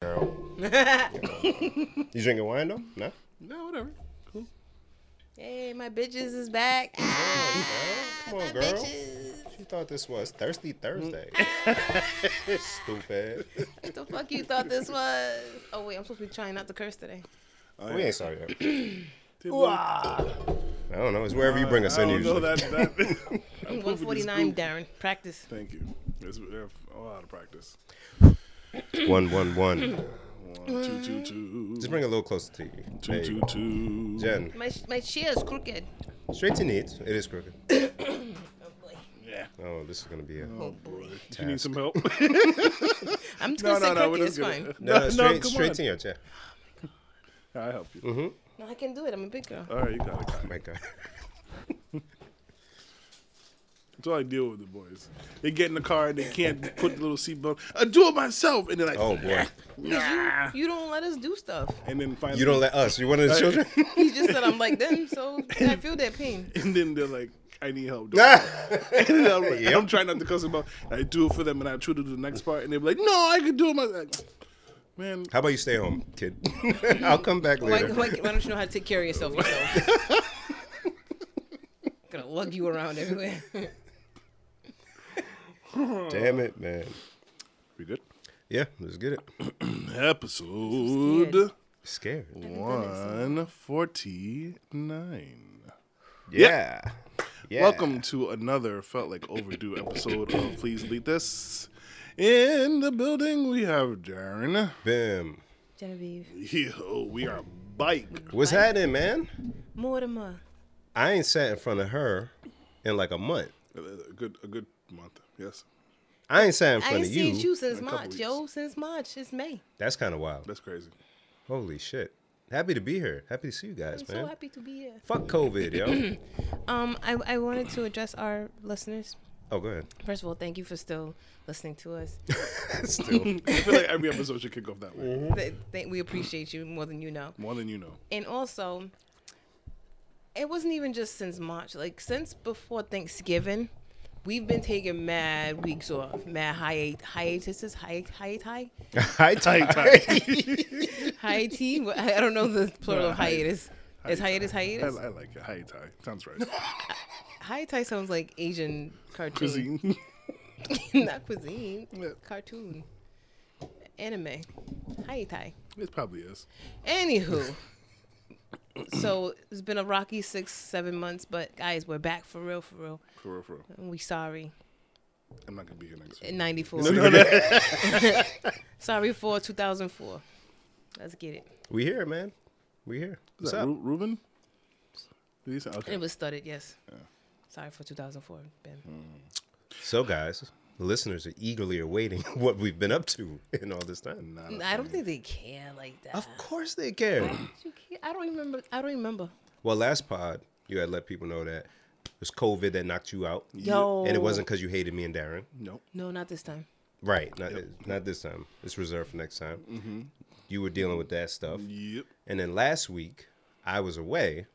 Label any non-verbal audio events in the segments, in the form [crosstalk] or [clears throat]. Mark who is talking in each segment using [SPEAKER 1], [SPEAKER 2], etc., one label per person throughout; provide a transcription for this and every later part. [SPEAKER 1] [laughs]
[SPEAKER 2] You drinking wine though? No.
[SPEAKER 3] no, whatever. Cool.
[SPEAKER 1] hey, my bitches is back.
[SPEAKER 2] Girl,
[SPEAKER 1] Ah,
[SPEAKER 2] Come
[SPEAKER 1] my
[SPEAKER 2] on, girl.
[SPEAKER 1] bitches.
[SPEAKER 2] You thought this was Thirsty Thursday?
[SPEAKER 1] [laughs]
[SPEAKER 2] Stupid.
[SPEAKER 1] What the fuck you thought this was? Oh wait, I'm supposed to be trying not to curse today.
[SPEAKER 3] Oh,
[SPEAKER 2] We
[SPEAKER 3] yeah.
[SPEAKER 2] ain't sorry. Yet.
[SPEAKER 3] Dude,
[SPEAKER 2] I don't know. It's wherever you bring us
[SPEAKER 3] I
[SPEAKER 2] in
[SPEAKER 3] don't know
[SPEAKER 2] usually.
[SPEAKER 3] that. that
[SPEAKER 1] I'm 149,
[SPEAKER 3] scoop.
[SPEAKER 1] Darren. Practice.
[SPEAKER 3] Thank you. It's uh, a lot of practice.
[SPEAKER 2] One, one, one.
[SPEAKER 3] [laughs] One, two, two, two.
[SPEAKER 2] Just bring it a little closer to you. There
[SPEAKER 3] two,
[SPEAKER 2] you
[SPEAKER 3] two,
[SPEAKER 2] go.
[SPEAKER 3] two.
[SPEAKER 2] Jen,
[SPEAKER 1] My my chair is crooked.
[SPEAKER 2] straight to needs. It is crooked.
[SPEAKER 1] [coughs] Oh boy.
[SPEAKER 3] Yeah.
[SPEAKER 2] Oh, this is gonna be a.
[SPEAKER 3] [laughs] Oh boy. Do you need some help?
[SPEAKER 1] I'm just gonna
[SPEAKER 3] no, no,
[SPEAKER 1] say
[SPEAKER 3] [laughs] no. We're
[SPEAKER 1] crooked. It's
[SPEAKER 3] just kidding.
[SPEAKER 1] fine.
[SPEAKER 2] No, no, straight,
[SPEAKER 3] come
[SPEAKER 2] straight Mm-hmm.
[SPEAKER 3] on.
[SPEAKER 2] to your chair. Oh
[SPEAKER 3] I'll help you.
[SPEAKER 1] No, I can do it. I'm a big girl.
[SPEAKER 3] All right, you got it. got it.
[SPEAKER 2] My God. [laughs]
[SPEAKER 3] That's all I deal with the boys. They get in the car and they can't put the little seatbelt. I do it myself, and they're like,
[SPEAKER 2] Oh boy.
[SPEAKER 3] nah.
[SPEAKER 1] You don't let us do stuff.
[SPEAKER 3] and then finally,
[SPEAKER 2] You don't let us. You one of the children. [laughs]
[SPEAKER 1] He just said I'm like them, so I feel that pain.
[SPEAKER 3] [laughs] and then they're like, I need
[SPEAKER 2] [laughs]
[SPEAKER 3] help. dog."
[SPEAKER 2] Ah!
[SPEAKER 3] and then I'm, like, [laughs]
[SPEAKER 2] Yep.
[SPEAKER 3] I'm trying not to cuss them out. I do it for them, and I try to do the next part, and they're like, No, I can do it myself. Like, Man,
[SPEAKER 2] How about you stay home, kid? [laughs] I'll come back
[SPEAKER 1] Why,
[SPEAKER 2] later.
[SPEAKER 1] why, why don't you know how to take care of yourself? yourself?
[SPEAKER 3] [laughs]
[SPEAKER 1] gonna lug you around everywhere. [laughs]
[SPEAKER 2] Damn it, man.
[SPEAKER 3] we good.
[SPEAKER 2] Yeah, let's get it.
[SPEAKER 3] Episode
[SPEAKER 2] Scared.
[SPEAKER 3] one forty nine.
[SPEAKER 2] Yeah. yeah.
[SPEAKER 3] Welcome to another felt like overdue episode of Please Lead This. In the building, we have Darren.
[SPEAKER 2] Bim.
[SPEAKER 1] Genevieve.
[SPEAKER 3] Yo, we are bike.
[SPEAKER 2] What's happening, man?
[SPEAKER 1] Mortimer.
[SPEAKER 2] I ain't sat in front of her in like a month.
[SPEAKER 3] A good, a good month. Yes,
[SPEAKER 2] I ain't sat in
[SPEAKER 1] I
[SPEAKER 2] front
[SPEAKER 1] ain't
[SPEAKER 2] of you.
[SPEAKER 1] seen you since
[SPEAKER 3] in a couple
[SPEAKER 1] March, yo. Since March, it's May.
[SPEAKER 2] That's kind of wild.
[SPEAKER 3] that's [laughs] crazy.
[SPEAKER 2] Holy shit. Happy to be here. Happy to see you guys,
[SPEAKER 1] I'm
[SPEAKER 2] man.
[SPEAKER 1] so happy to be here.
[SPEAKER 2] Fuck COVID,
[SPEAKER 1] [clears throat]
[SPEAKER 2] yo.
[SPEAKER 1] Um, I, I wanted to address our listeners.
[SPEAKER 2] oh, go ahead.
[SPEAKER 1] [clears throat]
[SPEAKER 2] [laughs]
[SPEAKER 1] First of all, thank you for still listening to us.
[SPEAKER 2] Still.
[SPEAKER 3] I feel like every episode should kick off that way.
[SPEAKER 1] Th- th- we appreciate you more than you know.
[SPEAKER 3] More than you know.
[SPEAKER 1] And also, it wasn't even just since March. Like since before Thanksgiving, we've been taking mad weeks off, mad hiat- hiatuses, hiat hiat hi
[SPEAKER 2] High tide.
[SPEAKER 3] [laughs]
[SPEAKER 1] hiati. I I don't know the plural of
[SPEAKER 3] hi-
[SPEAKER 1] hiatus. Is hiatus
[SPEAKER 3] I,
[SPEAKER 1] hiatus?
[SPEAKER 3] I like it. High tie sounds [laughs] right.
[SPEAKER 1] Hiatai sounds like Asian cartoon.
[SPEAKER 3] Cuisine.
[SPEAKER 1] [laughs] not cuisine,
[SPEAKER 3] Yeah.
[SPEAKER 1] cartoon, anime, haitai.
[SPEAKER 3] [laughs] it probably is.
[SPEAKER 1] Anywho, so it's been a rocky six, seven months, but guys, we're back for real, for real.
[SPEAKER 3] For real, for real.
[SPEAKER 1] And We sorry.
[SPEAKER 3] I'm not gonna be here next week.
[SPEAKER 1] In 94. [laughs] sorry for 2004. Let's get it.
[SPEAKER 2] [laughs] we here, man. We here.
[SPEAKER 3] Is
[SPEAKER 2] What's
[SPEAKER 3] that
[SPEAKER 2] up?
[SPEAKER 3] Ru- Ruben? Did he say? Okay.
[SPEAKER 1] It was studded, yes. Sorry for 2004, Ben.
[SPEAKER 2] Mm. So, guys, the listeners are eagerly awaiting [laughs] what we've been up to [laughs] in all this time.
[SPEAKER 3] Nah,
[SPEAKER 1] Mm, I don't think they care like that.
[SPEAKER 2] Of course they [clears throat] care.
[SPEAKER 1] You can't- I don't even remember. I don't remember.
[SPEAKER 2] Well, last pod, you had let people know that it was COVID that knocked you out.
[SPEAKER 1] Yo.
[SPEAKER 2] And it wasn't because you hated me and Darren.
[SPEAKER 3] Nope.
[SPEAKER 1] No, not this time.
[SPEAKER 2] Right. Not, not this time. It's reserved for next time. You were dealing with that stuff.
[SPEAKER 3] Yep.
[SPEAKER 2] And then last week, I was away,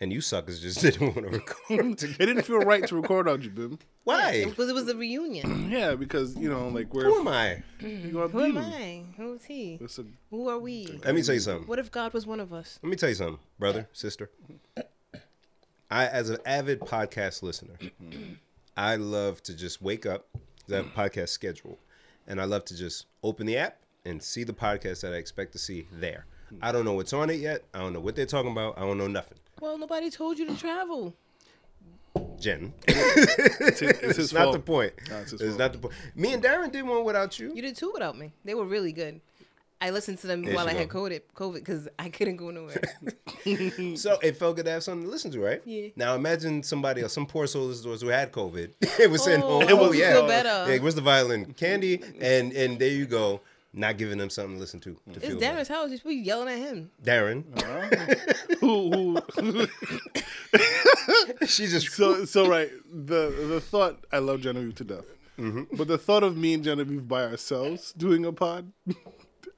[SPEAKER 2] and you suckers just [laughs] didn't want to record. [laughs]
[SPEAKER 3] It didn't feel right to record on you, Bim.
[SPEAKER 2] Why?
[SPEAKER 1] Because it was
[SPEAKER 2] [clears throat]
[SPEAKER 1] a reunion.
[SPEAKER 3] Yeah, because you know, like we're
[SPEAKER 2] Who am I?
[SPEAKER 3] you are
[SPEAKER 1] Who am
[SPEAKER 3] Bim.
[SPEAKER 1] I? Who's he?
[SPEAKER 3] It's a-
[SPEAKER 1] Who are we?
[SPEAKER 2] Let me tell you something.
[SPEAKER 1] What if God was one of us?
[SPEAKER 2] Let me tell you something, brother, sister. I, as an avid podcast listener, I love to just wake up. 'cause I have a podcast schedule, and I love to just open the app and see the podcast that I expect to see there. I don't know what's on it yet. I don't know what they're talking about. I don't know nothing.
[SPEAKER 1] Well, nobody told you to travel.
[SPEAKER 2] Jen,
[SPEAKER 3] it's his, it's his
[SPEAKER 2] it's not
[SPEAKER 3] fault.
[SPEAKER 2] the point.
[SPEAKER 3] No, it's his
[SPEAKER 2] It's
[SPEAKER 3] fault.
[SPEAKER 2] not the point. Me and Darren did one without you.
[SPEAKER 1] You did two without me. They were really good. I listened to them while
[SPEAKER 2] you
[SPEAKER 1] I had
[SPEAKER 2] go.
[SPEAKER 1] COVID COVID because I couldn't
[SPEAKER 2] [laughs]
[SPEAKER 1] go nowhere.
[SPEAKER 2] So it felt good to have something to listen to, right?
[SPEAKER 1] Yeah.
[SPEAKER 2] Now imagine somebody else, some poor soul listeners who had COVID. [laughs] it was sitting
[SPEAKER 1] Oh,
[SPEAKER 2] home.
[SPEAKER 1] It was-
[SPEAKER 2] oh, yeah.
[SPEAKER 1] feel better.
[SPEAKER 2] Yeah, where's the violin? Candy. And and there you go. Not giving them something to listen to. to
[SPEAKER 1] it's
[SPEAKER 2] feel better.
[SPEAKER 1] Darren's house. You should be yelling at him.
[SPEAKER 2] Darren.
[SPEAKER 3] Who, who,
[SPEAKER 2] [laughs] she just
[SPEAKER 3] so so right. The the thought I love Genevieve to death,
[SPEAKER 2] Mm-hmm.
[SPEAKER 3] but the thought of me and Genevieve by ourselves doing a pod, [laughs]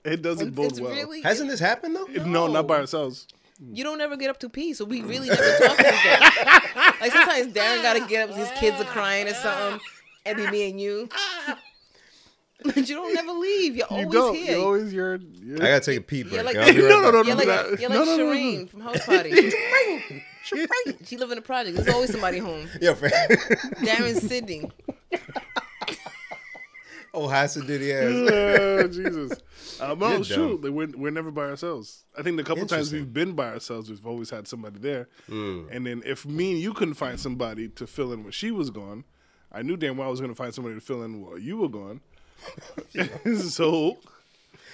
[SPEAKER 3] it doesn't bode
[SPEAKER 1] It's
[SPEAKER 3] well.
[SPEAKER 1] really
[SPEAKER 2] hasn't this happened though?
[SPEAKER 3] no, not by
[SPEAKER 1] No.
[SPEAKER 3] ourselves.
[SPEAKER 1] you don't ever get up to pee, so we really
[SPEAKER 2] [laughs]
[SPEAKER 1] never talk to each other. Like sometimes Darren gotta get up, his kids are crying or something. It'd be me and you. you don't never leave. You're
[SPEAKER 3] You
[SPEAKER 1] always
[SPEAKER 3] don't.
[SPEAKER 1] here.
[SPEAKER 3] You're always you're. you're
[SPEAKER 2] I gotta take a
[SPEAKER 1] [laughs]
[SPEAKER 2] pee break.
[SPEAKER 1] You're like,
[SPEAKER 2] I'll be right
[SPEAKER 3] No, no,
[SPEAKER 2] back.
[SPEAKER 1] you're
[SPEAKER 3] no,
[SPEAKER 2] [laughs]
[SPEAKER 1] like,
[SPEAKER 3] do that.
[SPEAKER 1] you're
[SPEAKER 3] No,
[SPEAKER 1] like
[SPEAKER 3] no, no, no.
[SPEAKER 1] Shireen from House
[SPEAKER 3] [laughs]
[SPEAKER 1] Party. Shireen, Shireen. She live in a project. There's always somebody home.
[SPEAKER 2] Yo, fam. [laughs]
[SPEAKER 1] Darren Sidney.
[SPEAKER 2] oh, Hassan did he ass.
[SPEAKER 3] Oh, [laughs] Jesus. Um,
[SPEAKER 2] You're
[SPEAKER 3] oh,
[SPEAKER 2] dumb.
[SPEAKER 3] shoot. Like, we're, we're never by ourselves. I think the couple times
[SPEAKER 2] Interesting.
[SPEAKER 3] we've been by ourselves, we've always had somebody there. And then if me and you couldn't find somebody to fill in when she was gone, I knew damn well I was going to find somebody to fill in while you were gone. [laughs] so,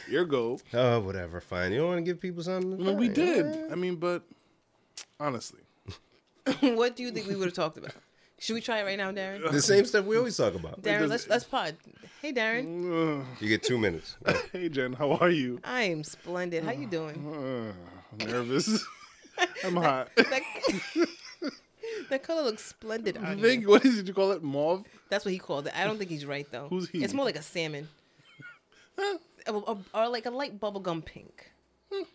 [SPEAKER 3] your goal.
[SPEAKER 2] Oh, whatever. Fine. You don't want to give people something.
[SPEAKER 3] I mean, we
[SPEAKER 2] Fine.
[SPEAKER 3] did. I mean, but honestly,
[SPEAKER 1] [laughs]
[SPEAKER 3] [sighs]
[SPEAKER 1] what do you think we would have talked about? Should we try it right now, Darren?
[SPEAKER 2] The same stuff we always talk about.
[SPEAKER 1] Darren, let's let's pod. Hey,
[SPEAKER 3] Mm.
[SPEAKER 1] Darren.
[SPEAKER 2] You get two minutes.
[SPEAKER 1] [laughs]
[SPEAKER 2] Go.
[SPEAKER 3] hey, Jen, how are you?
[SPEAKER 1] I am splendid.
[SPEAKER 3] [sighs]
[SPEAKER 1] How you
[SPEAKER 3] Mm.
[SPEAKER 1] doing?
[SPEAKER 3] I'm nervous. [laughs] I'm [laughs] hot.
[SPEAKER 1] That, [laughs] that color looks splendid
[SPEAKER 3] I
[SPEAKER 1] on you.
[SPEAKER 3] think, what is it you call it? Mauve?
[SPEAKER 1] That's what he called it. I don't think he's right though.
[SPEAKER 3] Who's he?
[SPEAKER 1] It's more like a
[SPEAKER 3] [laughs]
[SPEAKER 1] salmon, or, or- or like a light bubblegum pink. Hmm.
[SPEAKER 3] I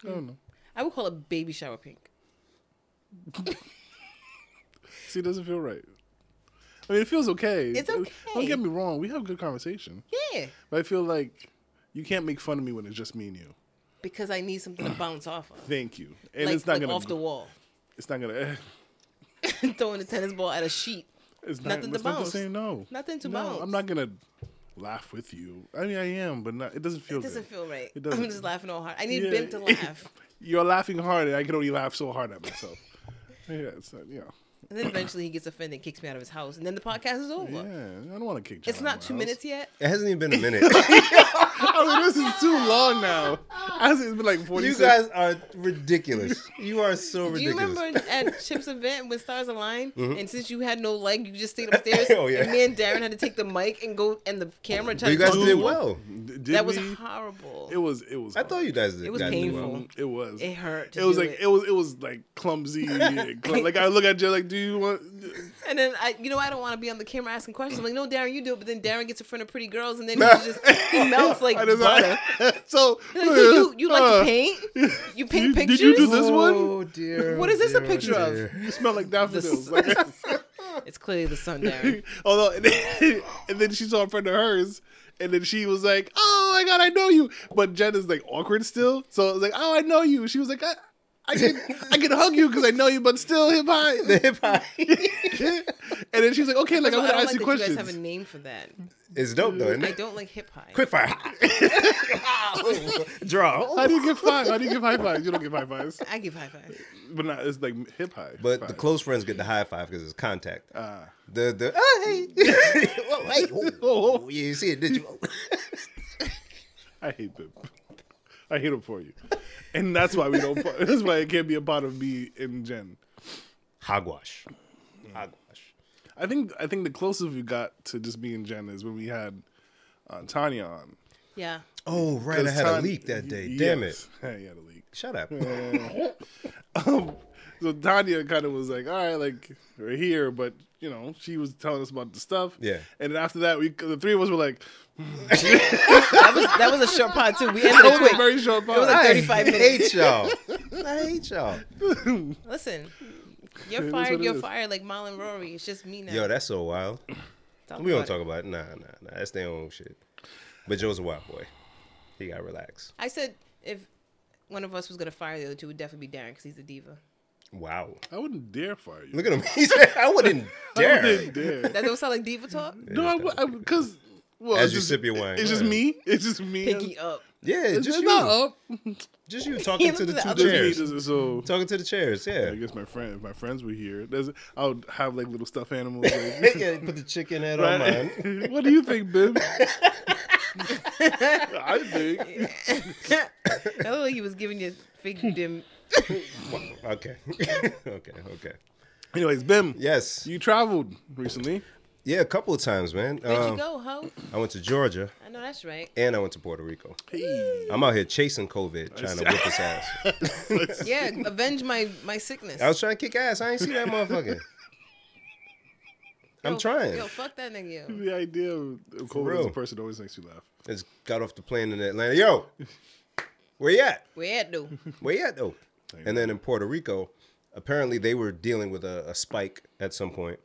[SPEAKER 3] Hmm. don't know.
[SPEAKER 1] I would call it baby shower pink.
[SPEAKER 3] See, it doesn't feel right. I mean, it feels okay.
[SPEAKER 1] It's
[SPEAKER 3] Don't- Don't
[SPEAKER 1] okay.
[SPEAKER 3] get me wrong. We have a good conversation.
[SPEAKER 1] Yeah,
[SPEAKER 3] But I feel like you can't make fun of me when it's just me and you.
[SPEAKER 1] because I need
[SPEAKER 3] [clears throat]
[SPEAKER 1] something to bounce off of.
[SPEAKER 3] Thank you. And
[SPEAKER 1] like
[SPEAKER 3] it's not
[SPEAKER 1] like
[SPEAKER 3] gonna.
[SPEAKER 1] off the wall, [laughs]
[SPEAKER 3] It's not gonna. [laughs]
[SPEAKER 1] throwing a tennis ball at a sheet.
[SPEAKER 3] It's not,
[SPEAKER 1] Nothing to
[SPEAKER 3] it's not the
[SPEAKER 1] bounce.
[SPEAKER 3] same. No.
[SPEAKER 1] Nothing to
[SPEAKER 3] no,
[SPEAKER 1] bounce.
[SPEAKER 3] I'm not gonna laugh with you. I mean, I am, but not, it doesn't feel.
[SPEAKER 1] It doesn't
[SPEAKER 3] good.
[SPEAKER 1] feel right.
[SPEAKER 3] It doesn't.
[SPEAKER 1] I'm just laughing all hard. I need
[SPEAKER 3] Yeah.
[SPEAKER 1] Ben
[SPEAKER 3] [laughs]
[SPEAKER 1] to laugh.
[SPEAKER 3] You're laughing hard, and I can only laugh so hard
[SPEAKER 1] [laughs]
[SPEAKER 3] at myself. yeah, it's not. Yeah.
[SPEAKER 1] And then eventually he gets offended, kicks me out of his house, and then the podcast is over.
[SPEAKER 3] Yeah, I don't want to kick. John
[SPEAKER 1] It's not
[SPEAKER 3] out
[SPEAKER 1] two
[SPEAKER 3] of my house.
[SPEAKER 1] minutes yet.
[SPEAKER 2] It hasn't even been a
[SPEAKER 1] [laughs]
[SPEAKER 2] minute.
[SPEAKER 3] [laughs] I mean, this is too long now. I think it's been like forty.
[SPEAKER 2] you guys are ridiculous. You are so
[SPEAKER 1] Do you
[SPEAKER 2] ridiculous.
[SPEAKER 1] remember
[SPEAKER 3] [laughs]
[SPEAKER 1] at Chip's event when stars aligned?
[SPEAKER 3] Mm-hmm.
[SPEAKER 1] And since you had no leg, you just stayed
[SPEAKER 3] [laughs]
[SPEAKER 1] upstairs.
[SPEAKER 2] Oh, yeah.
[SPEAKER 1] And me and Darren had to take the mic and go and the camera. and
[SPEAKER 2] But
[SPEAKER 1] try
[SPEAKER 2] you
[SPEAKER 1] to
[SPEAKER 2] guys
[SPEAKER 1] talk
[SPEAKER 2] did
[SPEAKER 1] to him.
[SPEAKER 2] well.
[SPEAKER 3] Did
[SPEAKER 1] That was
[SPEAKER 3] we?
[SPEAKER 1] horrible.
[SPEAKER 3] It was. It was.
[SPEAKER 2] I thought you guys did.
[SPEAKER 1] It was
[SPEAKER 2] guys did
[SPEAKER 1] painful.
[SPEAKER 2] well.
[SPEAKER 3] Mm, It was.
[SPEAKER 1] It hurt to
[SPEAKER 3] It was
[SPEAKER 1] do
[SPEAKER 3] like
[SPEAKER 1] it.
[SPEAKER 3] it. was. It was like clumsy.
[SPEAKER 1] [laughs]
[SPEAKER 3] and cl- like I look at you like, do you want?
[SPEAKER 1] and then I, you know, I don't want to be on the camera asking questions. I'm like, no, Darren, you do it. But then Darren gets in front of pretty girls, and then he
[SPEAKER 3] [laughs]
[SPEAKER 1] just he melts like
[SPEAKER 3] I
[SPEAKER 1] butter.
[SPEAKER 3] just-
[SPEAKER 1] [laughs]
[SPEAKER 3] [laughs] so
[SPEAKER 1] Like, so you you like
[SPEAKER 3] uh,
[SPEAKER 1] to
[SPEAKER 3] [laughs]
[SPEAKER 1] paint? You paint
[SPEAKER 3] did
[SPEAKER 1] pictures?
[SPEAKER 3] you do this one?
[SPEAKER 2] Oh dear.
[SPEAKER 1] What is this a
[SPEAKER 2] dear,
[SPEAKER 1] picture of?
[SPEAKER 2] dear.
[SPEAKER 3] You smell like daffodils.
[SPEAKER 1] [laughs] This-
[SPEAKER 3] Like, [laughs]
[SPEAKER 1] It's clearly the sun, Darren.
[SPEAKER 3] although, and then, [laughs] and then she saw a friend of hers, and then she was like, "Oh my god, I know you." But Jen is like awkward still, so I was like, "Oh, I know you." She was like, "I, I can, I can hug you because I know you, but still, hip high." [laughs]
[SPEAKER 2] The [laughs] hip hop. [laughs]
[SPEAKER 3] and then she's like, "Okay, like
[SPEAKER 1] So
[SPEAKER 3] I'm
[SPEAKER 1] I don't
[SPEAKER 3] gonna ask
[SPEAKER 1] like
[SPEAKER 3] you
[SPEAKER 1] that
[SPEAKER 3] questions."
[SPEAKER 1] you guys have a name for that.
[SPEAKER 2] It's dope though, isn't
[SPEAKER 1] I
[SPEAKER 2] it?
[SPEAKER 1] don't like hip high.
[SPEAKER 2] Quick fire.
[SPEAKER 3] How
[SPEAKER 2] [laughs] Draw.
[SPEAKER 3] do you give five? How do you give high fives? You don't give high fives,
[SPEAKER 1] I give high five.
[SPEAKER 3] but not it's like hip high.
[SPEAKER 2] But
[SPEAKER 3] five.
[SPEAKER 2] the close friends get the high five because it's contact.
[SPEAKER 3] Ah.
[SPEAKER 2] the the Uh. oh, hey. [laughs] oh, hey. Oh, oh, yeah, you see it, did you?
[SPEAKER 3] I hate Bip. I hate him for you, and that's why we don't. That's why it can't be a part of me and Jen.
[SPEAKER 2] Hogwash. Hogwash.
[SPEAKER 3] I think I think the closest we got to just being Jen is when we had uh, Tanya on.
[SPEAKER 1] Yeah.
[SPEAKER 2] Oh right, I had a
[SPEAKER 3] Tanya-
[SPEAKER 2] leak that day. Damn it.
[SPEAKER 3] Yes. [laughs] Yeah, you had a leak.
[SPEAKER 2] Shut up.
[SPEAKER 1] [laughs]
[SPEAKER 3] Um, so Tanya kind of was like, "All right, like we're here," but you know, she was telling us about the stuff.
[SPEAKER 2] Yeah.
[SPEAKER 3] And then after that, we the three of us were like,
[SPEAKER 1] That was that was a short pod too. We
[SPEAKER 2] Oh,
[SPEAKER 1] ended it
[SPEAKER 3] "That was a
[SPEAKER 1] quick.
[SPEAKER 3] very short
[SPEAKER 1] was
[SPEAKER 3] pod."
[SPEAKER 1] like-
[SPEAKER 2] I
[SPEAKER 1] 35 minutes.
[SPEAKER 2] hate [laughs] y'all. I hate y'all.
[SPEAKER 1] Listen,
[SPEAKER 3] It
[SPEAKER 1] you're
[SPEAKER 3] is
[SPEAKER 1] fired.
[SPEAKER 3] what it
[SPEAKER 1] You're
[SPEAKER 3] is.
[SPEAKER 1] fired like Marlon Rory. It's just me now.
[SPEAKER 2] Yo, that's so wild.
[SPEAKER 1] Talk
[SPEAKER 2] We don't
[SPEAKER 1] about it.
[SPEAKER 2] talk about it. Nah, nah, nah. That's their own shit. But Joe's a wild boy. He got relaxed.
[SPEAKER 1] I said if one of us was gonna fire the other two, it would definitely be Darren because he's a diva.
[SPEAKER 2] Wow.
[SPEAKER 3] I wouldn't dare fire you.
[SPEAKER 2] Look at him. [laughs] He said, I wouldn't
[SPEAKER 3] [laughs] I
[SPEAKER 2] dare.
[SPEAKER 3] wouldn't dare.
[SPEAKER 1] That don't sound like diva
[SPEAKER 3] [laughs]
[SPEAKER 1] talk.
[SPEAKER 3] No, I would because well,
[SPEAKER 2] As
[SPEAKER 3] it's
[SPEAKER 2] you
[SPEAKER 3] just-
[SPEAKER 2] sip your wine.
[SPEAKER 3] It's just me. It's just me.
[SPEAKER 1] Pinky up. [laughs]
[SPEAKER 2] Yeah,
[SPEAKER 3] It's
[SPEAKER 2] just
[SPEAKER 3] just
[SPEAKER 2] you.
[SPEAKER 3] not Oh. up.
[SPEAKER 2] Just
[SPEAKER 3] [laughs]
[SPEAKER 2] you talking to the
[SPEAKER 1] looked
[SPEAKER 2] two
[SPEAKER 1] at the other
[SPEAKER 2] chairs.
[SPEAKER 3] Just me, just- So
[SPEAKER 2] Talking to the chairs, yeah.
[SPEAKER 3] I guess my friend, if my friends were here, there's, I would have like little stuffed animals.
[SPEAKER 2] [laughs]
[SPEAKER 3] Like, [laughs]
[SPEAKER 2] Yeah, put the chicken head on mine.
[SPEAKER 3] right? [laughs] what do you think,
[SPEAKER 2] [laughs]
[SPEAKER 3] Bib? I think
[SPEAKER 1] That looked like he was giving you
[SPEAKER 3] [laughs]
[SPEAKER 1] fig dim.
[SPEAKER 2] Okay. [laughs] okay, okay.
[SPEAKER 3] Anyways, Bim,
[SPEAKER 2] Yes.
[SPEAKER 3] you traveled recently.
[SPEAKER 2] Yeah, a couple of times, man.
[SPEAKER 1] Where'd
[SPEAKER 2] Um,
[SPEAKER 1] you go, ho?
[SPEAKER 2] I went to Georgia
[SPEAKER 1] I know that's right.
[SPEAKER 2] and I went to Puerto Rico.
[SPEAKER 3] Hey,
[SPEAKER 2] I'm out here chasing COVID, trying to whip his ass.
[SPEAKER 1] Yeah, avenge my my sickness.
[SPEAKER 2] I was trying to kick ass. I ain't see that
[SPEAKER 3] [laughs]
[SPEAKER 2] motherfucker. I'm
[SPEAKER 1] Yo,
[SPEAKER 2] trying.
[SPEAKER 1] Yo, fuck that nigga. yo.
[SPEAKER 3] the idea of COVID as a
[SPEAKER 2] real.
[SPEAKER 3] person always makes you laugh.
[SPEAKER 2] Just got off the plane in Atlanta. Yo, where you at?
[SPEAKER 1] Where at though?
[SPEAKER 2] Where you at though? And then in Puerto Rico, apparently they were
[SPEAKER 3] Mm-hmm.
[SPEAKER 2] dealing with a, a spike at some point.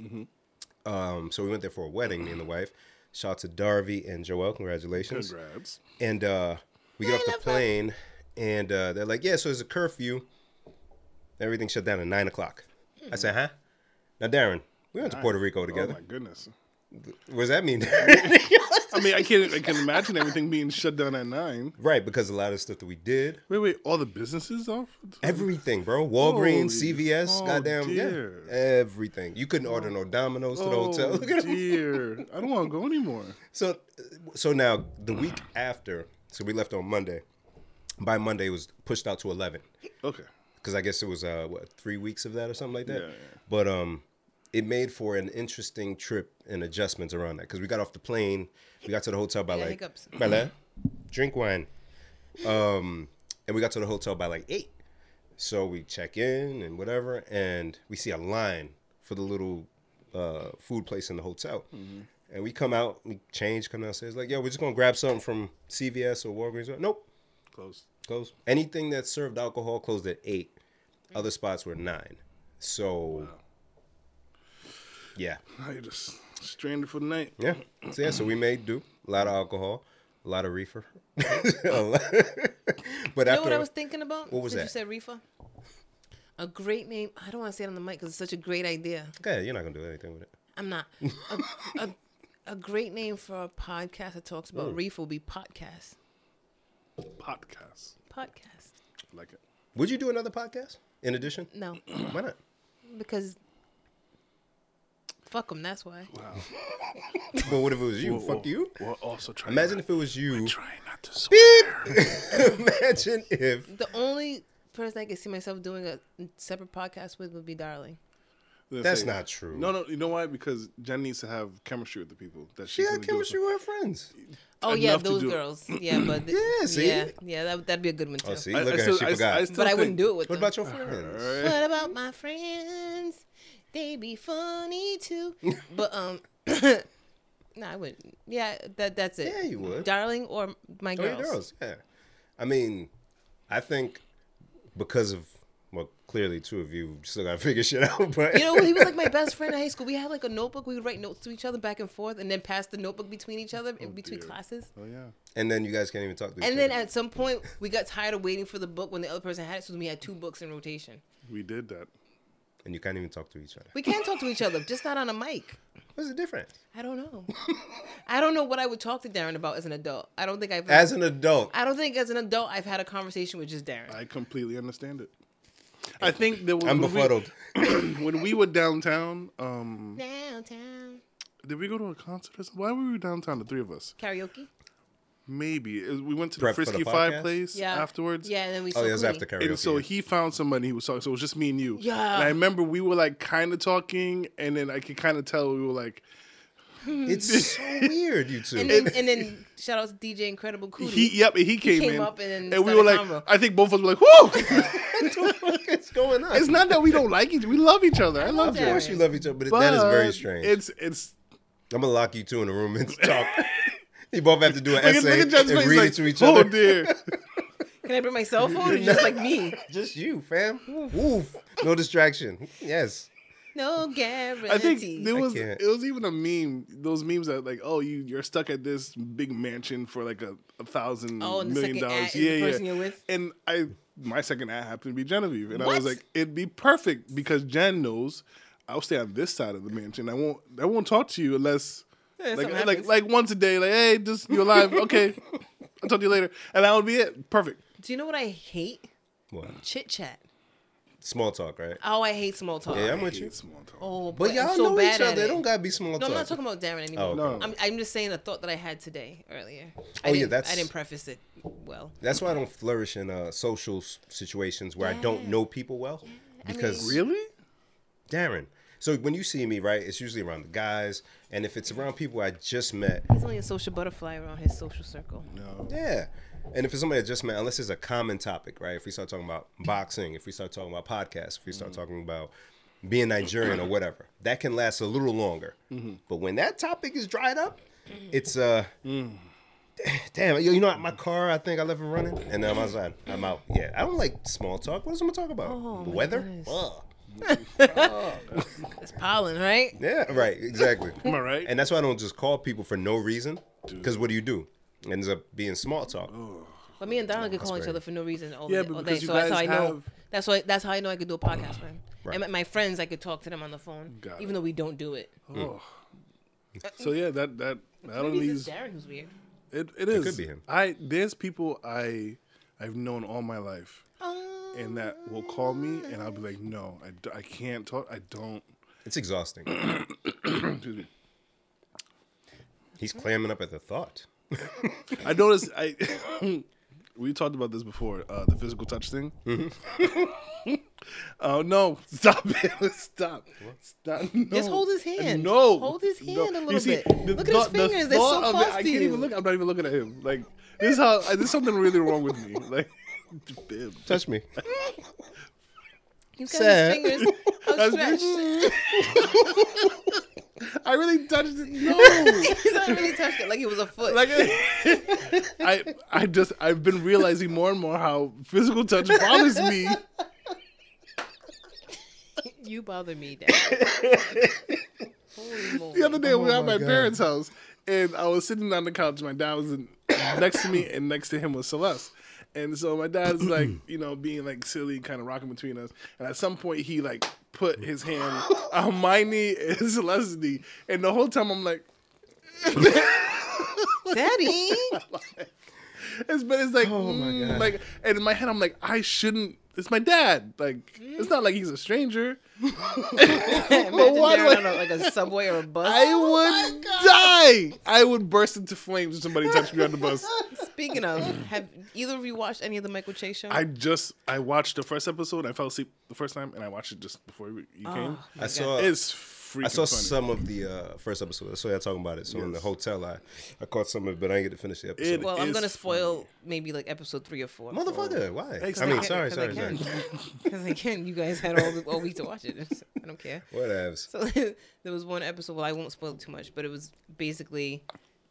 [SPEAKER 2] Um, so we went there for a wedding, me and the wife. Shout out to Darby and Joel. Congratulations.
[SPEAKER 3] Congrats.
[SPEAKER 2] And uh, we get
[SPEAKER 1] I
[SPEAKER 2] off the
[SPEAKER 1] love her.
[SPEAKER 2] plane, and uh, they're like, "Yeah, so there's a curfew. Everything shut down at nine o'clock." I said, "Huh?" Now, Darren, we went to Puerto Rico
[SPEAKER 3] Oh
[SPEAKER 2] together.
[SPEAKER 3] my goodness.
[SPEAKER 2] what does that
[SPEAKER 3] [laughs]
[SPEAKER 2] mean?
[SPEAKER 3] I mean, I can't. I can imagine everything being shut down at nine.
[SPEAKER 2] right, because a lot of stuff that we did,
[SPEAKER 3] Wait, wait. All the businesses off.
[SPEAKER 2] everything, bro. Walgreens, CVS,
[SPEAKER 3] oh
[SPEAKER 2] goddamn,
[SPEAKER 3] dear.
[SPEAKER 2] yeah, everything. You couldn't order no Domino's to the hotel.
[SPEAKER 3] Oh
[SPEAKER 2] [laughs] Look at him.
[SPEAKER 3] dear. I don't want to go anymore.
[SPEAKER 2] So, so now the week after, so we left on Monday. By Monday, it was pushed out to eleven.
[SPEAKER 3] Okay.
[SPEAKER 2] because I guess it was uh what three weeks of that or something like that.
[SPEAKER 3] Yeah, yeah.
[SPEAKER 2] But um, it made for an interesting trip and adjustments around that because we got off the plane, we got to the hotel by
[SPEAKER 1] Yeah,
[SPEAKER 2] like
[SPEAKER 1] hiccups.
[SPEAKER 2] by like, drink wine, um, and we got to the hotel by like eight. So we check in and whatever, and we see a line for the little uh, food place in the hotel.
[SPEAKER 3] Mm-hmm.
[SPEAKER 2] And we come out, we change, come downstairs, like, yo, we're just gonna grab something from CVS or Walgreens. Nope,
[SPEAKER 3] Close.
[SPEAKER 2] closed. Anything that served alcohol closed at eight. Other spots were nine. So, yeah,
[SPEAKER 3] Now you're just stranded for the night.
[SPEAKER 2] yeah. So yeah, so we made do a lot of alcohol, a lot of reefer. [laughs] A lot- but
[SPEAKER 1] You know what
[SPEAKER 2] after
[SPEAKER 1] I was thinking about?
[SPEAKER 2] What was
[SPEAKER 1] Since
[SPEAKER 2] that?
[SPEAKER 1] You said reefer. A great name. I don't want to say it on the mic because it's such a great idea.
[SPEAKER 2] okay, you're not gonna do anything with it.
[SPEAKER 1] I'm not. A, [laughs] a, a great name for a podcast that talks about reefer would be podcast.
[SPEAKER 3] Podcast.
[SPEAKER 1] Podcast.
[SPEAKER 3] Like it.
[SPEAKER 2] Would you do another podcast in addition?
[SPEAKER 1] No,
[SPEAKER 2] Why not?
[SPEAKER 1] because fuck them. That's why.
[SPEAKER 3] Wow.
[SPEAKER 2] But what if it was you?
[SPEAKER 3] We're-
[SPEAKER 2] Fuck you.
[SPEAKER 3] We're also trying.
[SPEAKER 2] Imagine if it was [laughs] you.
[SPEAKER 3] Trying not to swear.
[SPEAKER 2] Imagine if
[SPEAKER 1] The only person I could see myself doing a separate podcast with would be Darling.
[SPEAKER 2] that's not true.
[SPEAKER 3] No, no. You know why? Because Jen needs to have chemistry with the people that
[SPEAKER 2] she
[SPEAKER 3] she's
[SPEAKER 2] got
[SPEAKER 3] gonna do it
[SPEAKER 2] chemistry with her friends.
[SPEAKER 1] Oh yeah,
[SPEAKER 3] Enough to
[SPEAKER 1] those
[SPEAKER 3] do it.
[SPEAKER 1] girls. Yeah, but th-
[SPEAKER 2] [clears throat] Yeah, see?
[SPEAKER 1] yeah, yeah, that that'd be a good one too.
[SPEAKER 2] Oh, see,
[SPEAKER 3] with.
[SPEAKER 2] look at her. She forgot.
[SPEAKER 1] but I wouldn't do it with
[SPEAKER 2] what
[SPEAKER 1] them.
[SPEAKER 2] about your friends?
[SPEAKER 1] What about my friends? They be funny
[SPEAKER 2] [laughs]
[SPEAKER 1] too. but um, [coughs] no, I wouldn't. Yeah, that that's it.
[SPEAKER 2] Yeah, you would.
[SPEAKER 1] Darling or my
[SPEAKER 2] Oh, your
[SPEAKER 1] girls.
[SPEAKER 2] girls, yeah. I mean, I think because of well, clearly two of you still gotta [laughs] figure shit out, but
[SPEAKER 1] You know, he was like my best friend in high school. We had like a notebook. We would write notes to each other back and forth, and then pass the notebook between each other and between
[SPEAKER 3] dear.
[SPEAKER 1] classes.
[SPEAKER 3] Oh yeah.
[SPEAKER 2] [laughs] and then you guys can't even talk to each
[SPEAKER 1] And then
[SPEAKER 2] other.
[SPEAKER 1] at some point, we got tired of waiting for the book when the other person had it, so we had two books in rotation.
[SPEAKER 3] We did that.
[SPEAKER 2] and you can't even talk to each other.
[SPEAKER 1] We can talk to each other, just not on a mic.
[SPEAKER 2] What's the difference?
[SPEAKER 1] I don't
[SPEAKER 2] [laughs]
[SPEAKER 1] know. I don't know what I would talk to Darren about as an adult. I don't think I've.
[SPEAKER 2] As an adult,
[SPEAKER 1] I don't think as an adult I've had a conversation with just Darren.
[SPEAKER 3] I completely understand it. I think there was.
[SPEAKER 2] I'm
[SPEAKER 3] when we-
[SPEAKER 2] befuddled.
[SPEAKER 3] when we were downtown, um,
[SPEAKER 1] Downtown
[SPEAKER 3] did we go to a concert or something? Why were we downtown, the three of us?
[SPEAKER 1] karaoke.
[SPEAKER 3] Maybe. It- We went to
[SPEAKER 2] Prep for
[SPEAKER 3] the
[SPEAKER 2] the
[SPEAKER 3] Frisky Five
[SPEAKER 2] podcast?
[SPEAKER 3] place
[SPEAKER 1] Yeah.
[SPEAKER 3] afterwards.
[SPEAKER 1] Yeah, and then we.
[SPEAKER 2] Oh, yeah, it was
[SPEAKER 1] Sukuni.
[SPEAKER 2] after karaoke.
[SPEAKER 3] And so he found somebody he was talking. So it was just me and you.
[SPEAKER 1] Yeah.
[SPEAKER 3] And I remember we were like kind of talking, and then I could kind of tell we were like,
[SPEAKER 2] it's
[SPEAKER 3] [laughs]
[SPEAKER 2] so weird, you two.
[SPEAKER 1] And
[SPEAKER 2] [laughs]
[SPEAKER 1] then, and then shout out to DJ Incredible Cootie.
[SPEAKER 3] he, yep, and he came,
[SPEAKER 1] came
[SPEAKER 3] in,
[SPEAKER 1] up and then
[SPEAKER 3] we were like,
[SPEAKER 1] started
[SPEAKER 3] I think both of us were like, whoa!
[SPEAKER 2] What's going on?
[SPEAKER 3] [laughs] it's not that we don't like each, we love each other. I love
[SPEAKER 2] of course
[SPEAKER 3] that.
[SPEAKER 2] you love each other, but, it- that is very strange.
[SPEAKER 3] It's it's
[SPEAKER 2] I'm gonna lock you two in a room and
[SPEAKER 3] [laughs]
[SPEAKER 2] talk. you both have to do an
[SPEAKER 3] look at,
[SPEAKER 2] essay
[SPEAKER 3] look at Jen's
[SPEAKER 2] and
[SPEAKER 3] face,
[SPEAKER 2] read
[SPEAKER 3] like,
[SPEAKER 2] it to each
[SPEAKER 3] oh
[SPEAKER 2] other.
[SPEAKER 3] dear.
[SPEAKER 1] Can I bring my cell phone? Or just like
[SPEAKER 3] [laughs]
[SPEAKER 1] me.
[SPEAKER 2] Just you, fam. Woof. No distraction. Yes.
[SPEAKER 1] No guarantee.
[SPEAKER 3] I think there
[SPEAKER 2] I
[SPEAKER 3] was
[SPEAKER 2] can't.
[SPEAKER 3] it was even a meme. Those memes that like, oh, you you're stuck at this big mansion for like a, a thousand
[SPEAKER 1] Oh, and the
[SPEAKER 3] million
[SPEAKER 1] second ad
[SPEAKER 3] dollars.
[SPEAKER 1] is the person you're with?
[SPEAKER 3] And I my second ad happened to be Genevieve, and I
[SPEAKER 1] What?
[SPEAKER 3] was like, it'd be perfect because Jen knows I'll stay on this side of the mansion. I won't I won't talk to you unless.
[SPEAKER 1] Yeah,
[SPEAKER 3] Like,
[SPEAKER 1] something
[SPEAKER 3] like
[SPEAKER 1] happens.
[SPEAKER 3] like once a day, like hey, just you're alive, okay. I'll talk to you later, and that would be it. Perfect.
[SPEAKER 1] Do you know what I hate?
[SPEAKER 2] What?
[SPEAKER 1] Chit chat.
[SPEAKER 2] Small talk, right?
[SPEAKER 1] Oh, I hate small talk.
[SPEAKER 2] Yeah, I'm
[SPEAKER 3] I
[SPEAKER 2] with
[SPEAKER 3] hate
[SPEAKER 2] you.
[SPEAKER 3] small talk.
[SPEAKER 1] Oh,
[SPEAKER 2] But
[SPEAKER 1] boy,
[SPEAKER 2] y'all
[SPEAKER 1] I'm so
[SPEAKER 2] know each
[SPEAKER 1] bad at
[SPEAKER 2] other. It
[SPEAKER 1] it.
[SPEAKER 2] don't gotta be small
[SPEAKER 1] No,
[SPEAKER 2] talk.
[SPEAKER 1] I'm not talking about Darren anymore.
[SPEAKER 2] Oh,
[SPEAKER 3] okay.
[SPEAKER 1] I'm, I'm just saying a thought that I had today earlier. I
[SPEAKER 2] Oh, yeah,
[SPEAKER 1] didn't-
[SPEAKER 2] that's-
[SPEAKER 1] I didn't preface it well.
[SPEAKER 2] That's why I don't flourish in uh, social s- situations where I don't know people well. Because
[SPEAKER 3] Really?
[SPEAKER 2] Darren. So when you see me, right, it's usually around the guys, and if it's around people I just met,
[SPEAKER 1] He's only a social butterfly around his social circle.
[SPEAKER 3] No.
[SPEAKER 2] yeah. And if it's somebody I just met, unless it's a common topic, right? If we start talking about boxing, if we start talking about podcasts, if we start talking about being Nigerian or whatever, that can last a little longer. But when that topic is dried up, it's uh. [sighs] Damn, yo, you know what? my car. I think I left it running, and I'm outside. I'm out. Yeah, I don't like small talk. What else am I talking about?
[SPEAKER 1] Oh,
[SPEAKER 2] the
[SPEAKER 1] my
[SPEAKER 2] weather?
[SPEAKER 1] goodness.
[SPEAKER 2] Ugh.
[SPEAKER 1] It's pollen, right?
[SPEAKER 2] Yeah, right, exactly.
[SPEAKER 3] Am I right?
[SPEAKER 2] And that's why I don't just call people for no reason. Because what do you do? It ends up being small talk.
[SPEAKER 1] But me and Donald could call each other for no reason all,
[SPEAKER 3] Yeah,
[SPEAKER 1] day,
[SPEAKER 3] but
[SPEAKER 1] all day.
[SPEAKER 3] because you
[SPEAKER 1] So that's how I
[SPEAKER 3] guys
[SPEAKER 1] know.
[SPEAKER 3] have-
[SPEAKER 1] That's why. That's how I know I could do a podcast, man.
[SPEAKER 2] Right.
[SPEAKER 1] And my- my friends, I could talk to them on the phone,
[SPEAKER 3] Got
[SPEAKER 1] even
[SPEAKER 3] it.
[SPEAKER 1] though we don't do it.
[SPEAKER 2] Hmm.
[SPEAKER 3] Oh. So yeah, that that that
[SPEAKER 1] Maybe
[SPEAKER 3] only
[SPEAKER 1] it's
[SPEAKER 3] is
[SPEAKER 1] just Darren who's weird.
[SPEAKER 3] it, it is.
[SPEAKER 2] could be him.
[SPEAKER 3] I there's people I I've known all my life,
[SPEAKER 1] Oh,
[SPEAKER 3] and that will call me, and I'll be like, no, I, d- I can't talk. I don't. [clears throat]
[SPEAKER 2] It's exhausting.
[SPEAKER 3] Excuse me.
[SPEAKER 2] He's clamming up at the thought. [laughs]
[SPEAKER 3] I noticed I [laughs] we talked about this before uh, the physical touch thing.
[SPEAKER 2] Mm-hmm.
[SPEAKER 3] [laughs] oh no! Stop it! [laughs] Stop! Stop! No.
[SPEAKER 1] Just hold his hand.
[SPEAKER 3] No,
[SPEAKER 1] Hold his
[SPEAKER 3] No.
[SPEAKER 1] hand a
[SPEAKER 3] You
[SPEAKER 1] little
[SPEAKER 3] see,
[SPEAKER 1] bit.
[SPEAKER 3] the
[SPEAKER 1] Look at his
[SPEAKER 3] thought- the
[SPEAKER 1] fingers, they're
[SPEAKER 3] thought
[SPEAKER 1] so
[SPEAKER 3] of it,
[SPEAKER 1] close
[SPEAKER 3] I
[SPEAKER 1] to
[SPEAKER 3] can't
[SPEAKER 1] you.
[SPEAKER 3] even look. I'm not even looking at him. Like this is how there's something really wrong with me. [laughs] Like. Bib.
[SPEAKER 2] Touch me.
[SPEAKER 1] he's got
[SPEAKER 2] Sad.
[SPEAKER 1] his fingers
[SPEAKER 3] [laughs]
[SPEAKER 1] outstretched.
[SPEAKER 3] I really touched it. No.
[SPEAKER 1] [laughs] [laughs] he's not really touched it like it was a foot.
[SPEAKER 3] Like [laughs] I, I just I've been realizing more and more how physical touch bothers me.
[SPEAKER 1] you bother me,
[SPEAKER 3] [laughs]
[SPEAKER 1] Dad. Holy moly.
[SPEAKER 3] The other day we were at my
[SPEAKER 2] God.
[SPEAKER 3] parents' house and I was sitting on the couch. My dad was in, next to me and next to him was Celeste. And so my dad's like, you know, being like silly, kind of rocking between us. And at some point he like put his hand on my knee and [laughs] Celeste's knee. And the whole time I'm like, [laughs]
[SPEAKER 1] Daddy.
[SPEAKER 3] It's but it's like,
[SPEAKER 2] Oh my
[SPEAKER 3] mm,
[SPEAKER 2] God.
[SPEAKER 3] like, and in my head, I'm like, I shouldn't. It's my dad. Like, it's not like he's a stranger.
[SPEAKER 1] Imagine
[SPEAKER 3] why do
[SPEAKER 1] Darren on
[SPEAKER 3] I-
[SPEAKER 1] a, like a subway or a bus.
[SPEAKER 3] I
[SPEAKER 2] Oh
[SPEAKER 3] would die. I would burst into flames if somebody touched me on
[SPEAKER 2] [laughs]
[SPEAKER 3] the bus.
[SPEAKER 1] Speaking of, have either of you watched any of the Michael Che show?
[SPEAKER 3] I just, I watched the first episode. I fell asleep the first time, and I watched it just before you came.
[SPEAKER 2] Oh. I saw
[SPEAKER 3] It's freaking
[SPEAKER 2] I saw
[SPEAKER 3] funny.
[SPEAKER 2] some of the uh, first episode. I saw y'all talking about it. So in the
[SPEAKER 3] Yes.
[SPEAKER 2] hotel, I, I caught some of it, but I didn't get to finish the episode.
[SPEAKER 3] It-
[SPEAKER 1] well, I'm
[SPEAKER 3] is
[SPEAKER 1] gonna spoil maybe like episode three or four.
[SPEAKER 2] Motherfucker, why? I
[SPEAKER 3] Exactly.
[SPEAKER 2] mean, sorry,
[SPEAKER 1] 'Cause
[SPEAKER 2] sorry,
[SPEAKER 1] I
[SPEAKER 2] sorry.
[SPEAKER 1] can. [laughs] Because I can. You guys had all, the, all week to watch it. [laughs] I don't care.
[SPEAKER 2] Whatevs.
[SPEAKER 1] So [laughs] there was one episode. Well, I won't spoil it too much, but it was basically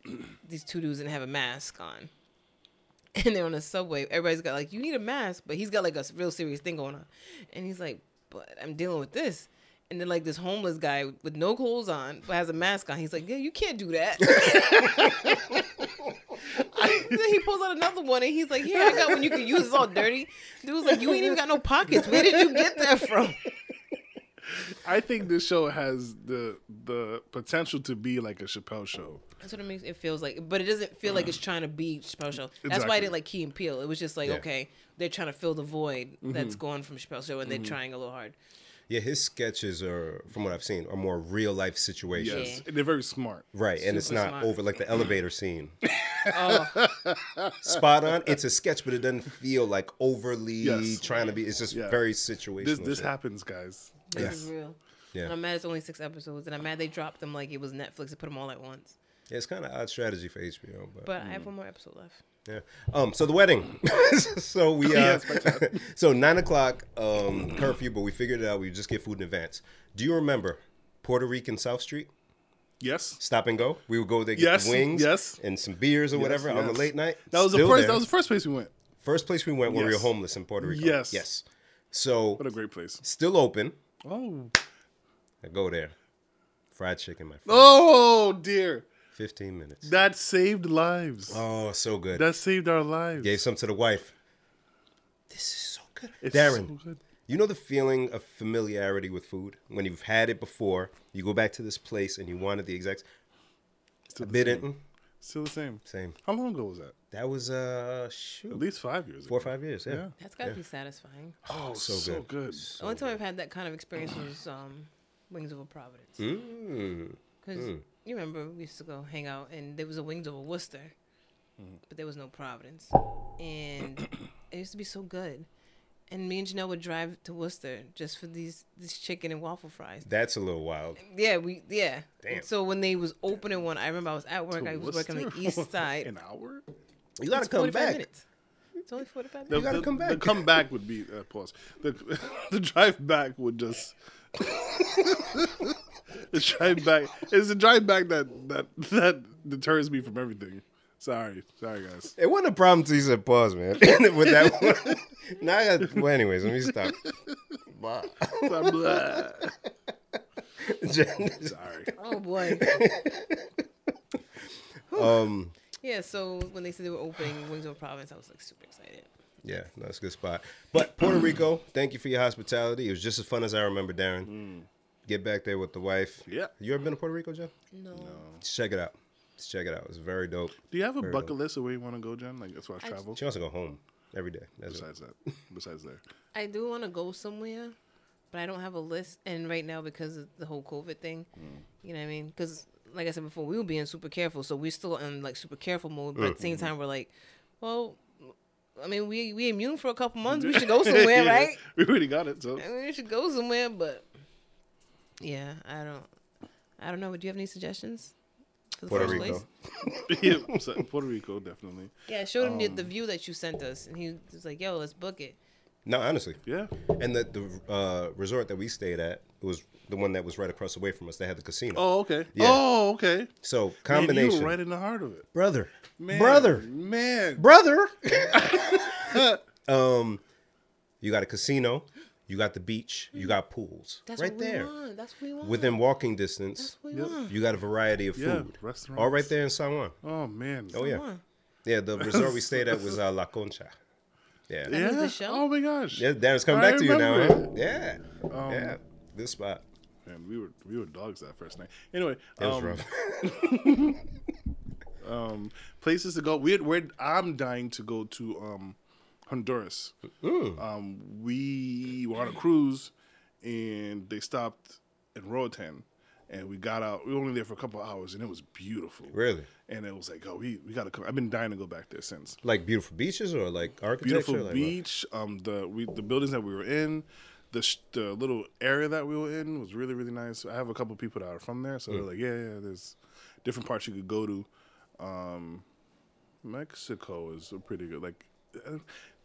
[SPEAKER 1] [clears throat] these two dudes didn't have a mask on, [laughs] and they're on a subway. Everybody's got like, you need a mask, but he's got like a s- real serious thing going on, and he's like, but I'm dealing with this. And then like this homeless guy with no clothes on but has a mask on. He's like, yeah, you can't do that. [laughs] then he pulls out another one and he's like, here I got one you can use. It's all dirty. Dude's like, you ain't even got no pockets. Where did you get that from?
[SPEAKER 3] I think this show has the the potential to be like a Chappelle show.
[SPEAKER 1] That's what it makes. It feels like, but it doesn't feel like it's trying to be Chappelle Show. That's why I
[SPEAKER 3] Exactly.
[SPEAKER 1] didn't like Key and Peele. It was just like,
[SPEAKER 2] Yeah.
[SPEAKER 1] okay, they're trying to fill the void that's gone from Chappelle Show, and they're trying a little hard.
[SPEAKER 2] Yeah, his sketches are, from what I've seen, are more real life situations.
[SPEAKER 3] Yes, they're very smart.
[SPEAKER 2] Right, and it's
[SPEAKER 1] Super
[SPEAKER 2] not
[SPEAKER 1] smart.
[SPEAKER 2] over like the elevator
[SPEAKER 3] [laughs]
[SPEAKER 2] scene.
[SPEAKER 1] Oh,
[SPEAKER 2] Spot on. It's a sketch, but it doesn't feel like overly
[SPEAKER 3] Yes.
[SPEAKER 2] trying to be. It's just
[SPEAKER 3] Yeah.
[SPEAKER 2] very situational.
[SPEAKER 3] This this
[SPEAKER 2] shit.
[SPEAKER 3] happens, guys.
[SPEAKER 1] This
[SPEAKER 2] Yeah.
[SPEAKER 1] is real.
[SPEAKER 2] Yeah.
[SPEAKER 1] And I'm mad it's only six episodes, and I'm mad they dropped them like it was Netflix and put them all at once.
[SPEAKER 2] Yeah, it's kind of odd strategy for HBO, but,
[SPEAKER 1] But I have one more episode left.
[SPEAKER 2] yeah. Um, so the wedding. [laughs] so we uh,
[SPEAKER 3] Yes, my bad.
[SPEAKER 2] [laughs] so nine o'clock um curfew, but we figured it out. We just get food in advance. Do you remember Puerto Rican South Street?
[SPEAKER 3] Yes.
[SPEAKER 2] Stop and go. We would go there get
[SPEAKER 3] Yes,
[SPEAKER 2] the wings,
[SPEAKER 3] yes.
[SPEAKER 2] and some beers or whatever on the
[SPEAKER 3] yes.
[SPEAKER 2] late night.
[SPEAKER 3] That was the
[SPEAKER 2] Still
[SPEAKER 3] first.
[SPEAKER 2] there.
[SPEAKER 3] That was the first place we went.
[SPEAKER 2] First place we went when we were
[SPEAKER 3] Yes.
[SPEAKER 2] homeless in Puerto Rico.
[SPEAKER 3] Yes.
[SPEAKER 2] Yes. So
[SPEAKER 3] What a great place.
[SPEAKER 2] still open.
[SPEAKER 3] Oh.
[SPEAKER 2] I go there. Fried chicken, my friend.
[SPEAKER 3] Oh dear.
[SPEAKER 2] Fifteen minutes.
[SPEAKER 3] That saved lives.
[SPEAKER 2] Oh, so good.
[SPEAKER 3] that saved our lives.
[SPEAKER 2] Gave some to the wife. This is so good.
[SPEAKER 3] It's
[SPEAKER 2] Darren,
[SPEAKER 3] so good.
[SPEAKER 2] you know the feeling of familiarity with food when you've had it before. You go back to this place and you wanted the exact.
[SPEAKER 3] Still the
[SPEAKER 2] They
[SPEAKER 3] same.
[SPEAKER 2] didn't.
[SPEAKER 3] Still the same.
[SPEAKER 2] Same.
[SPEAKER 3] How long ago was that?
[SPEAKER 2] That was uh
[SPEAKER 3] At
[SPEAKER 2] shoot
[SPEAKER 3] least five years.
[SPEAKER 2] four or
[SPEAKER 3] ago.
[SPEAKER 2] five years. Yeah.
[SPEAKER 3] Yeah.
[SPEAKER 1] That's gotta be satisfying.
[SPEAKER 3] Oh, so,
[SPEAKER 2] so
[SPEAKER 3] good.
[SPEAKER 1] the only time I've had that kind of experience was um, Wings Over Providence.
[SPEAKER 2] Mm.
[SPEAKER 1] Because you remember we used to go hang out, and there was a Wings Over Worcester,
[SPEAKER 2] Mm-hmm.
[SPEAKER 1] but there was no Providence, and it used to be so good. And me and Janelle would drive to Worcester just for these this chicken and waffle fries.
[SPEAKER 2] That's a little wild.
[SPEAKER 1] Yeah, we yeah.
[SPEAKER 2] Damn.
[SPEAKER 1] So when they was opening one, I remember I was at work. I was working on the
[SPEAKER 3] Worcester? [laughs]
[SPEAKER 2] [laughs]
[SPEAKER 1] East Side.
[SPEAKER 3] An hour.
[SPEAKER 2] You gotta
[SPEAKER 1] It's
[SPEAKER 2] come
[SPEAKER 1] 45
[SPEAKER 2] back.
[SPEAKER 1] Minutes. It's only forty five
[SPEAKER 3] The,
[SPEAKER 1] minutes.
[SPEAKER 2] gotta
[SPEAKER 3] the-
[SPEAKER 2] come
[SPEAKER 3] The
[SPEAKER 2] back.
[SPEAKER 3] comeback would be uh, pause. The [laughs] the drive back would just. [laughs] the drive back is the drive back that that that deters me from everything. Sorry, sorry
[SPEAKER 2] [laughs]
[SPEAKER 3] guys.
[SPEAKER 2] It wasn't a [laughs]
[SPEAKER 3] [laughs]
[SPEAKER 2] problem till you said pause, man. With that one. now I got, well, anyways, let me stop. blah. [laughs]
[SPEAKER 3] Blah, blah.
[SPEAKER 2] Jen-
[SPEAKER 3] Sorry.
[SPEAKER 1] Oh boy.
[SPEAKER 2] um,
[SPEAKER 1] yeah. So when they said they were opening Wings of Province, I was like super excited.
[SPEAKER 2] yeah, that's a good spot. But Puerto Rico, thank you for your hospitality. It was just as fun as I remember, Darren. Get back there with the wife.
[SPEAKER 3] Mm. Yeah.
[SPEAKER 2] You ever been to Puerto Rico, Jen?
[SPEAKER 1] No,
[SPEAKER 2] Check it out. Just check it out. It's very dope.
[SPEAKER 3] Do you have a
[SPEAKER 2] Very
[SPEAKER 3] bucket
[SPEAKER 2] well.
[SPEAKER 3] list of where you want to go, Jen? Like, as far as travel?
[SPEAKER 2] She wants to go home every day. That's it.
[SPEAKER 3] Besides that. Besides
[SPEAKER 1] [laughs]
[SPEAKER 3] there.
[SPEAKER 1] I do want to go somewhere, but I don't have a list. And right now, because of the whole COVID thing, you know what I mean? Because like I said before, we were being super careful, so we're still in like super careful mode. But at the same time, we're like, well, I mean, we we immune for a couple months. We should go somewhere,
[SPEAKER 3] Yeah,
[SPEAKER 1] right?
[SPEAKER 3] We already got it, so.
[SPEAKER 1] I mean, we should go somewhere, but yeah, I don't, I don't know. Do you have any suggestions? For the
[SPEAKER 2] Puerto
[SPEAKER 1] first
[SPEAKER 2] Rico.
[SPEAKER 1] place?
[SPEAKER 3] [laughs] yeah, so Puerto Rico, definitely.
[SPEAKER 1] Yeah, I showed him the, the
[SPEAKER 2] Um,
[SPEAKER 1] view that you sent us, and he was like, "Yo, let's book it."
[SPEAKER 2] No, honestly.
[SPEAKER 3] Yeah.
[SPEAKER 2] And the, the uh, resort that we stayed at was the one that was right across the way from us. They had the casino.
[SPEAKER 3] Oh, okay.
[SPEAKER 2] Yeah.
[SPEAKER 3] Oh, okay.
[SPEAKER 2] So
[SPEAKER 3] Man,
[SPEAKER 2] combination,
[SPEAKER 3] you were right in the heart of it.
[SPEAKER 2] brother,
[SPEAKER 3] Man,
[SPEAKER 2] brother,
[SPEAKER 3] Man.
[SPEAKER 2] brother. [laughs] um, you got a casino, you got the beach, you got pools
[SPEAKER 1] That's
[SPEAKER 2] right
[SPEAKER 1] what
[SPEAKER 2] there
[SPEAKER 1] we want. That's what we want.
[SPEAKER 2] within walking distance.
[SPEAKER 1] That's what we want.
[SPEAKER 2] You got a variety of
[SPEAKER 3] Yeah,
[SPEAKER 2] food,
[SPEAKER 3] restaurants.
[SPEAKER 2] all right there in San Juan.
[SPEAKER 3] Oh, man.
[SPEAKER 2] Oh yeah,
[SPEAKER 1] Juan.
[SPEAKER 2] yeah.
[SPEAKER 3] [laughs]
[SPEAKER 2] The resort we stayed at was uh, La Concha. Yeah, yeah.
[SPEAKER 3] Yeah.
[SPEAKER 1] was the show?
[SPEAKER 3] Oh, my gosh.
[SPEAKER 2] Darren's coming
[SPEAKER 3] I
[SPEAKER 2] back to you now.
[SPEAKER 3] remember Um,
[SPEAKER 2] Huh? Yeah, yeah. This spot.
[SPEAKER 3] Man, we were we were dogs that first night. Anyway,
[SPEAKER 2] It was
[SPEAKER 3] um, [laughs]
[SPEAKER 2] rough.
[SPEAKER 3] um, places to go. We're, we're I'm dying to go to um, Honduras.
[SPEAKER 2] Mm,
[SPEAKER 3] Um, we were on a cruise and they stopped in Roatan and we got out. We were only there for a couple of hours and it was beautiful.
[SPEAKER 2] Really?
[SPEAKER 3] And it was like, oh, we, we gotta come. I've been dying to go back there since.
[SPEAKER 2] Like beautiful beaches or like architecture?
[SPEAKER 3] Beautiful
[SPEAKER 2] like what?
[SPEAKER 3] beach. Um, the we the buildings that we were in, the sh- the little area that we were in was really really nice. I have a couple people that are from there, so they're
[SPEAKER 2] Mm.
[SPEAKER 3] like, yeah, yeah. There's different parts you could go to. Um, Mexico is a pretty good. Like, uh,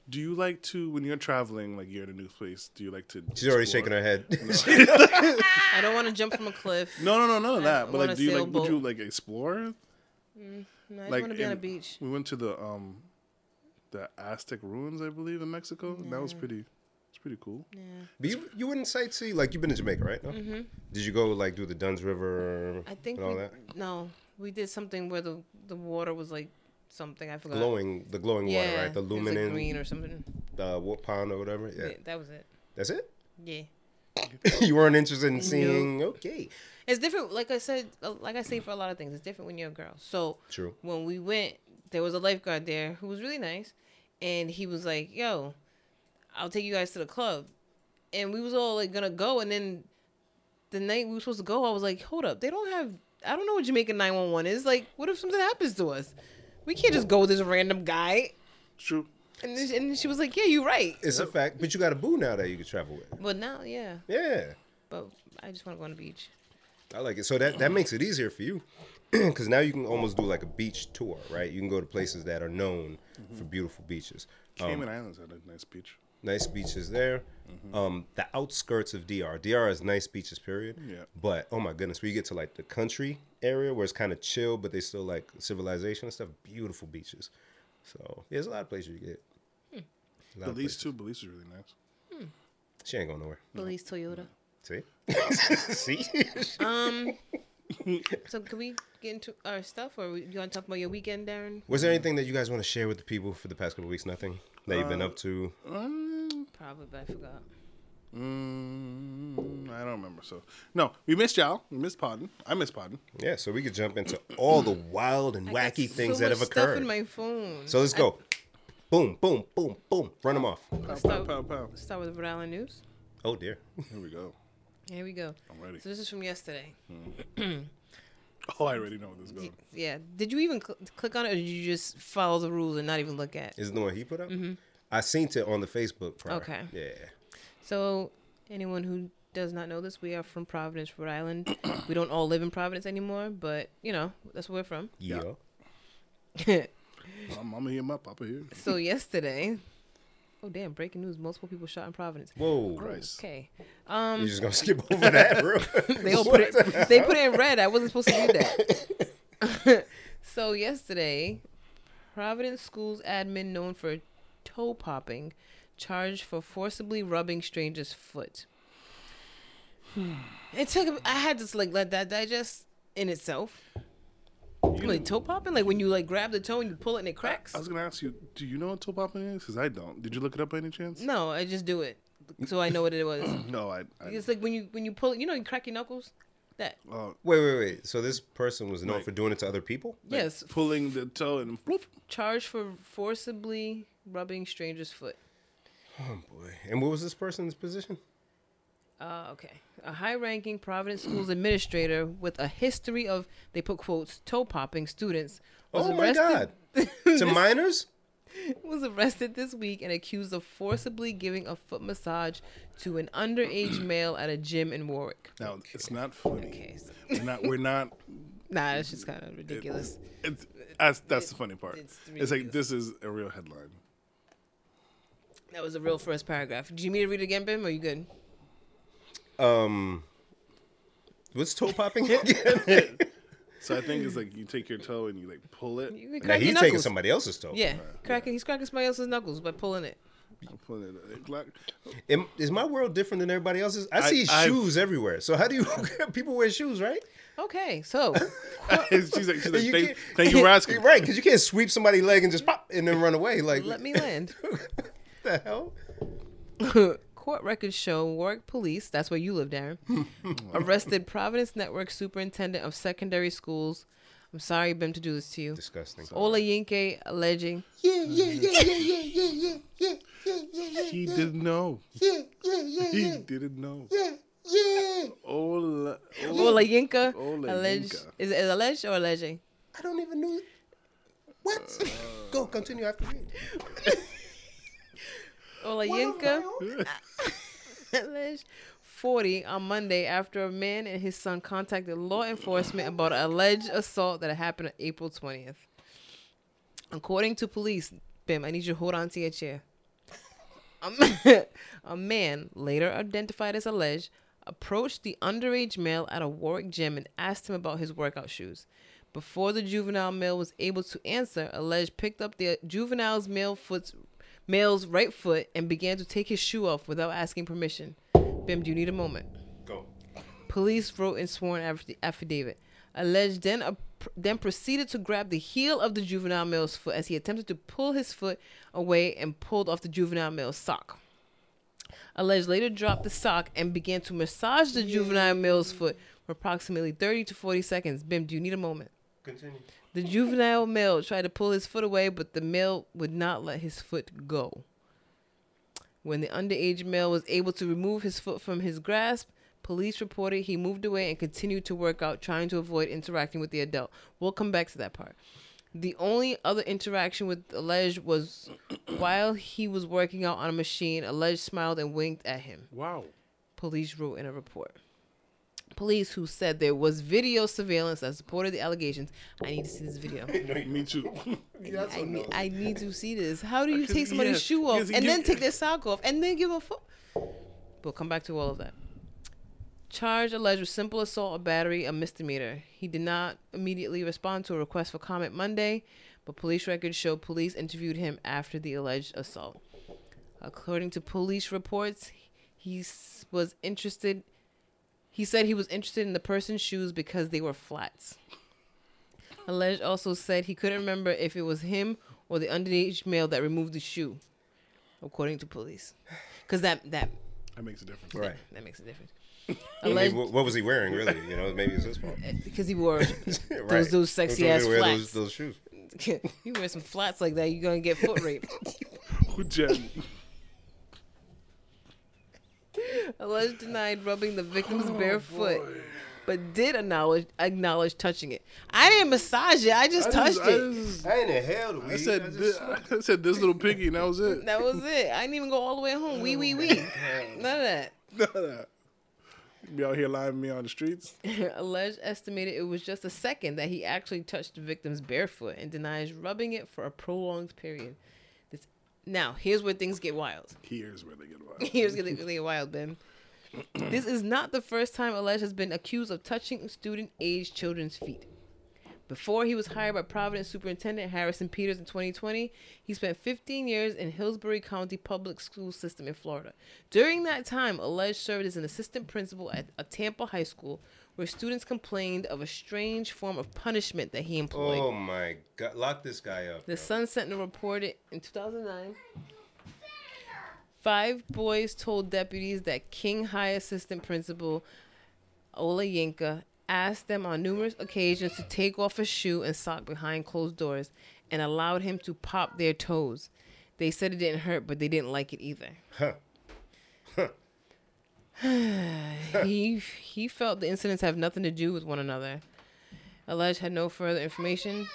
[SPEAKER 3] do you like to when you're traveling, like you're in a new place? Do you like to?
[SPEAKER 2] She's already shaking her head.
[SPEAKER 1] I don't want to jump from a cliff. [laughs]
[SPEAKER 3] No, no, no, none of that. But
[SPEAKER 1] want
[SPEAKER 3] like,
[SPEAKER 1] a
[SPEAKER 3] do you like? Would
[SPEAKER 1] sailboat.
[SPEAKER 3] you like explore?
[SPEAKER 1] No, I just
[SPEAKER 3] Like,
[SPEAKER 1] want to be on a
[SPEAKER 3] in-
[SPEAKER 1] beach.
[SPEAKER 3] We went to the um, the Aztec ruins, I believe, in Mexico. That was pretty. It's pretty cool.
[SPEAKER 1] Yeah.
[SPEAKER 2] But you, you wouldn't sightsee like you've been to Jamaica, right? No? Did you go like do the Duns River
[SPEAKER 1] Mm-hmm. I think
[SPEAKER 2] and all
[SPEAKER 1] we,
[SPEAKER 2] that
[SPEAKER 1] no, we did something where the the water was like something I forgot.
[SPEAKER 2] glowing the glowing
[SPEAKER 1] yeah,
[SPEAKER 2] water, right? The
[SPEAKER 1] it was, like, green
[SPEAKER 2] luminance,
[SPEAKER 1] or something.
[SPEAKER 2] the what pond or whatever. Yeah,
[SPEAKER 1] Yeah, that was it.
[SPEAKER 2] that's it. [laughs]
[SPEAKER 1] Yeah.
[SPEAKER 2] you weren't interested in seeing. Okay,
[SPEAKER 1] It's different. Like I said, uh, like I say for a lot of things, it's different when you're a girl. So
[SPEAKER 2] True.
[SPEAKER 1] When we went, there was a lifeguard there who was really nice, and he was like, "Yo, I'll take you guys to the club," and we was all like gonna go, and then the night we were supposed to go, I was like, "Hold up, they don't have. I don't know what Jamaican nine one one is. Like, what if something happens to us? We can't just go with this random guy."
[SPEAKER 3] True.
[SPEAKER 1] And then, and she was like, "Yeah, you're right."
[SPEAKER 2] it's a fact. But you got a boo now that you can travel with.
[SPEAKER 1] But now, yeah.
[SPEAKER 2] Yeah,
[SPEAKER 1] But I just want to go on the beach.
[SPEAKER 2] I like it. So that that makes it easier for you [clears throat] because now you can almost do like a beach tour, right? You can go to places that are known
[SPEAKER 1] Mm-hmm.
[SPEAKER 2] for beautiful beaches. Um,
[SPEAKER 3] Cayman Islands had a nice beach.
[SPEAKER 2] Nice beaches there. Um, the outskirts of DR. DR is nice beaches, period.
[SPEAKER 3] Yeah.
[SPEAKER 2] But oh my goodness, we get to like the country area where it's kind of chill, but they still like civilization and stuff. Beautiful beaches. So yeah, there's a lot of places you get.
[SPEAKER 1] Hmm.
[SPEAKER 2] A lot of
[SPEAKER 3] Belize
[SPEAKER 2] places.
[SPEAKER 3] too. Belize is really nice.
[SPEAKER 2] She ain't going nowhere.
[SPEAKER 1] Belize Toyota.
[SPEAKER 2] See, [laughs] see.
[SPEAKER 1] So can we get into our stuff, or you want to talk about your weekend, Darren?
[SPEAKER 2] Was there anything that you guys want to share with the people for the past couple of weeks? Nothing that you've been up to.
[SPEAKER 3] Um,
[SPEAKER 1] Probably, but I forgot.
[SPEAKER 3] mm, I don't remember. So no, we missed y'all. We missed Podden. I missed Podden.
[SPEAKER 2] Yeah, so we could jump into all the wild and wacky things that have
[SPEAKER 1] Stuff
[SPEAKER 2] occurred.
[SPEAKER 1] in my phone.
[SPEAKER 2] so let's go. boom, boom, boom, boom. Run them off.
[SPEAKER 3] Pow, pow,
[SPEAKER 1] Stop.
[SPEAKER 3] pow, pow.
[SPEAKER 1] Start with Rhode Island news.
[SPEAKER 2] Oh dear.
[SPEAKER 3] Here we go.
[SPEAKER 1] Here we go.
[SPEAKER 3] I'm ready.
[SPEAKER 1] So this is from yesterday.
[SPEAKER 3] Oh, I already know where this is
[SPEAKER 1] D- [laughs]
[SPEAKER 3] going.
[SPEAKER 1] Yeah. Did you even cl- click on it, or did you just follow the rules and not even look at? it?
[SPEAKER 2] Is it the one he put up? I seen it on the Facebook. Prior.
[SPEAKER 1] Mm-hmm. Okay.
[SPEAKER 2] Yeah.
[SPEAKER 1] So anyone who does not know this, we are from Providence, Rhode Island. we don't all live in Providence anymore, but you know that's where we're from. [laughs]
[SPEAKER 2] Yeah.
[SPEAKER 3] My mama here, my papa here.
[SPEAKER 1] so yesterday, oh damn! Breaking news: multiple people shot in Providence.
[SPEAKER 2] Whoa.
[SPEAKER 3] Christ.
[SPEAKER 1] Okay. Um,
[SPEAKER 2] You're just gonna [laughs] skip over that,
[SPEAKER 1] [laughs]
[SPEAKER 2] bro.
[SPEAKER 1] They all put it. They put it in red. I wasn't supposed to do that. [laughs] so yesterday, Providence Schools admin known for toe popping, charged for forcibly rubbing stranger's foot. [sighs] It took. I had to like let that digest in itself.
[SPEAKER 3] You
[SPEAKER 1] Like toe popping, like when you like grab the toe and you pull it and it cracks.
[SPEAKER 3] I was gonna ask you, do you know what toe popping is? Because I don't. Did you look it up by any chance?
[SPEAKER 1] No, I just do it, so I know what it was.
[SPEAKER 3] No, I. I
[SPEAKER 1] It's like when you when you pull it, you know, you crack your knuckles. That
[SPEAKER 3] uh,
[SPEAKER 2] Wait, wait, wait. So this person was known for doing it to other people?
[SPEAKER 1] yes,
[SPEAKER 3] pulling the toe and bloop.
[SPEAKER 1] charged for forcibly rubbing stranger's foot.
[SPEAKER 2] Oh boy. And what was this person's position?
[SPEAKER 1] Hmm, Uh, okay. A high ranking
[SPEAKER 2] [clears throat]
[SPEAKER 1] Providence Schools administrator with a history of, they put quotes, toe popping students was,
[SPEAKER 2] Oh my
[SPEAKER 1] arrested,
[SPEAKER 2] god. to minors?
[SPEAKER 1] [laughs] was arrested this week and accused of forcibly giving a foot massage to an
[SPEAKER 2] [clears throat]
[SPEAKER 1] underage male at a gym in Warwick.
[SPEAKER 3] Now it's not funny.
[SPEAKER 1] Okay. so-
[SPEAKER 3] We're not. We're not.
[SPEAKER 1] Nah, that's just kind of ridiculous.
[SPEAKER 3] It's, that's that's the funny part.
[SPEAKER 1] it's
[SPEAKER 3] It's like this is a real headline.
[SPEAKER 1] That was the real first paragraph. Do you need me to read it again, Bim? Are you good?
[SPEAKER 2] Um What's toe
[SPEAKER 1] [laughs]
[SPEAKER 2] popping again? [laughs]
[SPEAKER 3] So I think it's like you take your toe and you like pull it.
[SPEAKER 1] You can
[SPEAKER 2] now
[SPEAKER 1] crack your
[SPEAKER 2] he's
[SPEAKER 1] knuckles.
[SPEAKER 2] taking somebody else's toe.
[SPEAKER 1] Yeah, cracking. He's cracking somebody else's knuckles by pulling it.
[SPEAKER 3] I'm pulling it. It Like,
[SPEAKER 2] Am- is my world different than everybody else's? I,
[SPEAKER 3] I-
[SPEAKER 2] see
[SPEAKER 3] I've-
[SPEAKER 2] shoes everywhere. So how do you [laughs] people wear shoes, right?
[SPEAKER 1] Okay,
[SPEAKER 2] [laughs]
[SPEAKER 1] so
[SPEAKER 3] [laughs] she's like, she's like
[SPEAKER 2] You
[SPEAKER 3] thank,
[SPEAKER 2] can't-
[SPEAKER 3] thank
[SPEAKER 2] [laughs]
[SPEAKER 3] you for asking.
[SPEAKER 2] Right, because you can't sweep somebody's leg and just pop and then run away. Like
[SPEAKER 1] let
[SPEAKER 2] [laughs]
[SPEAKER 1] me land.
[SPEAKER 2] what the hell?
[SPEAKER 1] Court records show Warwick police, that's where you live, Darren, arrested Providence Network Superintendent of Secondary Schools. I'm sorry, Bim, to do this to you.
[SPEAKER 2] Disgusting.
[SPEAKER 1] Ola Yinke alleging
[SPEAKER 2] Yeah, yeah, yeah, yeah, yeah, yeah, yeah, yeah, yeah, yeah,
[SPEAKER 3] He didn't know.
[SPEAKER 2] yeah, yeah,
[SPEAKER 3] He didn't know.
[SPEAKER 2] yeah, yeah.
[SPEAKER 3] Ola, Ola,
[SPEAKER 1] Ola Yinka
[SPEAKER 3] Ola
[SPEAKER 1] alleged
[SPEAKER 3] Yinka.
[SPEAKER 1] is it alleged or alleging?
[SPEAKER 2] I don't even know. What?
[SPEAKER 1] [laughs]
[SPEAKER 2] Go continue after me.
[SPEAKER 1] Ola Yinka [laughs] alleged 40 on Monday after a man and his son contacted law enforcement about an alleged assault that had happened on April 20th. According to police, Bim, I need you to hold on to your chair. A ma- [laughs] a man, later identified as alleged, approached the underage male at a Warwick gym and asked him about his workout shoes. Before the juvenile male was able to answer, alleged picked up the juvenile's male foot's male's right foot and began to take his shoe off without asking permission. Bim, do you need a moment?
[SPEAKER 2] Go.
[SPEAKER 1] Police wrote in sworn affi- affidavit. Alleged then a, then proceeded to grab the heel of the juvenile male's foot as he attempted to pull his foot away and pulled off the juvenile male's sock. Alleged later dropped the sock and began to massage the juvenile male's foot for approximately 30 to 40 seconds. Bim, do you need a moment?
[SPEAKER 2] Continue.
[SPEAKER 1] The juvenile male tried to pull his foot away, but the male would not let his foot go. When the underage male was able to remove his foot from his grasp, police reported he moved away and continued to work out, trying to avoid interacting with the adult. We'll come back to that part. The only other interaction with alleged was while he was working out on a machine, alleged smiled and winked at him
[SPEAKER 3] Wow.
[SPEAKER 1] police wrote in a report. Police who said there was video surveillance that supported the allegations. I need to see this video.
[SPEAKER 3] Me too.
[SPEAKER 1] I, need, I need to see this. How do
[SPEAKER 3] [laughs]
[SPEAKER 1] you take
[SPEAKER 3] Because,
[SPEAKER 1] somebody's
[SPEAKER 3] yeah,
[SPEAKER 1] shoe off
[SPEAKER 3] because
[SPEAKER 1] and
[SPEAKER 3] you-
[SPEAKER 1] then take their sock off and then give a foot? We'll come back to all of that. Charge alleged with simple assault or battery, a misdemeanor. He did not immediately respond to a request for comment Monday, but police records show police interviewed him after the alleged assault. According to police reports, he s- was interested. He said he was interested in the person's shoes because they were flats. Alleged also said he couldn't remember if it was him or the underage male that removed the shoe, according to police. Because that, that
[SPEAKER 3] That makes a difference.
[SPEAKER 2] Right.
[SPEAKER 1] that makes a difference.
[SPEAKER 2] I mean,
[SPEAKER 1] Alleged
[SPEAKER 2] what, what was he wearing, really? You know, maybe it's his
[SPEAKER 1] [laughs]
[SPEAKER 2] fault.
[SPEAKER 1] because eh, he wore
[SPEAKER 2] right.
[SPEAKER 1] those sexy
[SPEAKER 2] Don't
[SPEAKER 1] ass
[SPEAKER 2] wear Those,
[SPEAKER 1] flats.
[SPEAKER 2] those shoes.
[SPEAKER 1] [laughs] you wear some flats like that, you're gonna get foot raped.
[SPEAKER 2] [laughs]
[SPEAKER 3] Who Jen?
[SPEAKER 1] Alleged denied rubbing the victim's bare foot, but did acknowledge acknowledge touching it. I didn't massage it. I just
[SPEAKER 3] I
[SPEAKER 1] touched
[SPEAKER 3] just-
[SPEAKER 1] it.
[SPEAKER 3] I, just-
[SPEAKER 2] I ain't in hell.
[SPEAKER 3] I said this, I said this little piggy, and that was it.
[SPEAKER 1] That was it. I didn't even go all the way home. Wee wee wee. None of that.
[SPEAKER 3] [laughs] Be out here lying to me on the streets.
[SPEAKER 1] [laughs] Alleged estimated it was just a second that he actually touched the victim's barefoot and denies rubbing it for a prolonged period. This, now, here's where things get wild.
[SPEAKER 3] Here's where they get
[SPEAKER 1] [laughs]
[SPEAKER 3] wild.
[SPEAKER 2] [laughs]
[SPEAKER 1] Here's gonna really wild, Ben. This is not the first time Alleged has been accused of touching student age children's feet. Before he was hired by Providence Superintendent Harrison Peters in 2020, he spent 15 years in Hillsborough County Public School System in Florida. During that time, alleged served as an assistant principal at a Tampa high school where students complained of a strange form of punishment that he employed.
[SPEAKER 2] Oh my god! Lock this guy up.
[SPEAKER 1] The Sun Sentinel reported in 2009. Five boys told deputies that King High Assistant Principal Ola Yinka asked them on numerous occasions to take off a shoe and sock behind closed doors and allowed him to pop their toes. They said it didn't hurt, but they didn't like it either. [sighs] he he felt the incidents have nothing to do with one another. Alleged had no further information.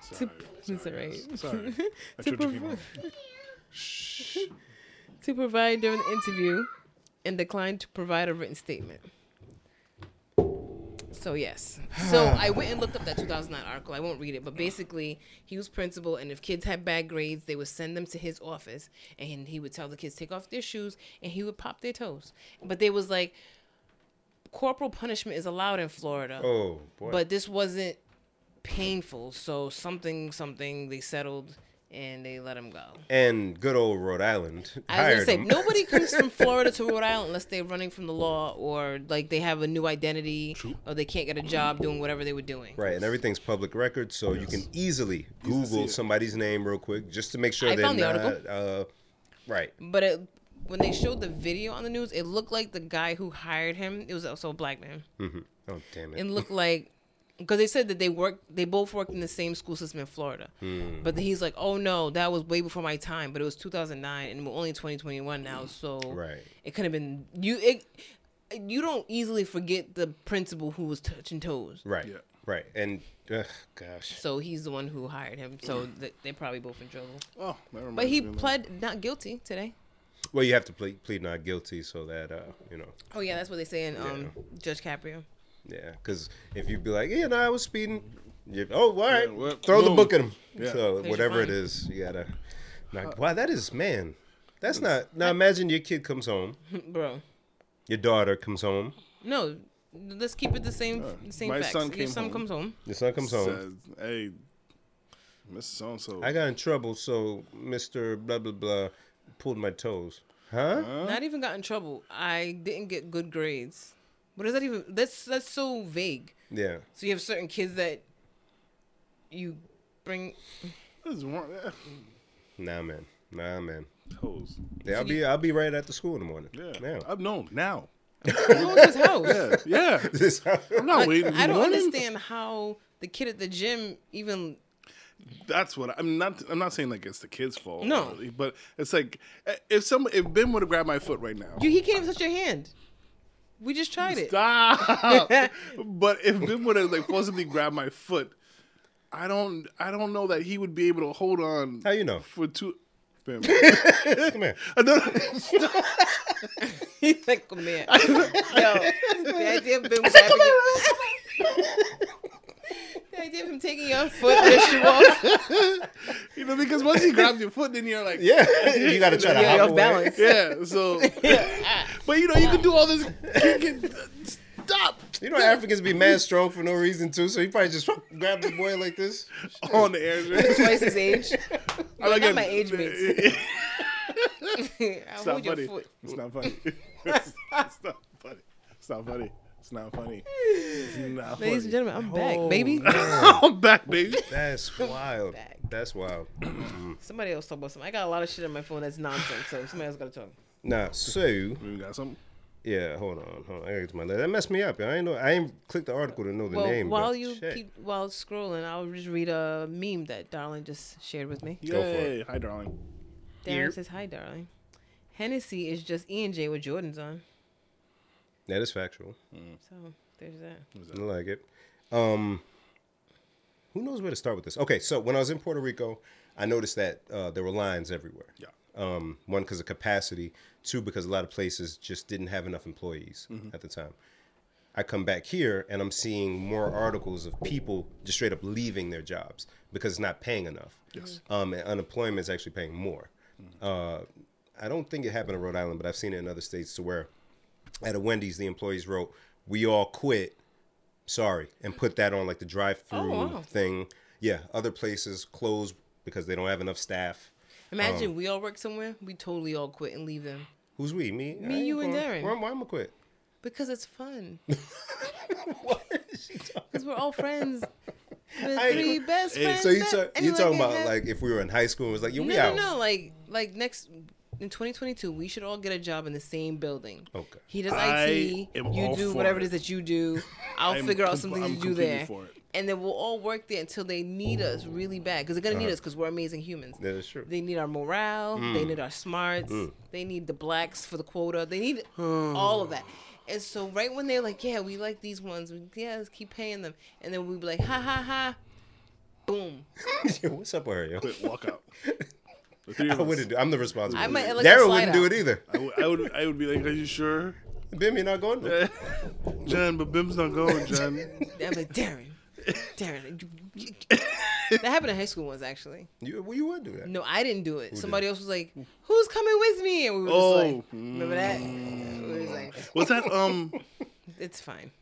[SPEAKER 3] Sorry,
[SPEAKER 1] It's all
[SPEAKER 3] sorry,
[SPEAKER 1] right.
[SPEAKER 2] [laughs]
[SPEAKER 3] guys. Sorry. I tried to keep on. Shh.
[SPEAKER 1] to provide during the interview and declined to provide a written statement. So yes.
[SPEAKER 2] [sighs]
[SPEAKER 1] So I went and looked up that 2009 article. I won't read it, but basically he was principal, and if kids had bad grades, they would send them to his office, and he would tell the kids take off their shoes, and he would pop their toes. But they was like, corporal punishment is allowed in Florida,
[SPEAKER 2] Oh boy.
[SPEAKER 1] but this wasn't painful. So something, something they settled, and they let him go.
[SPEAKER 2] and good old Rhode Island
[SPEAKER 1] I was
[SPEAKER 2] hired
[SPEAKER 1] gonna say
[SPEAKER 2] him.
[SPEAKER 1] nobody comes
[SPEAKER 2] [laughs]
[SPEAKER 1] from Florida to Rhode Island unless they're running from the law or like they have a new identity or they can't get a job doing whatever they were doing.
[SPEAKER 2] Right, and everything's public record, so you can easily Google
[SPEAKER 3] it.
[SPEAKER 2] somebody's name real quick just to make sure
[SPEAKER 1] I
[SPEAKER 2] they're
[SPEAKER 1] found the
[SPEAKER 2] not.
[SPEAKER 1] article.
[SPEAKER 2] Uh, right.
[SPEAKER 1] But it, when they showed the video on the news, it looked like the guy who hired him. It was also a black man.
[SPEAKER 2] Oh damn it.
[SPEAKER 1] It looked like because they said that they worked, they both worked in the same school system in Florida.
[SPEAKER 2] Hmm.
[SPEAKER 1] But then he's like, "Oh no, that was way before my time." But it was 2009, and we're only in 2021 now, so
[SPEAKER 2] Hmm. Right.
[SPEAKER 1] it could have been you. It, you don't easily forget the principal who was touching toes.
[SPEAKER 2] right.
[SPEAKER 3] Yeah.
[SPEAKER 2] Right. And ugh, gosh.
[SPEAKER 1] So he's the one who hired him. So th- they're probably both in trouble.
[SPEAKER 3] Oh, never mind.
[SPEAKER 1] But he pled not guilty today.
[SPEAKER 2] Well, you have to plead, plead not guilty so that uh, you know.
[SPEAKER 1] Oh yeah, that's what they say in um, Judge Caprio. [laughs]
[SPEAKER 2] Yeah, because if you be like, yeah, no, I was speeding. You, oh, all right,
[SPEAKER 3] Yeah, well,
[SPEAKER 2] throw the
[SPEAKER 3] boom.
[SPEAKER 2] book at him.
[SPEAKER 3] Yeah.
[SPEAKER 2] So
[SPEAKER 1] your
[SPEAKER 2] whatever it
[SPEAKER 1] fine.
[SPEAKER 2] is, you gotta. Like, wow, that is man. That's not. Now imagine your kid comes home,
[SPEAKER 1] Bro,
[SPEAKER 2] your daughter comes home,
[SPEAKER 1] no, let's keep it the same. the same
[SPEAKER 3] Uh, my
[SPEAKER 1] facts.
[SPEAKER 3] son
[SPEAKER 1] Your
[SPEAKER 3] came
[SPEAKER 1] son
[SPEAKER 3] home.
[SPEAKER 1] comes home.
[SPEAKER 2] your son comes home.
[SPEAKER 3] says, "Hey, Mr. So and So,
[SPEAKER 2] I got in trouble, so Mister blah blah blah pulled my toes. Huh?
[SPEAKER 1] Not even got in trouble. I didn't get good grades. What is that even? That's that's so vague.
[SPEAKER 2] Yeah.
[SPEAKER 1] So you have certain kids that you bring. [coughs]
[SPEAKER 3] what is wrong?" Yeah.
[SPEAKER 2] Nah, man. Nah, man.
[SPEAKER 3] Toes.
[SPEAKER 2] Yeah, I'll be I'll be right at the school in the morning.
[SPEAKER 3] Yeah.
[SPEAKER 2] Now.
[SPEAKER 3] I've known now.
[SPEAKER 1] Go to his house.
[SPEAKER 3] Yeah, yeah. I'm not waiting. in
[SPEAKER 1] [laughs]
[SPEAKER 3] the
[SPEAKER 1] I don't
[SPEAKER 3] morning.
[SPEAKER 1] understand how the kid at the gym even
[SPEAKER 3] That's what I'm not. I'm not saying like it's the kid's fault.
[SPEAKER 1] No.
[SPEAKER 3] really, but it's like if some if Ben would have grabbed my foot right now. [laughs]
[SPEAKER 1] You, he can't even touch your hand. We just tried it.
[SPEAKER 3] Stop.
[SPEAKER 1] [laughs]
[SPEAKER 3] but if Ben would have like forcibly grabbed my foot, I don't I don't know that he would be able to hold on
[SPEAKER 2] [laughs] How you know?
[SPEAKER 3] for two. Ben, [laughs]
[SPEAKER 2] Come here.
[SPEAKER 1] He's like, come here. Yo, the idea of him grabbing you- [laughs] The idea of him taking your foot and your shoe off.
[SPEAKER 3] you know, because once he grabs your foot, then you're like,
[SPEAKER 1] [laughs]
[SPEAKER 2] Yeah. you gotta try to
[SPEAKER 1] You're
[SPEAKER 2] hop
[SPEAKER 1] off
[SPEAKER 2] away.
[SPEAKER 1] balance. [laughs]
[SPEAKER 3] yeah. So, [laughs] but you know, you can do all this. kicking. uh, Stop
[SPEAKER 2] You know Africans be mad strong for no reason too, so he probably just [laughs] grabbed the boy like this.
[SPEAKER 3] on the air.
[SPEAKER 1] Twice
[SPEAKER 2] [laughs]
[SPEAKER 1] his age.
[SPEAKER 3] I like
[SPEAKER 1] Not my age mates. I'll
[SPEAKER 3] It's not
[SPEAKER 1] hold your
[SPEAKER 3] funny.
[SPEAKER 1] foot.
[SPEAKER 3] It's not funny. [laughs] it's, it's not funny. It's not funny. It's not funny. It's not funny.
[SPEAKER 1] Ladies and gentlemen, I'm
[SPEAKER 2] [laughs]
[SPEAKER 1] back, baby.
[SPEAKER 3] [laughs] I'm back, baby.
[SPEAKER 1] [laughs]
[SPEAKER 2] That's wild.
[SPEAKER 1] Back.
[SPEAKER 2] That's wild.
[SPEAKER 1] Somebody else talk about something. I got a lot of shit on my phone that's nonsense, so somebody else gotta talk.
[SPEAKER 2] Nah, so
[SPEAKER 3] We got something.
[SPEAKER 2] yeah, hold on, hold on. I gotta get to my letter. That messed me up. I ain't know. I ain't clicked the article to know the
[SPEAKER 1] Well,
[SPEAKER 2] name. but
[SPEAKER 1] while you
[SPEAKER 2] shit.
[SPEAKER 1] keep while scrolling, I'll just read a meme that Darling just shared with me.
[SPEAKER 2] Go for it.
[SPEAKER 3] Yay. Hi, darling.
[SPEAKER 1] Darren
[SPEAKER 2] Yep.
[SPEAKER 1] says, "Hi, darling. Hennessy is just E and J with Jordans on."
[SPEAKER 2] that is factual.
[SPEAKER 1] So there's
[SPEAKER 2] I
[SPEAKER 1] that.
[SPEAKER 2] like it. Um, who knows where to start with this? Okay, so when I was in Puerto Rico, I noticed that uh, there were lines everywhere.
[SPEAKER 3] Yeah.
[SPEAKER 2] Um, one because of capacity, two because a lot of places just didn't have enough employees at the time. I come back here and I'm seeing more articles of people just straight up leaving their jobs because it's not paying enough. Yes. Um, and unemployment is actually paying more. Uh, I don't think it happened in Rhode Island, but I've seen it in other states to where at a Wendy's the employees wrote, "We all quit." sorry, and put that on like the drive-through
[SPEAKER 1] Oh, wow.
[SPEAKER 2] thing. Yeah, other places close because they don't have enough staff. Um,
[SPEAKER 1] Imagine we all work somewhere, we totally all quit and leave them
[SPEAKER 2] Who's we? Me, I ain't
[SPEAKER 1] you, and
[SPEAKER 2] going-
[SPEAKER 1] Darren.
[SPEAKER 2] Why, why am I quit? [laughs]
[SPEAKER 1] because it's fun.
[SPEAKER 2] what is she talking?
[SPEAKER 1] Because we're all
[SPEAKER 2] [laughs]
[SPEAKER 1] friends. The
[SPEAKER 2] I-
[SPEAKER 1] three best
[SPEAKER 2] Hey,
[SPEAKER 1] friends.
[SPEAKER 2] so you
[SPEAKER 1] that
[SPEAKER 2] ta- you're
[SPEAKER 1] anyone
[SPEAKER 2] talking
[SPEAKER 1] can
[SPEAKER 2] about
[SPEAKER 1] have.
[SPEAKER 2] like if we were in high school and was like, yo, we
[SPEAKER 1] no,
[SPEAKER 2] out.
[SPEAKER 1] no, no. Like like next in 2022, we should all get a job in the same building.
[SPEAKER 2] Okay.
[SPEAKER 1] He does
[SPEAKER 3] I
[SPEAKER 1] IT.
[SPEAKER 3] am
[SPEAKER 1] You
[SPEAKER 3] all
[SPEAKER 1] do
[SPEAKER 3] for
[SPEAKER 1] whatever
[SPEAKER 3] it.
[SPEAKER 1] it is that you
[SPEAKER 3] [laughs]
[SPEAKER 1] do. I'll
[SPEAKER 3] I'm
[SPEAKER 1] figure out
[SPEAKER 3] com-
[SPEAKER 1] something
[SPEAKER 3] I'm
[SPEAKER 1] to do
[SPEAKER 3] completely
[SPEAKER 1] there.
[SPEAKER 3] for it.
[SPEAKER 1] And then we'll all work there until they need us really bad. Because they're gonna need us because we're amazing humans.
[SPEAKER 2] Yeah, that's Uh-huh. true. Mm.
[SPEAKER 1] They need our morale. They need our smarts. They need the blacks for the quota. They need
[SPEAKER 3] Hmm.
[SPEAKER 1] all of that. And so right when they're like, yeah, we like these ones. We, yeah, let's keep paying them. And then we'd be like, ha ha ha. Boom.
[SPEAKER 2] [laughs] Yo, what's up with her, yo?
[SPEAKER 3] Quit, walk
[SPEAKER 1] [laughs]
[SPEAKER 3] out. The three of
[SPEAKER 2] I
[SPEAKER 3] us.
[SPEAKER 2] wouldn't do. [laughs] I'm the responsible.
[SPEAKER 1] I might
[SPEAKER 2] one.
[SPEAKER 1] let you
[SPEAKER 2] Darren
[SPEAKER 1] slide
[SPEAKER 2] wouldn't do
[SPEAKER 1] out.
[SPEAKER 2] it either.
[SPEAKER 3] I would, I would. I would be like, "Are you sure, [laughs]
[SPEAKER 2] [laughs] Bim, you're not going. To.
[SPEAKER 3] Jen?" But Bim's not
[SPEAKER 1] [laughs]
[SPEAKER 3] going, Jen.
[SPEAKER 1] And I'm like, Darren, Darren. you- you- that happened in high school once, actually.
[SPEAKER 2] You, well, you would do that.
[SPEAKER 1] No, I didn't do it. Somebody else was like, who's coming with me? And we were just
[SPEAKER 3] Oh.
[SPEAKER 1] like, remember that? We was like,
[SPEAKER 2] Mm.
[SPEAKER 3] Was that um?
[SPEAKER 1] it's fine.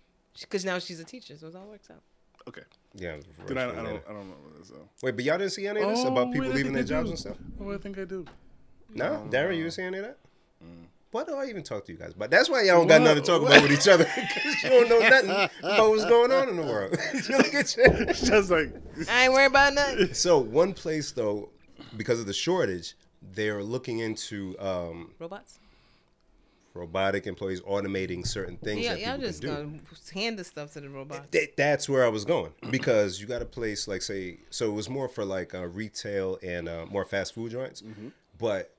[SPEAKER 1] Because now she's a teacher, so it all works out.
[SPEAKER 3] Okay.
[SPEAKER 2] Yeah.
[SPEAKER 3] Dude, I, I don't. I
[SPEAKER 2] freshman, yeah.
[SPEAKER 3] don't remember this. Though.
[SPEAKER 2] Wait, but y'all didn't see any of this
[SPEAKER 1] Oh,
[SPEAKER 2] about people
[SPEAKER 3] wait, I
[SPEAKER 2] leaving their
[SPEAKER 3] think I
[SPEAKER 2] jobs
[SPEAKER 3] do.
[SPEAKER 2] and stuff?
[SPEAKER 3] Oh, I think
[SPEAKER 2] [laughs]
[SPEAKER 3] I do.
[SPEAKER 2] No, Darren, you didn't see any of that.
[SPEAKER 3] Mm.
[SPEAKER 2] Why do I even talk to you guys? But that's why y'all don't got nothing to talk about with each other [laughs] because you don't know nothing about what's going on in the world. [laughs] You look at you.
[SPEAKER 3] Just like
[SPEAKER 1] I ain't worried about
[SPEAKER 2] [laughs]
[SPEAKER 1] nothing.
[SPEAKER 2] so one place though, because of the shortage, they're looking into um,
[SPEAKER 1] Robots?
[SPEAKER 2] robotic employees automating certain things
[SPEAKER 1] Yeah,
[SPEAKER 2] that people
[SPEAKER 1] y'all just
[SPEAKER 2] can do.
[SPEAKER 1] gonna hand the stuff to the robots.
[SPEAKER 2] Th- that's where I was going because you got a place like say so it was more for like uh, retail and uh, more fast food joints, but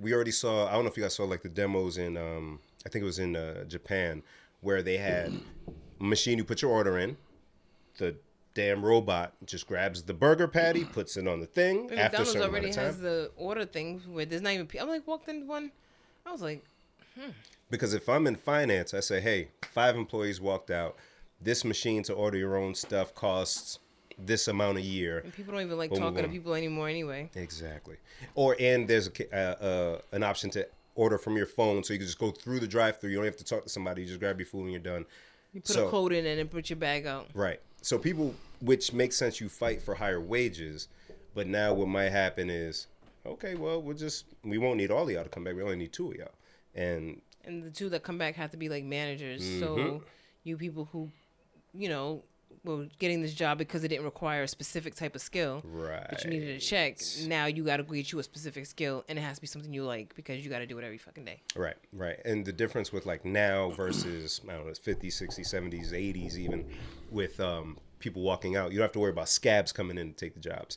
[SPEAKER 2] we already saw I don't know if you guys saw like the demos in um, I think it was in uh, Japan where they had a machine you put your order in, the damn robot just grabs the burger patty, puts it on the thing
[SPEAKER 1] But
[SPEAKER 2] after a
[SPEAKER 1] McDonald's
[SPEAKER 2] certain amount
[SPEAKER 1] already
[SPEAKER 2] of time
[SPEAKER 1] has the order thing where there's not even. pe- I'm like walked into one. I was like,
[SPEAKER 2] because if I'm in finance, I say hey five employees walked out, this machine to order your own stuff costs this amount a year.
[SPEAKER 1] and people don't even like
[SPEAKER 2] Boom,
[SPEAKER 1] talking to
[SPEAKER 2] boom.
[SPEAKER 1] people anymore anyway.
[SPEAKER 2] Exactly. Or and there's a, ca- uh, uh, an option to order from your phone, so you can just go through the drive-through. You don't have to talk to somebody. You just grab your food and you're done.
[SPEAKER 1] You put
[SPEAKER 2] So-
[SPEAKER 1] a code in and then put your bag out.
[SPEAKER 2] Right. So people, which makes sense, you fight for higher wages, but now what might happen is, okay, well, we'll just we won't need all of y'all to come back. We only need two of y'all, and
[SPEAKER 1] and the two that come back have to be like managers. So you people who, you know, were getting this job because it didn't require a specific type of skill, but you needed a check. Now you got to get you a specific skill, and it has to be something you like because you got to do it every fucking day.
[SPEAKER 2] Right, right. And the difference with like now versus, I don't know, 50s, 60s, 70s, 80s, even with um, people walking out, you don't have to worry about scabs coming in to take the jobs.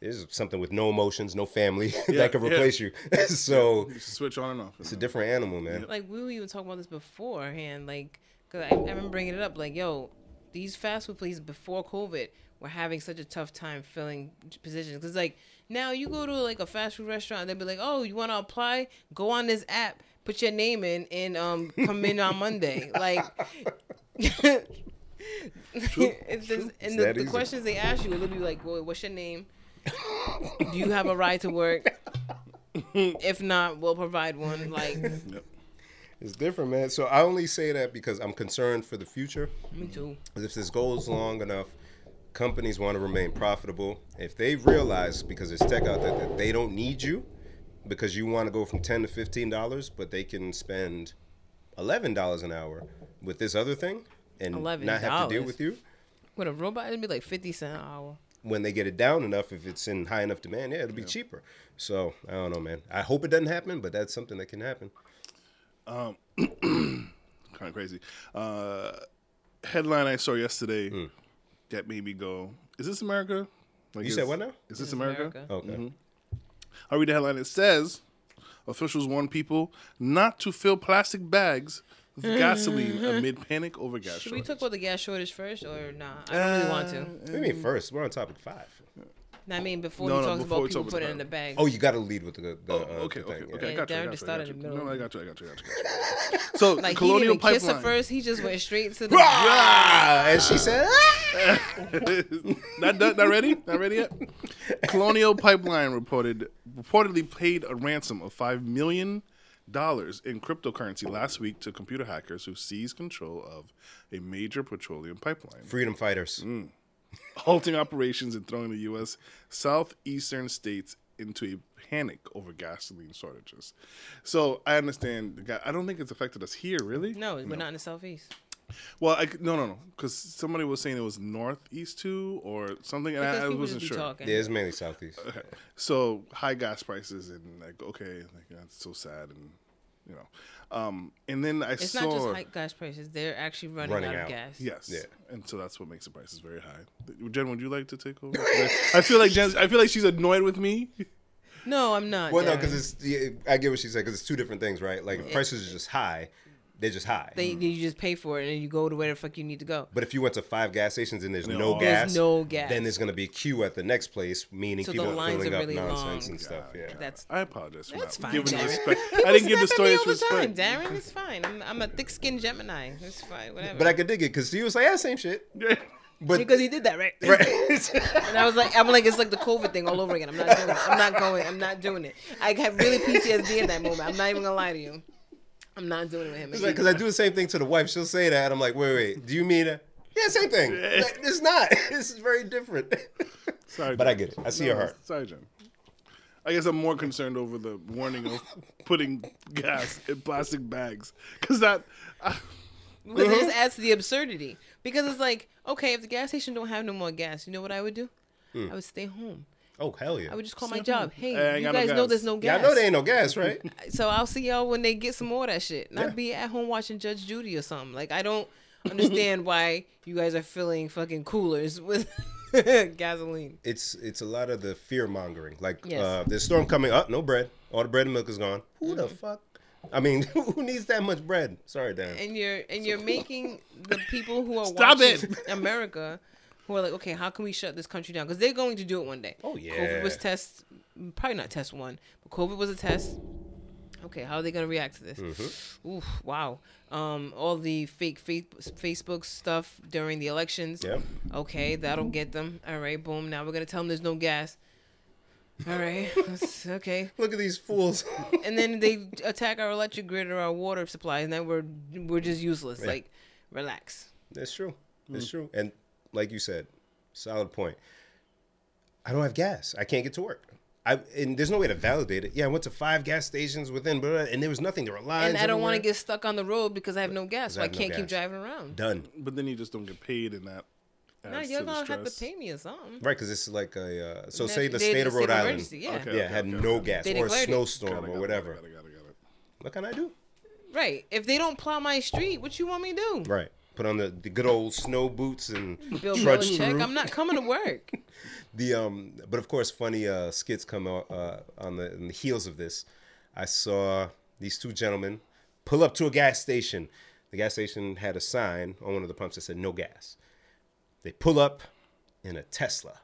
[SPEAKER 2] There's something with no emotions, no family [laughs]
[SPEAKER 3] Yeah,
[SPEAKER 2] that could
[SPEAKER 3] yeah.
[SPEAKER 2] replace you. so
[SPEAKER 3] you should switch on and off.
[SPEAKER 2] it's a different animal, man.
[SPEAKER 1] Like we were even talking about this beforehand, like because I, I remember bringing it up, like yo, these fast food places before COVID were having such a tough time filling positions because like now you go to like a fast food restaurant, they'd be like, oh, you want to apply? Go on this app, put your name in, and um, come in on
[SPEAKER 2] [laughs]
[SPEAKER 1] Monday, like. [laughs] it's just, and the,
[SPEAKER 2] that
[SPEAKER 1] the
[SPEAKER 2] easy.
[SPEAKER 1] questions they ask you will be like, well, what's
[SPEAKER 2] [laughs]
[SPEAKER 1] your name? Do you have a ride to work? If not, we'll provide one. Like,
[SPEAKER 3] Yep.
[SPEAKER 2] It's different, man. So I only say that because I'm concerned for the future.
[SPEAKER 1] me too.
[SPEAKER 2] If this goes long enough, companies want to remain profitable. If they realize, because there's tech out there, that they don't need you because you want to go from 10 to $15, but they can spend $11 an hour with this other thing and not have to deal
[SPEAKER 1] $11?
[SPEAKER 2] with you.
[SPEAKER 1] With a robot, it'd be like fifty cent an hour.
[SPEAKER 2] When they get it down enough, if it's in high enough demand, yeah, it'll be cheaper. So I don't know, man. I hope it doesn't happen, but that's something that can happen.
[SPEAKER 3] kind of crazy. Uh, headline I saw yesterday
[SPEAKER 2] Hmm.
[SPEAKER 3] that made me go, "Is this America?" Like,
[SPEAKER 2] You
[SPEAKER 3] is-
[SPEAKER 2] said what now?
[SPEAKER 3] Is this America? Oh,
[SPEAKER 2] Okay.
[SPEAKER 3] Mm-hmm. I read the headline. It says, "Officials warn people not to fill plastic bags
[SPEAKER 1] [laughs]
[SPEAKER 3] with gasoline amid panic over gas
[SPEAKER 1] Should we
[SPEAKER 3] shortage."
[SPEAKER 1] talk about the gas shortage first, or nah? I don't really want
[SPEAKER 3] Uh,
[SPEAKER 1] to.
[SPEAKER 2] What do you mean first? We're on topic five.
[SPEAKER 1] Nah, I mean, before
[SPEAKER 3] No,
[SPEAKER 1] he
[SPEAKER 3] no,
[SPEAKER 1] talks
[SPEAKER 3] before
[SPEAKER 1] about
[SPEAKER 3] we
[SPEAKER 1] people
[SPEAKER 3] talk about
[SPEAKER 1] putting
[SPEAKER 3] that.
[SPEAKER 1] it in the bag.
[SPEAKER 2] Oh, you got to lead with the, the,
[SPEAKER 3] Oh,
[SPEAKER 2] uh, the
[SPEAKER 3] okay, okay,
[SPEAKER 2] thing. yeah.
[SPEAKER 3] okay. I
[SPEAKER 1] Yeah,
[SPEAKER 3] got you. I
[SPEAKER 1] Darren
[SPEAKER 3] got
[SPEAKER 1] just
[SPEAKER 3] you. I
[SPEAKER 1] started
[SPEAKER 3] got
[SPEAKER 1] in the
[SPEAKER 3] you.
[SPEAKER 1] middle.
[SPEAKER 3] No, I got you. I got you. I got you.
[SPEAKER 1] [laughs]
[SPEAKER 3] I got you. So
[SPEAKER 1] like he
[SPEAKER 3] colonial
[SPEAKER 1] didn't kiss her
[SPEAKER 3] pipeline.
[SPEAKER 1] first. He just went straight to the.
[SPEAKER 3] [laughs]
[SPEAKER 2] Ah, and she said, ah!
[SPEAKER 3] not, not, not ready? Not ready yet? Colonial Pipeline reported reportedly paid a ransom of five million dollars in cryptocurrency last week to computer hackers who seized control of a major petroleum pipeline,
[SPEAKER 2] Freedom fighters.
[SPEAKER 1] Mm.
[SPEAKER 3] halting operations and throwing the U.S. southeastern states into a panic over gasoline shortages. So I understand. The guy, I don't think it's affected us here, really.
[SPEAKER 1] No, we're not in the southeast.
[SPEAKER 3] Well, I c no, no, no, because somebody was saying it was northeast too or something, and
[SPEAKER 1] Because
[SPEAKER 3] I, I
[SPEAKER 1] people
[SPEAKER 3] wasn't
[SPEAKER 1] just be
[SPEAKER 3] sure.
[SPEAKER 1] talking.
[SPEAKER 2] Yeah, it's mainly southeast.
[SPEAKER 1] [laughs]
[SPEAKER 3] So high gas prices and like okay, like that's so sad and you know, um, and then I
[SPEAKER 1] It's
[SPEAKER 3] saw
[SPEAKER 1] not just high gas prices; they're actually running,
[SPEAKER 2] Running
[SPEAKER 1] out,
[SPEAKER 2] out.
[SPEAKER 1] of gas.
[SPEAKER 3] yes,
[SPEAKER 2] Yeah.
[SPEAKER 3] and so that's what makes the prices very high. Jen, would you like to take over? 'Cause I I feel like Jen, I feel like she's annoyed with me.
[SPEAKER 1] No, I'm not.
[SPEAKER 2] Well, no,
[SPEAKER 1] Darren.
[SPEAKER 2] because it's yeah, I get what she said because it's two different things, right? Like if prices are just high, they're just high.
[SPEAKER 1] they
[SPEAKER 3] Mm.
[SPEAKER 1] you just pay for it and then you go to where the fuck you need to go.
[SPEAKER 2] but if you went to five gas stations and there's no,
[SPEAKER 3] No.
[SPEAKER 2] gas,
[SPEAKER 1] There's no gas.
[SPEAKER 2] then there's gonna be a queue at the next place, meaning
[SPEAKER 1] So the
[SPEAKER 2] people are
[SPEAKER 1] lines
[SPEAKER 2] filling
[SPEAKER 1] are
[SPEAKER 2] up
[SPEAKER 1] really
[SPEAKER 2] nonsense
[SPEAKER 1] long.
[SPEAKER 2] and stuff. Yeah,
[SPEAKER 1] That's
[SPEAKER 3] I apologize for
[SPEAKER 1] That's
[SPEAKER 3] not
[SPEAKER 1] fine,
[SPEAKER 3] giving
[SPEAKER 1] Darren. [laughs]
[SPEAKER 3] respect.
[SPEAKER 1] People
[SPEAKER 3] I didn't give
[SPEAKER 1] say
[SPEAKER 3] the
[SPEAKER 1] that to me
[SPEAKER 3] story its
[SPEAKER 1] all
[SPEAKER 3] respect.
[SPEAKER 1] Time, Darren, it's fine. I'm, I'm a thick-skinned Gemini. It's fine, whatever.
[SPEAKER 2] but I could dig it because he was like, yeah, same shit. But
[SPEAKER 1] because he did that right.
[SPEAKER 2] right.
[SPEAKER 1] [laughs] And I was like, I'm like, it's like the COVID thing all over again. I'm not doing it. I'm not going. I'm not doing it. I had really PTSD in that moment. I'm not even gonna lie to you. I'm not doing it with him.
[SPEAKER 2] It's like, Cause I do the same thing to the wife. She'll say that. and I'm like, wait, wait. Do you mean? A... Yeah, same thing. Like, it's not. [laughs] This is very different.
[SPEAKER 3] Sorry,
[SPEAKER 2] but I
[SPEAKER 3] Jen.
[SPEAKER 2] get it. I see
[SPEAKER 3] No,
[SPEAKER 2] your heart.
[SPEAKER 3] Sorry, Jen. I guess I'm more concerned over the warning of putting gas in plastic bags because that. ah, I,
[SPEAKER 1] Because it
[SPEAKER 3] uh-huh.
[SPEAKER 1] just adds to the absurdity. Because it's like, okay, if the gas station don't have no more gas, you know what I would do? I would stay home.
[SPEAKER 2] Oh hell yeah.
[SPEAKER 1] I would just call my
[SPEAKER 3] Hmm. Stay home.
[SPEAKER 1] job. Hey,
[SPEAKER 3] I ain't
[SPEAKER 1] you
[SPEAKER 3] got no
[SPEAKER 1] guys know
[SPEAKER 3] gas.
[SPEAKER 1] there's no
[SPEAKER 2] yeah,
[SPEAKER 1] gas.
[SPEAKER 2] I know there ain't no gas, right?
[SPEAKER 1] So I'll see y'all when they get some more of that shit. And I'll be at home watching Judge Judy or something. Like I
[SPEAKER 3] [laughs]
[SPEAKER 1] don't understand why you guys are filling fucking coolers with [laughs] gasoline.
[SPEAKER 2] it's it's a lot of the fear mongering. Like
[SPEAKER 1] Yes.
[SPEAKER 2] uh, there's storm coming up, no bread. All the bread and milk is gone. Who
[SPEAKER 1] Mm-hmm.
[SPEAKER 2] the fuck? I mean, [laughs] who needs that much bread? Sorry, Dan.
[SPEAKER 1] and you're and you're making the people who are
[SPEAKER 3] Stop
[SPEAKER 1] watching America who are like, okay, how can we shut this country down? Because they're going to do it one day.
[SPEAKER 2] Oh, yeah.
[SPEAKER 1] COVID was test, probably not test one, but COVID was a test. Okay, how are they going to react to this?
[SPEAKER 2] Mm-hmm.
[SPEAKER 1] Oof, wow. Um, all the fake fa- Facebook stuff during the elections.
[SPEAKER 2] Yep.
[SPEAKER 1] Okay, that'll get them. All right, boom. Now we're going to tell them there's no gas. All right. [laughs] that's- okay
[SPEAKER 2] Look at these
[SPEAKER 1] [laughs]
[SPEAKER 2] fools. [laughs]
[SPEAKER 1] and then they attack our electric grid or our water supply, and then we're we're just useless. Like, relax.
[SPEAKER 2] That's true. That's
[SPEAKER 1] Mm.
[SPEAKER 2] true. And like you said, solid point. I don't have gas. I can't get to work. I and there's no way to validate it. Yeah, I went to five gas stations within, blah, blah, and there was nothing. There were lines.
[SPEAKER 1] And I don't want to
[SPEAKER 2] everywhere.
[SPEAKER 1] get stuck on the road because I have no gas, so
[SPEAKER 2] I
[SPEAKER 1] I
[SPEAKER 2] have no
[SPEAKER 1] can't keep
[SPEAKER 2] gas.
[SPEAKER 1] driving around.
[SPEAKER 2] done.
[SPEAKER 3] but then you just don't get paid in that.
[SPEAKER 1] Now
[SPEAKER 3] adds
[SPEAKER 1] you're
[SPEAKER 3] to the
[SPEAKER 1] gonna have to
[SPEAKER 3] stress.
[SPEAKER 1] pay me or something.
[SPEAKER 2] Right, because it's like a uh, so
[SPEAKER 1] Now,
[SPEAKER 2] say the
[SPEAKER 1] they
[SPEAKER 2] state of
[SPEAKER 1] declared
[SPEAKER 2] Rhode Island.
[SPEAKER 1] emergency, Yeah,
[SPEAKER 3] Okay.
[SPEAKER 2] Yeah, had no gas
[SPEAKER 1] They
[SPEAKER 2] or a
[SPEAKER 1] declared it.
[SPEAKER 3] Got it,
[SPEAKER 2] snowstorm
[SPEAKER 3] got it,
[SPEAKER 2] or
[SPEAKER 3] got it,
[SPEAKER 2] whatever.
[SPEAKER 3] got it, got it, got it.
[SPEAKER 2] What can I do?
[SPEAKER 1] right. If they don't plow my street, what you want me to do?
[SPEAKER 2] Right. Put on the, the good old snow boots and
[SPEAKER 1] Bill
[SPEAKER 2] trudge
[SPEAKER 1] Belichick,
[SPEAKER 2] through.
[SPEAKER 1] I'm not coming to
[SPEAKER 2] [laughs]
[SPEAKER 1] work.
[SPEAKER 2] the um. But of course, funny uh, skits come out uh, on the on the heels of this. I saw these two gentlemen pull up to a gas station. The gas station had a sign on one of the pumps that said "No gas." They pull up in a Tesla.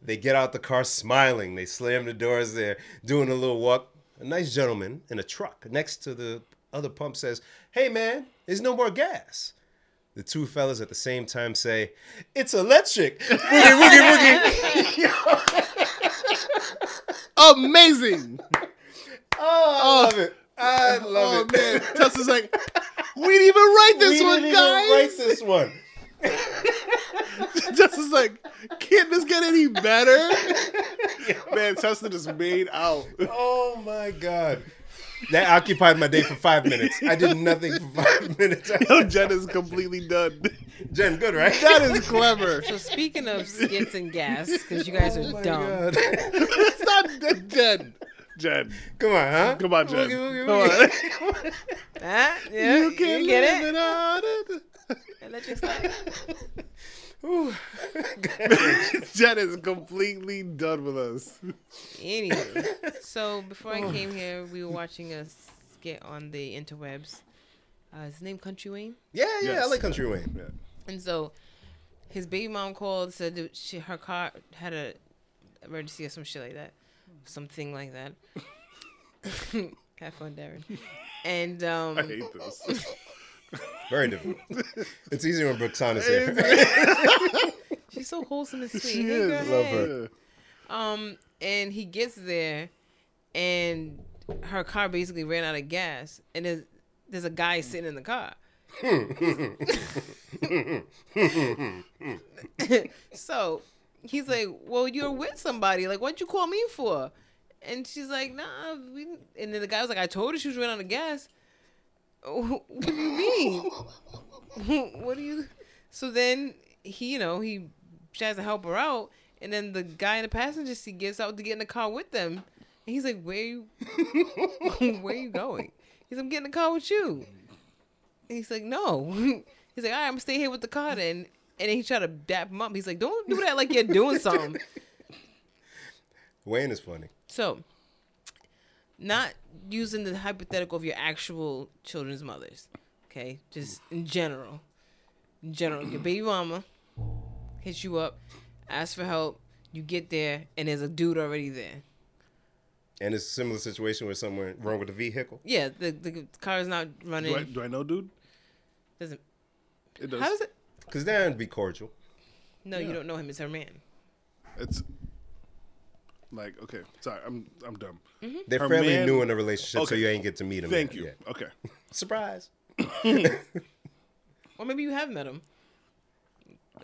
[SPEAKER 2] They get out the car smiling. They slam the doors. They're doing a little walk. A nice gentleman in a truck next to the other pump says, "Hey man, there's no more gas." The two fellas at the same time say, "It's electric." Boogie, boogie, boogie.
[SPEAKER 3] Amazing. Uh,
[SPEAKER 2] Oh, I love it. I [laughs]
[SPEAKER 3] oh
[SPEAKER 2] love it.
[SPEAKER 3] man, Tessa's like, we didn't even write
[SPEAKER 2] We
[SPEAKER 3] this
[SPEAKER 2] didn't
[SPEAKER 3] one,
[SPEAKER 2] even write
[SPEAKER 3] guys.
[SPEAKER 2] this one.
[SPEAKER 3] Tessa's like, can't this get any better? man, Tessa just made [laughs] out.
[SPEAKER 2] Oh my god. That occupied my day for five minutes. I did nothing for five [laughs] minutes.
[SPEAKER 3] Yo, Jen is completely done.
[SPEAKER 2] Jen, good, right?
[SPEAKER 3] [laughs] That is clever.
[SPEAKER 1] So speaking of skits and gas, because you guys are dumb.
[SPEAKER 2] Oh God.
[SPEAKER 3] It's not dead, Jen. Jen,
[SPEAKER 2] [laughs] Come on, huh?
[SPEAKER 3] come on, Jen.
[SPEAKER 2] Boogie, boogie,
[SPEAKER 3] Come on.
[SPEAKER 2] boogie.
[SPEAKER 1] Ah, yeah, [laughs] you,
[SPEAKER 3] can't
[SPEAKER 1] get
[SPEAKER 3] live
[SPEAKER 1] it.
[SPEAKER 3] without it. [laughs]
[SPEAKER 1] Electric slide.
[SPEAKER 2] Ooh.
[SPEAKER 3] Jen is completely done with us.
[SPEAKER 1] Anyway,
[SPEAKER 3] [laughs]
[SPEAKER 1] so before
[SPEAKER 3] Oh.
[SPEAKER 1] I came here, we were watching a skit on the interwebs. Uh, his name Country Wayne,
[SPEAKER 2] yeah, yeah, I
[SPEAKER 3] Yes.
[SPEAKER 2] like Country Wayne.
[SPEAKER 3] Yeah.
[SPEAKER 1] and so his baby mom called said that she her car had a emergency or some shit like that, something like that. [laughs] Have fun, Darren. And
[SPEAKER 3] I
[SPEAKER 1] um,
[SPEAKER 3] hate this.
[SPEAKER 2] Very
[SPEAKER 3] [laughs]
[SPEAKER 2] difficult. It's easier when Broxana's here.
[SPEAKER 1] she's so wholesome and sweet.
[SPEAKER 3] [laughs] She
[SPEAKER 1] Hey,
[SPEAKER 3] is.
[SPEAKER 1] girl,
[SPEAKER 2] Love
[SPEAKER 1] hey.
[SPEAKER 2] her.
[SPEAKER 3] Yeah.
[SPEAKER 1] Um, and he gets there, and her car basically ran out of gas, and there's, there's a guy sitting in the car. [laughs] so he's like, "Well, you're with somebody. Like, what'd you call me for?" And she's like, "Nah." We... And then the guy was like, "I told her she was running out of gas." [laughs] What do you mean? [laughs] what do you? So then he, you know, he tries to help her out, and then the guy in the passenger seat gets out to get in the car with them, and he's like, "Where you? [laughs] where you going?" He's, like, "I'm getting in the car with you." And he's like, "No." [laughs] He's like, "All right, I'm gonna stay here with the car then." And then he tried to dap him up. He's like, "Don't do that like you're doing something."
[SPEAKER 2] Wayne is funny.
[SPEAKER 1] So, not using the hypothetical of your actual children's mothers, okay? Just in general. In general, your baby mama hits you up, asks for help, you get there, and there's a dude already there.
[SPEAKER 2] And it's a similar situation where something went wrong with the vehicle.
[SPEAKER 1] Yeah, the, the car is not running.
[SPEAKER 3] Do I, do I know, dude?
[SPEAKER 1] Doesn't,
[SPEAKER 3] It does.
[SPEAKER 1] how does it?
[SPEAKER 2] Because that would be cordial.
[SPEAKER 1] No, you
[SPEAKER 3] Yeah.
[SPEAKER 1] don't know him. It's her man.
[SPEAKER 3] It's like okay. Sorry, I'm I'm dumb.
[SPEAKER 2] They're
[SPEAKER 3] Her
[SPEAKER 2] fairly
[SPEAKER 3] man-
[SPEAKER 2] new in the relationship, so
[SPEAKER 3] Okay.
[SPEAKER 2] you ain't get to meet them.
[SPEAKER 3] Thank
[SPEAKER 2] yet-
[SPEAKER 3] you.
[SPEAKER 2] yet.
[SPEAKER 3] Okay.
[SPEAKER 2] Surprise.
[SPEAKER 1] Or maybe you have met him.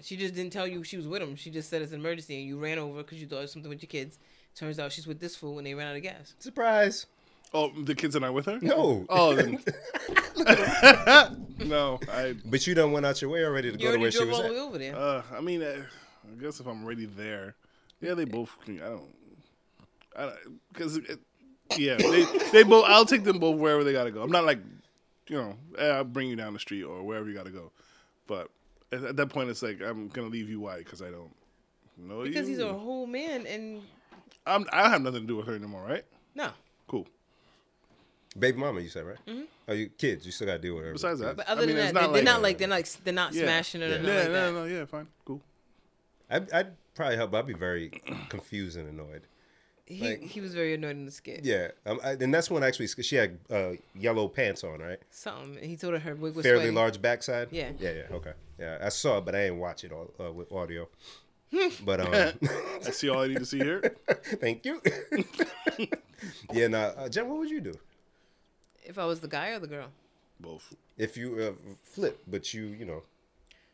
[SPEAKER 1] She just didn't tell you she was with him. She just said it's an emergency, and you ran over because you thought it was something with your kids. Turns out she's with this fool, and they ran out of gas.
[SPEAKER 2] Surprise.
[SPEAKER 3] Oh, the kids are not with her.
[SPEAKER 2] No.
[SPEAKER 3] Oh, then. no. I
[SPEAKER 2] But you done went out your way already to
[SPEAKER 1] You
[SPEAKER 2] go to
[SPEAKER 1] already
[SPEAKER 2] where she
[SPEAKER 1] drove
[SPEAKER 2] was
[SPEAKER 1] all the way
[SPEAKER 2] at.
[SPEAKER 1] over there.
[SPEAKER 3] Uh, I mean, I, I guess if I'm already there, yeah, they both. Can, I don't. I because yeah, they they both. I'll take them both wherever they gotta go. I'm not like, you know, eh, I'll bring you down the street or wherever you gotta go. But at, at that point, it's like I'm gonna leave you why because I don't know you.
[SPEAKER 1] Because he's a whole man, and
[SPEAKER 3] I'm, I don't have nothing to do with her anymore, right?
[SPEAKER 1] no.
[SPEAKER 3] Cool.
[SPEAKER 2] Baby mama, you said, right? Oh, you kids, you still got to deal with her.
[SPEAKER 3] Besides that,
[SPEAKER 1] Mm-hmm. But other
[SPEAKER 3] I mean,
[SPEAKER 1] than
[SPEAKER 3] it's
[SPEAKER 1] that, they,
[SPEAKER 3] not
[SPEAKER 1] they're
[SPEAKER 3] like-
[SPEAKER 1] not like they're not like, they're not
[SPEAKER 3] Yeah.
[SPEAKER 1] smashing or
[SPEAKER 2] Yeah.
[SPEAKER 1] nothing
[SPEAKER 3] Yeah,
[SPEAKER 1] like
[SPEAKER 3] no,
[SPEAKER 1] that.
[SPEAKER 3] no, yeah, fine, cool.
[SPEAKER 2] I'd, I'd probably help. but I'd be
[SPEAKER 3] [clears throat]
[SPEAKER 2] very confused and annoyed.
[SPEAKER 1] He
[SPEAKER 2] Like-
[SPEAKER 1] he was very annoyed in the skit.
[SPEAKER 2] Yeah, um, I, and that's when actually 'cause she had uh, yellow pants on, right?
[SPEAKER 1] Something. And he told her her wig was
[SPEAKER 2] Fairly
[SPEAKER 1] sweaty.
[SPEAKER 2] large backside.
[SPEAKER 1] Yeah.
[SPEAKER 2] yeah, yeah. Okay, yeah. I saw it, but I didn't watch it all uh, with
[SPEAKER 1] [laughs]
[SPEAKER 2] audio. but um, [laughs]
[SPEAKER 3] I see all I need to see here.
[SPEAKER 2] thank you. [laughs] yeah, now uh, Jen, what would you do
[SPEAKER 1] If I was the guy or the girl,
[SPEAKER 3] Both.
[SPEAKER 2] if you uh, flip, but you, you know,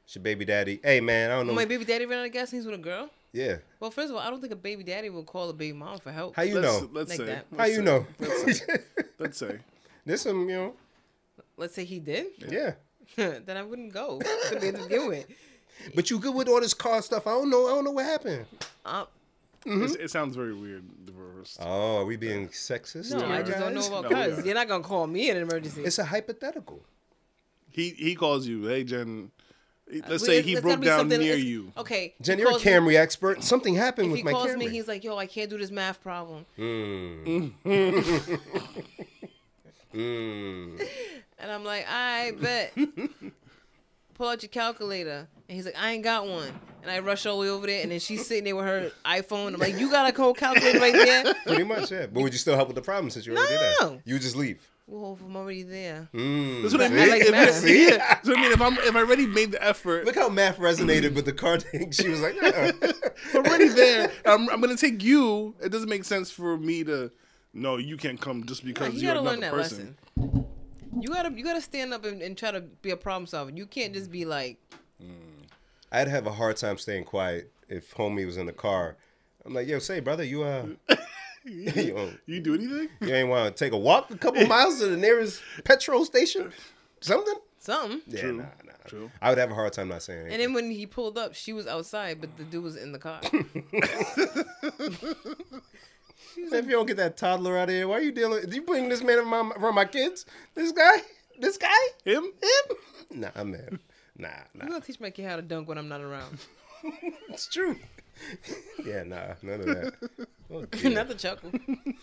[SPEAKER 2] it's your baby daddy? Hey, man, I don't know.
[SPEAKER 1] my baby daddy ran out of gas and he's with a girl.
[SPEAKER 2] yeah,
[SPEAKER 1] Well, first of all, I don't think a baby daddy will call a baby mom for help.
[SPEAKER 2] how you
[SPEAKER 3] let's,
[SPEAKER 2] know?
[SPEAKER 3] Let's
[SPEAKER 1] Like
[SPEAKER 3] say.
[SPEAKER 1] that.
[SPEAKER 2] how
[SPEAKER 3] let's
[SPEAKER 2] you
[SPEAKER 3] say-
[SPEAKER 2] know? [laughs]
[SPEAKER 3] Let's say.
[SPEAKER 2] There's some, you know,
[SPEAKER 1] Let's say he did,
[SPEAKER 2] yeah.
[SPEAKER 1] [laughs] then I wouldn't go to begin with.
[SPEAKER 3] [laughs]
[SPEAKER 2] But you good with all this car stuff? I don't know. I don't know what happened.
[SPEAKER 3] Uh,
[SPEAKER 1] Um,
[SPEAKER 2] Mm-hmm.
[SPEAKER 3] It's- It sounds very weird. The reverse.
[SPEAKER 2] Oh, are we being sexist?
[SPEAKER 1] no, I just don't know
[SPEAKER 2] guys?
[SPEAKER 1] about
[SPEAKER 3] No,
[SPEAKER 1] cars.
[SPEAKER 3] yeah.
[SPEAKER 1] You're not gonna call me in an emergency.
[SPEAKER 2] It's a hypothetical.
[SPEAKER 3] He he calls you, hey Jen. Let's
[SPEAKER 1] Well,
[SPEAKER 3] say
[SPEAKER 1] it's-
[SPEAKER 3] he
[SPEAKER 1] it's
[SPEAKER 3] broke
[SPEAKER 1] gotta be
[SPEAKER 3] down
[SPEAKER 1] something-
[SPEAKER 3] near
[SPEAKER 1] it's-
[SPEAKER 3] you.
[SPEAKER 1] Okay, he
[SPEAKER 2] Jen, you're a
[SPEAKER 1] calls
[SPEAKER 2] Camry expert. Something happened
[SPEAKER 1] Me, if
[SPEAKER 2] with
[SPEAKER 1] he
[SPEAKER 2] my
[SPEAKER 1] calls
[SPEAKER 2] Camry.
[SPEAKER 1] me, he's like, "Yo, I can't do this math problem,"
[SPEAKER 3] Hmm.
[SPEAKER 1] [laughs]
[SPEAKER 3] Hmm.
[SPEAKER 2] Mm.
[SPEAKER 1] and I'm like, "I
[SPEAKER 3] [laughs]
[SPEAKER 1] bet." Pull out your calculator, and he's like, "I ain't got one." And I rush all the way over there, and then she's sitting there with her iPhone. I'm like, "You got a cold calculator right there?" [laughs]
[SPEAKER 2] Pretty much, yeah. But would you still help with the problem since you already did
[SPEAKER 1] No.
[SPEAKER 2] that? You just leave.
[SPEAKER 1] Well, if I'm already there.
[SPEAKER 3] Hmm.
[SPEAKER 2] Mm.
[SPEAKER 3] That's what I
[SPEAKER 2] See?
[SPEAKER 3] mean.
[SPEAKER 1] like
[SPEAKER 3] if,
[SPEAKER 1] math.
[SPEAKER 3] see?
[SPEAKER 1] [laughs]
[SPEAKER 3] Yeah. That's what I mean. If I'm if I already made the effort,
[SPEAKER 2] Look how math resonated with the car thing. [laughs] She was like, yeah. [laughs]
[SPEAKER 3] I'm already there. I'm, I'm gonna take you. It doesn't make sense for me to. No, you can't come just
[SPEAKER 1] Nah,
[SPEAKER 3] because
[SPEAKER 1] you
[SPEAKER 3] you're
[SPEAKER 1] gotta
[SPEAKER 3] another
[SPEAKER 1] learn that
[SPEAKER 3] person.
[SPEAKER 1] lesson. You gotta you gotta stand up and, and try to be a problem solver. You can't just be like,
[SPEAKER 2] I'd have a hard time staying quiet if homie was in the car. I'm like, yo, say, brother, you uh, [laughs] you, know,
[SPEAKER 3] You
[SPEAKER 2] [laughs]
[SPEAKER 3] do anything?
[SPEAKER 2] you ain't want to take a walk a couple miles to the nearest petrol station? Something?
[SPEAKER 1] something.
[SPEAKER 2] Yeah,
[SPEAKER 3] True.
[SPEAKER 2] nah, nah.
[SPEAKER 3] True.
[SPEAKER 2] I would have a hard time not saying
[SPEAKER 1] And
[SPEAKER 2] anything.
[SPEAKER 1] then when he pulled up, she was outside, but the dude was in the car.
[SPEAKER 2] If you don't get that toddler out of here, why are you dealing? Do you bring this man around my, around my kids? This guy? This guy?
[SPEAKER 3] Him?
[SPEAKER 2] Him? Nah, man. Nah, nah.
[SPEAKER 1] I'm gonna teach my kid how to dunk when I'm
[SPEAKER 2] [laughs]
[SPEAKER 1] not [laughs] around.
[SPEAKER 2] It's true. yeah, nah, none of that. Oh,
[SPEAKER 1] not the chuckle.
[SPEAKER 2] and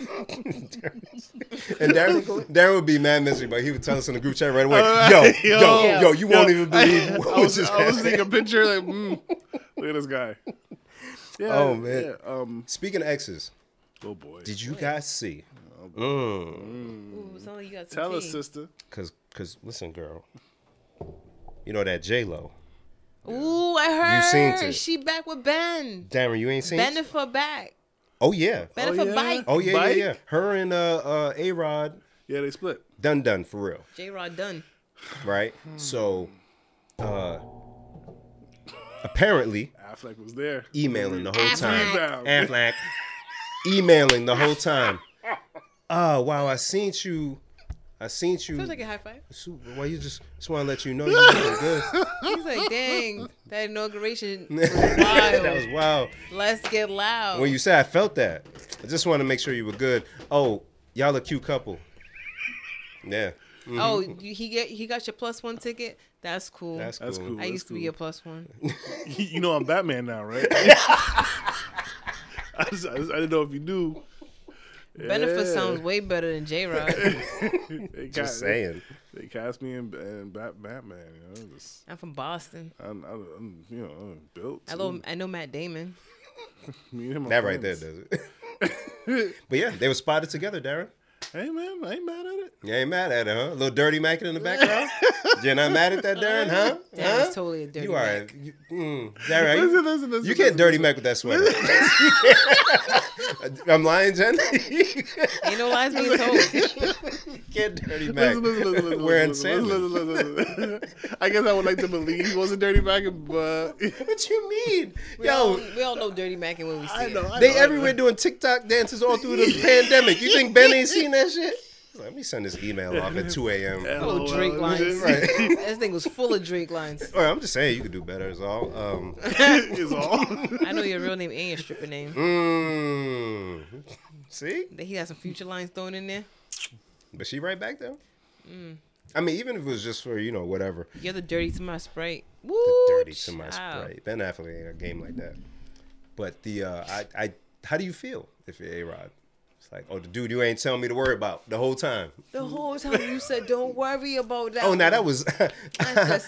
[SPEAKER 2] Darren, Darren would be mad misery, but he would tell us in the group chat right away. yo, yo, yo,
[SPEAKER 3] [laughs] yo,
[SPEAKER 2] you won't even believe what
[SPEAKER 3] [laughs] I was,
[SPEAKER 2] just
[SPEAKER 3] I was
[SPEAKER 2] happened. [laughs]
[SPEAKER 3] taking a picture. Like, mm, look at this guy. Yeah,
[SPEAKER 2] Oh, man.
[SPEAKER 3] yeah, um,
[SPEAKER 2] Speaking of exes,
[SPEAKER 3] oh boy.
[SPEAKER 2] did you guys see?
[SPEAKER 3] Mm.
[SPEAKER 2] Mm.
[SPEAKER 1] Ooh, it's only you got some
[SPEAKER 3] Tell us,
[SPEAKER 1] tea.
[SPEAKER 3] sister.
[SPEAKER 2] Cause, cause, listen, girl. You know that J Lo,
[SPEAKER 1] Ooh, I heard.
[SPEAKER 2] seen it.
[SPEAKER 1] She back with Ben.
[SPEAKER 2] Darren. You ain't seen. it?
[SPEAKER 1] Benefit back.
[SPEAKER 2] Oh yeah.
[SPEAKER 1] Better
[SPEAKER 3] Oh,
[SPEAKER 1] for
[SPEAKER 3] yeah?
[SPEAKER 1] bike.
[SPEAKER 2] Oh yeah,
[SPEAKER 3] Bike?
[SPEAKER 2] yeah, yeah. Her and uh, uh, A Rod
[SPEAKER 3] Yeah, they split.
[SPEAKER 2] done done for real,
[SPEAKER 1] J Rod done.
[SPEAKER 2] right?
[SPEAKER 3] Hmm.
[SPEAKER 2] So, uh, apparently
[SPEAKER 3] Affleck was
[SPEAKER 2] [laughs]
[SPEAKER 3] there.
[SPEAKER 2] emailing the whole time.
[SPEAKER 3] Rebound.
[SPEAKER 2] Affleck [laughs] emailing the whole
[SPEAKER 3] [laughs]
[SPEAKER 2] time. Oh wow, I seen you. I seen you.
[SPEAKER 1] Sounds like a high five.
[SPEAKER 2] Super. Why you just just want to let you know you doing
[SPEAKER 1] [laughs]
[SPEAKER 2] good. [laughs]
[SPEAKER 1] He's like, dang, that inauguration was wild.
[SPEAKER 2] that was [laughs] wild.
[SPEAKER 1] Let's get loud.
[SPEAKER 2] When you said I felt that, I just want to make sure you were good. Oh, y'all a cute couple. Yeah,
[SPEAKER 1] oh, you, he get he got your plus one ticket. That's cool.
[SPEAKER 2] Mm-hmm. that's cool.
[SPEAKER 3] That's cool.
[SPEAKER 1] I
[SPEAKER 3] that's
[SPEAKER 1] used to be
[SPEAKER 3] cool.
[SPEAKER 1] a
[SPEAKER 2] [laughs]
[SPEAKER 1] plus one.
[SPEAKER 3] you know I'm Batman now, right? I, just, I, just- I didn't know if you knew.
[SPEAKER 1] Benefit
[SPEAKER 3] Yeah.
[SPEAKER 1] sounds way better than J Rod.
[SPEAKER 2] [laughs]
[SPEAKER 3] They
[SPEAKER 2] Just
[SPEAKER 3] cast,
[SPEAKER 2] saying.
[SPEAKER 3] They cast me in, in Bat, Batman. You know, just,
[SPEAKER 1] I'm from Boston.
[SPEAKER 3] I'm, I'm, I'm, you know, I'm built.
[SPEAKER 1] I know I know Matt Damon.
[SPEAKER 2] That right there does it. [laughs] but yeah, they were spotted together, Darren.
[SPEAKER 3] Hey man, I ain't mad at it.
[SPEAKER 2] You ain't mad at it, huh? A little dirty Mac in the
[SPEAKER 3] [laughs]
[SPEAKER 2] background. You're not mad at that, Darren, huh?
[SPEAKER 1] Darren's
[SPEAKER 2] huh?
[SPEAKER 1] totally a dirty
[SPEAKER 2] You are,
[SPEAKER 1] Mac.
[SPEAKER 2] you, mm, Darren. are you-
[SPEAKER 3] Listen, listen, listen,
[SPEAKER 2] you can't
[SPEAKER 3] listen,
[SPEAKER 2] dirty Mac with that sweater. [laughs] I'm lying, Jen. [laughs] you
[SPEAKER 1] Ain't no lies
[SPEAKER 2] [laughs]
[SPEAKER 1] being told.
[SPEAKER 2] can't dirty Mac
[SPEAKER 3] Listen, listen, listen, listen,
[SPEAKER 2] wearing
[SPEAKER 3] listen,
[SPEAKER 2] sandals.
[SPEAKER 3] listen, listen, listen, listen. I guess I would like to believe he was a dirty back, but
[SPEAKER 2] What you mean,
[SPEAKER 1] We all,
[SPEAKER 2] yo?
[SPEAKER 1] we all know Dirty Mac and when we see
[SPEAKER 3] I know.
[SPEAKER 1] it.
[SPEAKER 3] I
[SPEAKER 2] They
[SPEAKER 3] know, I
[SPEAKER 2] everywhere
[SPEAKER 3] know.
[SPEAKER 2] doing TikTok dances all through
[SPEAKER 3] [laughs]
[SPEAKER 2] the pandemic. You think Ben ain't seen that shit? Let me send this email off at 2 a.m.
[SPEAKER 1] Full of Drake
[SPEAKER 3] LOL.
[SPEAKER 1] lines.
[SPEAKER 2] Right.
[SPEAKER 1] [laughs] This thing was full of Drake lines.
[SPEAKER 2] Well, I'm just saying you could do better. Is all. Um,
[SPEAKER 3] It's all.
[SPEAKER 1] I know your real name and your stripper name.
[SPEAKER 2] mm, [laughs] see,
[SPEAKER 1] He got some future lines thrown in there.
[SPEAKER 2] but she right back though.
[SPEAKER 1] Mm.
[SPEAKER 2] I mean, even if it was just for you know whatever,
[SPEAKER 1] You're the dirty to my sprite. Woo,
[SPEAKER 2] dirty to my
[SPEAKER 1] child.
[SPEAKER 2] sprite. Ben Affleck ain't a game like that. But the uh, I I how do you feel if you're a Rod? It's like oh the dude you ain't telling me to worry about the whole time.
[SPEAKER 1] The whole time you said, "Don't worry about that."
[SPEAKER 2] Oh now that
[SPEAKER 1] one."
[SPEAKER 2] was [laughs]
[SPEAKER 1] [laughs] That's
[SPEAKER 2] what
[SPEAKER 1] just-
[SPEAKER 2] was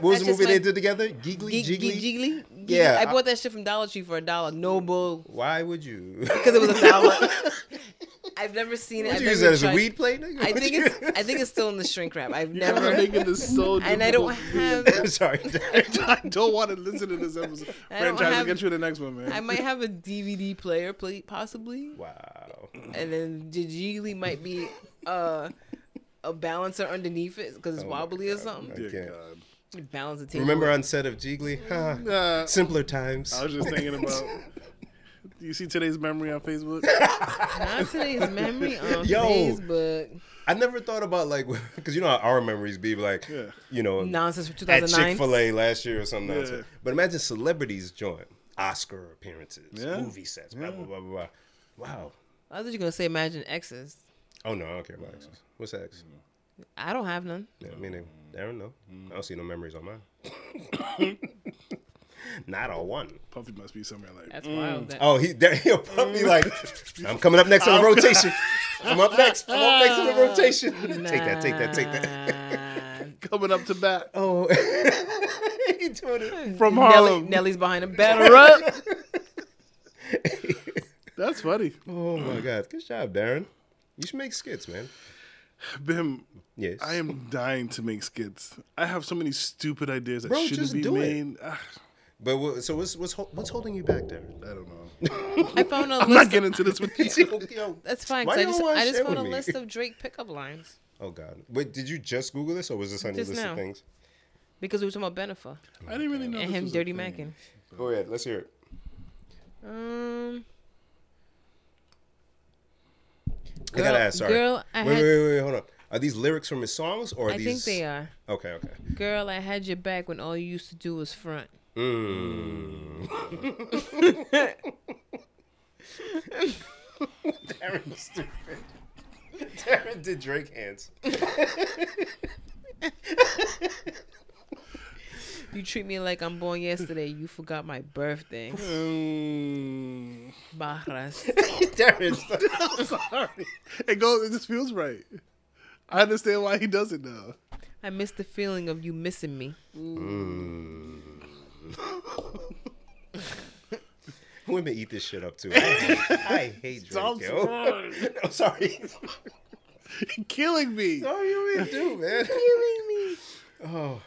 [SPEAKER 2] the
[SPEAKER 1] just
[SPEAKER 2] movie
[SPEAKER 1] my-
[SPEAKER 2] they did together? Giggly
[SPEAKER 1] [laughs] Geek- geek-
[SPEAKER 2] Jiggly.
[SPEAKER 1] jiggly.
[SPEAKER 2] Yeah,
[SPEAKER 1] I,
[SPEAKER 2] I-
[SPEAKER 1] bought that shit from Dollar Tree for a dollar. No bull, [laughs]
[SPEAKER 2] Why would you? [laughs]
[SPEAKER 1] because it was a dollar. [laughs] I've never seen it.
[SPEAKER 2] Would
[SPEAKER 1] I've
[SPEAKER 2] you use
[SPEAKER 1] never
[SPEAKER 2] that as a
[SPEAKER 1] tried-
[SPEAKER 2] weed plate? nigga?
[SPEAKER 1] I
[SPEAKER 2] Would
[SPEAKER 1] think
[SPEAKER 2] you-
[SPEAKER 1] it's. I think it's still in the shrink wrap. [laughs] I've
[SPEAKER 3] Never
[SPEAKER 1] never.
[SPEAKER 3] making this so
[SPEAKER 1] And I don't
[SPEAKER 3] difficult.
[SPEAKER 2] [laughs]
[SPEAKER 1] have.
[SPEAKER 2] I'm
[SPEAKER 1] [laughs]
[SPEAKER 2] sorry.
[SPEAKER 3] I don't want to listen to this episode.
[SPEAKER 1] I don't
[SPEAKER 3] Franchise,
[SPEAKER 1] have-
[SPEAKER 3] get you the next one, man.
[SPEAKER 1] I might have a DVD player, pla- possibly,
[SPEAKER 2] wow.
[SPEAKER 1] and then the jiggly might be uh, a balancer underneath it because it's
[SPEAKER 2] Oh my
[SPEAKER 1] wobbly or
[SPEAKER 2] God.
[SPEAKER 1] something.
[SPEAKER 3] Dear
[SPEAKER 2] Okay.
[SPEAKER 3] God.
[SPEAKER 1] Balance the table.
[SPEAKER 2] Remember on set of Jiggly? Ha,
[SPEAKER 3] Nah,
[SPEAKER 2] Simpler times.
[SPEAKER 3] I was just thinking about. You see today's memory on Facebook?
[SPEAKER 1] Not today's
[SPEAKER 2] [laughs]
[SPEAKER 1] memory on
[SPEAKER 2] Yo.
[SPEAKER 1] Facebook.
[SPEAKER 2] I never thought about like [laughs] because you know how our memories be like,
[SPEAKER 3] Yeah.
[SPEAKER 2] you know,
[SPEAKER 1] Nonsense from
[SPEAKER 2] at Chick
[SPEAKER 1] 2009.
[SPEAKER 2] Fil A last year or something.
[SPEAKER 3] Yeah.
[SPEAKER 2] nonsense. But imagine celebrities join Oscar appearances,
[SPEAKER 3] Yeah.
[SPEAKER 2] movie sets, blah blah blah blah. blah. Wow.
[SPEAKER 1] I thought you were gonna say Imagine X's.
[SPEAKER 2] Oh no, I don't care about exes. What's ex?
[SPEAKER 1] I don't have none.
[SPEAKER 2] Yeah, I mean, I don't know.
[SPEAKER 3] Mm-hmm.
[SPEAKER 2] I don't see no memories on mine. [laughs] Not a one.
[SPEAKER 3] Puffy must be somewhere like.
[SPEAKER 1] That's wild. That,
[SPEAKER 2] Oh, he there, he'll probably
[SPEAKER 3] Mm.
[SPEAKER 2] like, I'm coming up
[SPEAKER 3] [laughs]
[SPEAKER 2] next on the rotation. I'm up next. I'm up next on the rotation. take that, take that, take that.
[SPEAKER 1] [laughs] that.
[SPEAKER 3] coming up to bat
[SPEAKER 2] Oh, [laughs] he doing it.
[SPEAKER 3] from
[SPEAKER 1] Nelly,
[SPEAKER 3] Harlem.
[SPEAKER 1] Nelly's behind him.
[SPEAKER 2] [laughs]
[SPEAKER 1] Batter up.
[SPEAKER 3] That's funny.
[SPEAKER 2] Oh my God, good job, Darren. You should make skits, man.
[SPEAKER 3] Bim,
[SPEAKER 2] Yes,
[SPEAKER 3] I am dying to make skits. I have so many stupid ideas that
[SPEAKER 2] Bro,
[SPEAKER 3] shouldn't
[SPEAKER 2] just
[SPEAKER 3] be
[SPEAKER 2] do it.
[SPEAKER 3] made. Ah,
[SPEAKER 2] But what, so what's what's hol- what's holding you back, Darren?
[SPEAKER 3] I don't know.
[SPEAKER 2] [laughs]
[SPEAKER 1] I found a
[SPEAKER 3] I'm not
[SPEAKER 1] list.
[SPEAKER 3] getting into this with you.
[SPEAKER 2] Yo, yo.
[SPEAKER 1] [laughs] That's fine.
[SPEAKER 2] Why
[SPEAKER 1] 'cause I
[SPEAKER 2] you
[SPEAKER 1] just,
[SPEAKER 2] don't wanna
[SPEAKER 1] I just
[SPEAKER 2] share
[SPEAKER 1] found a
[SPEAKER 2] with me?
[SPEAKER 1] list of Drake pickup lines
[SPEAKER 2] [laughs] Oh God, wait, did you just Google this or was this on your
[SPEAKER 1] Just
[SPEAKER 2] list
[SPEAKER 1] now.
[SPEAKER 2] of things?
[SPEAKER 1] because we were talking about Benefa
[SPEAKER 3] I didn't really know.
[SPEAKER 1] and
[SPEAKER 3] this
[SPEAKER 1] him
[SPEAKER 3] was a
[SPEAKER 1] dirty
[SPEAKER 3] thing.
[SPEAKER 1] macking.
[SPEAKER 2] Go ahead, let's hear it.
[SPEAKER 1] Um,
[SPEAKER 2] I gotta ask. Sorry.
[SPEAKER 1] girl, I
[SPEAKER 2] wait,
[SPEAKER 1] had-
[SPEAKER 2] wait, wait, wait, hold on. Are these lyrics from his songs or are
[SPEAKER 1] I
[SPEAKER 2] these?
[SPEAKER 1] think they are.
[SPEAKER 2] Okay, [laughs] okay.
[SPEAKER 1] Girl, I had your back when all you used to do was front.
[SPEAKER 2] Mm. Darren's stupid. [laughs] Darren did Drake hands. [laughs]
[SPEAKER 1] You treat me like I'm born yesterday. You forgot my birthday.
[SPEAKER 3] Mm, [laughs]
[SPEAKER 1] Barras.
[SPEAKER 2] Darren,
[SPEAKER 3] I'm sorry. It goes. It just feels right. I understand why he does it now.
[SPEAKER 1] I miss the feeling of you missing me.
[SPEAKER 2] women eat this shit [laughs] up too. I hate, I hate Drake.
[SPEAKER 3] I'm
[SPEAKER 2] yo.
[SPEAKER 3] sorry.
[SPEAKER 2] [laughs] I'm sorry.
[SPEAKER 3] [laughs] Killing me.
[SPEAKER 2] Sorry, you really do, man. Oh,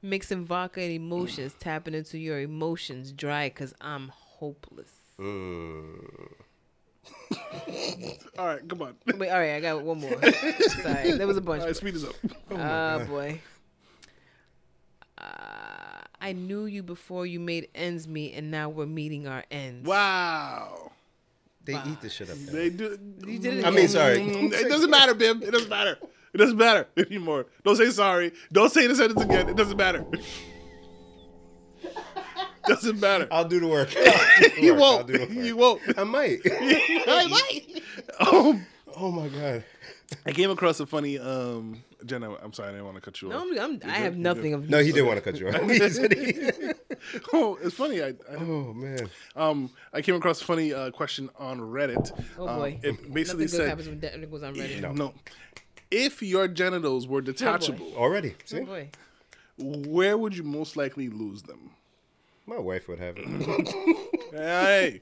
[SPEAKER 1] Mixing vodka and emotions, tapping into your emotions dry because I'm hopeless.
[SPEAKER 2] mm.
[SPEAKER 3] All right, come on. [laughs]
[SPEAKER 1] Wait, all right, I got one more. Sorry, there was a bunch.
[SPEAKER 3] All right, speed this up.
[SPEAKER 1] Oh, boy. Uh, I knew you before you made ends meet, and now we're meeting our ends.
[SPEAKER 3] Wow.
[SPEAKER 2] They eat this shit up. There.
[SPEAKER 3] They Mm-hmm. do.
[SPEAKER 1] You did it
[SPEAKER 2] I mean,
[SPEAKER 1] again.
[SPEAKER 2] sorry.
[SPEAKER 3] It doesn't matter, Bim. It doesn't matter. It doesn't matter [laughs] anymore. Don't say sorry. Don't say the sentence again. It doesn't matter. [laughs] doesn't matter.
[SPEAKER 2] [laughs] I'll do the
[SPEAKER 3] [laughs]
[SPEAKER 2] work.
[SPEAKER 3] You
[SPEAKER 2] I'll
[SPEAKER 3] won't.
[SPEAKER 2] do the
[SPEAKER 3] [laughs]
[SPEAKER 2] work.
[SPEAKER 3] You won't.
[SPEAKER 2] I
[SPEAKER 3] [laughs]
[SPEAKER 2] might.
[SPEAKER 3] Um,
[SPEAKER 2] oh my god.
[SPEAKER 3] I came across a funny. Um, Jenna, I'm sorry. I didn't want to cut you
[SPEAKER 1] No,
[SPEAKER 3] off.
[SPEAKER 1] I'm, I'm, I have nothing of
[SPEAKER 2] No, he did want to cut you
[SPEAKER 3] [laughs]
[SPEAKER 2] off. He said he-
[SPEAKER 3] Oh, it's funny. I, I
[SPEAKER 2] [laughs] oh man.
[SPEAKER 3] Um, I came across a funny uh, question on Reddit.
[SPEAKER 1] Oh,
[SPEAKER 3] Um,
[SPEAKER 1] boy.
[SPEAKER 3] it
[SPEAKER 1] Nothing
[SPEAKER 3] basically
[SPEAKER 1] good
[SPEAKER 3] said,
[SPEAKER 1] happens when that goes on Reddit.
[SPEAKER 3] no. if your genitals were detachable,
[SPEAKER 2] Already.
[SPEAKER 1] Oh
[SPEAKER 2] See,
[SPEAKER 1] boy.
[SPEAKER 3] where would you most likely lose them?
[SPEAKER 2] my wife would have it.
[SPEAKER 3] [laughs] Hey,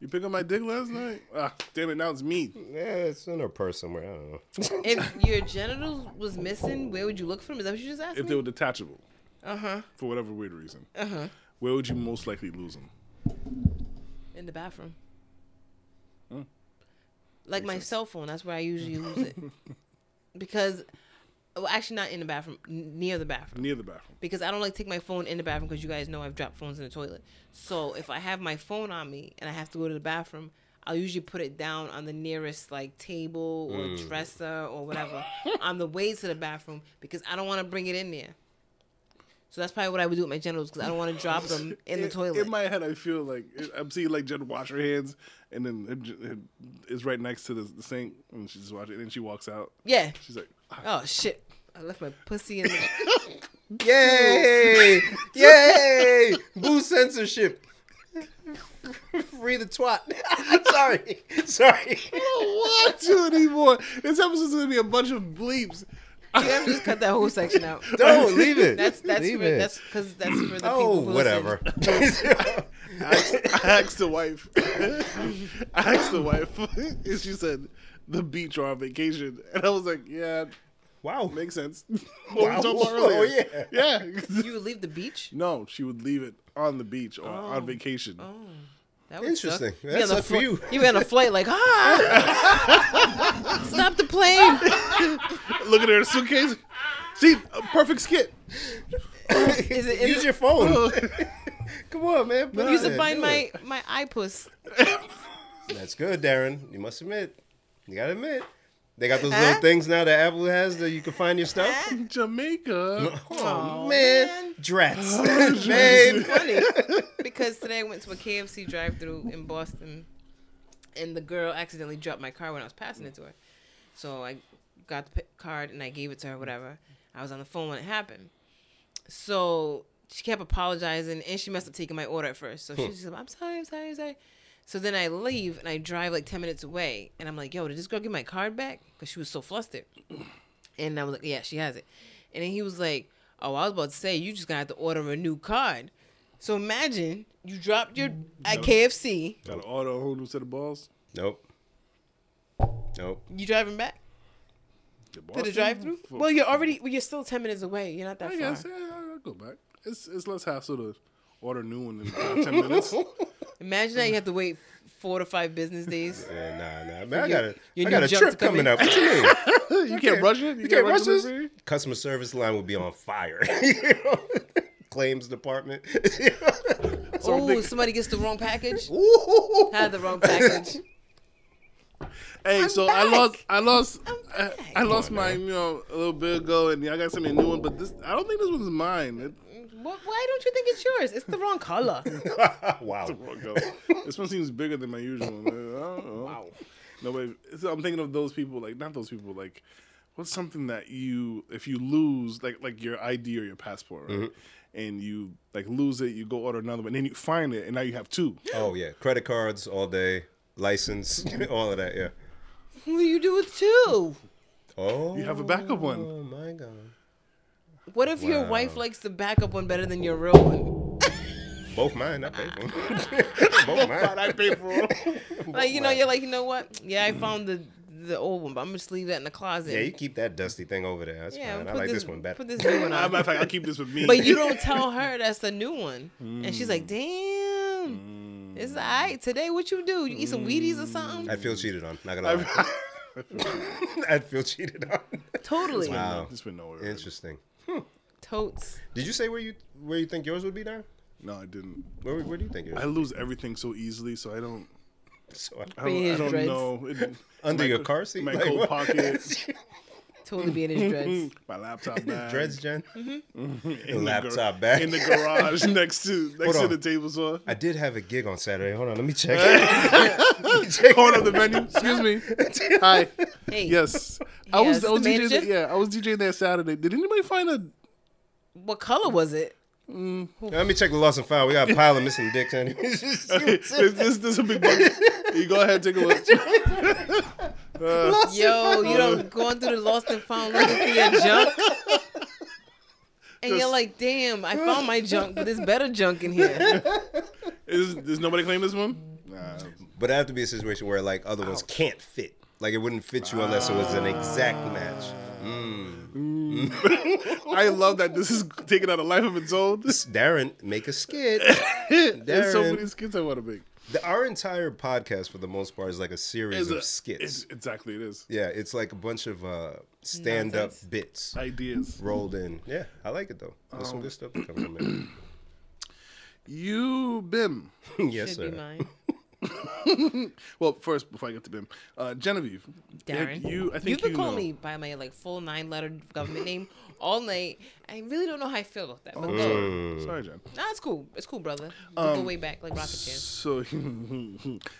[SPEAKER 3] you pick up my dick last night? Ah, damn it, now it's me.
[SPEAKER 2] yeah, it's in her purse somewhere. I don't
[SPEAKER 3] [laughs]
[SPEAKER 2] know.
[SPEAKER 1] If your genitals was missing, where would you look for them? Is that what you just asked
[SPEAKER 3] If they
[SPEAKER 1] me?
[SPEAKER 3] were detachable, uh
[SPEAKER 1] Uh-huh.
[SPEAKER 3] huh, for whatever weird reason, uh huh, where would you most likely lose them?
[SPEAKER 1] In the bathroom.
[SPEAKER 3] Hmm.
[SPEAKER 1] Like my cell phone. That's where I usually lose
[SPEAKER 3] [laughs]
[SPEAKER 1] it. because, well, actually, not in the bathroom. n- Near the bathroom.
[SPEAKER 3] Near the bathroom.
[SPEAKER 1] because I don't like to take my phone in the bathroom because you guys know I've dropped phones in the toilet. So if I have my phone on me and I have to go to the bathroom, I'll usually put it down on the nearest like table or
[SPEAKER 2] Mm.
[SPEAKER 1] dresser or whatever [laughs] on the way to the bathroom because I don't want to bring it in there. So that's probably what I would do with my genitals because I don't want to drop them in the
[SPEAKER 3] In-
[SPEAKER 1] toilet.
[SPEAKER 3] In my head, I feel like I'm seeing like Jen wash her hands, and then it j- it, it's right next to the, the sink, and she's watching, and then she walks out.
[SPEAKER 1] yeah.
[SPEAKER 3] She's like, ah,
[SPEAKER 1] Oh shit. I left my pussy in the [laughs]
[SPEAKER 2] Yay! Yay! Boo censorship. [laughs] Free the twat. [laughs] sorry, sorry.
[SPEAKER 3] I don't want to anymore. This episode's gonna be a bunch of bleeps.
[SPEAKER 1] You have to just cut that whole section out.
[SPEAKER 2] Don't leave it.
[SPEAKER 1] That's that's
[SPEAKER 2] leave
[SPEAKER 1] for,
[SPEAKER 2] it.
[SPEAKER 1] that's because that's for the
[SPEAKER 2] oh,
[SPEAKER 1] people. who
[SPEAKER 2] whatever.
[SPEAKER 1] listen.
[SPEAKER 2] [laughs]
[SPEAKER 1] [laughs]
[SPEAKER 3] I asked, I asked the wife. [laughs] I asked the wife, [laughs] and she said, "The beach or on vacation," and I was like, "Yeah,
[SPEAKER 2] wow.
[SPEAKER 3] makes sense." [laughs] what
[SPEAKER 2] Wow.
[SPEAKER 3] we talked about
[SPEAKER 2] [laughs] Oh,
[SPEAKER 3] earlier. yeah, [laughs]
[SPEAKER 1] You would leave the beach.
[SPEAKER 3] no, she would leave it on the beach or
[SPEAKER 2] Oh.
[SPEAKER 3] on vacation.
[SPEAKER 1] That would
[SPEAKER 2] Interesting.
[SPEAKER 1] suck. You
[SPEAKER 2] That's
[SPEAKER 1] on a
[SPEAKER 2] up for you.
[SPEAKER 1] You on a flight like ah,
[SPEAKER 2] [laughs]
[SPEAKER 1] stop the plane.
[SPEAKER 3] [laughs] Look at her suitcase. See, a perfect skit.
[SPEAKER 1] Is it?
[SPEAKER 2] Use
[SPEAKER 1] Is
[SPEAKER 2] your
[SPEAKER 1] it
[SPEAKER 2] phone. [laughs] Come on, man. Put it
[SPEAKER 1] used
[SPEAKER 2] in.
[SPEAKER 1] to find
[SPEAKER 2] Do
[SPEAKER 1] my my iPuss.
[SPEAKER 2] it. That's good, Darren. You must admit. You gotta admit. They got those
[SPEAKER 1] Huh?
[SPEAKER 2] little things now that Apple has that you can find your stuff. [laughs]
[SPEAKER 3] Jamaica.
[SPEAKER 2] Oh, man.
[SPEAKER 1] man.
[SPEAKER 2] [laughs] Drats.
[SPEAKER 3] Jesus.
[SPEAKER 2] Babe.
[SPEAKER 1] Funny because today I went to a KFC drive-through in Boston, and the girl accidentally dropped my card when I was passing it to her. So I got the p- card and I gave it to her. Whatever. I was on the phone when it happened. So she kept apologizing, and she must have taken my order at first. So she's just like, "I'm sorry, I'm sorry, I'm sorry." So then I leave and I drive like ten minutes away, and I'm like, "Yo, did this girl get my card back?" Because she was so flustered. And I was like, "Yeah, she has it." And then he was like, "Oh, I was about to say you just gonna have to order a new card." So imagine you dropped your at KFC,
[SPEAKER 3] Got an auto hold to the balls.
[SPEAKER 2] Nope.
[SPEAKER 1] [laughs]
[SPEAKER 2] Nope.
[SPEAKER 1] you driving back to the
[SPEAKER 3] Boston?
[SPEAKER 1] drive-through.
[SPEAKER 3] For-
[SPEAKER 1] Well, you're already well, you're still ten minutes away. You're not that
[SPEAKER 3] I
[SPEAKER 1] far.
[SPEAKER 3] guess yeah, I'll go back. It's it's less hassle to order new one in about ten
[SPEAKER 2] [laughs]
[SPEAKER 3] minutes. [laughs]
[SPEAKER 1] Imagine
[SPEAKER 3] Mm.
[SPEAKER 1] that you have to wait four to five business
[SPEAKER 3] [laughs]
[SPEAKER 1] days.
[SPEAKER 2] Yeah, nah, nah. Man, I
[SPEAKER 1] your-
[SPEAKER 2] got a,
[SPEAKER 1] your
[SPEAKER 2] I
[SPEAKER 1] new
[SPEAKER 2] got a
[SPEAKER 1] jump
[SPEAKER 2] trip
[SPEAKER 1] to come
[SPEAKER 2] coming
[SPEAKER 1] in.
[SPEAKER 2] up.
[SPEAKER 1] [laughs]
[SPEAKER 2] What you mean?
[SPEAKER 3] you can't rush it.
[SPEAKER 2] You can't rush this.
[SPEAKER 3] delivery?
[SPEAKER 2] Customer service line would be on [laughs] fire. You know? Claims department. [laughs]
[SPEAKER 1] Oh, somebody gets the wrong package.
[SPEAKER 2] Ooh.
[SPEAKER 1] Had the wrong package.
[SPEAKER 3] [laughs] Hey, so I
[SPEAKER 1] back.
[SPEAKER 3] lost, I lost, I,
[SPEAKER 1] back.
[SPEAKER 3] I lost mine, you know, a little bit ago, and I got sent me a new one. But this, I don't think this one's mine. It,
[SPEAKER 1] What, why don't you think it's yours? It's the wrong color. [laughs]
[SPEAKER 2] wow.
[SPEAKER 3] I'll go. this one seems bigger than my usual one. I don't know. Wow. No, but so I'm thinking of those people, like not those people, like what's something that you, if you lose, like like your ID or your passport, right? And you like lose it, you go order another one, and then you find it, and now you have two.
[SPEAKER 2] Oh yeah, credit cards all day, license, [laughs] all of that. Yeah.
[SPEAKER 1] what do you do with two?
[SPEAKER 2] Oh.
[SPEAKER 3] You have a backup one.
[SPEAKER 2] Oh my god.
[SPEAKER 1] What if your wife likes the backup one better than your real one?
[SPEAKER 2] Both mine. I paid
[SPEAKER 3] [laughs]
[SPEAKER 2] for 'em. Both
[SPEAKER 3] God,
[SPEAKER 2] mine.
[SPEAKER 3] I paid for it.
[SPEAKER 1] Like you know, you're like, you know what? Yeah, I found the the old one, but I'm gonna just leave that in the closet.
[SPEAKER 2] mm. Yeah, you keep that dusty thing over there. That's
[SPEAKER 1] Yeah,
[SPEAKER 2] fine. I
[SPEAKER 1] put
[SPEAKER 2] like this, one better. [laughs]
[SPEAKER 1] Put this new one
[SPEAKER 3] Nah, matter
[SPEAKER 1] on.
[SPEAKER 3] of fact, I'll keep this with me.
[SPEAKER 2] Mm.
[SPEAKER 1] but you don't tell her that's the new one, and she's like, "Damn, It's all right. Today, what you do? You eat some Wheaties or something?
[SPEAKER 2] I feel cheated on. Not gonna lie. [laughs] I feel cheated on.
[SPEAKER 1] totally.
[SPEAKER 2] Wow.
[SPEAKER 3] [laughs] It's been nowhere.
[SPEAKER 2] Interesting.
[SPEAKER 1] Totes.
[SPEAKER 2] Did you say where you where you think yours would be, Darren?
[SPEAKER 3] No, I didn't.
[SPEAKER 2] Where, where do you think it
[SPEAKER 3] I
[SPEAKER 2] is?
[SPEAKER 3] lose everything so easily, so I don't.
[SPEAKER 2] So I-
[SPEAKER 3] I don't, I
[SPEAKER 1] His
[SPEAKER 3] don't
[SPEAKER 1] dreads.
[SPEAKER 2] [laughs]
[SPEAKER 3] know. It-
[SPEAKER 2] under
[SPEAKER 3] my-
[SPEAKER 2] your car seat?
[SPEAKER 3] my
[SPEAKER 2] Like,
[SPEAKER 3] coat
[SPEAKER 2] what? [laughs]
[SPEAKER 3] pocket,
[SPEAKER 1] Totally being his dreads.
[SPEAKER 3] [laughs] my laptop bag,
[SPEAKER 2] Dreads, Jen?
[SPEAKER 1] Mm-hmm.
[SPEAKER 3] in the
[SPEAKER 2] laptop bag.
[SPEAKER 3] in the garage [laughs] next to next to
[SPEAKER 2] on.
[SPEAKER 3] the table saw.
[SPEAKER 2] I did have a gig on Saturday. Hold on, let me
[SPEAKER 3] [laughs]
[SPEAKER 2] check. Let me check.
[SPEAKER 3] Going up the
[SPEAKER 2] [laughs]
[SPEAKER 3] venue. Excuse me. Hi.
[SPEAKER 1] Hey.
[SPEAKER 3] Yes, I was.
[SPEAKER 1] this
[SPEAKER 3] I
[SPEAKER 1] the
[SPEAKER 3] was DJing.
[SPEAKER 1] manager?
[SPEAKER 3] Yeah, I was DJing that Saturday. Did anybody
[SPEAKER 1] [laughs]
[SPEAKER 3] find a?
[SPEAKER 1] What color
[SPEAKER 2] [laughs]
[SPEAKER 1] was it?
[SPEAKER 2] Let me check the lost and found. We got a pile of missing dicks. honey. [laughs]
[SPEAKER 3] [laughs] There's, there's, there's a big
[SPEAKER 1] [laughs]
[SPEAKER 3] bucket. You go ahead, take a look.
[SPEAKER 1] Yo, you don't going through the lost and found looking for
[SPEAKER 2] [laughs]
[SPEAKER 1] your junk. And you're like, damn, I found my junk, but there's better junk
[SPEAKER 2] [laughs]
[SPEAKER 1] in here.
[SPEAKER 3] Is does nobody claim this one? Nah.
[SPEAKER 2] but it have to be a situation where like other ones can't fit. Like it wouldn't fit you unless it was an
[SPEAKER 3] Ah.
[SPEAKER 2] exact match.
[SPEAKER 1] [laughs]
[SPEAKER 3] I love that this is taking out a life of its own.
[SPEAKER 2] This- Darren, make a skit.
[SPEAKER 3] [laughs] There's so
[SPEAKER 2] Darren.
[SPEAKER 3] many skits I want to make.
[SPEAKER 2] The- our entire podcast, for the most part, is like a series
[SPEAKER 3] It's
[SPEAKER 2] of
[SPEAKER 3] a-
[SPEAKER 2] skits.
[SPEAKER 3] it's- exactly, it is.
[SPEAKER 2] yeah, it's like a bunch of uh, stand-up
[SPEAKER 1] Nonsense.
[SPEAKER 2] bits
[SPEAKER 3] Ideas.
[SPEAKER 2] rolled in. Yeah, I like it though. There's
[SPEAKER 3] Um,
[SPEAKER 2] some good stuff that comes from
[SPEAKER 3] [clears throat]
[SPEAKER 2] it.
[SPEAKER 3] You, Bim.
[SPEAKER 2] [clears throat] yes,
[SPEAKER 1] Should be
[SPEAKER 2] sir.
[SPEAKER 1] mine.
[SPEAKER 3] Well, first, before I get to Bim, uh, Genevieve.
[SPEAKER 1] Darren.
[SPEAKER 3] You, I think
[SPEAKER 1] You've been
[SPEAKER 3] you
[SPEAKER 1] calling
[SPEAKER 3] know.
[SPEAKER 1] me by my like full nine letter government name all night. I really don't know how I feel about that. But go.
[SPEAKER 3] Sorry, Jen.
[SPEAKER 1] Nah, it's cool. It's cool, brother. We go
[SPEAKER 3] Um,
[SPEAKER 1] way back, like Rocket Chan,
[SPEAKER 3] So,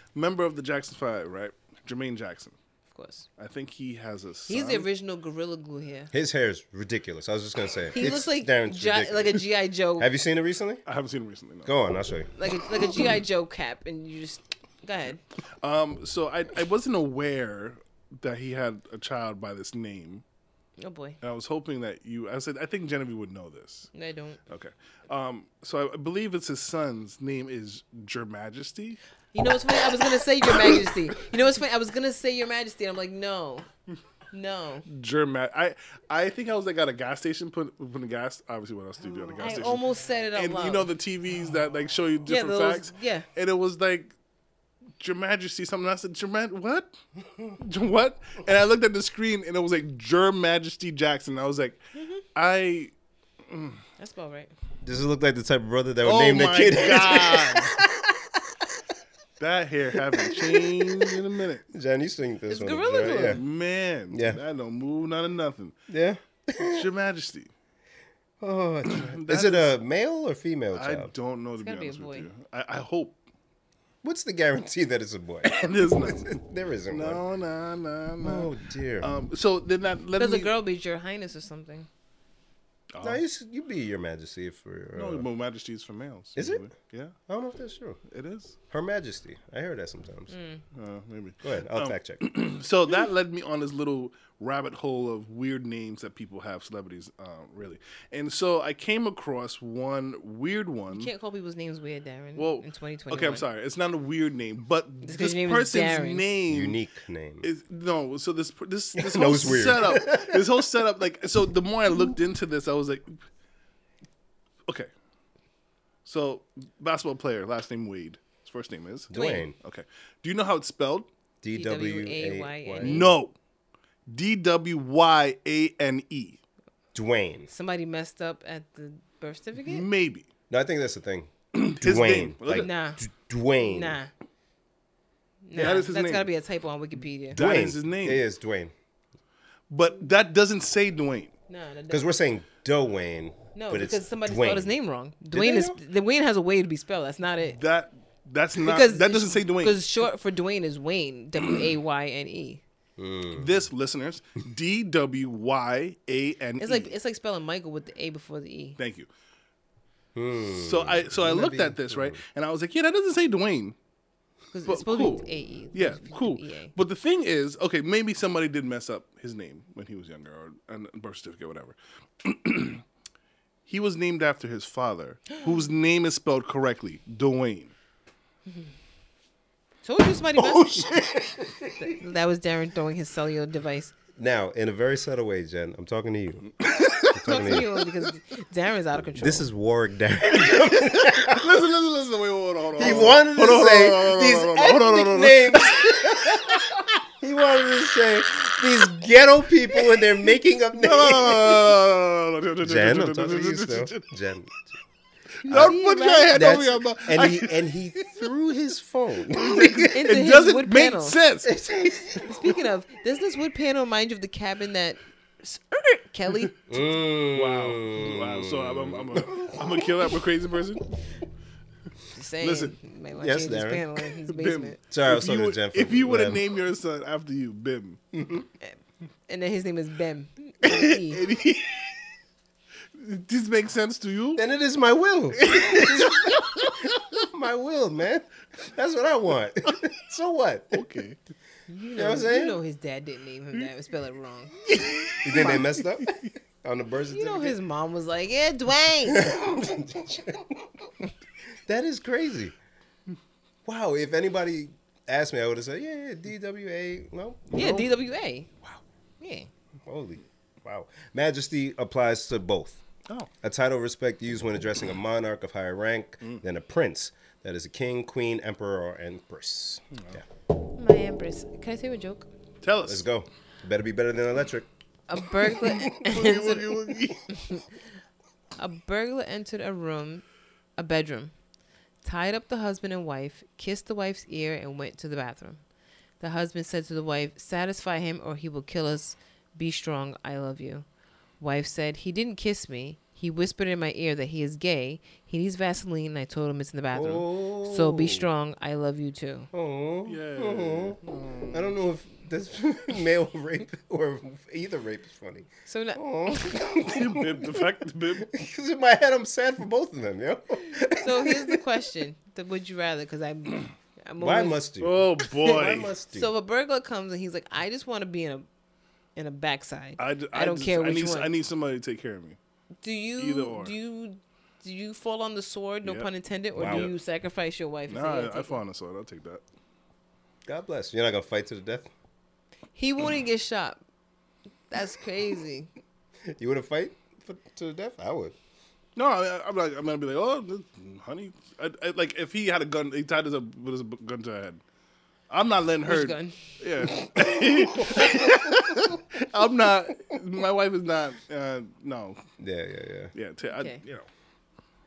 [SPEAKER 3] [laughs] member of the Jackson Five, right? Jermaine Jackson.
[SPEAKER 1] of course.
[SPEAKER 3] I think he has a son.
[SPEAKER 1] He's the original Gorilla Glue here.
[SPEAKER 2] His hair is ridiculous. I was just gonna say.
[SPEAKER 1] He
[SPEAKER 2] it's
[SPEAKER 1] looks like
[SPEAKER 2] Darren's
[SPEAKER 1] Gi-
[SPEAKER 2] ridiculous.
[SPEAKER 1] like a GI Joe,
[SPEAKER 2] Have you seen it recently?
[SPEAKER 3] I haven't seen him recently. No.
[SPEAKER 2] Go on, I'll show you.
[SPEAKER 1] like a, like a GI Joe cap, and you just go ahead.
[SPEAKER 3] Um, so I, I wasn't aware that he had a child by this name,
[SPEAKER 1] Oh boy,
[SPEAKER 3] and I was hoping that you. I said I think Genevieve would know this.
[SPEAKER 1] no, I don't.
[SPEAKER 3] Okay. Um, so I believe it's his son's name is Your Majesty.
[SPEAKER 1] You know what's funny? I was gonna say Your Majesty. You know what's funny? I was gonna say Your Majesty, and I'm like, no, no.
[SPEAKER 3] Your Ma- I I think I was like at a gas station put putting gas. Obviously, what else do you do at a gas
[SPEAKER 1] I
[SPEAKER 3] station?
[SPEAKER 1] almost said it out
[SPEAKER 3] and
[SPEAKER 1] loud.
[SPEAKER 3] you know the TVs that like show you different
[SPEAKER 1] those-
[SPEAKER 3] facts.
[SPEAKER 1] yeah.
[SPEAKER 3] And it was like Your Majesty something. I said Your Ma- what? [laughs] what? And I looked at the screen and it was like Your Majesty Jackson. I was like,
[SPEAKER 1] Mm-hmm.
[SPEAKER 3] I.
[SPEAKER 1] That's about right.
[SPEAKER 2] Does it look like the type of brother that would
[SPEAKER 3] Oh
[SPEAKER 2] name the
[SPEAKER 3] my
[SPEAKER 2] kid? [laughs]
[SPEAKER 3] god. that hair haven't changed in a minute.
[SPEAKER 2] John, you sing this
[SPEAKER 1] It's
[SPEAKER 2] one.
[SPEAKER 1] Gorilla
[SPEAKER 2] right?
[SPEAKER 1] Glue.
[SPEAKER 2] Yeah.
[SPEAKER 3] Man,
[SPEAKER 2] Yeah.
[SPEAKER 3] that don't move, none of nothing.
[SPEAKER 2] Yeah.
[SPEAKER 3] It's Your Majesty.
[SPEAKER 2] Oh, it's- is it a male or female
[SPEAKER 3] I
[SPEAKER 2] child?
[SPEAKER 3] don't know to be
[SPEAKER 1] gotta be a
[SPEAKER 3] honest with
[SPEAKER 1] boy.
[SPEAKER 3] you. I, I hope
[SPEAKER 2] What's the guarantee that it's a boy?
[SPEAKER 3] [laughs] there's no,
[SPEAKER 2] there isn't one.
[SPEAKER 3] no, no, no, no.
[SPEAKER 2] Oh dear.
[SPEAKER 3] Um, so then that let
[SPEAKER 1] There's
[SPEAKER 3] me.
[SPEAKER 1] a girl be Your Highness or something.
[SPEAKER 2] no, you, s- you be your Majesty for. Uh,
[SPEAKER 3] No, Your Majesty is for males.
[SPEAKER 2] Is it?
[SPEAKER 3] usually. Yeah,
[SPEAKER 2] I don't know if that's true.
[SPEAKER 3] it is.
[SPEAKER 2] Her Majesty. I hear that sometimes.
[SPEAKER 1] Mm.
[SPEAKER 3] Uh, maybe.
[SPEAKER 2] Go ahead. I'll
[SPEAKER 3] [clears throat]
[SPEAKER 2] fact check.
[SPEAKER 3] So that led me on this little rabbit hole of weird names that people have celebrities, um, really. And so I came across one weird one.
[SPEAKER 1] Can't call people's names weird, Darren.
[SPEAKER 3] Well,
[SPEAKER 1] in 2020.
[SPEAKER 3] Hmm? Okay, I'm sorry. It's not a weird name, but this
[SPEAKER 1] his name is
[SPEAKER 3] person's
[SPEAKER 1] Darren.
[SPEAKER 3] name
[SPEAKER 2] Unique name.
[SPEAKER 3] is no. So this
[SPEAKER 2] [laughs]
[SPEAKER 3] this this
[SPEAKER 2] No,
[SPEAKER 3] whole
[SPEAKER 2] it's weird. [laughs]
[SPEAKER 3] setup, this whole setup, like so. The more I looked into this, I was like, okay. So basketball player, last name Wade. His first name is
[SPEAKER 2] Dwayne.
[SPEAKER 3] Okay. Do you know how it's spelled?
[SPEAKER 2] D W A Y.
[SPEAKER 1] D-W-A-Y-N-E.
[SPEAKER 3] No. D W Y A N E.
[SPEAKER 2] Dwayne.
[SPEAKER 1] Somebody messed up at the birth certificate.
[SPEAKER 3] Maybe.
[SPEAKER 2] No, I think that's the thing.
[SPEAKER 3] [clears throat] His
[SPEAKER 2] Dwayne.
[SPEAKER 3] name. Look at-
[SPEAKER 2] Like,
[SPEAKER 1] Nah.
[SPEAKER 2] D- Dwayne.
[SPEAKER 1] Nah. Nah,
[SPEAKER 3] that is his
[SPEAKER 1] that's
[SPEAKER 3] name.
[SPEAKER 1] gotta be a typo on Wikipedia.
[SPEAKER 3] That
[SPEAKER 2] Dwayne.
[SPEAKER 3] is his name.
[SPEAKER 2] It is Dwayne.
[SPEAKER 3] But that doesn't say Dwayne.
[SPEAKER 1] No, that
[SPEAKER 2] Because we're saying Dwayne.
[SPEAKER 1] No,
[SPEAKER 2] but
[SPEAKER 1] because
[SPEAKER 2] it's
[SPEAKER 1] somebody
[SPEAKER 2] Dwayne.
[SPEAKER 1] spelled his name wrong.
[SPEAKER 2] they
[SPEAKER 1] Dwayne is
[SPEAKER 2] know?
[SPEAKER 1] Dwayne has a way to be spelled. That's not it.
[SPEAKER 3] That that's not
[SPEAKER 1] Because
[SPEAKER 3] that doesn't say Dwayne.
[SPEAKER 1] Because short for Dwayne is Wayne. W A Y N E.
[SPEAKER 2] Mm.
[SPEAKER 3] This listeners, D W Y A N E.
[SPEAKER 1] It's like it's like spelling Michael with the A before the E.
[SPEAKER 3] Thank you. So I so I looked
[SPEAKER 2] be-
[SPEAKER 3] at this right, and I was like, yeah, that doesn't say Dwayne.
[SPEAKER 1] Because
[SPEAKER 3] But
[SPEAKER 1] it's supposed
[SPEAKER 3] cool.
[SPEAKER 1] to be A E.
[SPEAKER 3] Yeah, cool.
[SPEAKER 1] E-A.
[SPEAKER 3] But the thing is, okay, maybe somebody did mess up his name when he was younger, or a birth certificate, whatever. he was named after his father, whose name is spelled correctly, Dwayne.
[SPEAKER 1] Told you somebody messed. Oh, That was Darren throwing his cellular device.
[SPEAKER 3] [laughs]
[SPEAKER 2] Now, in a very subtle way, Jen, I'm talking to you.
[SPEAKER 1] Talk
[SPEAKER 2] talking
[SPEAKER 1] to
[SPEAKER 2] to
[SPEAKER 1] me
[SPEAKER 2] you.
[SPEAKER 1] Ola, [laughs] because Darren's out of control.
[SPEAKER 2] This is Warwick
[SPEAKER 3] [laughs]
[SPEAKER 2] Darren.
[SPEAKER 3] Listen, listen, listen. Wait, hold on, hold on.
[SPEAKER 2] He wanted to
[SPEAKER 3] Hold on,
[SPEAKER 2] say
[SPEAKER 3] hold on,
[SPEAKER 2] these
[SPEAKER 3] hold on,
[SPEAKER 2] ethnic
[SPEAKER 3] hold on, hold on, hold on.
[SPEAKER 2] names. [laughs] he wanted to say these ghetto people and they're making
[SPEAKER 3] [laughs]
[SPEAKER 2] up names. Jen, I'm talking to you still. Jen.
[SPEAKER 3] Don't put your hand
[SPEAKER 2] That's-
[SPEAKER 3] over your mouth.
[SPEAKER 2] and
[SPEAKER 3] I-
[SPEAKER 2] he and he threw his phone.
[SPEAKER 3] [laughs]
[SPEAKER 2] [laughs]
[SPEAKER 1] Into
[SPEAKER 3] It
[SPEAKER 1] his
[SPEAKER 3] doesn't
[SPEAKER 1] wood
[SPEAKER 3] make
[SPEAKER 1] panel.
[SPEAKER 3] sense.
[SPEAKER 1] Speaking of, does this wood panel remind you of the cabin that er, Kelly?
[SPEAKER 2] wow.
[SPEAKER 3] Wow. So I'm, I'm, I'm, a, I'm gonna kill that with crazy person.
[SPEAKER 1] Just saying,
[SPEAKER 3] Listen.
[SPEAKER 1] you might want to
[SPEAKER 2] Yes,
[SPEAKER 1] change his
[SPEAKER 2] Darren.
[SPEAKER 1] panel in his basement.
[SPEAKER 2] Sorry, I was
[SPEAKER 3] if you
[SPEAKER 2] talking to
[SPEAKER 3] would-
[SPEAKER 2] Jen for
[SPEAKER 3] If you would have
[SPEAKER 2] whatever.
[SPEAKER 3] named your son after you, Bim, [laughs]
[SPEAKER 1] Eh, And then his name is Bem. E.
[SPEAKER 3] and he- this makes sense to you?
[SPEAKER 2] Then it is my
[SPEAKER 3] [laughs]
[SPEAKER 2] will. [laughs] my will, man. That's what I want. [laughs] so what?
[SPEAKER 3] Okay.
[SPEAKER 2] You know what I'm saying?
[SPEAKER 1] you know his dad didn't name him that. Spell it wrong.
[SPEAKER 2] You think they messed
[SPEAKER 1] [laughs]
[SPEAKER 2] up on the birth
[SPEAKER 1] You
[SPEAKER 2] certificate?
[SPEAKER 1] know his mom was like, "Yeah, Dwayne."
[SPEAKER 2] [laughs] that is crazy. Wow. If anybody asked me, I would have said, yeah, yeah, DWA. No.
[SPEAKER 1] yeah,
[SPEAKER 2] no.
[SPEAKER 1] DWA.
[SPEAKER 2] Wow.
[SPEAKER 1] Yeah.
[SPEAKER 2] Holy. Wow. Majesty applies to both.
[SPEAKER 3] Oh.
[SPEAKER 2] A title of respect used when addressing a monarch of higher rank
[SPEAKER 1] Mm.
[SPEAKER 2] than a prince. That is a king, queen, emperor, or empress.
[SPEAKER 1] Hmm.
[SPEAKER 2] Yeah.
[SPEAKER 1] My empress. Can I tell you a joke?
[SPEAKER 3] Tell us.
[SPEAKER 2] Let's go. Better be better than electric.
[SPEAKER 1] A
[SPEAKER 2] [laughs]
[SPEAKER 1] burglar. [laughs]
[SPEAKER 3] Woogie, woogie, woogie.
[SPEAKER 1] A burglar entered a room, a bedroom, tied up the husband and wife, kissed the wife's ear, and went to the bathroom. The husband said to the wife, Satisfy him or he will kill us. Be strong. I love you. Wife said, He didn't kiss me. He whispered in my ear that he is gay. He needs Vaseline, and I told him it's in the bathroom. So be
[SPEAKER 2] Oh.
[SPEAKER 1] strong. I love you too.
[SPEAKER 2] Oh,
[SPEAKER 1] [laughs]
[SPEAKER 3] Yeah.
[SPEAKER 2] I don't know if that's [laughs] male rape or either rape is funny.
[SPEAKER 1] So now,
[SPEAKER 2] Oh,
[SPEAKER 3] Bim, the fact, Bim.
[SPEAKER 2] because in my head I'm sad for both of them, yo.
[SPEAKER 1] so
[SPEAKER 2] [laughs]
[SPEAKER 1] here's the question: the Would you rather? Because I'm, I'm
[SPEAKER 2] Why
[SPEAKER 1] always-
[SPEAKER 2] must you?
[SPEAKER 3] Oh
[SPEAKER 2] Why
[SPEAKER 3] boy.
[SPEAKER 2] must you?
[SPEAKER 1] So if a burglar comes and he's like, I just want to be in a in a backside. I,
[SPEAKER 3] d-
[SPEAKER 1] don't
[SPEAKER 3] just-
[SPEAKER 1] care
[SPEAKER 3] I
[SPEAKER 1] which
[SPEAKER 3] need,
[SPEAKER 1] one.
[SPEAKER 3] I need somebody to take care of me.
[SPEAKER 1] do
[SPEAKER 3] either
[SPEAKER 1] you
[SPEAKER 3] or.
[SPEAKER 1] do you do you fall on the sword? No
[SPEAKER 3] Yep.
[SPEAKER 1] pun intended. Or
[SPEAKER 2] Wow.
[SPEAKER 1] do you sacrifice your wife? and say, "Yeah,
[SPEAKER 3] Nah, I, I
[SPEAKER 1] take it."
[SPEAKER 3] fall on a sword. I'll take that.
[SPEAKER 2] God bless. You're not gonna fight to the death.
[SPEAKER 1] He wouldn't get shot. That's
[SPEAKER 3] [laughs]
[SPEAKER 1] crazy.
[SPEAKER 2] You would to fight for, to the death? I would.
[SPEAKER 3] No, I, I'm like I'm gonna be like, oh, this- honey, I, I, like if he had a gun, he tied his up with his gun to her head. I'm not letting her.
[SPEAKER 1] Which gun?
[SPEAKER 3] Yeah. [laughs] I'm not. My wife is not. Uh, no.
[SPEAKER 2] Yeah, yeah,
[SPEAKER 3] [laughs]
[SPEAKER 2] yeah.
[SPEAKER 3] Yeah. T- I,
[SPEAKER 1] Okay.
[SPEAKER 3] You know.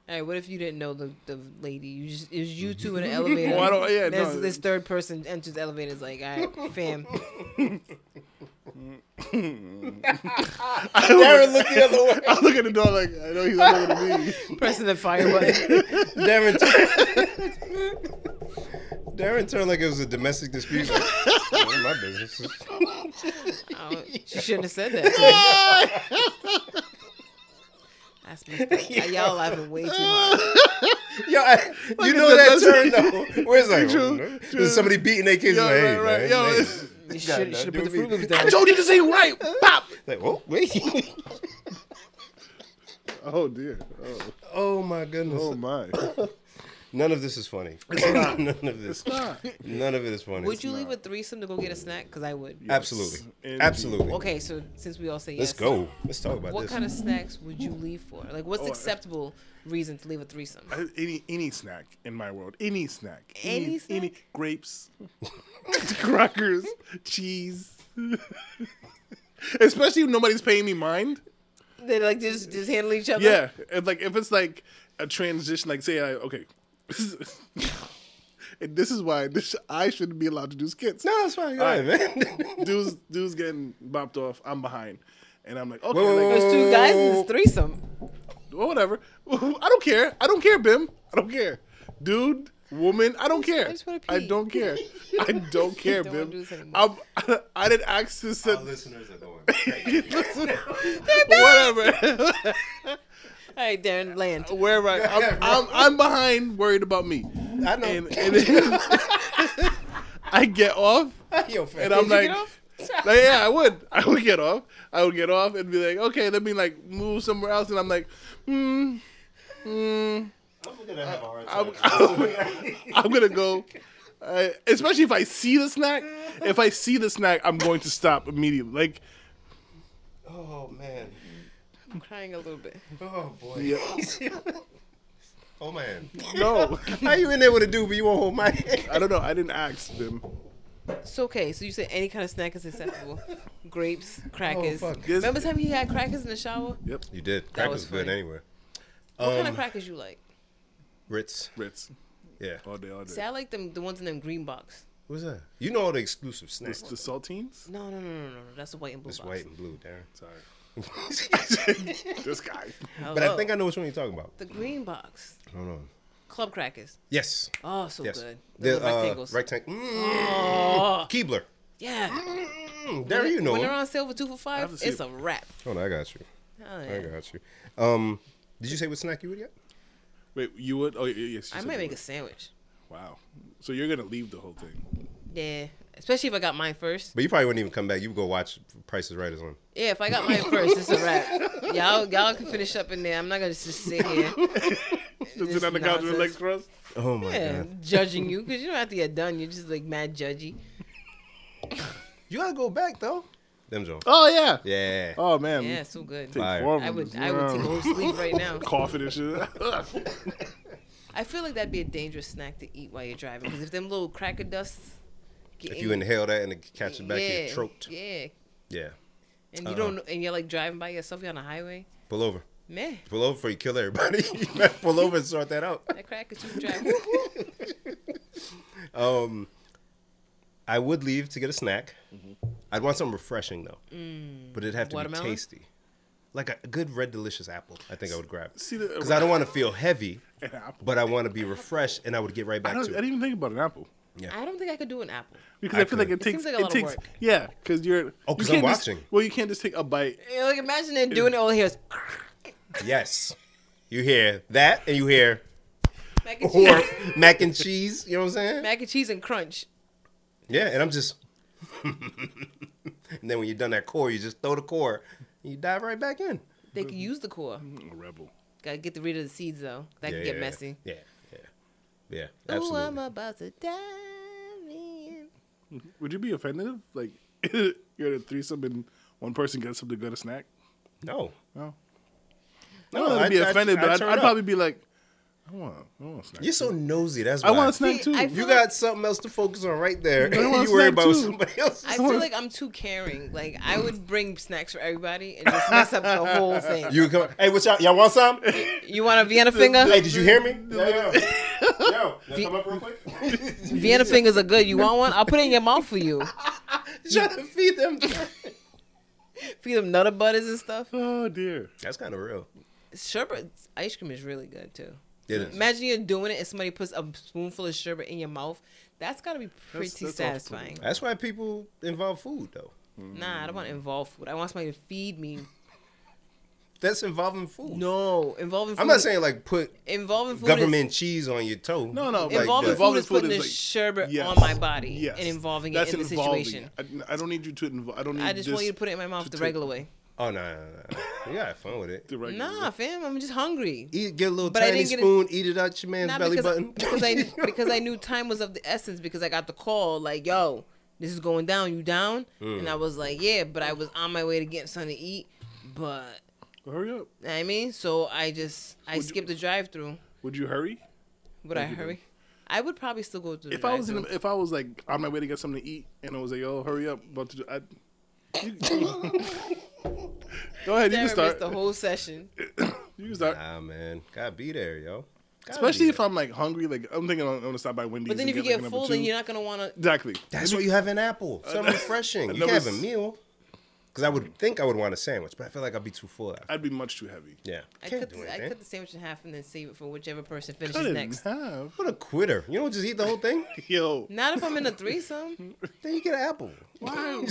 [SPEAKER 1] All right. What if you didn't know the, the lady? You just it was
[SPEAKER 3] [laughs]
[SPEAKER 1] you two in an elevator.
[SPEAKER 3] Oh, I don't- yeah,
[SPEAKER 1] There's-
[SPEAKER 3] no.
[SPEAKER 1] This third person enters the elevator. Is like, all
[SPEAKER 3] [laughs]
[SPEAKER 1] right, fam.
[SPEAKER 2] Darren looked the other
[SPEAKER 3] [laughs]
[SPEAKER 2] way.
[SPEAKER 3] I look at the door like I know he's not looking [laughs] at me.
[SPEAKER 1] Pressing the fire button.
[SPEAKER 2] Darren. Turned, [laughs] Darren turned like it was a domestic dispute. Like, "None of my
[SPEAKER 3] [laughs]
[SPEAKER 2] business.
[SPEAKER 1] I [laughs] don't- Oh, she shouldn't have said that. [laughs] That's messed up. Y'all laughing way too [laughs] hard.
[SPEAKER 2] Yo, I, you
[SPEAKER 3] at
[SPEAKER 2] know that
[SPEAKER 3] that-
[SPEAKER 2] turn though. Where it's like,
[SPEAKER 3] True,
[SPEAKER 2] oh, no.
[SPEAKER 3] true.
[SPEAKER 2] There's somebody beating their kids.
[SPEAKER 3] Yo,
[SPEAKER 2] like, hey,
[SPEAKER 3] right, right.
[SPEAKER 2] man,
[SPEAKER 3] Yo,
[SPEAKER 2] hey.
[SPEAKER 3] it's-
[SPEAKER 1] You
[SPEAKER 2] Nah,
[SPEAKER 1] should
[SPEAKER 2] nah,
[SPEAKER 1] should have
[SPEAKER 2] do
[SPEAKER 1] put the
[SPEAKER 2] me.
[SPEAKER 1] Fruit Loops
[SPEAKER 3] I
[SPEAKER 1] down.
[SPEAKER 3] told you this ain't right. Pop.
[SPEAKER 2] Like, oh wait. [laughs]
[SPEAKER 3] Oh dear. Oh,
[SPEAKER 2] oh my goodness.
[SPEAKER 3] oh my.
[SPEAKER 2] None of this is funny. [laughs] None of this.
[SPEAKER 3] It's not. [laughs]
[SPEAKER 2] None of it is funny.
[SPEAKER 1] Would you leave a threesome to go get a snack? Because I would.
[SPEAKER 2] Absolutely.
[SPEAKER 3] Indeed.
[SPEAKER 2] Absolutely.
[SPEAKER 1] Okay, so since we all say
[SPEAKER 2] Let's
[SPEAKER 1] yes,
[SPEAKER 2] go. Let's talk about
[SPEAKER 1] What
[SPEAKER 2] this.
[SPEAKER 1] kind of snacks would you leave for? Like, what's
[SPEAKER 3] Oh, I-
[SPEAKER 1] acceptable reason to leave a threesome?
[SPEAKER 3] I- Any any snack in my world. Any snack.
[SPEAKER 1] Any snack?
[SPEAKER 3] grapes, [laughs] crackers, cheese. [laughs] Especially if nobody's paying me mind.
[SPEAKER 1] [laughs] They like just just handle each other.
[SPEAKER 3] Yeah, and like if it's like a transition, like say I okay, [laughs] and this is why this I shouldn't be allowed to do skits.
[SPEAKER 2] No, it's fine. Go
[SPEAKER 3] All
[SPEAKER 2] ahead,
[SPEAKER 3] right.
[SPEAKER 2] man. [laughs]
[SPEAKER 3] dudes, dudes getting bopped off. I'm behind, and I'm like okay,
[SPEAKER 2] Whoa, whoa,
[SPEAKER 3] like,
[SPEAKER 1] There's two guys in this threesome.
[SPEAKER 3] well, whatever. [laughs] I don't care. I don't care, Bim. I don't care, dude, woman. I don't care.
[SPEAKER 1] just wanna
[SPEAKER 3] I
[SPEAKER 1] pee.
[SPEAKER 3] don't
[SPEAKER 1] [laughs]
[SPEAKER 3] care. I don't care,
[SPEAKER 1] Don't wanna do
[SPEAKER 3] Bim.
[SPEAKER 1] this anymore.
[SPEAKER 3] I'm, [laughs] I didn't ask to sit.
[SPEAKER 2] listeners are going.
[SPEAKER 3] whatever. [laughs]
[SPEAKER 1] All right, Darren, land.
[SPEAKER 3] Wherever I,
[SPEAKER 2] [laughs]
[SPEAKER 3] I'm, I'm, I'm behind, worried about me.
[SPEAKER 2] I know.
[SPEAKER 1] [laughs]
[SPEAKER 3] and, and then [laughs] I get off,
[SPEAKER 2] Yo,
[SPEAKER 3] and I'm
[SPEAKER 1] you
[SPEAKER 3] like,
[SPEAKER 1] get off?
[SPEAKER 3] [laughs] like, yeah, I would, I would get off, I would get off, and be like, okay, let me like move somewhere else, and I'm like, hmm, hmm,
[SPEAKER 2] gonna have a hard
[SPEAKER 3] I'm,
[SPEAKER 1] [laughs]
[SPEAKER 3] I'm gonna go. Uh, especially if I see the snack, if I see the snack, I'm going to stop immediately. Like,
[SPEAKER 2] Oh man.
[SPEAKER 1] I'm crying a little bit.
[SPEAKER 2] Oh boy.
[SPEAKER 1] [laughs]
[SPEAKER 2] oh man.
[SPEAKER 3] No,
[SPEAKER 2] How you in there with a dude but you won't hold my hand?
[SPEAKER 3] I don't know. I didn't ask them.
[SPEAKER 1] It's okay. So you said any kind of snack is acceptable. Grapes, crackers.
[SPEAKER 2] fuck.
[SPEAKER 3] Yes.
[SPEAKER 1] Remember the time he had crackers in the shower?
[SPEAKER 3] Yep,
[SPEAKER 2] You did. Crack
[SPEAKER 1] was
[SPEAKER 2] was, good
[SPEAKER 1] funny.
[SPEAKER 2] anyway.
[SPEAKER 1] What kind of
[SPEAKER 2] Um,
[SPEAKER 1] crackers you like?
[SPEAKER 2] Ritz.
[SPEAKER 3] Ritz
[SPEAKER 2] Yeah.
[SPEAKER 3] all day, all
[SPEAKER 1] See,
[SPEAKER 3] day.
[SPEAKER 1] I like them the ones in them green box.
[SPEAKER 2] What's that? You know all the exclusive
[SPEAKER 3] It's
[SPEAKER 2] snacks.
[SPEAKER 3] the saltines.
[SPEAKER 1] No, no, no, no, no, no. That's the white and blue
[SPEAKER 2] It's
[SPEAKER 1] box.
[SPEAKER 2] white and blue,
[SPEAKER 1] [laughs]
[SPEAKER 2] Darren.
[SPEAKER 3] Sorry,
[SPEAKER 2] but
[SPEAKER 3] this guy.
[SPEAKER 2] I
[SPEAKER 1] Hello.
[SPEAKER 2] think I know which one you're talking about.
[SPEAKER 1] the green box
[SPEAKER 2] I don't know.
[SPEAKER 1] club crackers.
[SPEAKER 2] Yes.
[SPEAKER 1] Oh, so
[SPEAKER 2] Yes.
[SPEAKER 1] good.
[SPEAKER 2] The
[SPEAKER 1] Those
[SPEAKER 2] uh,
[SPEAKER 1] rectangles.
[SPEAKER 2] rectangle. Mm,
[SPEAKER 1] oh,
[SPEAKER 2] Keebler.
[SPEAKER 1] yeah.
[SPEAKER 2] Mm, Darren, you know
[SPEAKER 1] When they're
[SPEAKER 2] him.
[SPEAKER 1] on sale for two for five,
[SPEAKER 3] have to see
[SPEAKER 1] it's
[SPEAKER 3] it.
[SPEAKER 1] a wrap.
[SPEAKER 2] Hold on, I got you.
[SPEAKER 1] Hell yeah.
[SPEAKER 2] I got you. Um, did you say what snack you would get?
[SPEAKER 3] Wait, you would? Oh, y- yes. you
[SPEAKER 1] I
[SPEAKER 3] said
[SPEAKER 1] might
[SPEAKER 3] you
[SPEAKER 1] make a
[SPEAKER 3] would.
[SPEAKER 1] sandwich.
[SPEAKER 3] Wow. So you're gonna leave the whole thing?
[SPEAKER 1] Yeah, especially if I got mine first.
[SPEAKER 2] But you probably wouldn't even come back. You would go watch Price is Right as on.
[SPEAKER 1] Yeah, if I got
[SPEAKER 2] [laughs]
[SPEAKER 1] mine first, it's a wrap. Y'all, y'all can finish up in there. I'm not gonna just sit here.
[SPEAKER 3] Sit on the couch with legs crossed.
[SPEAKER 2] Oh my
[SPEAKER 1] Yeah,
[SPEAKER 2] god.
[SPEAKER 1] judging you because you don't have to get done. You're just like mad judgy.
[SPEAKER 2] You gotta go back though. Them Jones.
[SPEAKER 3] Oh yeah.
[SPEAKER 2] Yeah.
[SPEAKER 3] Oh man.
[SPEAKER 1] Yeah, so good.
[SPEAKER 3] Take
[SPEAKER 2] Fire.
[SPEAKER 3] four of
[SPEAKER 1] I
[SPEAKER 3] them.
[SPEAKER 1] would, I would take a whole sleeve
[SPEAKER 2] [laughs]
[SPEAKER 1] right now.
[SPEAKER 3] Coughing and [laughs] shit.
[SPEAKER 1] I feel like that'd be a dangerous snack to eat while you're driving because if them little cracker dusts, get
[SPEAKER 2] If you inhale that and it catch it back in your
[SPEAKER 1] yeah,
[SPEAKER 2] throat. Uh-huh.
[SPEAKER 1] yeah,
[SPEAKER 2] Yeah.
[SPEAKER 1] and you don't, know- and you're like driving by yourself, you're on the highway,
[SPEAKER 2] Pull over.
[SPEAKER 1] meh.
[SPEAKER 2] Pull over before you kill [laughs] everybody. you better pull over and sort that out.
[SPEAKER 1] That cracker
[SPEAKER 2] [laughs]
[SPEAKER 1] you drive.
[SPEAKER 2] Um, I would leave to get a snack. Mm-hmm. I'd want something refreshing though, but it'd have to
[SPEAKER 1] Mm. Watermelon?
[SPEAKER 2] be tasty, like a good red delicious apple. I think I would grab
[SPEAKER 3] See the-
[SPEAKER 2] because I don't want to feel heavy,
[SPEAKER 3] An apple.
[SPEAKER 2] but I want to be refreshed and I would get right
[SPEAKER 3] I
[SPEAKER 2] back
[SPEAKER 3] don't. I
[SPEAKER 2] to
[SPEAKER 3] didn't
[SPEAKER 2] it.
[SPEAKER 3] even think about an apple.
[SPEAKER 1] I don't think I could do an apple.
[SPEAKER 3] Because
[SPEAKER 2] I
[SPEAKER 3] I, feel like
[SPEAKER 2] could.
[SPEAKER 3] it
[SPEAKER 2] It
[SPEAKER 3] takes.
[SPEAKER 1] seems like a
[SPEAKER 3] it
[SPEAKER 1] lot of
[SPEAKER 3] takes.
[SPEAKER 1] work.
[SPEAKER 3] Yeah, because you're.
[SPEAKER 2] Oh,
[SPEAKER 3] you
[SPEAKER 2] 'cause
[SPEAKER 3] can't
[SPEAKER 2] I'm
[SPEAKER 3] just-
[SPEAKER 2] watching.
[SPEAKER 3] Well, you can't just take a bite.
[SPEAKER 1] You know, like imagine them doing it all here. [laughs]
[SPEAKER 2] Yes, you hear that and you hear
[SPEAKER 1] Mac and [laughs]
[SPEAKER 2] or
[SPEAKER 1] cheese,
[SPEAKER 2] mac and cheese. You know what I'm saying?
[SPEAKER 1] mac and cheese and crunch.
[SPEAKER 2] yeah, and I'm just. [laughs] and then when you're done that core, you just throw the core and you dive right back in.
[SPEAKER 1] They could use the core.
[SPEAKER 3] A rebel.
[SPEAKER 1] Gotta get the rid of the seeds though. That
[SPEAKER 2] yeah, Mm-hmm.
[SPEAKER 1] could
[SPEAKER 2] yeah,
[SPEAKER 1] get
[SPEAKER 2] yeah.
[SPEAKER 1] messy.
[SPEAKER 2] Yeah, yeah, yeah.
[SPEAKER 1] Oh,
[SPEAKER 2] Absolutely.
[SPEAKER 1] I'm about to dive in.
[SPEAKER 3] Would you be offended? if, Like [laughs] you're at a threesome and one person gets something good a snack.
[SPEAKER 2] no.
[SPEAKER 3] No.
[SPEAKER 2] No,
[SPEAKER 3] I wouldn't be
[SPEAKER 2] I'd- I'd-
[SPEAKER 3] offended, but
[SPEAKER 2] I'd
[SPEAKER 3] I'd,
[SPEAKER 2] turn
[SPEAKER 3] I'd
[SPEAKER 2] up.
[SPEAKER 3] probably be like, I want, I want a snack.
[SPEAKER 2] You're so nosy. That's why.
[SPEAKER 3] I want a snack
[SPEAKER 1] See,
[SPEAKER 3] too.
[SPEAKER 1] I-
[SPEAKER 2] You got something else to focus on right [laughs] there.
[SPEAKER 3] I want
[SPEAKER 2] you
[SPEAKER 3] a
[SPEAKER 2] worry
[SPEAKER 3] snack,
[SPEAKER 2] about
[SPEAKER 3] too.
[SPEAKER 2] somebody else.
[SPEAKER 1] I feel like I'm too caring. Like I would bring snacks for everybody and just mess up the
[SPEAKER 2] [laughs]
[SPEAKER 1] whole thing.
[SPEAKER 2] [laughs]
[SPEAKER 1] You,
[SPEAKER 2] you come. Hey, what y'all? Y'all want
[SPEAKER 1] [laughs]
[SPEAKER 2] some? hey,
[SPEAKER 1] want a Vienna finger?
[SPEAKER 2] did you hear me? [laughs] Yo, yo, yo. Yo, y'all come up real quick. [laughs]
[SPEAKER 1] Vienna fingers are good. You want one? I'll put it in your mouth for you.
[SPEAKER 2] Trying to feed them. [laughs]
[SPEAKER 1] Feed them nutter butters and stuff.
[SPEAKER 3] oh dear.
[SPEAKER 2] That's kind of real.
[SPEAKER 1] Sherbet ice cream is really good too.
[SPEAKER 2] It is.
[SPEAKER 1] Imagine you're doing it and somebody puts a spoonful of sherbet in your mouth. That's gotta be pretty
[SPEAKER 3] that's off-putting.
[SPEAKER 1] satisfying.
[SPEAKER 2] That's why people involve food, though.
[SPEAKER 1] Nah, I don't want to involve food. I want somebody to feed me.
[SPEAKER 2] That's involving food.
[SPEAKER 1] No, involving. Food,
[SPEAKER 2] I'm not saying like put
[SPEAKER 1] involving food
[SPEAKER 2] government cheese on your toe.
[SPEAKER 3] No, no.
[SPEAKER 1] Is, involving
[SPEAKER 2] Like,
[SPEAKER 1] food
[SPEAKER 3] involving
[SPEAKER 1] is putting
[SPEAKER 3] food
[SPEAKER 1] the
[SPEAKER 3] is like-
[SPEAKER 1] sherbet
[SPEAKER 3] Yes.
[SPEAKER 1] on my body
[SPEAKER 3] Yes.
[SPEAKER 1] and involving
[SPEAKER 3] That's
[SPEAKER 1] it in
[SPEAKER 3] involving.
[SPEAKER 1] the situation.
[SPEAKER 3] I, I don't need you to involve. I don't need.
[SPEAKER 1] I just want you to put it in my mouth
[SPEAKER 3] to
[SPEAKER 1] the
[SPEAKER 3] take-
[SPEAKER 1] regular way.
[SPEAKER 2] Oh no, no, no, no. You gotta have fun with it.
[SPEAKER 3] The regular-
[SPEAKER 1] Nah, fam, I'm just hungry.
[SPEAKER 2] Eat, get a little
[SPEAKER 1] But I
[SPEAKER 2] tiny
[SPEAKER 1] didn't get it-
[SPEAKER 2] spoon, eat it out your man's
[SPEAKER 1] Not
[SPEAKER 2] belly
[SPEAKER 1] because,
[SPEAKER 2] button. [laughs]
[SPEAKER 1] because I
[SPEAKER 3] [laughs]
[SPEAKER 1] because I knew time was of the essence because I got the call like, yo, this is going down, you down?
[SPEAKER 3] Mm.
[SPEAKER 1] And I was like, Yeah, but I was on my way to get something to eat, but
[SPEAKER 3] Hurry
[SPEAKER 1] you
[SPEAKER 3] up.
[SPEAKER 1] know what I mean, so I just I skipped the drive through.
[SPEAKER 3] Would you hurry?
[SPEAKER 1] Would I hurry? I would probably still go through the
[SPEAKER 3] If I was in,
[SPEAKER 1] drive-thru.
[SPEAKER 3] if I was like on my way to get something to eat, and I was like, "Yo, hurry up!" About to, do, I, you, [laughs] go ahead. You can
[SPEAKER 1] Sarah missed
[SPEAKER 3] start.
[SPEAKER 1] the whole session.
[SPEAKER 3] You can start.
[SPEAKER 2] Nah, man, gotta be there, yo. Gotta
[SPEAKER 3] Especially
[SPEAKER 2] be
[SPEAKER 3] if
[SPEAKER 2] there.
[SPEAKER 3] I'm like hungry, like I'm thinking I'm gonna stop by Wendy's.
[SPEAKER 1] But then if
[SPEAKER 3] and
[SPEAKER 1] you
[SPEAKER 3] like,
[SPEAKER 1] get
[SPEAKER 3] an
[SPEAKER 1] full,
[SPEAKER 3] apple
[SPEAKER 1] then
[SPEAKER 3] too.
[SPEAKER 1] you're not gonna wanna
[SPEAKER 3] exactly.
[SPEAKER 2] that's why you have an apple, something
[SPEAKER 1] [laughs]
[SPEAKER 2] refreshing. You can
[SPEAKER 3] Another
[SPEAKER 2] have a
[SPEAKER 3] s-
[SPEAKER 2] meal. Because I would think I would want a sandwich, but I feel like I'd be too full. After.
[SPEAKER 3] I'd be much too heavy.
[SPEAKER 2] Yeah,
[SPEAKER 1] I
[SPEAKER 2] can't
[SPEAKER 1] cut,
[SPEAKER 2] do
[SPEAKER 1] the, I
[SPEAKER 2] anything.
[SPEAKER 1] cut the sandwich in half and then save it for whichever person finishes
[SPEAKER 3] Cut it in
[SPEAKER 1] next. [laughs]
[SPEAKER 3] half.
[SPEAKER 2] What a quitter! You don't just eat the whole thing.
[SPEAKER 3] Yo,
[SPEAKER 1] Not if I'm in a threesome.
[SPEAKER 2] then you get an apple.
[SPEAKER 3] wow.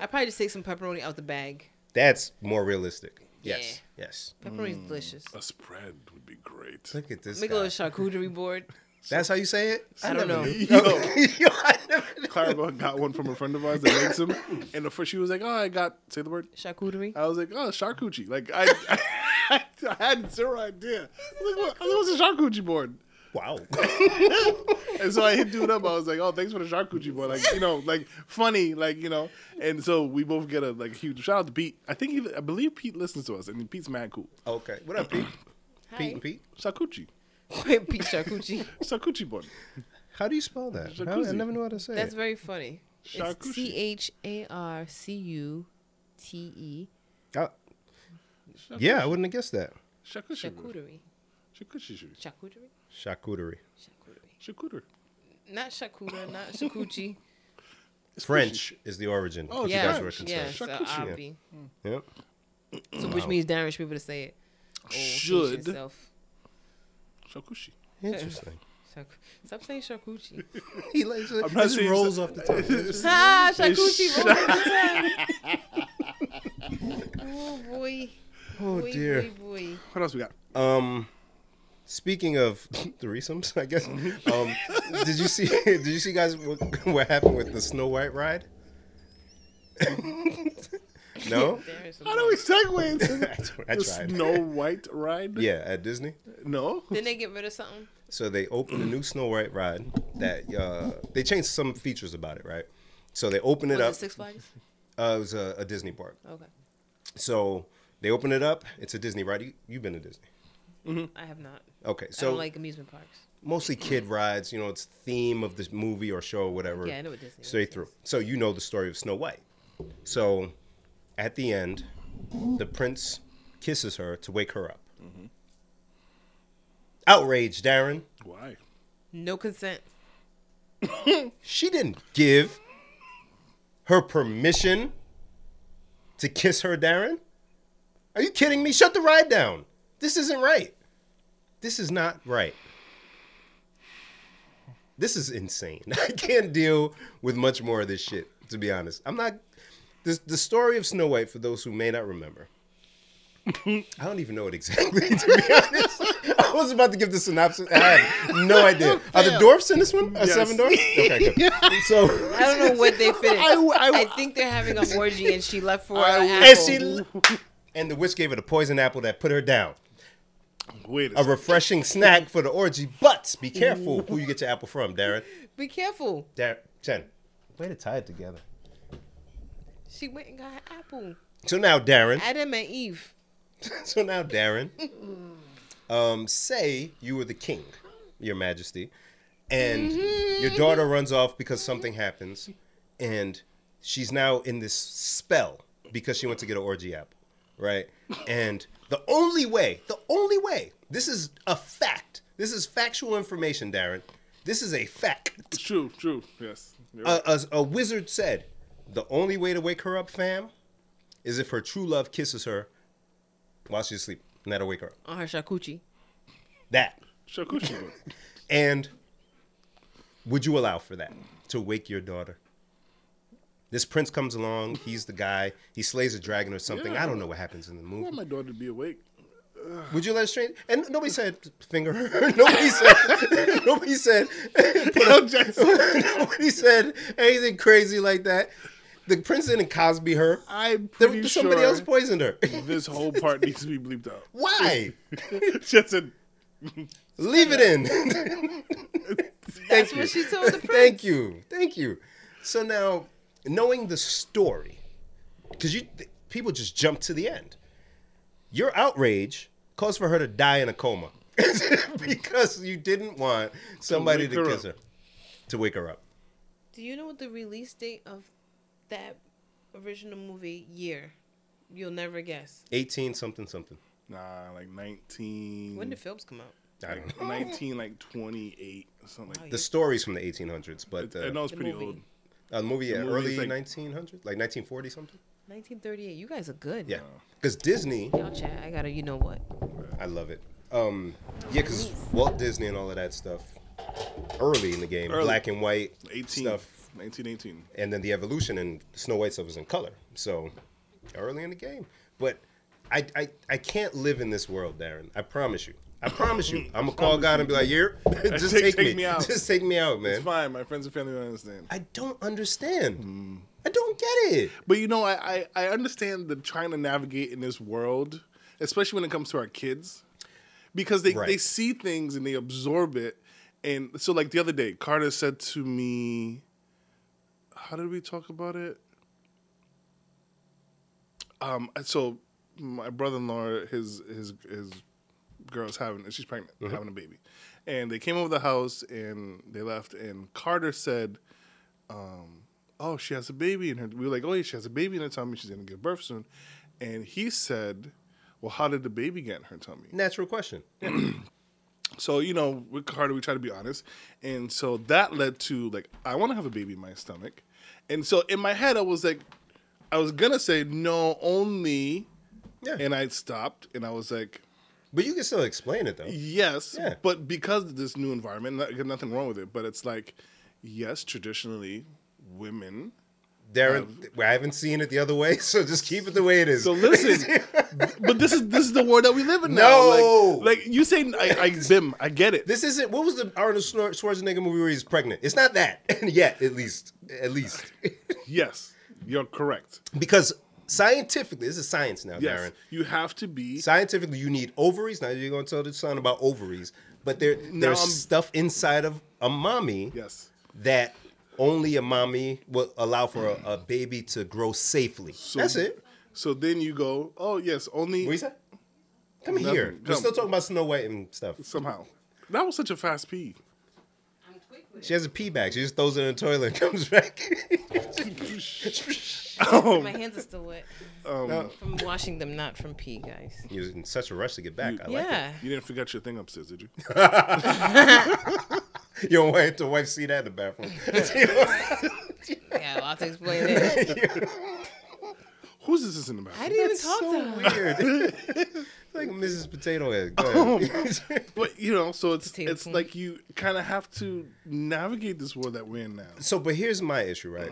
[SPEAKER 1] I probably just take some pepperoni out the bag.
[SPEAKER 2] That's more realistic. Yes, yes.
[SPEAKER 1] Pepperoni's delicious.
[SPEAKER 2] Oh,
[SPEAKER 3] a spread would be great.
[SPEAKER 2] Look at this.
[SPEAKER 1] Make a
[SPEAKER 2] guy.
[SPEAKER 1] little
[SPEAKER 2] [laughs]
[SPEAKER 1] charcuterie board.
[SPEAKER 2] That's how you say it.
[SPEAKER 1] I don't know. [laughs]
[SPEAKER 3] Yo,
[SPEAKER 2] [laughs] Yo, I never knew.
[SPEAKER 3] Clarabelle got one from a friend of ours that makes them, and the first she was like, "Oh, I got say the word."
[SPEAKER 2] Uh,
[SPEAKER 1] Charcuterie.
[SPEAKER 3] I was like, "Oh, [laughs] charcuterie." Like I, I, I had zero idea. I was like, "What? I was a charcuterie board."
[SPEAKER 2] [laughs] Wow.
[SPEAKER 3] And so I hit dude up. I was like, "Oh, thanks for the charcuterie board." Like, you know, like funny, like you know. And so we both get a like a huge shout out to Pete. I think he, I believe Pete listens to us, and Pete's mad cool.
[SPEAKER 2] Okay. What up, Pete?
[SPEAKER 1] Hi.
[SPEAKER 2] Pete.
[SPEAKER 1] [laughs]
[SPEAKER 2] Pete.
[SPEAKER 3] Charcuterie,
[SPEAKER 1] Pete
[SPEAKER 2] [laughs]
[SPEAKER 1] Charcucci.
[SPEAKER 3] charcuterie board.
[SPEAKER 2] How do you spell that? How- I
[SPEAKER 3] Jacuzzi.
[SPEAKER 2] never know how to say
[SPEAKER 1] That's
[SPEAKER 2] it.
[SPEAKER 1] very funny. It's
[SPEAKER 3] Charcuterie.
[SPEAKER 1] C H A R C U T E.
[SPEAKER 2] I- Uh, yeah, I wouldn't have guessed that.
[SPEAKER 3] Charcuterie, board.
[SPEAKER 1] Charcuterie.
[SPEAKER 3] charcuterie,
[SPEAKER 1] Charcuterie?
[SPEAKER 2] Charcuterie.
[SPEAKER 1] Charcuterie.
[SPEAKER 3] charcuterie.
[SPEAKER 1] Not Shakura, not
[SPEAKER 2] [laughs]
[SPEAKER 1] Shakuchi.
[SPEAKER 2] French is the origin.
[SPEAKER 3] Oh,
[SPEAKER 2] if
[SPEAKER 1] yeah.
[SPEAKER 2] you guys were
[SPEAKER 3] French.
[SPEAKER 1] yeah,
[SPEAKER 2] concerned.
[SPEAKER 1] so
[SPEAKER 3] Charcuterie.
[SPEAKER 1] I'll
[SPEAKER 2] Yeah.
[SPEAKER 1] be.
[SPEAKER 2] Yep.
[SPEAKER 1] So, which means Darren should be able to say it. Oh, teach
[SPEAKER 3] Should.
[SPEAKER 1] yourself.
[SPEAKER 3] Charcuterie.
[SPEAKER 2] Interesting. [laughs]
[SPEAKER 1] Shaku- Stop saying Shakuchi.
[SPEAKER 2] he like, it
[SPEAKER 3] not
[SPEAKER 2] just
[SPEAKER 3] saying
[SPEAKER 2] rolls
[SPEAKER 3] so-
[SPEAKER 2] off the
[SPEAKER 3] [laughs]
[SPEAKER 2] tongue.
[SPEAKER 1] ah, Shakuchi rolls off the tongue. Oh boy.
[SPEAKER 2] oh
[SPEAKER 1] boy,
[SPEAKER 2] dear.
[SPEAKER 1] boy, boy.
[SPEAKER 3] What else we got?
[SPEAKER 2] Um, speaking of [laughs] threesomes, I guess. Um, did you see? [laughs] Did you see, guys, what, [laughs] what happened with the Snow White ride? [laughs] no,
[SPEAKER 1] Darren's
[SPEAKER 3] How do we
[SPEAKER 2] [laughs]
[SPEAKER 3] segue into
[SPEAKER 2] I
[SPEAKER 3] the
[SPEAKER 2] tried.
[SPEAKER 3] Snow White ride?
[SPEAKER 2] Yeah, at Disney.
[SPEAKER 3] No.
[SPEAKER 1] Didn't they get rid of something?
[SPEAKER 2] So they opened a new Snow White ride that uh, they changed some features about it, right? So they opened it
[SPEAKER 1] Was
[SPEAKER 2] up.
[SPEAKER 1] it Six Flags?
[SPEAKER 2] Uh, it was a, a Disney park.
[SPEAKER 1] Okay.
[SPEAKER 2] So they opened it up. It's a Disney ride. You, you've been to Disney.
[SPEAKER 1] I have not.
[SPEAKER 2] Okay,
[SPEAKER 1] I
[SPEAKER 2] so
[SPEAKER 1] don't like amusement parks.
[SPEAKER 2] mostly kid rides. You know, it's theme of the movie or show or whatever.
[SPEAKER 1] Yeah, I know what Disney
[SPEAKER 2] Straight
[SPEAKER 1] is,
[SPEAKER 2] through. So you know the story of Snow White. So at the end, the prince kisses her to wake her up. Outraged, Darren.
[SPEAKER 3] Why?
[SPEAKER 1] No consent.
[SPEAKER 2] She didn't give her permission to kiss her, Darren. Are you kidding me? Shut the ride down. This isn't right. This is not right. This is insane. [laughs] I can't deal with much more of this shit, to be honest. I'm not. This, the story of Snow White, for those who may not remember, I don't even know it exactly, [laughs] to be honest. I was about to give the synopsis. I have no idea. Are the dwarfs in this one? Are
[SPEAKER 3] Yes.
[SPEAKER 2] seven dwarfs? Okay, good. So,
[SPEAKER 1] I don't know what they fit in.
[SPEAKER 3] I w- I
[SPEAKER 1] [laughs] I,
[SPEAKER 3] w-
[SPEAKER 1] think they're having an orgy and she left for
[SPEAKER 3] I
[SPEAKER 1] an
[SPEAKER 3] w-
[SPEAKER 1] apple.
[SPEAKER 2] and she, and the witch gave her the poison apple that put her down.
[SPEAKER 3] Wait a
[SPEAKER 2] A
[SPEAKER 3] second.
[SPEAKER 2] refreshing snack for the orgy, but be careful who you get your apple from, Darren.
[SPEAKER 1] Be careful.
[SPEAKER 2] Darren, Chen. Way to tie it together.
[SPEAKER 1] She went and got an apple.
[SPEAKER 2] So now, Darren.
[SPEAKER 1] Adam and Eve.
[SPEAKER 2] [laughs] so now, Darren, um, say you were the king, your majesty, and your daughter runs off because something happens, and she's now in this spell because she went to get an orgy apple, right? And the only way, the only way, this is a fact. This is factual information, Darren. This is a fact.
[SPEAKER 3] True, true. Yes. You're right.
[SPEAKER 2] A, a, a wizard said, the only way to wake her up, fam, is if her true love kisses her while she's asleep, and that'll wake her up.
[SPEAKER 1] On her shakuchi.
[SPEAKER 2] That.
[SPEAKER 3] Charcuterie board.
[SPEAKER 2] [laughs] And would you allow for that to wake your daughter? This prince comes along. He's the guy. He slays a dragon or something.
[SPEAKER 3] Yeah.
[SPEAKER 2] I don't know what happens in the
[SPEAKER 3] I want
[SPEAKER 2] movie.
[SPEAKER 3] my daughter to be awake.
[SPEAKER 2] Would you let a stranger? And nobody said finger her. [laughs] Nobody said. nobody said. [laughs]
[SPEAKER 3] Michael Jackson.
[SPEAKER 2] nobody said anything crazy like that. The prince didn't Cosby her.
[SPEAKER 3] I'm
[SPEAKER 2] The-
[SPEAKER 3] pretty
[SPEAKER 2] somebody
[SPEAKER 3] sure
[SPEAKER 2] else poisoned her. [laughs]
[SPEAKER 3] this whole part needs to be bleeped out.
[SPEAKER 2] Why?
[SPEAKER 3] Just a,
[SPEAKER 2] Leave it in. [laughs]
[SPEAKER 1] That's what she told the prince.
[SPEAKER 2] Thank you. Thank you. So now, knowing the story, because you th- people just jump to the end. Your outrage caused for her to die in a coma [laughs] because you didn't want somebody
[SPEAKER 3] wake
[SPEAKER 2] to,
[SPEAKER 3] her
[SPEAKER 2] kiss
[SPEAKER 3] up.
[SPEAKER 2] her to wake her up.
[SPEAKER 1] Do you know what the release date of that original movie year? You'll never guess.
[SPEAKER 2] Eighteen something something.
[SPEAKER 3] nah, like 19.
[SPEAKER 2] Mm.
[SPEAKER 1] When did films come out?
[SPEAKER 2] I don't know.
[SPEAKER 3] 19, like 28, or something like
[SPEAKER 2] The stories from the 1800s, but
[SPEAKER 3] that. I know
[SPEAKER 2] the,
[SPEAKER 3] it's
[SPEAKER 1] The
[SPEAKER 3] pretty
[SPEAKER 1] movie.
[SPEAKER 3] old.
[SPEAKER 2] uh, the movie, yeah,
[SPEAKER 3] movie
[SPEAKER 2] early
[SPEAKER 3] is like-
[SPEAKER 2] 1900s, like 1940 something.
[SPEAKER 1] 1938. You guys are good.
[SPEAKER 2] Yeah, because Uh, Disney.
[SPEAKER 1] Y'all chat. I gotta. You know what?
[SPEAKER 2] I love it. Um, yeah, because Walt Disney and all of that stuff early in the game,
[SPEAKER 3] Early.
[SPEAKER 2] black and white
[SPEAKER 3] 18.
[SPEAKER 2] stuff,
[SPEAKER 3] 1918.
[SPEAKER 2] and then the evolution and Snow White stuff was in color. So early in the game, but I I, I can't live in this world, Darren. I promise you. I promise you. I'm gonna call God and be like, "Here, just
[SPEAKER 3] Take-
[SPEAKER 2] take,
[SPEAKER 3] take
[SPEAKER 2] me.
[SPEAKER 3] me
[SPEAKER 2] [laughs]
[SPEAKER 3] out.
[SPEAKER 2] Just take me out, man."
[SPEAKER 3] It's fine. My friends and family don't understand.
[SPEAKER 2] I don't understand. I don't get it.
[SPEAKER 3] But you know, I, I, I understand the trying to navigate in this world, especially when it comes to our kids, because they, they
[SPEAKER 2] Right.
[SPEAKER 3] see things and they absorb it. And so, like the other day, Carter said to me, "How did we talk about it?" Um. So, my brother-in-law, his his his girl's having, she's pregnant, having a baby, and they came over the house and they left, and Carter said, um, "Oh, she has a baby in her." We were like, "Oh, yeah, she has a baby in her tummy. She's gonna give birth soon," and he said, "Well, how did the baby get in her tummy?"
[SPEAKER 2] Natural question.
[SPEAKER 3] So you know, with Carter, we try to be honest, and so that led to like I want to have a baby in my stomach, and so in my head I was like, I was gonna say no only,
[SPEAKER 2] Yeah.
[SPEAKER 3] and I stopped and I was like
[SPEAKER 2] But you can still explain it though.
[SPEAKER 3] yes,
[SPEAKER 2] Yeah.
[SPEAKER 3] but because of this new environment, not, got nothing wrong with it, but it's like yes, traditionally women.
[SPEAKER 2] Darren, I haven't seen it the other way, [laughs] so just keep it the way it is.
[SPEAKER 3] [laughs] Um, So listen, but this is this is the world that we live in now.
[SPEAKER 2] No.
[SPEAKER 3] like, like you say, I, [laughs] I Bim, I get it.
[SPEAKER 2] This isn't. What was the Arnold Schwar- Schwarzenegger movie where he's pregnant? It's not that [laughs] yet, at least, at least, [laughs]
[SPEAKER 3] yes, you're correct.
[SPEAKER 2] because scientifically, this is science now,
[SPEAKER 3] Yes,
[SPEAKER 2] Darren.
[SPEAKER 3] you have to be
[SPEAKER 2] Scientifically, you need ovaries. Now you're going to tell this son about ovaries, but there there's
[SPEAKER 3] I'm-
[SPEAKER 2] stuff inside of a mommy
[SPEAKER 3] yes.
[SPEAKER 2] that only a mommy will allow for a, a baby to grow safely. That's it.
[SPEAKER 3] So then you go, oh yes, only
[SPEAKER 2] What you say? Come
[SPEAKER 3] Nothing.
[SPEAKER 2] here. We're
[SPEAKER 3] Come.
[SPEAKER 2] still talking about Snow White and stuff.
[SPEAKER 3] somehow. That was such a fast [laughs] pee.
[SPEAKER 1] I'm quick with it.
[SPEAKER 2] She has a pee bag. She just throws it in the toilet and [laughs] comes back. Oh.
[SPEAKER 1] My hands are still
[SPEAKER 2] [laughs]
[SPEAKER 1] wet
[SPEAKER 2] Um.
[SPEAKER 1] from washing them, not from pee, guys.
[SPEAKER 2] You're in such a rush to get back. I like it.
[SPEAKER 1] yeah.
[SPEAKER 3] You didn't forget your thing upstairs, did you?
[SPEAKER 2] You don't want your wife to see that in the bathroom.
[SPEAKER 1] Yeah, well, I'll explain
[SPEAKER 2] [laughs]
[SPEAKER 1] it.
[SPEAKER 3] Who's this is in the bathroom?
[SPEAKER 1] I didn't even talk to her. Oh
[SPEAKER 2] Weird.
[SPEAKER 1] [laughs]
[SPEAKER 2] [laughs] It's like Mrs. Potato Head. Go [laughs] ahead.
[SPEAKER 3] But you know, so it's
[SPEAKER 1] Potato
[SPEAKER 3] it's
[SPEAKER 1] queen.
[SPEAKER 3] like you kind of have to navigate this world that we're in now.
[SPEAKER 2] so, but here's my issue, right?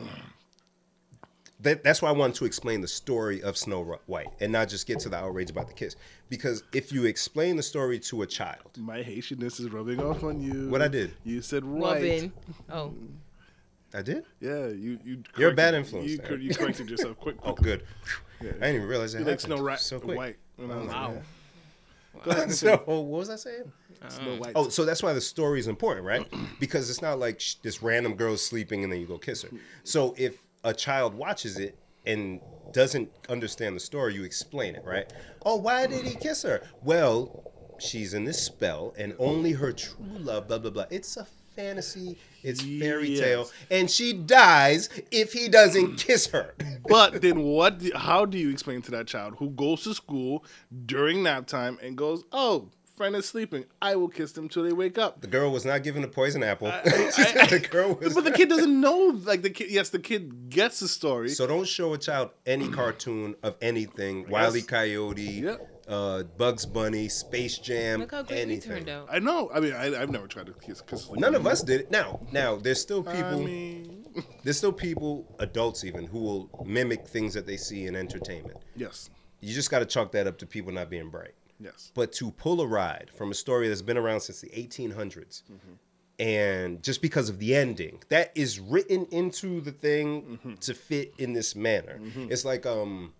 [SPEAKER 2] That, that's why I wanted to explain the story of Snow Ru- White and not just get to the outrage about the kiss. Because if you explain the story to a child,
[SPEAKER 3] My Haitianness is rubbing off on you.
[SPEAKER 2] What I did?
[SPEAKER 3] You said right.
[SPEAKER 1] Robin. Oh,
[SPEAKER 2] I did.
[SPEAKER 3] Yeah, you you.
[SPEAKER 2] You're a bad
[SPEAKER 3] corrected-
[SPEAKER 2] influence,
[SPEAKER 3] You,
[SPEAKER 2] Eric.
[SPEAKER 3] cor- you corrected yourself quick.
[SPEAKER 2] [laughs] Oh,
[SPEAKER 3] quick.
[SPEAKER 2] good. I didn't even realize that.
[SPEAKER 3] You like Snow
[SPEAKER 2] happened
[SPEAKER 3] Ra-
[SPEAKER 2] so quick. [laughs]
[SPEAKER 3] White. And I was like,
[SPEAKER 1] Wow.
[SPEAKER 3] yeah. Go ahead. and
[SPEAKER 2] So, what was I saying?
[SPEAKER 3] say Snow White.
[SPEAKER 2] Oh, so that's why the story is important, right? [clears throat] Because it's not like sh- this random girl's sleeping and then you go kiss her. So if a child watches it and doesn't understand the story, you explain it, right? Oh, why did he kiss her? Well, she's in this spell and only her true love, blah, blah, blah. It's a fantasy, it's fairy tale,
[SPEAKER 3] Yes.
[SPEAKER 2] and she dies if he doesn't kiss her.
[SPEAKER 3] But then what? Do, how do you explain to that child who goes to school during nap time and goes, "Oh, friend is sleeping. I will kiss them till they wake up."
[SPEAKER 2] The girl was not given a poison apple. [laughs] the girl was
[SPEAKER 3] But the kid doesn't know. Like the kid, yes, the kid gets the story.
[SPEAKER 2] So don't show a child any [clears throat] cartoon of anything. Wile E. Coyote,
[SPEAKER 3] Yep.
[SPEAKER 2] uh, Bugs Bunny, Space Jam,
[SPEAKER 1] look how great we
[SPEAKER 2] anything.
[SPEAKER 1] turned out.
[SPEAKER 3] I know. I mean, I, I've never tried to kiss. kiss sleep.
[SPEAKER 2] None of us did it. Now, now there's still people.
[SPEAKER 3] I mean,
[SPEAKER 2] there's still people, adults even, who will mimic things that they see in entertainment.
[SPEAKER 3] yes,
[SPEAKER 2] You just got to chalk that up to people not being bright.
[SPEAKER 3] yes.
[SPEAKER 2] But to pull a ride from a story that's been around since the 1800s, and just because of the ending, that is written into the thing to fit in this manner. It's like um,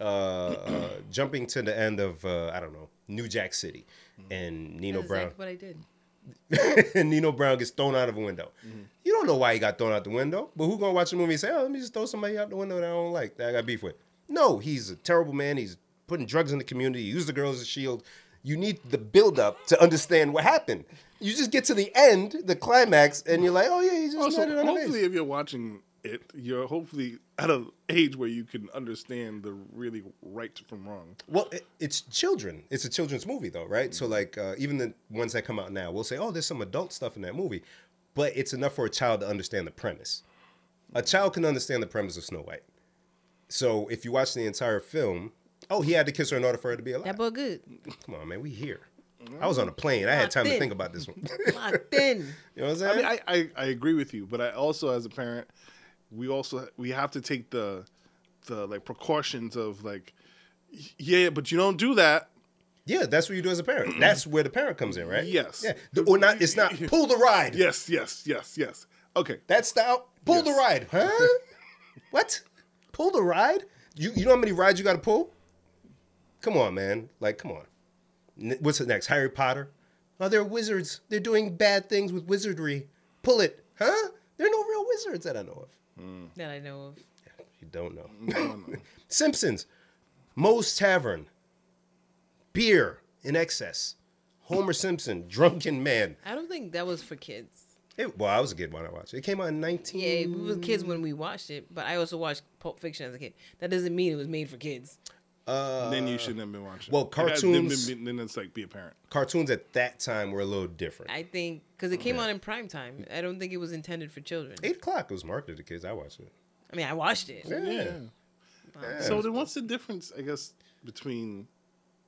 [SPEAKER 2] uh, uh, jumping to the end of uh, I don't know New Jack City, and Nino
[SPEAKER 1] That's
[SPEAKER 2] Brown
[SPEAKER 1] exactly what I did.
[SPEAKER 2] [laughs] and Nino Brown gets thrown out of a window.
[SPEAKER 3] Mm-hmm.
[SPEAKER 2] You don't know why he got thrown out the window, but who gonna watch a movie and say, "Oh, let me just throw somebody out the window that I don't like that I got beef with"? No, he's a terrible man. He's putting drugs in the community. He used the girl as a shield. You need the build up to understand what happened. You just get to the end, the climax, and you're like, "Oh yeah, he just
[SPEAKER 3] Also,
[SPEAKER 2] landed on the
[SPEAKER 3] hopefully,
[SPEAKER 2] face."
[SPEAKER 3] if you're watching it, you're hopefully at an age where you can understand the really right from wrong.
[SPEAKER 2] Well, it, it's children. It's a children's movie, though, right?
[SPEAKER 3] Mm-hmm.
[SPEAKER 2] So, like, uh, even the ones that come out now, we'll say, "Oh, there's some adult stuff in that movie," but it's enough for a child to understand the premise. A child can understand the premise of Snow White. So if you watch the entire film, oh, he had to kiss her in order for her to be alive.
[SPEAKER 1] That boy good.
[SPEAKER 2] Come on, man, we here.
[SPEAKER 3] Mm-hmm.
[SPEAKER 2] I was on a plane. I had time to
[SPEAKER 1] Locked
[SPEAKER 2] think
[SPEAKER 1] in.
[SPEAKER 2] about this one. [laughs]
[SPEAKER 1] Locked in.
[SPEAKER 2] you know what I'm saying?
[SPEAKER 3] I mean, I, I, I agree with you, but I also, as a parent, we also we have to take the the like precautions of like, yeah, but you don't do that.
[SPEAKER 2] yeah, that's what you do as a parent. That's where the parent comes in, right?
[SPEAKER 3] Yes.
[SPEAKER 2] Yeah. The- or not. It's
[SPEAKER 3] [laughs]
[SPEAKER 2] not pull the ride.
[SPEAKER 3] Yes, yes, yes, yes. Okay,
[SPEAKER 2] That's the out. Pull the
[SPEAKER 3] Yes.
[SPEAKER 2] ride, huh? [laughs] what? Pull the ride? You you know how many rides you got to pull? Come on, man. Like, come on. N- what's the next? Harry Potter. Oh, they're wizards. They're doing bad things with wizardry. Pull it. Huh? There are no real wizards that I know of.
[SPEAKER 1] that I know of.
[SPEAKER 2] You don't know.
[SPEAKER 3] No, no.
[SPEAKER 2] [laughs] Simpsons, Moe's Tavern, beer in excess, Homer Simpson, drunken man.
[SPEAKER 1] I don't think that was for kids.
[SPEAKER 2] It, well, I was a kid when I watched it. It came out in 19.
[SPEAKER 1] Yeah, we were kids when we watched it, but I also watched Pulp Fiction as a kid. That doesn't mean it was made for kids.
[SPEAKER 3] then you shouldn't have been watching.
[SPEAKER 2] Uh, well,
[SPEAKER 3] It has- then-
[SPEAKER 2] cartoons-
[SPEAKER 3] Then, then it's like be a parent.
[SPEAKER 2] Cartoons at that time were a little different.
[SPEAKER 1] I think because it came on in prime time. I don't think it was intended for children.
[SPEAKER 2] Eight o'clock was marketed to kids. I watched it.
[SPEAKER 1] I mean, I watched it.
[SPEAKER 2] Yeah. Yeah.
[SPEAKER 3] So then, what's the difference? I guess between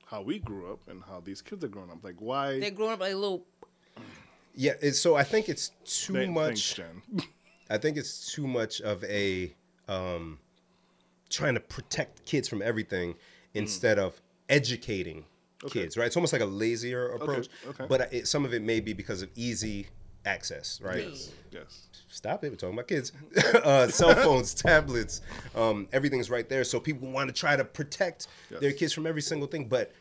[SPEAKER 3] how we grew up and how these kids are growing up. Like, why?
[SPEAKER 1] They're growing up like little.
[SPEAKER 2] yeah, it's, so I think it's too
[SPEAKER 3] Thank-
[SPEAKER 2] much. [laughs]
[SPEAKER 3] thanks, Jen.
[SPEAKER 2] I think it's too much of a um, trying to protect kids from everything
[SPEAKER 3] Hmm.
[SPEAKER 2] instead of educating kids, right? It's almost like a lazier approach,
[SPEAKER 3] okay.
[SPEAKER 2] but it, some of it may be because of easy access, right?
[SPEAKER 1] Yes.
[SPEAKER 3] yes.
[SPEAKER 2] Stop it, we're talking about kids. [laughs] uh, cell phones, tablets, um, everything's right there. So people want to try to protect their
[SPEAKER 3] Yes.
[SPEAKER 2] kids from every single thing, but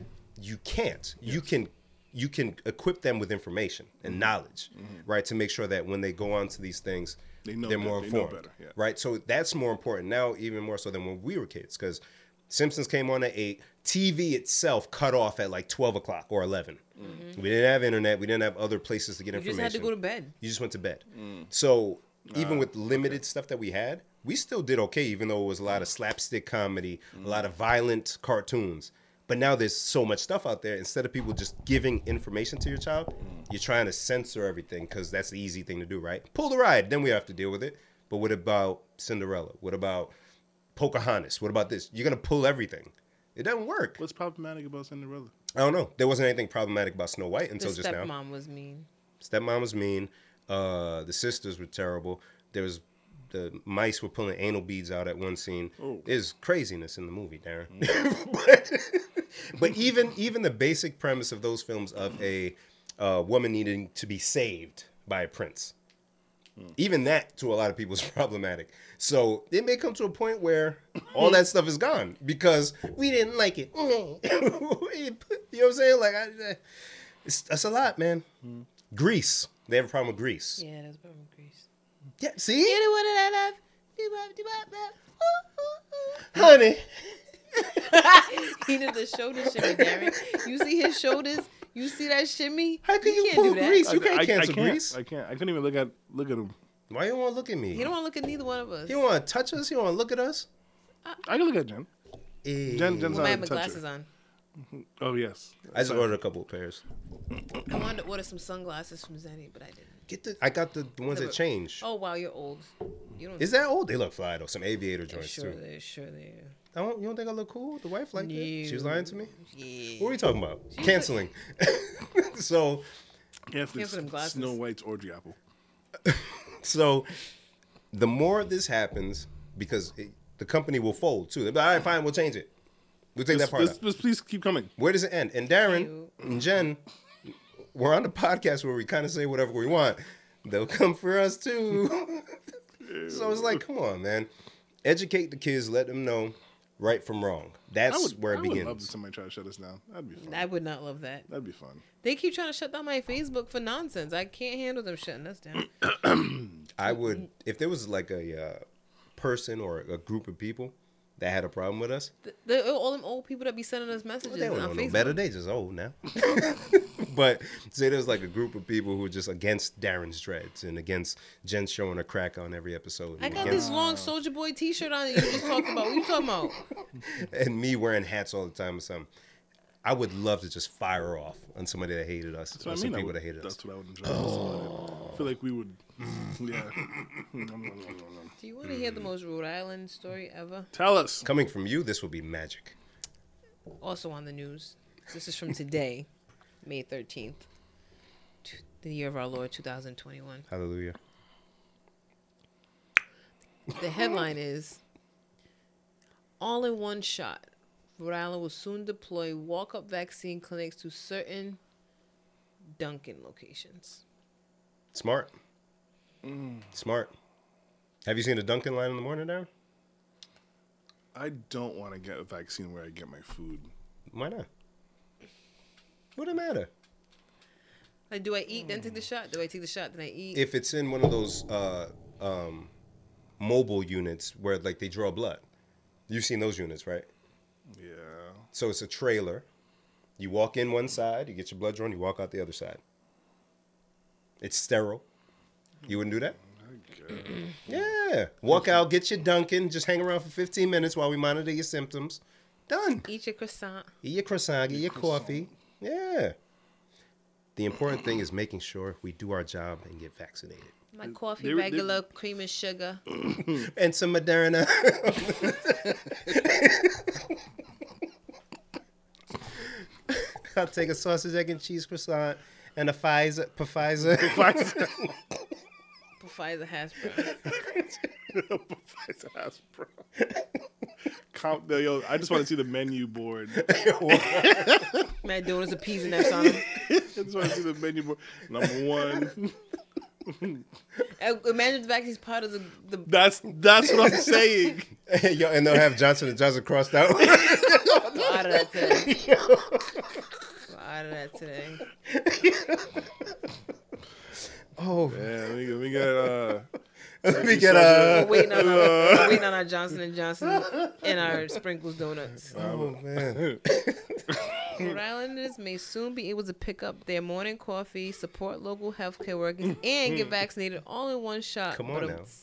[SPEAKER 2] you can't. You can you can equip them with information
[SPEAKER 3] Mm-hmm.
[SPEAKER 2] and knowledge, right? To make sure that when they go on to these things,
[SPEAKER 3] They know
[SPEAKER 2] they're
[SPEAKER 3] bet-
[SPEAKER 2] more
[SPEAKER 3] they know
[SPEAKER 2] informed,
[SPEAKER 3] better, yeah.
[SPEAKER 2] right? So that's more important now, even more so than when we were kids, because Simpsons came on at eight. TV itself cut off at like twelve o'clock or 11
[SPEAKER 3] Mm-hmm.
[SPEAKER 2] We didn't have internet. We didn't have other places to get
[SPEAKER 1] You
[SPEAKER 2] information.
[SPEAKER 1] just had to go to bed.
[SPEAKER 2] You just went to bed. So even with limited stuff that we had, we still did okay, even though it was a lot of slapstick comedy, a lot of violent cartoons. But now there's so much stuff out there. Instead of people just giving information to your child, you're trying to censor everything because that's the easy thing to do, right? Pull the ride, then we have to deal with it. But what about Cinderella? What about Pocahontas? What about this? You're gonna pull everything. It doesn't work.
[SPEAKER 3] What's problematic about Cinderella?
[SPEAKER 2] I don't know. There wasn't anything problematic about Snow White
[SPEAKER 1] The
[SPEAKER 2] until just now
[SPEAKER 1] stepmom was mean.
[SPEAKER 2] stepmom was mean. Uh, the sisters were terrible. There was the mice were pulling anal beads out at one scene.
[SPEAKER 3] Oh.
[SPEAKER 2] There's craziness in the movie, Darren. but, [laughs] but even even the basic premise of those films of a uh, woman needing to be saved by a prince,
[SPEAKER 3] Hmm.
[SPEAKER 2] even that to a lot of people is [laughs] problematic. So it may come to a point where all that stuff is gone because we didn't like it. [laughs] you know what I'm saying? Like, I, it's, that's a lot, man.
[SPEAKER 3] Hmm.
[SPEAKER 2] Greece. They have a problem with Greece.
[SPEAKER 1] Yeah, that was from Greece.
[SPEAKER 2] Yeah, see?
[SPEAKER 1] You know what I love? Do what, do what, love. Ooh, ooh, ooh.
[SPEAKER 2] Honey.
[SPEAKER 1] [laughs] he did the shoulder shimmy, Darren. You see his shoulders? You see that shimmy?
[SPEAKER 2] How can you,
[SPEAKER 1] can't
[SPEAKER 2] pull
[SPEAKER 1] do that.
[SPEAKER 2] Greece? You can't
[SPEAKER 3] I- I,
[SPEAKER 2] cancel
[SPEAKER 3] I can't,
[SPEAKER 2] Greece.
[SPEAKER 3] I can't. I couldn't even look at look at him.
[SPEAKER 2] Why you don't want to look at me?
[SPEAKER 1] He
[SPEAKER 2] You
[SPEAKER 1] don't
[SPEAKER 2] don't,
[SPEAKER 1] want to look at neither one of us.
[SPEAKER 2] want to touch us? You don't want to look at us?
[SPEAKER 3] I can look at Jen.
[SPEAKER 2] Eh.
[SPEAKER 3] Jen, Jen's
[SPEAKER 1] I
[SPEAKER 3] not
[SPEAKER 1] might
[SPEAKER 3] a
[SPEAKER 1] have my
[SPEAKER 3] toucher.
[SPEAKER 1] glasses on.
[SPEAKER 3] Oh yes.
[SPEAKER 2] I just ordered a couple of pairs.
[SPEAKER 1] I wanted to order some sunglasses from Zenny, but I didn't.
[SPEAKER 2] Get the. I got the, the ones that change.
[SPEAKER 1] Oh wow, you're old. You don't.
[SPEAKER 2] Is that old? They look fly though. Some aviator joints
[SPEAKER 1] sure
[SPEAKER 2] too.
[SPEAKER 1] they sure they are.
[SPEAKER 2] I don't, you don't think I look cool? The wife like that? She was
[SPEAKER 1] No.
[SPEAKER 2] lying to me.
[SPEAKER 1] Yeah.
[SPEAKER 2] What are we talking about? Canceling. [laughs] so
[SPEAKER 3] Cancel
[SPEAKER 1] Cancel them glasses.
[SPEAKER 3] Snow White's orgy apple.
[SPEAKER 2] So the more this happens, because it, the company will fold too. They'll be like, all right, fine, we'll change it. We'll take that
[SPEAKER 3] Just,
[SPEAKER 2] part
[SPEAKER 3] just,
[SPEAKER 2] out.
[SPEAKER 3] just please keep coming.
[SPEAKER 2] Where does it end? And Darren
[SPEAKER 1] Cute.
[SPEAKER 2] and Jen, we're on the podcast where we kind of say whatever we want. They'll come for us too. [laughs] so it's like, come on, man. Educate the kids. Let them know right from wrong. That's
[SPEAKER 3] I would,
[SPEAKER 2] where it
[SPEAKER 3] I
[SPEAKER 2] begins.
[SPEAKER 3] would love if somebody try to shut us down. That'd be fun.
[SPEAKER 1] I would not love that.
[SPEAKER 3] That'd be fun.
[SPEAKER 1] They keep trying to shut down my Facebook for nonsense. I can't handle them shutting us down.
[SPEAKER 2] I would if there was like a uh, person or a group of people that had a problem with us.
[SPEAKER 1] The, the, all them old people that be sending us messages
[SPEAKER 2] They don't know
[SPEAKER 1] on
[SPEAKER 2] no
[SPEAKER 1] Facebook.
[SPEAKER 2] better. They just old now. [laughs] but say there's like a group of people who are just against Darren's dreads and against Jen showing a crack on every episode.
[SPEAKER 1] I
[SPEAKER 2] and
[SPEAKER 1] got
[SPEAKER 2] against-
[SPEAKER 1] this long Soldier Boy T-shirt on that you just talked about. What you talking about?
[SPEAKER 2] and me wearing hats all the time or something. I would love to just fire off on somebody that hated us.
[SPEAKER 3] So
[SPEAKER 2] or
[SPEAKER 3] I
[SPEAKER 2] some
[SPEAKER 3] mean, I
[SPEAKER 2] people
[SPEAKER 3] would,
[SPEAKER 2] that hated us. Oh.
[SPEAKER 3] that's what I would enjoy. That's what I- I feel like we would.
[SPEAKER 2] [laughs]
[SPEAKER 3] Hmm, Yeah.
[SPEAKER 1] Do you want to hear
[SPEAKER 2] Mm.
[SPEAKER 1] the most Rhode Island story ever?
[SPEAKER 3] Tell us.
[SPEAKER 2] Coming from you, this would be magic.
[SPEAKER 1] Also on the news. This is from today, May thirteenth, the year of our Lord, two thousand twenty-one.
[SPEAKER 2] Hallelujah.
[SPEAKER 1] The headline is All in one shot. Rhode Island will soon deploy walk up vaccine clinics to certain Dunkin' locations.
[SPEAKER 2] Smart.
[SPEAKER 3] Mm.
[SPEAKER 2] Smart. Have you seen a Dunkin' line in the morning, Darren?
[SPEAKER 3] I don't want to get a vaccine where I get my food.
[SPEAKER 2] Why not? What would it matter?
[SPEAKER 1] Like, do I eat then take the shot? Do I take the shot then I eat?
[SPEAKER 2] If it's in one of those uh, um, mobile units where like they draw blood, you've seen those units, right?
[SPEAKER 3] Yeah. [laughs]
[SPEAKER 2] So it's a trailer. You walk in one side, you get your blood drawn, you walk out the other side. It's sterile. You wouldn't do that?
[SPEAKER 3] I guess.
[SPEAKER 2] Yeah. Walk out, get your Dunkin', just hang around for 15 minutes while we monitor your symptoms. Done.
[SPEAKER 1] eat your croissant.
[SPEAKER 2] Eat your croissant, get your coffee. Yeah. The important thing is making sure we do our job and get vaccinated.
[SPEAKER 1] My coffee
[SPEAKER 3] they-
[SPEAKER 1] regular, cream and sugar.
[SPEAKER 2] And some Moderna. I'll take a sausage, egg, and cheese croissant and a Pfizer. Pfizer.
[SPEAKER 3] Pfizer
[SPEAKER 1] Pfizer has brown.
[SPEAKER 3] Pfizer has bro. Count the yo. I just want to see the menu board.
[SPEAKER 1] Mad donuts and peas and that on them.
[SPEAKER 3] I just want to see the menu board. Number one.
[SPEAKER 1] Uh, Imagine the vaccine's part of the, the
[SPEAKER 3] That's that's what I'm saying.
[SPEAKER 2] [laughs] Yo, and they'll have Johnson and Johnson crossed out.
[SPEAKER 1] We're out of that today. We're out of that today.
[SPEAKER 2] oh,
[SPEAKER 3] Yeah, we, got- we got uh,
[SPEAKER 2] [laughs] let me get a.
[SPEAKER 1] We're waiting on our, we're waiting on our Johnson and Johnson and our sprinkles donuts.
[SPEAKER 2] Oh man.
[SPEAKER 1] Rhode Islanders may soon be able to pick up their morning coffee, support local healthcare workers, and get vaccinated all in one shot.
[SPEAKER 2] Come on
[SPEAKER 1] But
[SPEAKER 2] now.
[SPEAKER 1] it's-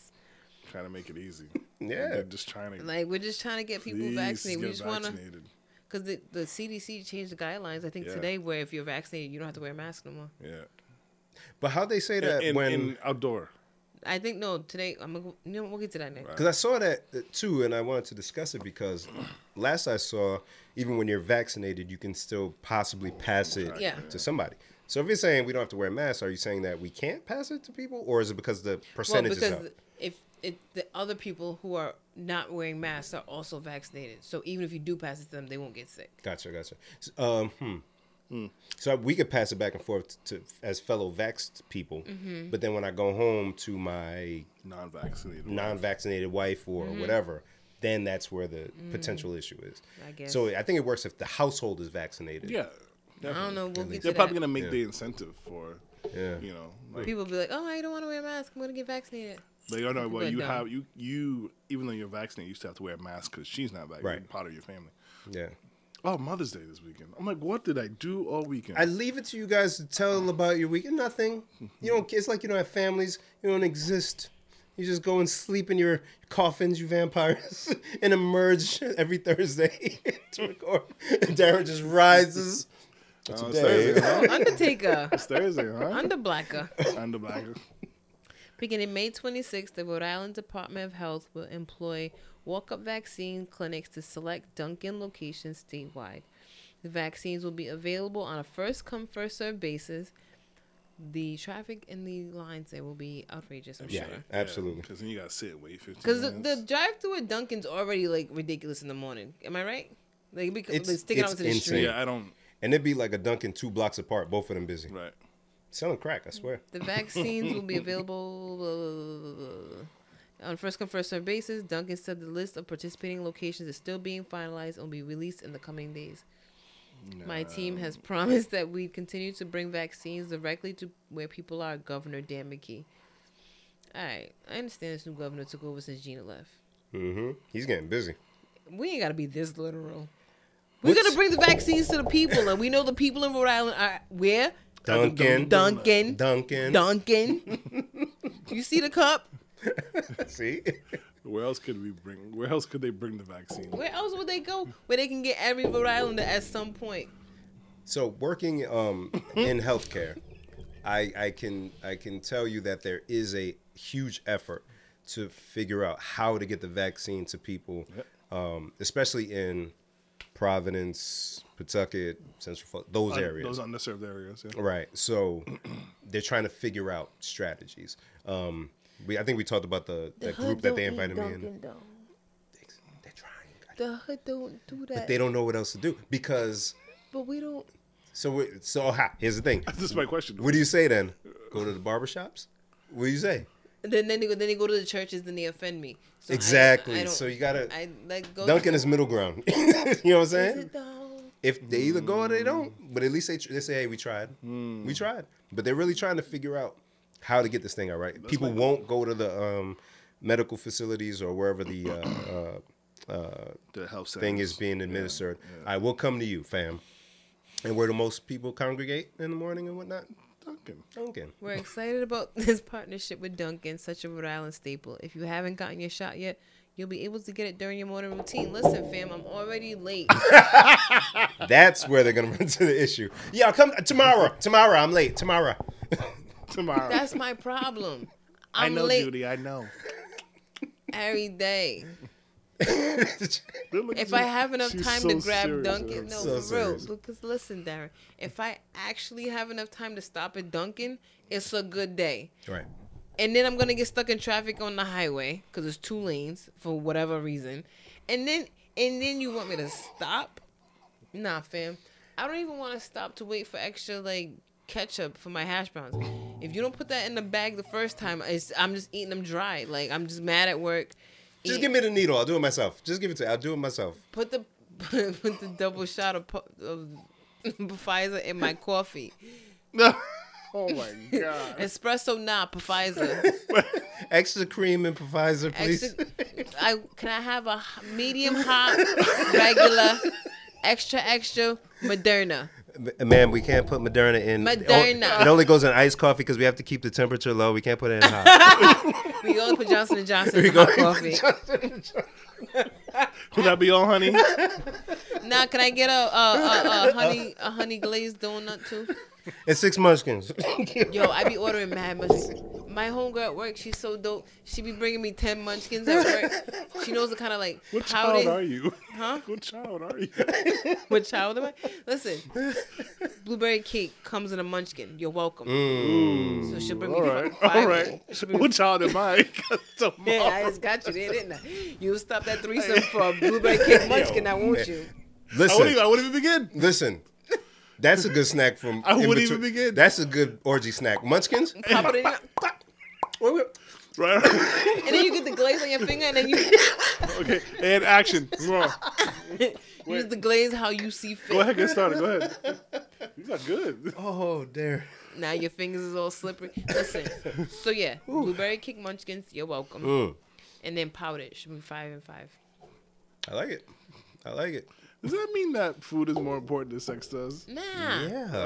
[SPEAKER 3] trying to make it easy.
[SPEAKER 2] Yeah.
[SPEAKER 3] They're just trying to
[SPEAKER 1] Like we're just trying to get people
[SPEAKER 3] please
[SPEAKER 1] vaccinated. We
[SPEAKER 3] get
[SPEAKER 1] just want to,
[SPEAKER 3] vaccinated.
[SPEAKER 1] because the, the CDC changed the guidelines. I think
[SPEAKER 3] Yeah.
[SPEAKER 1] today, where if you're vaccinated, you don't have to wear a mask no more.
[SPEAKER 3] Yeah,
[SPEAKER 2] But how they say that
[SPEAKER 3] in,
[SPEAKER 2] when?
[SPEAKER 3] in outdoor.
[SPEAKER 1] I think no. Today, I'm gonna. go- You know, we'll get to that next.
[SPEAKER 2] Because I saw that uh, too, and I wanted to discuss it because last I saw, even when you're vaccinated, you can still possibly pass it
[SPEAKER 1] Yeah.
[SPEAKER 2] to somebody. So if you're saying we don't have to wear masks, are you saying that we can't pass it to people, or is it because the
[SPEAKER 1] Well,
[SPEAKER 2] percentage
[SPEAKER 1] because
[SPEAKER 2] is up?
[SPEAKER 1] if it, the other people who are not wearing masks are also vaccinated, so even if you do pass it to them, they won't get sick.
[SPEAKER 2] Gotcha, gotcha. S- Um, hmm. So we could pass it back and forth to as fellow vaxxed people,
[SPEAKER 1] Mm-hmm.
[SPEAKER 2] but then when I go home to my
[SPEAKER 3] non-vaccinated.
[SPEAKER 2] non-vaccinated wife or
[SPEAKER 1] Mm-hmm.
[SPEAKER 2] whatever, then that's where the potential issue is.
[SPEAKER 1] Mm. I guess.
[SPEAKER 2] So I think it works if the household is vaccinated.
[SPEAKER 3] yeah,
[SPEAKER 1] I don't
[SPEAKER 3] definitely.
[SPEAKER 1] know. We'll get to
[SPEAKER 3] They're probably
[SPEAKER 1] that.
[SPEAKER 3] gonna make
[SPEAKER 2] Yeah.
[SPEAKER 3] the incentive for,
[SPEAKER 2] Yeah.
[SPEAKER 3] you know, like,
[SPEAKER 1] People be like, "Oh, I don't want to wear a mask. I'm gonna get vaccinated."
[SPEAKER 3] But you know, well,
[SPEAKER 1] But
[SPEAKER 3] you
[SPEAKER 1] no.
[SPEAKER 3] have you you even though you're vaccinated, you still have to wear a mask because she's not vaccinated,
[SPEAKER 2] Right.
[SPEAKER 3] part of your family.
[SPEAKER 2] Yeah.
[SPEAKER 3] Oh, Mother's Day this weekend. I'm like, what did I do all weekend?
[SPEAKER 2] I leave it to you guys to tell about your weekend. Nothing. You don't. It's like you don't have families. You don't exist. You just go and sleep in your coffins, you vampires, [laughs] and emerge every Thursday [laughs] to record. And Darren just rises.
[SPEAKER 3] Oh, it's
[SPEAKER 2] Today.
[SPEAKER 3] Thursday, huh?
[SPEAKER 1] Undertaker,
[SPEAKER 2] [laughs]
[SPEAKER 3] It's Thursday, huh?
[SPEAKER 1] Underblacker.
[SPEAKER 3] Under blacker.
[SPEAKER 1] [laughs] Beginning May 26th, the Rhode Island Department of Health will employ walk up vaccine clinics to select Dunkin' locations statewide. The vaccines will be available on a first come, first served basis. The traffic in the lines there will be outrageous, I'm
[SPEAKER 2] Yeah,
[SPEAKER 1] sure.
[SPEAKER 2] absolutely.
[SPEAKER 3] Because then you gotta sit and wait 15
[SPEAKER 1] Because the,
[SPEAKER 3] minutes.
[SPEAKER 1] the drive through at Dunkin's already like ridiculous in the morning. Am I right? Like, because
[SPEAKER 2] It's-
[SPEAKER 1] it's, sticking out
[SPEAKER 2] it's
[SPEAKER 1] to the
[SPEAKER 2] insane.
[SPEAKER 1] street.
[SPEAKER 3] yeah, I don't.
[SPEAKER 2] And it'd be like a Dunkin' two blocks apart, both of them busy.
[SPEAKER 3] Right.
[SPEAKER 2] Selling crack, I swear.
[SPEAKER 1] The vaccines will be available blah, blah, blah, blah, blah, blah. on first come first served basis. Duncan said the list of participating locations is still being finalized and will be released in the coming days. My team has promised that we continue to bring vaccines directly to where people are. Governor Dan McKee. All right, I understand this new governor took over since Gina left.
[SPEAKER 2] hmm He's getting busy.
[SPEAKER 1] We ain't gotta be this literal. We're
[SPEAKER 2] What's-
[SPEAKER 1] gonna bring the vaccines to the people, and we know the people in Rhode Island are where
[SPEAKER 2] Dunkin'.
[SPEAKER 1] Dunkin'.
[SPEAKER 2] Dunkin'.
[SPEAKER 1] Duncan. you see the cup?
[SPEAKER 2] See? [laughs]
[SPEAKER 3] Where else could we bring? Where else could they bring the vaccine?
[SPEAKER 1] Where else would they go? Where they can get every Rhode Islander at some point.
[SPEAKER 2] So working um, in healthcare, I, I can I can tell you that there is a huge effort to figure out how to get the vaccine to people, um, especially in Providence, Pawtucket, Central, Florida, those
[SPEAKER 3] Un-
[SPEAKER 2] areas.
[SPEAKER 3] Those underserved areas. Yeah.
[SPEAKER 2] Right. So they're trying to figure out strategies. Um, we I think we talked about the, that group that they invited me in. They're trying,
[SPEAKER 1] The hood don't do that.
[SPEAKER 2] but they don't know what else to do because.
[SPEAKER 1] But we don't.
[SPEAKER 2] So we're, so ha, here's the thing.
[SPEAKER 3] [laughs] This is my question.
[SPEAKER 2] What do you say then? Go to the barber shops? What do you say?
[SPEAKER 1] Then then they go, then they go to the churches. Then they offend me. So I-
[SPEAKER 2] Exactly.
[SPEAKER 1] I don't-
[SPEAKER 2] so you gotta
[SPEAKER 1] I like go.
[SPEAKER 2] Duncan is middle ground. [laughs] you know what I'm
[SPEAKER 1] Is
[SPEAKER 2] saying?
[SPEAKER 1] it Dunkin'?
[SPEAKER 2] If they either go or they don't, but at least they, tr- they say, "Hey, we tried, we tried." But they're really trying to figure out how to get this thing out right. People won't go to the um, medical facilities or wherever the uh, uh, uh,
[SPEAKER 3] The health center
[SPEAKER 2] thing is being administered. I will come to you, fam. And where do most people congregate in the morning and whatnot?
[SPEAKER 3] Dunkin'.
[SPEAKER 2] Dunkin'.
[SPEAKER 1] We're excited about [laughs] this partnership with Dunkin', such a Rhode Island staple. If you haven't gotten your shot yet, you'll be able to get it during your morning routine. Listen, fam, I'm already late.
[SPEAKER 2] That's where they're gonna [laughs] run into the issue. Yeah, I'll come tomorrow. Tomorrow, I'm late. Tomorrow. [laughs]
[SPEAKER 3] Tomorrow.
[SPEAKER 1] That's my problem.
[SPEAKER 3] I
[SPEAKER 1] I'm
[SPEAKER 3] know,
[SPEAKER 1] late
[SPEAKER 3] Judy. I know.
[SPEAKER 1] every day.
[SPEAKER 3] Look at
[SPEAKER 1] If
[SPEAKER 3] you.
[SPEAKER 1] I have enough
[SPEAKER 3] She's
[SPEAKER 1] time
[SPEAKER 3] so
[SPEAKER 1] to grab
[SPEAKER 3] serious
[SPEAKER 1] Dunkin',
[SPEAKER 3] about
[SPEAKER 1] no,
[SPEAKER 2] So
[SPEAKER 3] it.
[SPEAKER 1] for real.
[SPEAKER 2] serious.
[SPEAKER 1] Because listen, Darren, if I actually have enough time to stop at Dunkin', it's a good day.
[SPEAKER 2] right.
[SPEAKER 1] and then I'm gonna get stuck in traffic on the highway because it's two lanes for whatever reason, and then and then you want me to stop? Nah, fam, I don't even want to stop to wait for extra like ketchup for my hash browns. If you don't put that in the bag the first time, it's, I'm just eating them dry. Like I'm just mad at work.
[SPEAKER 2] Just
[SPEAKER 1] Eat-
[SPEAKER 2] give me the needle. I'll do it myself. Just give it to. I'll do it myself.
[SPEAKER 1] put the [laughs] put the double shot of, pu- of Pfizer in my coffee.
[SPEAKER 3] oh
[SPEAKER 1] [laughs]
[SPEAKER 3] my god.
[SPEAKER 1] Espresso, nah, Pfizer.
[SPEAKER 2] [laughs] Extra cream and provisor, please.
[SPEAKER 1] Extra, I can I have a h- medium hot, regular, extra extra Moderna.
[SPEAKER 2] M- Ma'am, we can't put Moderna in. It o-
[SPEAKER 1] Moderna.
[SPEAKER 2] It only goes in iced coffee because we have to keep the temperature low. We can't put it in hot.
[SPEAKER 1] We go for Johnson and Johnson
[SPEAKER 2] we
[SPEAKER 1] for
[SPEAKER 2] go
[SPEAKER 1] hot coffee.
[SPEAKER 3] Will that be all, honey?
[SPEAKER 1] Now can I get a, a, a, a honey a honey glazed donut too?
[SPEAKER 2] It's six munchkins.
[SPEAKER 1] Yo, I be ordering mad munchkins. My homegirl at work, she's so dope. She be bringing me ten munchkins at work. She knows the kind of like
[SPEAKER 3] What
[SPEAKER 1] how
[SPEAKER 3] child
[SPEAKER 1] they-
[SPEAKER 3] are you? [laughs]
[SPEAKER 1] Huh?
[SPEAKER 3] What child are
[SPEAKER 1] [laughs]
[SPEAKER 3] you?
[SPEAKER 1] What child am I? Listen, blueberry cake comes in a munchkin. You're welcome. So she'll bring me
[SPEAKER 3] All right.
[SPEAKER 1] fi- five.
[SPEAKER 3] All right.
[SPEAKER 1] She'll bring me
[SPEAKER 3] What child am I? [laughs] Tomorrow.
[SPEAKER 1] Yeah, I just got you there, didn't I? You stopped that threesome for a blueberry cake munchkin, I want you.
[SPEAKER 3] I wouldn't,
[SPEAKER 2] listen,
[SPEAKER 3] even- I wouldn't even begin.
[SPEAKER 2] listen. That's a good snack from.
[SPEAKER 3] I
[SPEAKER 2] in
[SPEAKER 3] wouldn't even
[SPEAKER 2] between-
[SPEAKER 3] begin.
[SPEAKER 2] That's a good orgy snack. Munchkins.
[SPEAKER 1] Pop it in your-
[SPEAKER 3] Right? [laughs]
[SPEAKER 1] and then you get the glaze on your finger, and then you
[SPEAKER 3] okay. And action. Mwah.
[SPEAKER 1] use the glaze how you see fit.
[SPEAKER 3] Go ahead, get started. Go ahead. These are good.
[SPEAKER 2] Oh, there.
[SPEAKER 1] Now your fingers is all slippery. Listen, so yeah, blueberry cake munchkins, you're welcome.
[SPEAKER 2] Mm.
[SPEAKER 1] And then powdered should be five and five.
[SPEAKER 2] I like it. I like it.
[SPEAKER 3] Does that mean that food is more important than sex does?
[SPEAKER 1] Nah, yeah,
[SPEAKER 2] Yeah.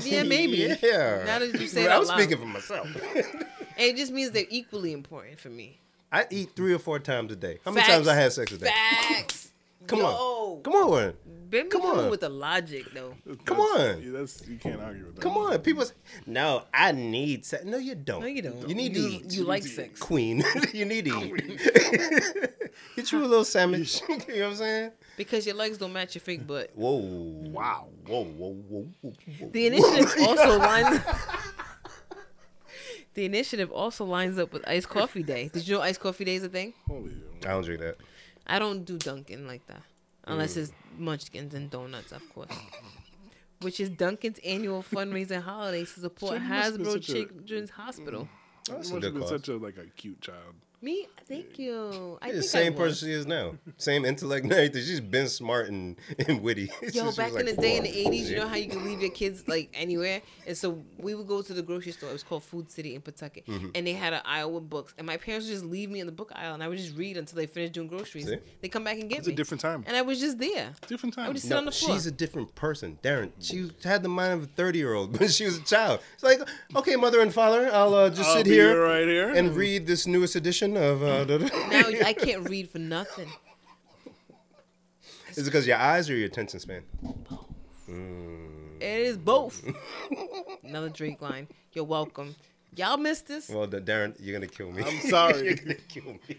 [SPEAKER 3] Okay.
[SPEAKER 1] maybe.
[SPEAKER 2] [laughs] Yeah.
[SPEAKER 1] Now that you say it
[SPEAKER 2] I
[SPEAKER 1] out
[SPEAKER 2] was
[SPEAKER 1] loud.
[SPEAKER 2] speaking for myself.
[SPEAKER 1] And it just means they're equally important for me.
[SPEAKER 2] I eat three or four times a day. How many
[SPEAKER 1] Facts.
[SPEAKER 2] times I had sex a day?
[SPEAKER 1] Facts.
[SPEAKER 2] [laughs] Come
[SPEAKER 1] Yo.
[SPEAKER 2] on. Come on.
[SPEAKER 1] Baby,
[SPEAKER 2] Come
[SPEAKER 1] come on
[SPEAKER 2] on.
[SPEAKER 1] with the logic though.
[SPEAKER 2] Come
[SPEAKER 3] That's-
[SPEAKER 2] on.
[SPEAKER 3] yeah, that's you can't argue with that.
[SPEAKER 2] Come on. People say, no, I need sex. No, you don't.
[SPEAKER 1] No, you don't.
[SPEAKER 2] You need to
[SPEAKER 1] you,
[SPEAKER 2] eat.
[SPEAKER 1] you like sex.
[SPEAKER 2] Queen. [laughs] you need to eat. [laughs] Get you a little
[SPEAKER 1] [laughs]
[SPEAKER 2] sandwich. [laughs] you know what I'm saying?
[SPEAKER 1] Because your legs don't match your fake
[SPEAKER 2] [laughs]
[SPEAKER 1] butt.
[SPEAKER 2] Whoa. Wow. Whoa, whoa, whoa, whoa. whoa.
[SPEAKER 1] The initiative also lines. [laughs] the initiative also lines up with Iced Coffee Day. Did you know Iced Coffee Day is a thing?
[SPEAKER 3] Holy.
[SPEAKER 2] I don't drink that.
[SPEAKER 1] I don't do Dunkin' like that, unless
[SPEAKER 2] Mm.
[SPEAKER 1] it's Munchkins and donuts, of course. Which is Dunkin's annual fundraising holiday to support
[SPEAKER 3] So you must be
[SPEAKER 1] Hasbro
[SPEAKER 3] such a-
[SPEAKER 1] Children's Hospital.
[SPEAKER 2] Oh, that's
[SPEAKER 3] You
[SPEAKER 2] a
[SPEAKER 3] must have
[SPEAKER 2] good
[SPEAKER 3] been
[SPEAKER 2] cause.
[SPEAKER 3] such a like a cute child.
[SPEAKER 1] Me, thank you. I
[SPEAKER 2] You're the
[SPEAKER 1] think
[SPEAKER 2] same
[SPEAKER 1] I was.
[SPEAKER 2] person she is now. Same intellect and everything. She's been smart and, and witty. [laughs]
[SPEAKER 1] Yo, back in the day in the 80s, you know
[SPEAKER 2] how.
[SPEAKER 3] [laughs]
[SPEAKER 1] how you could leave your kids like anywhere? And so we would go to the grocery store. It was called Food City in Pawtucket.
[SPEAKER 3] Mm-hmm.
[SPEAKER 1] And they had an aisle with books. And my parents would just leave me in the book aisle and I would just read until they finished doing groceries.
[SPEAKER 2] See?
[SPEAKER 1] They come back and get
[SPEAKER 3] It's
[SPEAKER 1] me.
[SPEAKER 3] a different time.
[SPEAKER 1] and I was just
[SPEAKER 3] [laughs]
[SPEAKER 1] there.
[SPEAKER 3] Different
[SPEAKER 1] I
[SPEAKER 3] time.
[SPEAKER 1] would just sit
[SPEAKER 2] No,
[SPEAKER 1] on the floor.
[SPEAKER 2] she's a different person, Darren. She had the mind of a thirty-year-old [laughs] when she was a child. It's like, okay, mother and father, I'll uh, just
[SPEAKER 3] I'll
[SPEAKER 2] sit
[SPEAKER 3] be
[SPEAKER 2] here
[SPEAKER 3] right here.
[SPEAKER 2] and read this newest edition of. Uh, da- da- [laughs]
[SPEAKER 1] Mm. now I can't read for nothing.
[SPEAKER 2] Is it because your eyes or your attention span?
[SPEAKER 1] It is
[SPEAKER 3] [laughs]
[SPEAKER 1] both. Another Drake line. You're welcome. Y'all missed this.
[SPEAKER 2] Well, Da- Darren, you're gonna kill me.
[SPEAKER 3] I'm
[SPEAKER 2] [laughs]
[SPEAKER 3] sorry.
[SPEAKER 2] you're gonna kill me.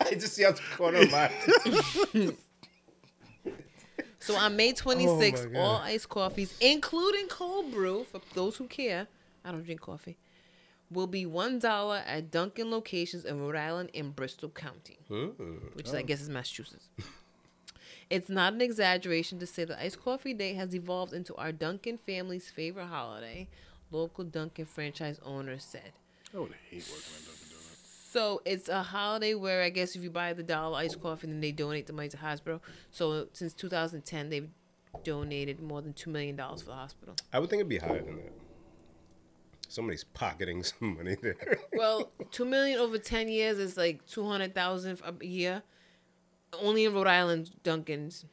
[SPEAKER 2] I just see out the corner of my. [laughs]
[SPEAKER 1] So on May 26th,
[SPEAKER 2] God.
[SPEAKER 1] all iced coffees, including cold brew, for those who care, I don't drink coffee, will be $1 at Dunkin' locations in Rhode Island and Bristol County, which I guess is Massachusetts. [laughs] it's not an exaggeration to say that iced coffee day has evolved into our Dunkin' family's favorite holiday, local Dunkin' franchise owner said.
[SPEAKER 3] I would hate working at Dunkin' Donuts.
[SPEAKER 1] So it's a holiday where I guess if you buy the dollar iced coffee, then they donate the money to hospital. So since 2010, they've donated more than two million dollars for the hospital.
[SPEAKER 2] I would think it'd be higher than that. Somebody's pocketing [laughs] some money there.
[SPEAKER 1] Well, [laughs] two million over ten years is like two hundred thousand a year, only in Rhode Island, Duncan's,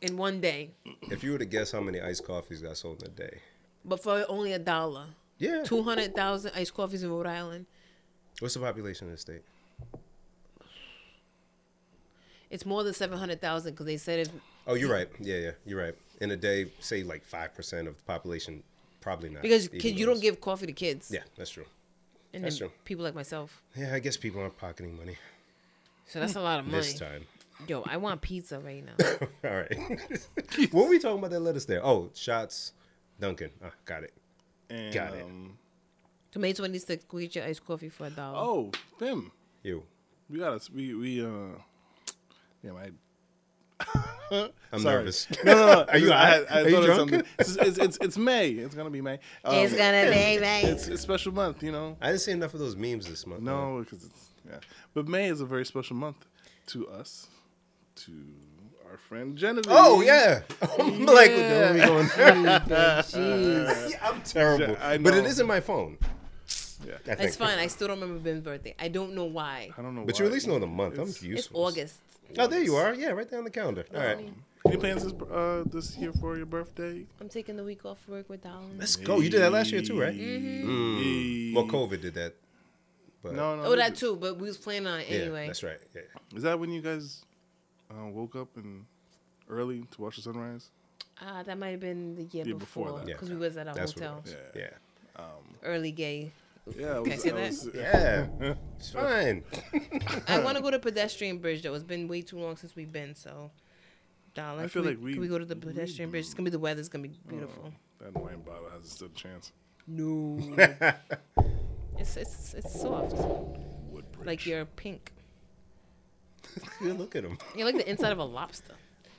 [SPEAKER 1] in one day,
[SPEAKER 2] if you were to guess how many iced coffees got sold in a day,
[SPEAKER 1] but for only a dollar.
[SPEAKER 2] yeah.
[SPEAKER 1] Two hundred thousand iced coffees in Rhode Island.
[SPEAKER 2] What's the population of the state?
[SPEAKER 1] It's more than seven hundred thousand because they said if
[SPEAKER 2] Oh, you're right. Yeah, yeah, you're right. In a day, say like five percent of the population, probably not.
[SPEAKER 1] because
[SPEAKER 2] even
[SPEAKER 1] kids, you don't
[SPEAKER 2] those.
[SPEAKER 1] give coffee to kids.
[SPEAKER 2] Yeah, that's true.
[SPEAKER 1] and
[SPEAKER 2] that's
[SPEAKER 1] then
[SPEAKER 2] true.
[SPEAKER 1] people like myself.
[SPEAKER 2] Yeah, I guess people aren't pocketing money
[SPEAKER 1] So that's a lot of money.
[SPEAKER 2] this time.
[SPEAKER 1] Yo, I want pizza right now.
[SPEAKER 2] All right. [laughs] what were we talking about that lettuce there? Oh, shots, Duncan. Ah, got it.
[SPEAKER 3] And,
[SPEAKER 2] Got it.
[SPEAKER 3] Um,
[SPEAKER 1] [coughs] Tomato needs to go get your iced coffee for a dollar.
[SPEAKER 3] oh, Pim,
[SPEAKER 2] You.
[SPEAKER 3] we gotta we we uh, damn I.
[SPEAKER 2] I'm
[SPEAKER 3] Sorry.
[SPEAKER 2] [laughs] nervous.
[SPEAKER 3] No, no, no.
[SPEAKER 2] Are you
[SPEAKER 3] I,
[SPEAKER 2] high?
[SPEAKER 3] I
[SPEAKER 2] Are you
[SPEAKER 3] thought of
[SPEAKER 2] drunk?
[SPEAKER 3] something. It's, it's, it's, it's May. It's gonna be May.
[SPEAKER 1] [laughs]
[SPEAKER 3] Um,
[SPEAKER 1] it's gonna be
[SPEAKER 3] it's
[SPEAKER 1] right.
[SPEAKER 3] a special month, you know.
[SPEAKER 2] I didn't see enough of those memes this month. man.
[SPEAKER 3] No, because it's yeah. But May is a very special month to us, to our friend Genevieve.
[SPEAKER 2] Oh yeah. [laughs] I'm like, [laughs]
[SPEAKER 3] Yeah.
[SPEAKER 2] we going?
[SPEAKER 1] Jeez.
[SPEAKER 2] [laughs] I'm terrible.
[SPEAKER 3] I
[SPEAKER 2] But it
[SPEAKER 3] know.
[SPEAKER 2] isn't my phone.
[SPEAKER 3] Yeah.
[SPEAKER 2] I think.
[SPEAKER 1] That's fine. I still don't remember Ben's birthday. I don't know why.
[SPEAKER 3] I don't know.
[SPEAKER 2] But
[SPEAKER 3] why.
[SPEAKER 2] you at least know the month. I'm
[SPEAKER 3] It's-
[SPEAKER 2] useful.
[SPEAKER 1] It's August.
[SPEAKER 2] Oh, there you are. Yeah, right there on the calendar. All right.
[SPEAKER 3] Any plans this uh, this year for your birthday?
[SPEAKER 1] I'm taking the week off work with Alan.
[SPEAKER 2] Let's go. Oh, You did that last year too, right?
[SPEAKER 1] Mm-hmm.
[SPEAKER 3] Mm.
[SPEAKER 2] Well, COVID did that. But
[SPEAKER 3] No, no.
[SPEAKER 1] Oh, that too. But we was planning on it
[SPEAKER 2] yeah,
[SPEAKER 1] anyway.
[SPEAKER 2] that's right. Yeah.
[SPEAKER 3] Is that when you guys uh, woke up and early to watch the sunrise?
[SPEAKER 1] Uh, that might have been the year
[SPEAKER 3] Year before
[SPEAKER 1] before
[SPEAKER 3] that.
[SPEAKER 2] Yeah.
[SPEAKER 1] because we was at a
[SPEAKER 2] That's
[SPEAKER 1] hotel.
[SPEAKER 2] what it was.
[SPEAKER 3] Yeah.
[SPEAKER 2] Yeah.
[SPEAKER 1] Early gay.
[SPEAKER 3] Yeah, it
[SPEAKER 1] Can I
[SPEAKER 3] was,
[SPEAKER 1] say
[SPEAKER 3] it
[SPEAKER 1] that?
[SPEAKER 3] was-
[SPEAKER 2] Yeah. [laughs] It's fine.
[SPEAKER 1] I want to go to pedestrian bridge though. It's been way too long since we've been. So, Darling,
[SPEAKER 3] I feel
[SPEAKER 1] can
[SPEAKER 3] like we- Oh.
[SPEAKER 1] can we go to the pedestrian bridge. It's gonna be the weather's gonna be beautiful.
[SPEAKER 3] That wine bottle has still a chance.
[SPEAKER 1] No. it's it's it's soft
[SPEAKER 3] Woodbridge.
[SPEAKER 1] like you're pink.
[SPEAKER 2] Yeah, look at them.
[SPEAKER 1] You're like the inside of a lobster.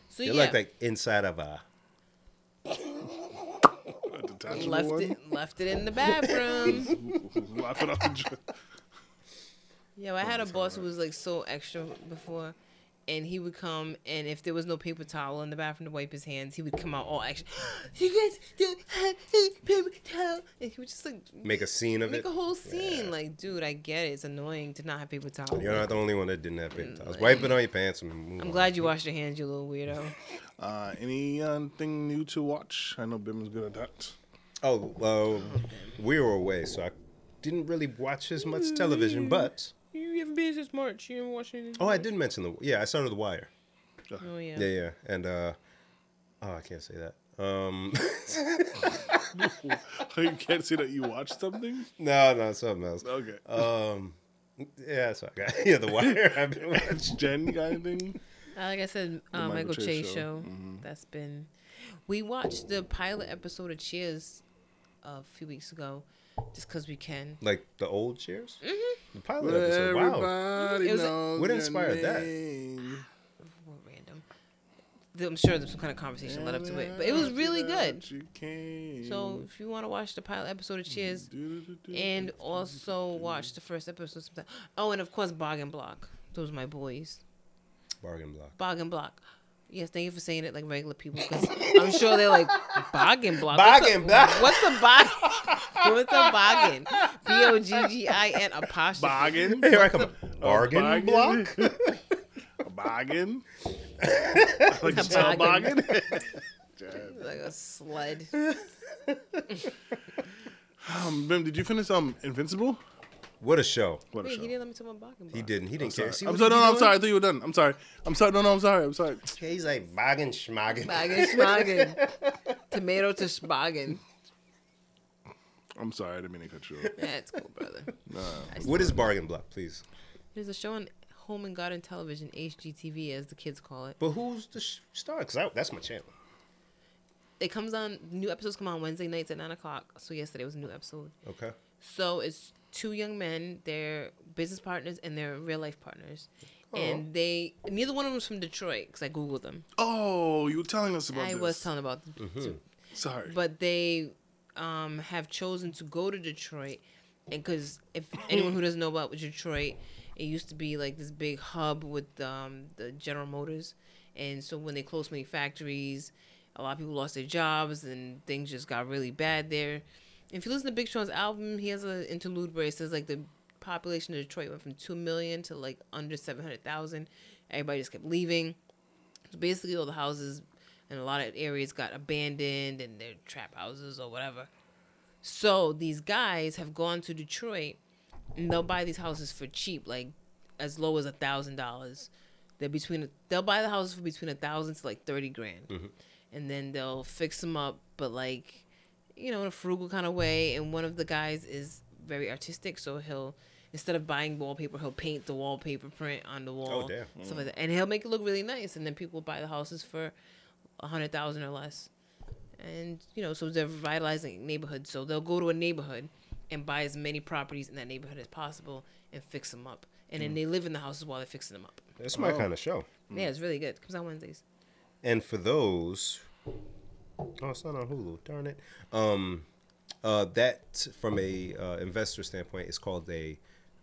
[SPEAKER 1] So
[SPEAKER 2] They
[SPEAKER 1] yeah,
[SPEAKER 2] look like inside of a.
[SPEAKER 3] a detachable
[SPEAKER 1] left
[SPEAKER 3] [laughs] one.
[SPEAKER 1] it left it in the bathroom.
[SPEAKER 2] [laughs]
[SPEAKER 3] Lop it off the dr-
[SPEAKER 1] Yo, I had a boss who was like so extra before, and he would come, and if there was no paper towel in the bathroom to wipe his hands, he would come out all extra. [gasps] You guys don't have a paper towel, and he would just like
[SPEAKER 2] Make a scene of
[SPEAKER 1] make
[SPEAKER 2] it.
[SPEAKER 1] a whole scene. Like, dude, I get it. It's annoying to not have paper towel.
[SPEAKER 2] You're not the only one that didn't have paper towels. Wipe it on your pants and move
[SPEAKER 1] I'm
[SPEAKER 2] on.
[SPEAKER 1] glad you washed your hands, you
[SPEAKER 2] [laughs]
[SPEAKER 1] little weirdo.
[SPEAKER 3] Uh, anything new to watch? I know Bim is good at that. [laughs]
[SPEAKER 2] Oh, well, we were away, so I didn't really watch as much television, but.
[SPEAKER 1] You haven't been since March. You haven't washed anything.
[SPEAKER 2] Oh, I did mention the. Yeah, I started The Wire.
[SPEAKER 1] Oh yeah.
[SPEAKER 2] Yeah, yeah. And, uh. Oh, I can't say that. Um.
[SPEAKER 3] you can't say that you watched something.
[SPEAKER 2] no, no, something else.
[SPEAKER 3] Okay.
[SPEAKER 2] Um, yeah, that's what I got. [laughs] Yeah, The Wire. I've been watching.
[SPEAKER 3] Jen got anything?
[SPEAKER 1] Uh, like I said, uh,
[SPEAKER 3] Michael
[SPEAKER 1] Michael Che
[SPEAKER 3] Che
[SPEAKER 1] show.
[SPEAKER 3] show. Mm-hmm.
[SPEAKER 1] That's been. We watched the pilot episode of Cheers a few weeks ago, just because we can.
[SPEAKER 2] Like the old Cheers? Mm-hmm. The pilot episode. Wow.
[SPEAKER 3] Everybody
[SPEAKER 1] It was a-
[SPEAKER 3] knows
[SPEAKER 2] What
[SPEAKER 3] your
[SPEAKER 2] inspired that?
[SPEAKER 3] name.
[SPEAKER 1] Well, random. Th- I'm sure there's some kind of conversation led up to it, but it was really good.
[SPEAKER 3] You came.
[SPEAKER 1] So if you want to watch the pilot episode of Cheers,
[SPEAKER 3] Do-do-do-do.
[SPEAKER 1] and also watch the first episode sometime. Oh, and of course Bargain Block. Those are my boys.
[SPEAKER 2] Bargain block.
[SPEAKER 1] Bargain Block. Yes, thank you for saying it like regular people. 'cause I'm sure they're like bargain block. What's
[SPEAKER 2] Bargain
[SPEAKER 1] a-
[SPEAKER 2] block.
[SPEAKER 1] What's a bargain? [laughs] What's a bargain? B o g g i n
[SPEAKER 2] [laughs]
[SPEAKER 1] apostrophe.
[SPEAKER 3] Boggin.
[SPEAKER 2] Hey, here I come. Oh, Bargain,
[SPEAKER 3] Boggin.
[SPEAKER 2] block?
[SPEAKER 3] [laughs] A Boggin.
[SPEAKER 1] [laughs]
[SPEAKER 3] like a toboggan.
[SPEAKER 1] Like a sled.
[SPEAKER 3] um, Bim, did you finish um Invincible?
[SPEAKER 2] What a show.
[SPEAKER 3] What a
[SPEAKER 1] Wait,
[SPEAKER 3] show.
[SPEAKER 1] he didn't let me talk about bargain block.
[SPEAKER 2] He didn't. He didn't care. See
[SPEAKER 3] I'm
[SPEAKER 2] what
[SPEAKER 3] sorry.
[SPEAKER 2] he
[SPEAKER 3] No, no, I'm
[SPEAKER 2] doing?
[SPEAKER 3] sorry. I thought you were done. I'm sorry. I'm sorry. No, no, I'm sorry. I'm sorry. [sniffs]
[SPEAKER 2] He's like bargain schmaggin.
[SPEAKER 1] Bargain schmagen. Tomato to schmagen.
[SPEAKER 3] I'm sorry. I didn't mean to cut you off.
[SPEAKER 1] That's cool, brother.
[SPEAKER 2] [laughs] What is bargain block, please?
[SPEAKER 1] There's a show on Home and Garden Television, HGTV, as the kids call it.
[SPEAKER 2] But who's the sh- star? Because that's my channel.
[SPEAKER 1] It comes on. New episodes come on Wednesday nights at nine o'clock. So yesterday was a new episode.
[SPEAKER 2] Okay.
[SPEAKER 1] So it's two young men. They're business partners and they're real life partners. And they neither one of them's from Detroit because I googled them.
[SPEAKER 3] Oh, you were telling us about
[SPEAKER 1] I
[SPEAKER 3] this.
[SPEAKER 1] was telling about them, too.
[SPEAKER 3] Sorry.
[SPEAKER 1] but they um, have chosen to go to Detroit and because if anyone who doesn't know about Detroit, it used to be like this big hub with um, the General Motors, and so when they closed many factories, a lot of people lost their jobs, and things just got really bad there. If you listen to Big Sean's album, he has an interlude where it says like the population of Detroit went from two million to like under seven hundred thousand. Everybody just kept leaving. So basically, all the houses in a lot of areas got abandoned, and they're trap houses or whatever. So these guys have gone to Detroit and they'll buy these houses for cheap, like as low as a thousand dollars. They're between they'll buy the houses for between a thousand to like thirty grand, and then they'll fix them up, but like you know in a frugal kind of way. And one of the guys is very artistic, so he'll instead of buying wallpaper, he'll paint the wallpaper print on the wall,
[SPEAKER 2] damn.
[SPEAKER 1] stuff like that, and he'll make it look really nice. And then people buy the houses for a hundred thousand or less and you know so they're revitalizing neighborhoods so they'll go to a neighborhood and buy as many properties in that neighborhood as possible and fix them up and then they live in the houses while they're fixing them up
[SPEAKER 2] That's
[SPEAKER 3] Oh.
[SPEAKER 2] my kind of show.
[SPEAKER 1] yeah it's really good comes out wednesdays
[SPEAKER 2] And for those, oh, it's not on Hulu. Darn it. Um, uh, that from a uh, investor standpoint is called a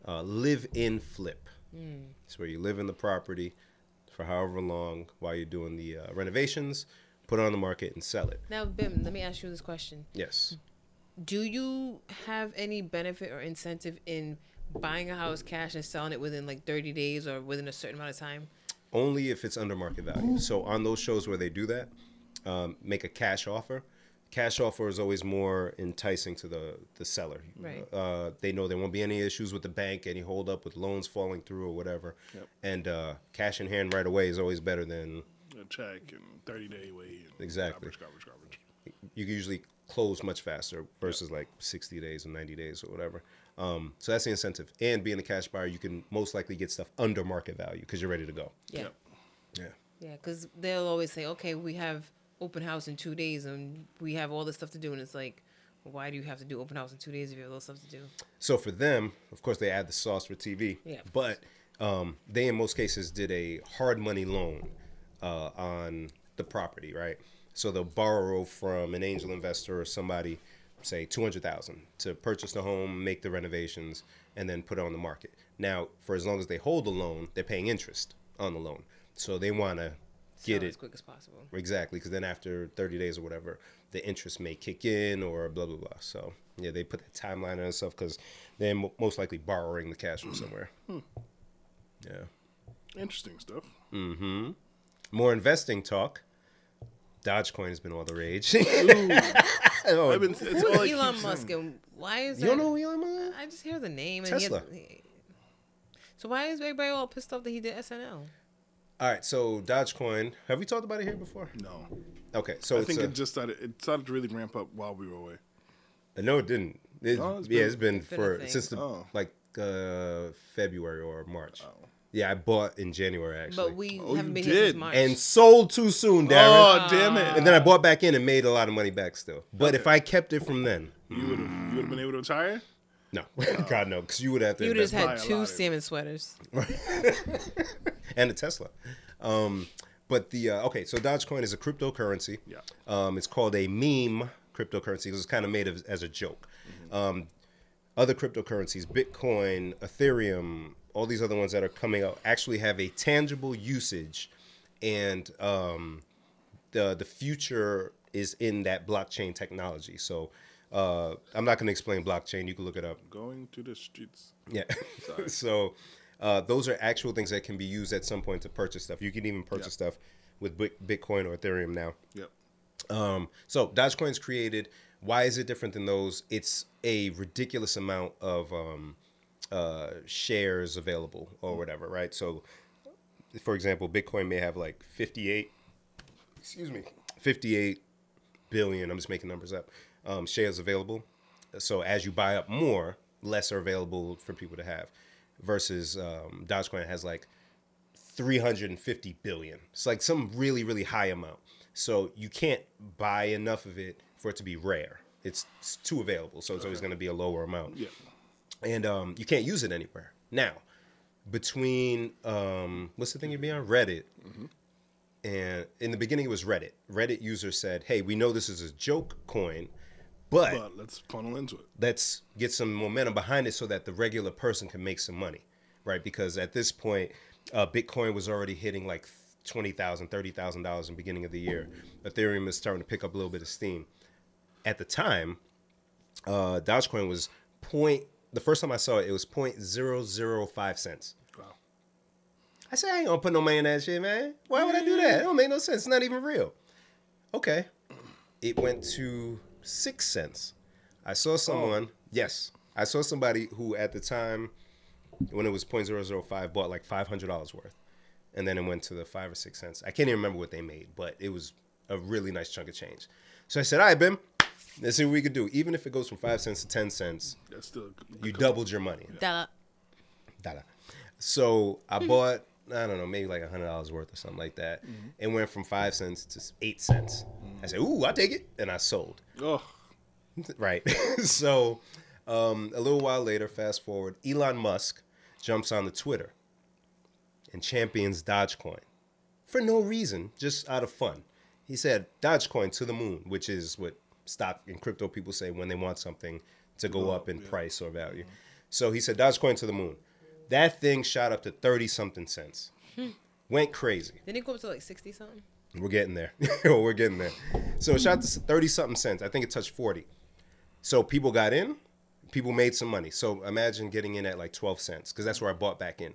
[SPEAKER 2] uh, live-in flip.
[SPEAKER 3] Hmm.
[SPEAKER 2] It's where you live in the property for however long while you're doing the uh, renovations, put it on the market and sell it.
[SPEAKER 1] now bim let me ask you this question
[SPEAKER 2] Yes.
[SPEAKER 1] do you have any benefit or incentive in buying a house cash and selling it within like 30 days or within a certain amount of time
[SPEAKER 2] only if it's under market value. So on those shows where they do that, um, make a cash offer. Cash offer is always more enticing to the the seller.
[SPEAKER 1] Right.
[SPEAKER 2] Uh, they know there won't be any issues with the bank, any hold up with loans falling through or whatever. And uh, cash in hand right away is always better than
[SPEAKER 3] A check and 30 day wait. and
[SPEAKER 2] Exactly.
[SPEAKER 3] Garbage, garbage, garbage.
[SPEAKER 2] you can usually close much faster versus like 60 days or 90 days or whatever. Um, so that's the incentive. And being a cash buyer, you can most likely get stuff under market value because you're ready to go.
[SPEAKER 1] yeah
[SPEAKER 3] Yep.
[SPEAKER 2] Yeah.
[SPEAKER 1] Yeah, because they'll always say, okay, we have open house in two days and we have all this stuff to do. And it's like, why do you have to do open house in two days if you have all this stuff to do?
[SPEAKER 2] So for them, of course, they add the sauce for TV.
[SPEAKER 1] Yeah, of
[SPEAKER 2] But um, they, in most cases, did a hard money loan uh, on the property, right? So they'll borrow from an angel investor or somebody, say two hundred thousand, to purchase the home, make the renovations, and then put it on the market. Now, for as long as they hold the loan, they're paying interest on the loan. So they want to get
[SPEAKER 1] So
[SPEAKER 2] it
[SPEAKER 1] as quick as possible.
[SPEAKER 2] Exactly, because then after 30 days or whatever, the interest may kick in or blah, blah, blah. So, yeah, they put that timeline on and stuff because they're mo- most likely borrowing the cash from somewhere. Yeah.
[SPEAKER 3] Interesting stuff.
[SPEAKER 2] More investing talk. Dogecoin has been all the [laughs] rage.
[SPEAKER 3] I've been, it's
[SPEAKER 1] Who
[SPEAKER 3] all I
[SPEAKER 1] is
[SPEAKER 3] keep
[SPEAKER 1] Elon
[SPEAKER 3] saying.
[SPEAKER 1] Musk and why is
[SPEAKER 2] you
[SPEAKER 1] that?
[SPEAKER 2] don't know who Elon Musk is?
[SPEAKER 1] I just hear the name. And
[SPEAKER 2] Tesla.
[SPEAKER 1] Yet, so why is everybody all pissed off that he did SNL?
[SPEAKER 2] All right, so Dogecoin. Have we talked about it here before?
[SPEAKER 3] No.
[SPEAKER 2] Okay, so
[SPEAKER 3] I
[SPEAKER 2] it's
[SPEAKER 3] think
[SPEAKER 2] a-
[SPEAKER 3] it just started, it started to really ramp up while we were away.
[SPEAKER 2] no, it didn't. It-
[SPEAKER 3] No, Oh, it's
[SPEAKER 2] yeah,
[SPEAKER 3] been-
[SPEAKER 2] it's been
[SPEAKER 1] been a
[SPEAKER 2] for
[SPEAKER 1] thing.
[SPEAKER 2] since the
[SPEAKER 3] Oh.
[SPEAKER 2] like uh, February or March. Yeah, I bought in January actually.
[SPEAKER 1] But we
[SPEAKER 3] Oh,
[SPEAKER 1] haven't
[SPEAKER 3] you
[SPEAKER 1] been here since
[SPEAKER 3] did.
[SPEAKER 1] March.
[SPEAKER 2] and sold too soon, Darren.
[SPEAKER 3] Oh, damn it.
[SPEAKER 2] and then I bought back in and made a lot of money back still. But if I kept it from then,
[SPEAKER 3] you would have you would have been able to retire?
[SPEAKER 2] no, [laughs] God no, because you would have to.
[SPEAKER 1] you would
[SPEAKER 2] invest
[SPEAKER 1] have had
[SPEAKER 3] buy a
[SPEAKER 1] two
[SPEAKER 3] lottery.
[SPEAKER 1] salmon sweaters.
[SPEAKER 2] and a Tesla. Um, but the uh, okay, so Dogecoin is a cryptocurrency.
[SPEAKER 3] Yeah.
[SPEAKER 2] Um, it's called a meme cryptocurrency because it's kind of made of, as a joke. Um, other cryptocurrencies, Bitcoin, Ethereum, all these other ones that are coming out actually have a tangible usage, and um, the the future is in that blockchain technology. So. Uh, I'm not going to explain blockchain. You can look it up.
[SPEAKER 3] Going to the streets.
[SPEAKER 2] Yeah. [laughs] so uh, those are actual things that can be used at some point to purchase stuff. You can even purchase stuff with Bit- Bitcoin or Ethereum now.
[SPEAKER 3] Yep.
[SPEAKER 2] Um, so Dogecoin's created. Why is it different than those? It's a ridiculous amount of um, uh, shares available or whatever, right? So, for example, Bitcoin may have like 58, excuse me, 58 billion, I'm just making numbers up, um, shares available. So as you buy up more, less are available for people to have. Versus um, Dogecoin has like 350 billion. It's like some really, really high amount. So you can't buy enough of it for it to be rare. It's, it's too available, so it's always going to be a lower amount
[SPEAKER 3] Yep.
[SPEAKER 2] and um, you can't use it anywhere now. Between um, what's the thing you'd be on Reddit, and in the beginning it was Reddit. Reddit user said, "Hey, we know this is a joke coin, But,
[SPEAKER 3] But let's funnel into it.
[SPEAKER 2] let's get some momentum behind it so that the regular person can make some money, right? Because at this point, uh, Bitcoin was already hitting like $20,000, $30,000 in the beginning of the year. Ethereum is starting to pick up a little bit of steam. At the time, uh, Dogecoin was point, the first time I saw it, it was 0.005 cents.
[SPEAKER 3] Wow.
[SPEAKER 2] I said, I ain't gonna put no money in that shit, man. Why would I do that? It don't make no sense. It's not even real. Okay. It went to six cents. I saw someone, yes, I saw somebody who at the time, when it was 0.005, bought like $500 worth. And then it went to the five or six cents. I can't even remember what they made, but it was a really nice chunk of change. So I said, all right, Bim, let's see what we can do. Even if it goes from five cents to 10 cents,
[SPEAKER 3] That's still a good-
[SPEAKER 2] you doubled your money
[SPEAKER 1] Duh.
[SPEAKER 2] dollar. So I bought I don't know maybe like a hundred dollars worth or something like that. It went from five cents to eight cents. I said, "Ooh, I'll take it," and I sold.
[SPEAKER 3] oh,
[SPEAKER 2] Right. [laughs] so um, a little while later, fast forward, Elon Musk jumps on the Twitter and champions Dogecoin for no reason, just out of fun. He said, Dogecoin to the moon, which is what stock and crypto people say when they want something to go up in price or value. So he said, Dogecoin to the moon. That thing shot up to 30 something cents. Went crazy.
[SPEAKER 1] Didn't it go up to like sixty something?
[SPEAKER 2] We're getting there. [laughs] We're getting there. So it shot to 30 something cents. I think it touched 40. So people got in, people made some money. So imagine getting in at like 12 cents because that's where I bought back in.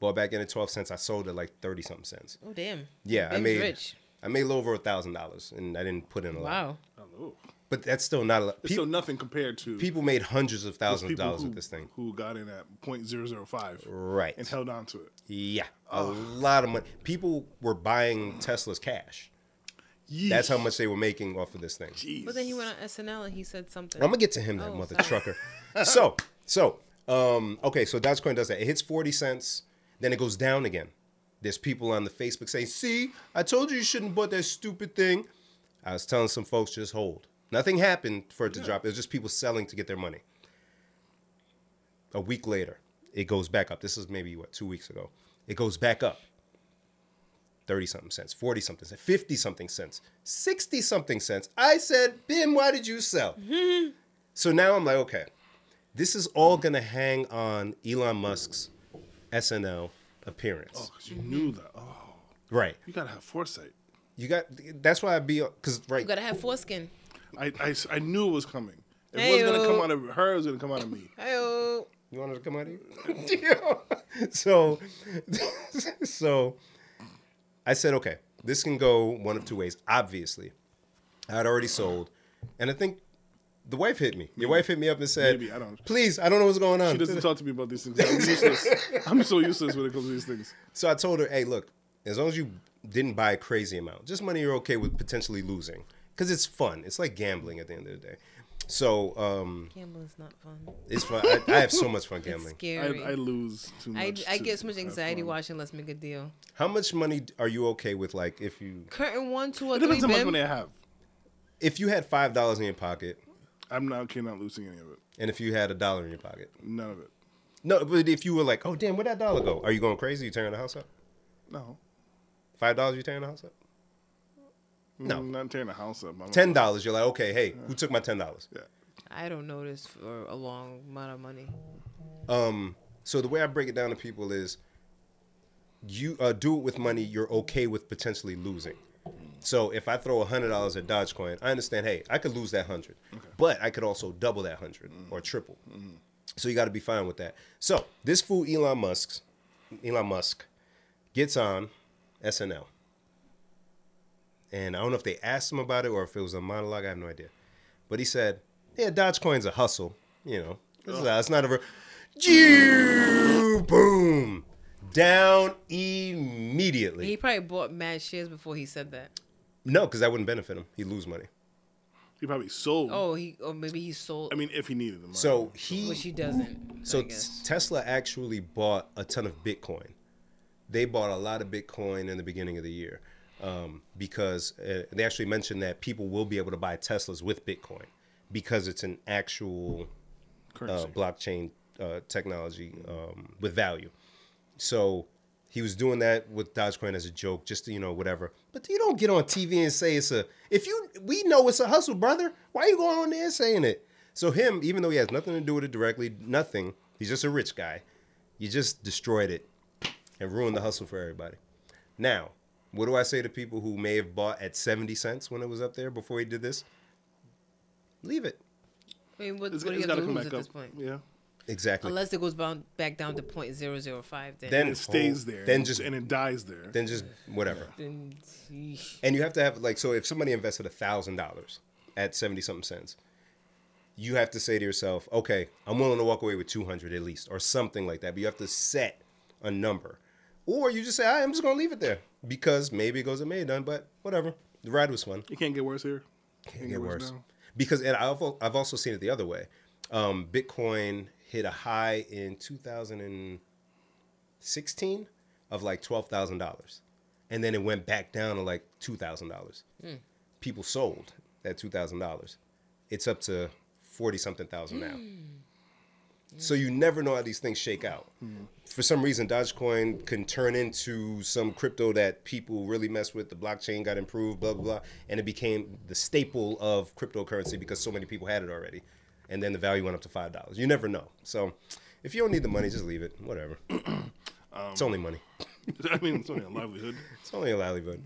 [SPEAKER 2] Bought back in at 12 cents. I sold at like 30 something cents.
[SPEAKER 1] Oh damn.
[SPEAKER 2] Yeah, I
[SPEAKER 1] Ben's
[SPEAKER 2] made
[SPEAKER 1] rich.
[SPEAKER 2] I made a little over a thousand dollars and I didn't put in a lot.
[SPEAKER 1] Wow.
[SPEAKER 3] hello.
[SPEAKER 2] But that's still not a lot.
[SPEAKER 3] It's
[SPEAKER 2] Pe-
[SPEAKER 3] still nothing compared to
[SPEAKER 2] people made hundreds of
[SPEAKER 3] those
[SPEAKER 2] thousands of
[SPEAKER 3] people
[SPEAKER 2] dollars
[SPEAKER 3] who,
[SPEAKER 2] with this thing.
[SPEAKER 3] who got in at 0.005
[SPEAKER 2] Right.
[SPEAKER 3] and held on to it.
[SPEAKER 2] Yeah. A lot of money. People were buying Tesla's cash.
[SPEAKER 3] Yeesh.
[SPEAKER 2] That's how much they were making off of this thing.
[SPEAKER 3] Jeez.
[SPEAKER 1] But then he went on SNL and he said something.
[SPEAKER 2] I'm gonna get to him, that
[SPEAKER 1] Oh,
[SPEAKER 2] mother
[SPEAKER 1] sorry. [laughs]
[SPEAKER 2] trucker. so, so, um, okay, so Dogecoin does that. It hits 40 cents, then it goes down again. There's people on the Facebook saying, "See, I told you you shouldn't bought that stupid thing." I was telling some folks just hold. Nothing happened for it to drop. It was just people selling to get their money. A week later, it goes back up. This is maybe what two weeks ago. It goes back up. 30 something cents, 40 something cents, 50 something cents, 60 something cents. I said, Bim, why did you sell? So now I'm like, okay, this is all gonna hang on Elon Musk's SNL appearance,
[SPEAKER 3] 'Cause you knew that. Oh,
[SPEAKER 2] right?
[SPEAKER 3] you gotta have foresight.
[SPEAKER 2] You got that's why I be because
[SPEAKER 1] You
[SPEAKER 2] right,
[SPEAKER 1] gotta have foreskin.
[SPEAKER 3] I, I, I knew it was coming. It wasn't gonna
[SPEAKER 1] Heyo.
[SPEAKER 3] come out of her. It was gonna come out of me.
[SPEAKER 1] Hey
[SPEAKER 2] you wanted to come out of you. [laughs] so, [laughs] so I said, okay, this can go one of two ways. Obviously, I had already sold, and I think. The wife hit me. Your wife hit me up and said,
[SPEAKER 3] Maybe, I don't-
[SPEAKER 2] "Please, I don't know what's going on."
[SPEAKER 3] She doesn't talk to me about these things. I'm useless. I'm so useless when it comes to these things.
[SPEAKER 2] So I told her, hey, look, as long as you didn't buy a crazy amount, just money you're okay with potentially losing. Because it's fun. It's like gambling at the end of the day. So um,
[SPEAKER 1] Gambling's not fun.
[SPEAKER 2] it's fun. I, I have so much fun
[SPEAKER 1] It's
[SPEAKER 2] gambling.
[SPEAKER 3] I,
[SPEAKER 1] scary.
[SPEAKER 3] I lose too much.
[SPEAKER 1] I, I
[SPEAKER 3] to
[SPEAKER 1] get so much
[SPEAKER 3] have
[SPEAKER 1] anxiety
[SPEAKER 3] fun.
[SPEAKER 1] watching Let's Make a Deal.
[SPEAKER 2] How much money d- are you okay with, like, if you
[SPEAKER 1] Curtain one, two, or
[SPEAKER 3] It
[SPEAKER 1] three.
[SPEAKER 3] depends how much
[SPEAKER 1] Bim.
[SPEAKER 3] money I have.
[SPEAKER 2] if you had five dollars in your pocket
[SPEAKER 3] I'm not okay not losing any of it.
[SPEAKER 2] and if you had a dollar in your pocket?
[SPEAKER 3] None of it.
[SPEAKER 2] No, but if you were like, oh damn, where'd that dollar go? Are you going crazy? You tearing the house up?
[SPEAKER 3] No.
[SPEAKER 2] Five dollars, you tearing the house up? No.
[SPEAKER 3] I'm not tearing the house up. I'm
[SPEAKER 2] Ten dollars, you're like, okay, hey, who took my ten dollars?
[SPEAKER 3] Yeah.
[SPEAKER 1] I don't know this for a long amount of money.
[SPEAKER 2] Um, so the way I break it down to people is, you uh, do it with money you're okay with potentially losing. So if I throw hundred dollars at Dogecoin, I understand. Hey, I could lose that hundred, but I could also double that hundred or triple. So you got to be fine with that. So this fool Elon Musk's Elon Musk gets on SNL, and I don't know if they asked him about it or if it was a monologue. I have no idea, but he said, "Yeah, Dogecoin's a hustle. You know, this is how- it's not a." Ver- Jew, boom, down immediately.
[SPEAKER 1] He probably bought mad shares before he said that.
[SPEAKER 2] No, because that wouldn't benefit him. He'd lose money.
[SPEAKER 3] He probably sold.
[SPEAKER 1] Oh, he or maybe he sold,
[SPEAKER 3] I mean, if he needed them.
[SPEAKER 2] So
[SPEAKER 1] which he
[SPEAKER 2] he,
[SPEAKER 1] doesn't.
[SPEAKER 2] so
[SPEAKER 1] I
[SPEAKER 2] t-
[SPEAKER 1] guess.
[SPEAKER 2] Tesla actually bought a ton of Bitcoin. They bought a lot of Bitcoin in the beginning of the year um, because uh, they actually mentioned that people will be able to buy Teslas with Bitcoin because it's an actual uh,
[SPEAKER 3] currency.
[SPEAKER 2] blockchain uh, technology um, with value. So He was doing that with Dogecoin as a joke, just to, you know, whatever. But you don't get on TV and say it's a. If you, we know it's a hustle, brother. Why you going on there saying it? So him, even though he has nothing to do with it directly, nothing. He's just a rich guy. You just destroyed it and ruined the hustle for everybody. Now, what do I say to people who may have bought at seventy cents when it was up there before he did this? Leave it.
[SPEAKER 1] I mean, what,
[SPEAKER 3] It's,
[SPEAKER 1] what do you
[SPEAKER 3] it's
[SPEAKER 1] have to
[SPEAKER 3] got to come
[SPEAKER 1] lose
[SPEAKER 3] back
[SPEAKER 1] at
[SPEAKER 3] up.
[SPEAKER 1] this point?
[SPEAKER 3] Yeah.
[SPEAKER 2] Exactly.
[SPEAKER 1] Unless it goes bound, back down to point zero zero five, then,
[SPEAKER 2] then
[SPEAKER 3] And it stays there.
[SPEAKER 2] Then just
[SPEAKER 3] and it dies there.
[SPEAKER 2] then just whatever.
[SPEAKER 1] then, yeesh.
[SPEAKER 2] And you have to have like so if somebody invested a thousand dollars at seventy something cents, you have to say to yourself, okay, I'm willing to walk away with two hundred at least, or something like that. But you have to set a number, or you just say, "All right, I'm just gonna leave it there because maybe it goes a million done, but whatever. The ride was fun.
[SPEAKER 3] it can't get worse here.
[SPEAKER 2] Can't get worse.
[SPEAKER 3] now.
[SPEAKER 2] Because and I've al- I've also seen it the other way. Um, Bitcoin hit a high in 2016 of like twelve thousand dollars, and then it went back down to like two thousand dollars. People sold that two thousand dollars. It's up to forty something thousand now. So you never know how these things shake out. For some reason, Dogecoin can turn into some crypto that people really mess with. The blockchain got improved, blah blah blah, and it became the staple of cryptocurrency because so many people had it already. And then the value went up to five dollars. You never know. So if you don't need the money, just leave it. Whatever. it's only money.
[SPEAKER 3] [laughs] I mean, it's only a livelihood.
[SPEAKER 2] It's only a livelihood.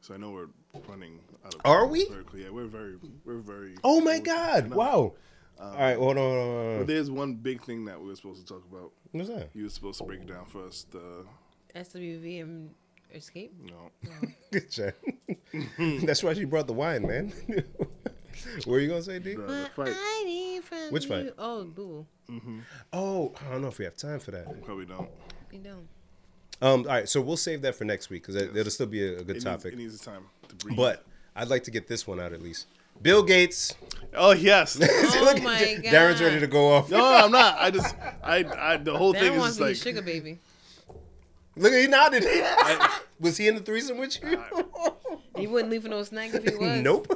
[SPEAKER 3] So I know we're running out of.
[SPEAKER 2] Are we?
[SPEAKER 3] vertical. Yeah, we're very, we're very.
[SPEAKER 2] Oh my
[SPEAKER 3] we're-
[SPEAKER 2] God!
[SPEAKER 3] no.
[SPEAKER 2] Wow. All right, hold on. Hold on, hold
[SPEAKER 3] But
[SPEAKER 2] on.
[SPEAKER 3] there's one big thing that we were supposed to talk about.
[SPEAKER 2] What's that?
[SPEAKER 3] You were supposed to break it down for us. The
[SPEAKER 1] SWV and Escape.
[SPEAKER 3] you know,
[SPEAKER 2] [laughs]
[SPEAKER 3] uh,
[SPEAKER 2] Good job. [laughs] That's why she brought the wine, man. [laughs] what were you gonna say, D?
[SPEAKER 3] the, the
[SPEAKER 1] What
[SPEAKER 3] fight.
[SPEAKER 1] I need from
[SPEAKER 2] Which fight?
[SPEAKER 1] you- Oh, boo.
[SPEAKER 2] Oh, I don't know if we have time for that.
[SPEAKER 3] Probably don't.
[SPEAKER 1] You
[SPEAKER 2] [laughs]
[SPEAKER 1] know.
[SPEAKER 2] Um, all right, so we'll save that for next week because that, that'll still be a, a good
[SPEAKER 3] It needs,
[SPEAKER 2] topic.
[SPEAKER 3] it needs time to breathe.
[SPEAKER 2] but I'd like to get this one out at least. Bill Gates. [laughs]
[SPEAKER 3] oh yes,
[SPEAKER 1] Oh my god.
[SPEAKER 2] Darren's ready to go off.
[SPEAKER 3] no, I'm not. I just, I, I the whole
[SPEAKER 1] Darren
[SPEAKER 3] thing is
[SPEAKER 1] wants
[SPEAKER 3] just
[SPEAKER 1] to be
[SPEAKER 3] like
[SPEAKER 2] [laughs]
[SPEAKER 1] sugar baby.
[SPEAKER 2] Look, he nodded. [laughs] Was he in the threesome with you?
[SPEAKER 1] He wouldn't leave for no snack
[SPEAKER 2] [laughs]
[SPEAKER 1] if he was.
[SPEAKER 2] nope.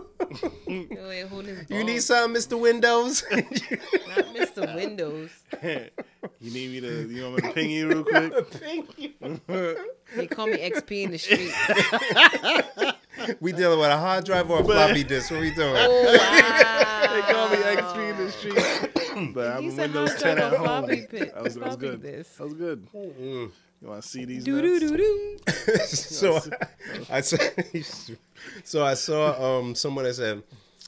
[SPEAKER 1] No way, holding his
[SPEAKER 2] You need
[SPEAKER 1] balls.
[SPEAKER 2] some, Mr. Windows. [laughs]
[SPEAKER 1] not Mr. Windows.
[SPEAKER 3] you need me to, you know, I'm gonna ping you
[SPEAKER 2] [laughs]
[SPEAKER 3] real quick.
[SPEAKER 2] Thank you.
[SPEAKER 1] They call me
[SPEAKER 2] [laughs]
[SPEAKER 1] XP in the street.
[SPEAKER 2] We dealing with a hard drive or a floppy disk. What we doing?
[SPEAKER 1] Oh, wow.
[SPEAKER 3] They call me XP in the street, but
[SPEAKER 1] He
[SPEAKER 3] I'm
[SPEAKER 1] said
[SPEAKER 3] Windows
[SPEAKER 1] hard
[SPEAKER 3] 10
[SPEAKER 1] drive
[SPEAKER 3] at
[SPEAKER 1] or
[SPEAKER 3] home.
[SPEAKER 1] floppy pit-
[SPEAKER 3] That was, that was
[SPEAKER 1] floppy
[SPEAKER 3] good.
[SPEAKER 1] disk.
[SPEAKER 3] That was good. You want to see these?
[SPEAKER 1] Do
[SPEAKER 3] nuts?
[SPEAKER 1] do do do.
[SPEAKER 2] [laughs] so I, I saw, [laughs] so I saw um someone that said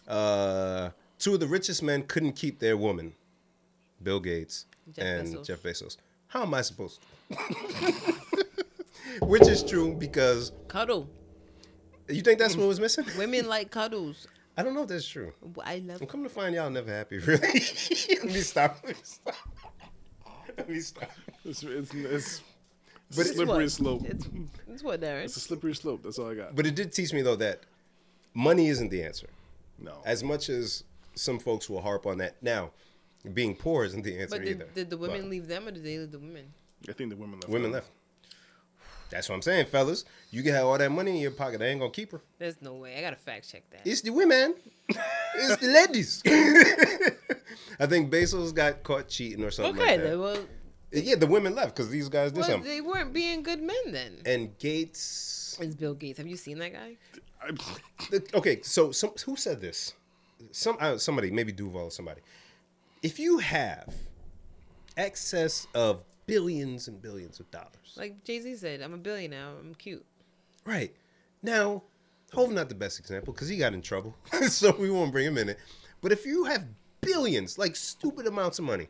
[SPEAKER 2] uh, two of the richest men couldn't keep their woman, Bill Gates
[SPEAKER 1] Jeff
[SPEAKER 2] and
[SPEAKER 1] Bezos.
[SPEAKER 2] Jeff Bezos. How am I supposed to? [laughs] Which is true because
[SPEAKER 1] Cuddle.
[SPEAKER 2] you think that's what was missing.
[SPEAKER 1] Women like cuddles.
[SPEAKER 2] I don't know if that's true.
[SPEAKER 1] I love.
[SPEAKER 2] I'm coming to find y'all never happy. [laughs] Really? let me stop. Let me stop. [laughs] Let me stop.
[SPEAKER 3] It's, it's, it's,
[SPEAKER 2] But
[SPEAKER 3] but
[SPEAKER 2] it's
[SPEAKER 3] a slippery
[SPEAKER 1] what?
[SPEAKER 3] slope. It's,
[SPEAKER 1] It's, it's what, Darren?
[SPEAKER 3] a slippery slope. That's all I got.
[SPEAKER 2] But it did teach me though that money isn't the answer.
[SPEAKER 3] no.
[SPEAKER 2] as much as some folks will harp on that now being poor isn't the answer
[SPEAKER 1] But
[SPEAKER 2] either
[SPEAKER 1] did, did the women
[SPEAKER 2] But
[SPEAKER 1] leave them or did they leave the women?
[SPEAKER 3] I think the women left.
[SPEAKER 2] women left that's what i'm saying fellas you can have all that money in your pocket i ain't gonna keep her
[SPEAKER 1] There's no way. I gotta fact check that.
[SPEAKER 2] it's the women [laughs] it's the ladies [laughs] i think bezos got caught cheating or something
[SPEAKER 1] Okay,
[SPEAKER 2] like
[SPEAKER 1] then,
[SPEAKER 2] that.
[SPEAKER 1] well,
[SPEAKER 2] yeah the women left because these guys did
[SPEAKER 1] well,
[SPEAKER 2] something
[SPEAKER 1] they weren't being good men then.
[SPEAKER 2] and gates
[SPEAKER 1] It's Bill Gates. Have you seen that guy?
[SPEAKER 3] I,
[SPEAKER 2] the- okay, so some who said this? Some uh, somebody, maybe Duval or somebody. If you have excess of billions and billions of dollars,
[SPEAKER 1] Like Jay Z said, I'm a billionaire. I'm cute.
[SPEAKER 2] right now, Hove not the best example because he got in trouble, [laughs] so we won't bring him in it. But if you have billions, like stupid amounts of money,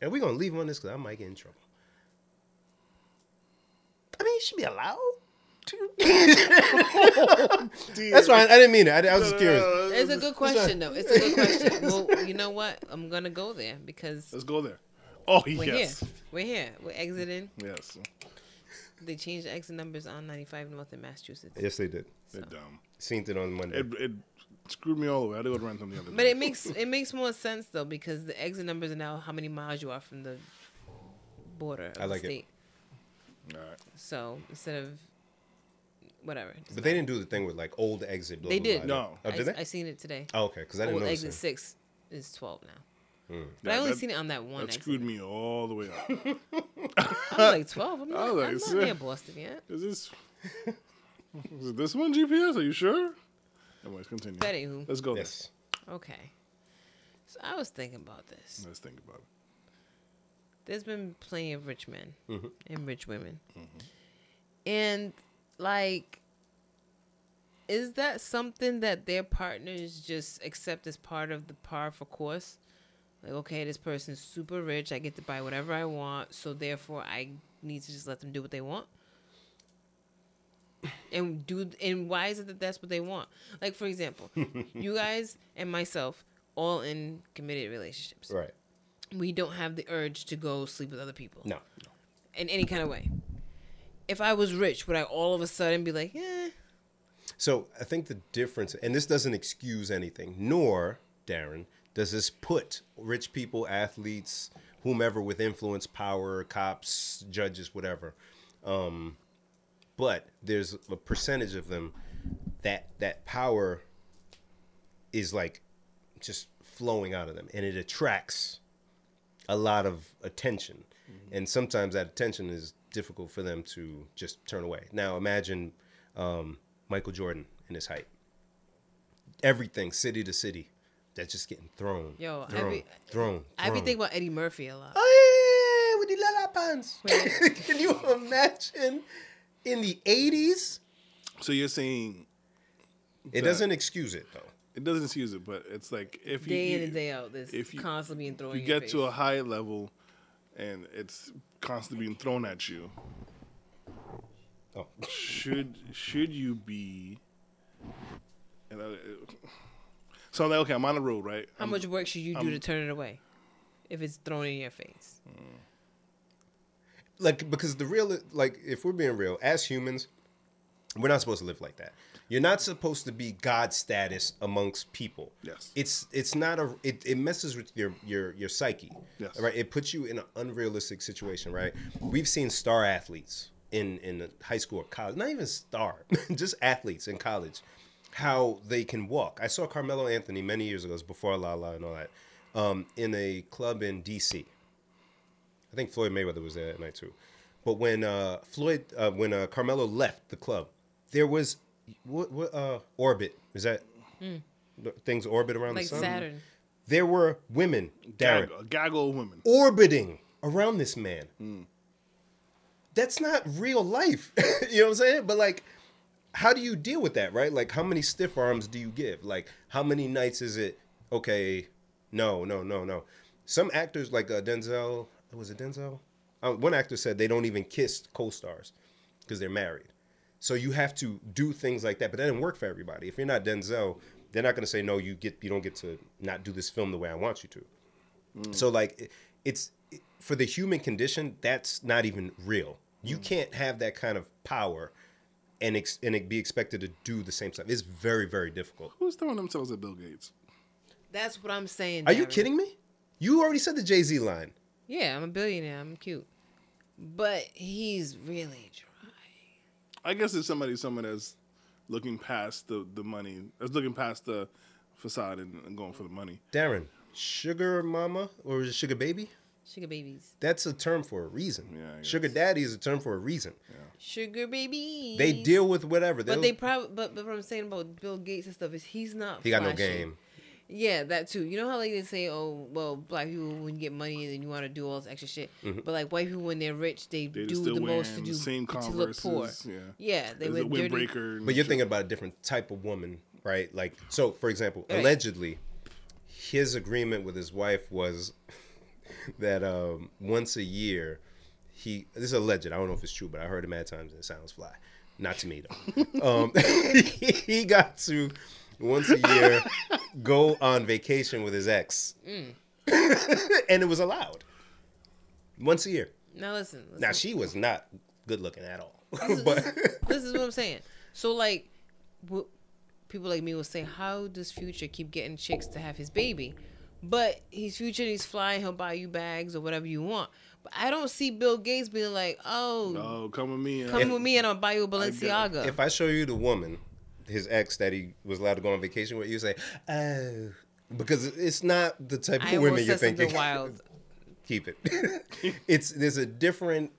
[SPEAKER 2] and we're gonna leave him on this because I might get in trouble. I mean, you should be allowed. [laughs] That's fine. I didn't mean it. I, I was just curious.
[SPEAKER 1] It's a good question, though. It's a good question. Well, you know what? I'm gonna go there because
[SPEAKER 3] Let's go there. Oh
[SPEAKER 1] we're
[SPEAKER 3] yes,
[SPEAKER 1] here. We're here. We're exiting.
[SPEAKER 3] yes.
[SPEAKER 1] They changed the exit numbers on 95 North in Massachusetts.
[SPEAKER 2] Yes, they did.
[SPEAKER 3] They're dumb.
[SPEAKER 2] Seen it on Monday.
[SPEAKER 3] It, it screwed me all the way. I had to go to Rantham the other
[SPEAKER 1] But
[SPEAKER 3] day.
[SPEAKER 1] it makes it makes more sense though because the exit numbers are now how many miles you are from the border of
[SPEAKER 2] I like it.
[SPEAKER 1] the state.
[SPEAKER 3] all right.
[SPEAKER 1] So instead of whatever,
[SPEAKER 2] but they didn't do the thing with like old exit. Blah,
[SPEAKER 1] They
[SPEAKER 2] blah,
[SPEAKER 1] did.
[SPEAKER 2] blah.
[SPEAKER 3] No.
[SPEAKER 2] Oh,
[SPEAKER 1] I,
[SPEAKER 2] did they?
[SPEAKER 1] I seen it today.
[SPEAKER 2] oh, okay. Because I didn't
[SPEAKER 1] Old
[SPEAKER 2] know.
[SPEAKER 1] exit
[SPEAKER 2] this thing.
[SPEAKER 1] six is 12 now. But
[SPEAKER 3] Yeah,
[SPEAKER 1] I only
[SPEAKER 2] Hmm.
[SPEAKER 3] that-
[SPEAKER 1] seen it on that one.
[SPEAKER 3] That
[SPEAKER 2] [laughs]
[SPEAKER 1] exit.
[SPEAKER 3] screwed me all the way up. [laughs]
[SPEAKER 1] I was like twelve. I'm not,
[SPEAKER 3] was like,
[SPEAKER 1] I'm not
[SPEAKER 3] "Sir."
[SPEAKER 1] near Boston yet.
[SPEAKER 3] Is this is it this one GPS? Are you sure? Anyways, continue.
[SPEAKER 1] But anywho,
[SPEAKER 3] Let's go.
[SPEAKER 2] Yes.
[SPEAKER 1] okay. So I was thinking about this.
[SPEAKER 3] There. Let's think about it.
[SPEAKER 1] There's been plenty of rich men and rich women, and like, is that something that their partners just accept as part of the par for course? Like, okay, this person's super rich. I get to buy whatever I want, so therefore I need to just let them do what they want. and do and why is it that that's what they want like for example you guys and myself all in committed relationships
[SPEAKER 2] Right.
[SPEAKER 1] we don't have the urge to go sleep with other people
[SPEAKER 2] No.
[SPEAKER 1] in any kind of way if i was rich would i all of a sudden be like eh,
[SPEAKER 2] So I think the difference, and this doesn't excuse anything, nor, Darren, does this put rich people, athletes, whomever with influence, power, cops, judges, whatever. Um, but there's a percentage of them that that power is like just flowing out of them and it attracts a lot of attention. And sometimes that attention is difficult for them to just turn away. Now imagine um, Michael Jordan in his height. Everything, city to city, that's just getting thrown.
[SPEAKER 1] Yo, I
[SPEAKER 2] thrown,
[SPEAKER 1] be-
[SPEAKER 2] thrown.
[SPEAKER 1] i be
[SPEAKER 2] thrown.
[SPEAKER 1] thinking about eddie murphy a lot
[SPEAKER 2] Oh, yeah, with the lala pants. [laughs] Can you imagine in the 80s?
[SPEAKER 3] So you're saying
[SPEAKER 2] It doesn't excuse it, though.
[SPEAKER 3] it doesn't excuse it, but it's like if you
[SPEAKER 1] day in
[SPEAKER 3] you,
[SPEAKER 1] and day out this
[SPEAKER 3] if you-
[SPEAKER 1] constantly being thrown
[SPEAKER 3] you
[SPEAKER 1] in your
[SPEAKER 3] get to a
[SPEAKER 1] face.
[SPEAKER 3] high level and it's constantly being thrown at you,
[SPEAKER 2] Oh.
[SPEAKER 3] should should you be and I, uh, so I'm like, okay, I'm on the road, right?
[SPEAKER 1] how
[SPEAKER 3] I'm-
[SPEAKER 1] much work should
[SPEAKER 2] um,
[SPEAKER 1] you do to turn it away if it's thrown in your face
[SPEAKER 2] Like, because the real, like, if we're being real, as humans, we're not supposed to live like that. You're not supposed to be God status amongst people.
[SPEAKER 3] Yes.
[SPEAKER 2] It's it's not a it, it messes with your your your psyche.
[SPEAKER 3] Yes.
[SPEAKER 2] Right. It puts you in an unrealistic situation. Right. We've seen star athletes in in high school or college, not even star, [laughs] just athletes in college, how they can walk. I saw Carmelo Anthony many years ago, it was before La La and all that, um, in a club in D.C. I think Floyd Mayweather was there that night too. But when uh, Floyd, uh, when uh, Carmelo left the club, there was what, what uh, orbit is that? The Things orbit around
[SPEAKER 1] Hmm. like
[SPEAKER 2] the sun.
[SPEAKER 1] saturn
[SPEAKER 2] There were women, Darren,
[SPEAKER 3] gaggle, gaggle of women.
[SPEAKER 2] orbiting around this man. That's not real life. [laughs] you know what I'm saying? But like, how do you deal with that, right? Like, how many stiff arms do you give? Like, how many nights is it? Okay, no, no, no, no. Some actors, like uh, Denzel, was it Denzel? Uh, one actor said they don't even kiss co-stars because they're married. So you have to do things like that, but that didn't work for everybody. If you're not Denzel, they're not going to say no. You get, you don't get to not do this film the way I want you to. Mm. So like it- it's it- for the human condition that's not even real. You
[SPEAKER 3] Mm.
[SPEAKER 2] can't have that kind of power and ex- and it be expected to do the same stuff. It's very very difficult.
[SPEAKER 3] Who's throwing themselves at Bill Gates?
[SPEAKER 1] that's what i'm saying
[SPEAKER 2] Are you
[SPEAKER 1] Darren.
[SPEAKER 2] kidding me? You already said the Jay-Z line.
[SPEAKER 1] yeah i'm a billionaire i'm cute but he's really dry
[SPEAKER 3] I guess it's somebody someone that's looking past the, the money that's looking past the facade and, and going for the money.
[SPEAKER 2] Darren, Sugar Mama or was it Sugar Baby?
[SPEAKER 1] sugar babies
[SPEAKER 2] That's a term for a reason.
[SPEAKER 3] Yeah, I
[SPEAKER 2] Sugar Daddy is a term for a reason.
[SPEAKER 1] sugar babies.
[SPEAKER 2] They deal with whatever.
[SPEAKER 1] but
[SPEAKER 2] They'll-
[SPEAKER 1] they probably. But, but what I'm saying about Bill Gates and stuff is he's not.
[SPEAKER 2] he got no
[SPEAKER 1] flashy.
[SPEAKER 2] game.
[SPEAKER 1] Yeah, that too. You know how like they say, oh well, black people when you get money and you want to do all this extra shit,
[SPEAKER 2] Mm-hmm.
[SPEAKER 1] but like white people when they're rich, they,
[SPEAKER 3] They
[SPEAKER 1] do
[SPEAKER 3] just still
[SPEAKER 1] the
[SPEAKER 3] wearing
[SPEAKER 1] most to do
[SPEAKER 3] the same
[SPEAKER 1] to look poor.
[SPEAKER 3] Converses. Yeah.
[SPEAKER 1] Yeah, they
[SPEAKER 3] There's a
[SPEAKER 1] wear dirty.
[SPEAKER 3] windbreaker. and
[SPEAKER 2] But you're
[SPEAKER 3] shit.
[SPEAKER 2] thinking about a different type of woman, right? Like, so for example,
[SPEAKER 1] Right.
[SPEAKER 2] allegedly, his agreement with his wife was [laughs] that um, once a year, he this is alleged. I don't know if it's true, but I heard it mad times and it sounds fly. Not to me though. um, [laughs] he got to once a year go on vacation with his ex, [laughs] and it was allowed once a year.
[SPEAKER 1] Now listen, listen.
[SPEAKER 2] Now she was not good looking at all, [laughs]
[SPEAKER 1] is-
[SPEAKER 2] but
[SPEAKER 1] this is what I'm saying. So like, wh- people like me will say, how does Future keep getting chicks to have his baby? But he's Future, he's flying. He'll buy you bags or whatever you want. But I don't see Bill Gates being like, oh,
[SPEAKER 3] Oh, come with me.
[SPEAKER 1] come
[SPEAKER 3] Come
[SPEAKER 1] with me and I'll buy you a
[SPEAKER 3] get it.
[SPEAKER 1] Balenciaga.
[SPEAKER 2] If I show you the woman, his ex that he was allowed to go on vacation with, you say, "Oh," because it's not the type
[SPEAKER 1] I
[SPEAKER 2] of
[SPEAKER 1] almost
[SPEAKER 2] women you're
[SPEAKER 1] said something
[SPEAKER 2] thinking.
[SPEAKER 1] wild.
[SPEAKER 2] [laughs] Keep it. it's there's a different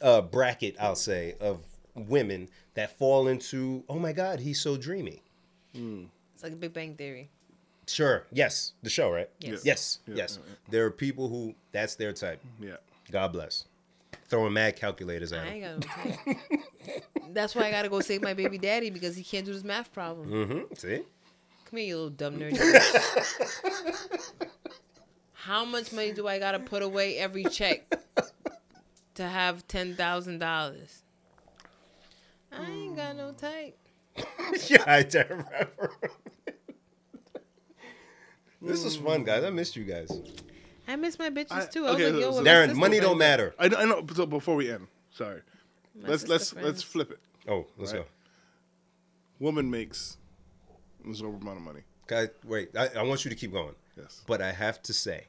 [SPEAKER 2] uh, bracket, I'll say, of women that fall into, oh my God, he's so dreamy.
[SPEAKER 1] It's like a Big Bang Theory.
[SPEAKER 2] Sure. Yes. The show, right?
[SPEAKER 1] Yes.
[SPEAKER 2] Yes.
[SPEAKER 3] Yeah,
[SPEAKER 2] yes.
[SPEAKER 3] yeah,
[SPEAKER 2] There are people who that's their type.
[SPEAKER 3] Yeah.
[SPEAKER 2] God bless. Throwing mad calculators at
[SPEAKER 1] I
[SPEAKER 2] him.
[SPEAKER 1] ain't
[SPEAKER 3] [laughs]
[SPEAKER 1] got no time. That's why I gotta go save my baby daddy because he can't do this math problem.
[SPEAKER 2] Mm-hmm. See?
[SPEAKER 1] Come here, you little dumb nerd.
[SPEAKER 3] [laughs]
[SPEAKER 1] How much money do I gotta put away every check to have ten thousand dollars? I ain't got no type.
[SPEAKER 2] [laughs] yeah, I don't remember. this is fun, guys. I missed you guys.
[SPEAKER 1] I miss my bitches
[SPEAKER 3] I-
[SPEAKER 1] too. I
[SPEAKER 3] okay,
[SPEAKER 1] was like, yo,
[SPEAKER 3] so-
[SPEAKER 1] what my
[SPEAKER 2] Darren,
[SPEAKER 1] sister
[SPEAKER 2] money
[SPEAKER 1] friends
[SPEAKER 2] don't
[SPEAKER 1] are-
[SPEAKER 2] matter.
[SPEAKER 3] I, I know. So before we end, sorry.
[SPEAKER 1] my
[SPEAKER 3] Let's
[SPEAKER 1] sister
[SPEAKER 3] let's
[SPEAKER 1] friends.
[SPEAKER 3] let's flip it.
[SPEAKER 2] Oh, let's
[SPEAKER 3] Right.
[SPEAKER 2] go.
[SPEAKER 3] Woman makes this over amount of money.
[SPEAKER 2] Guys, wait. I, I want you to keep going.
[SPEAKER 3] Yes.
[SPEAKER 2] But I have to say,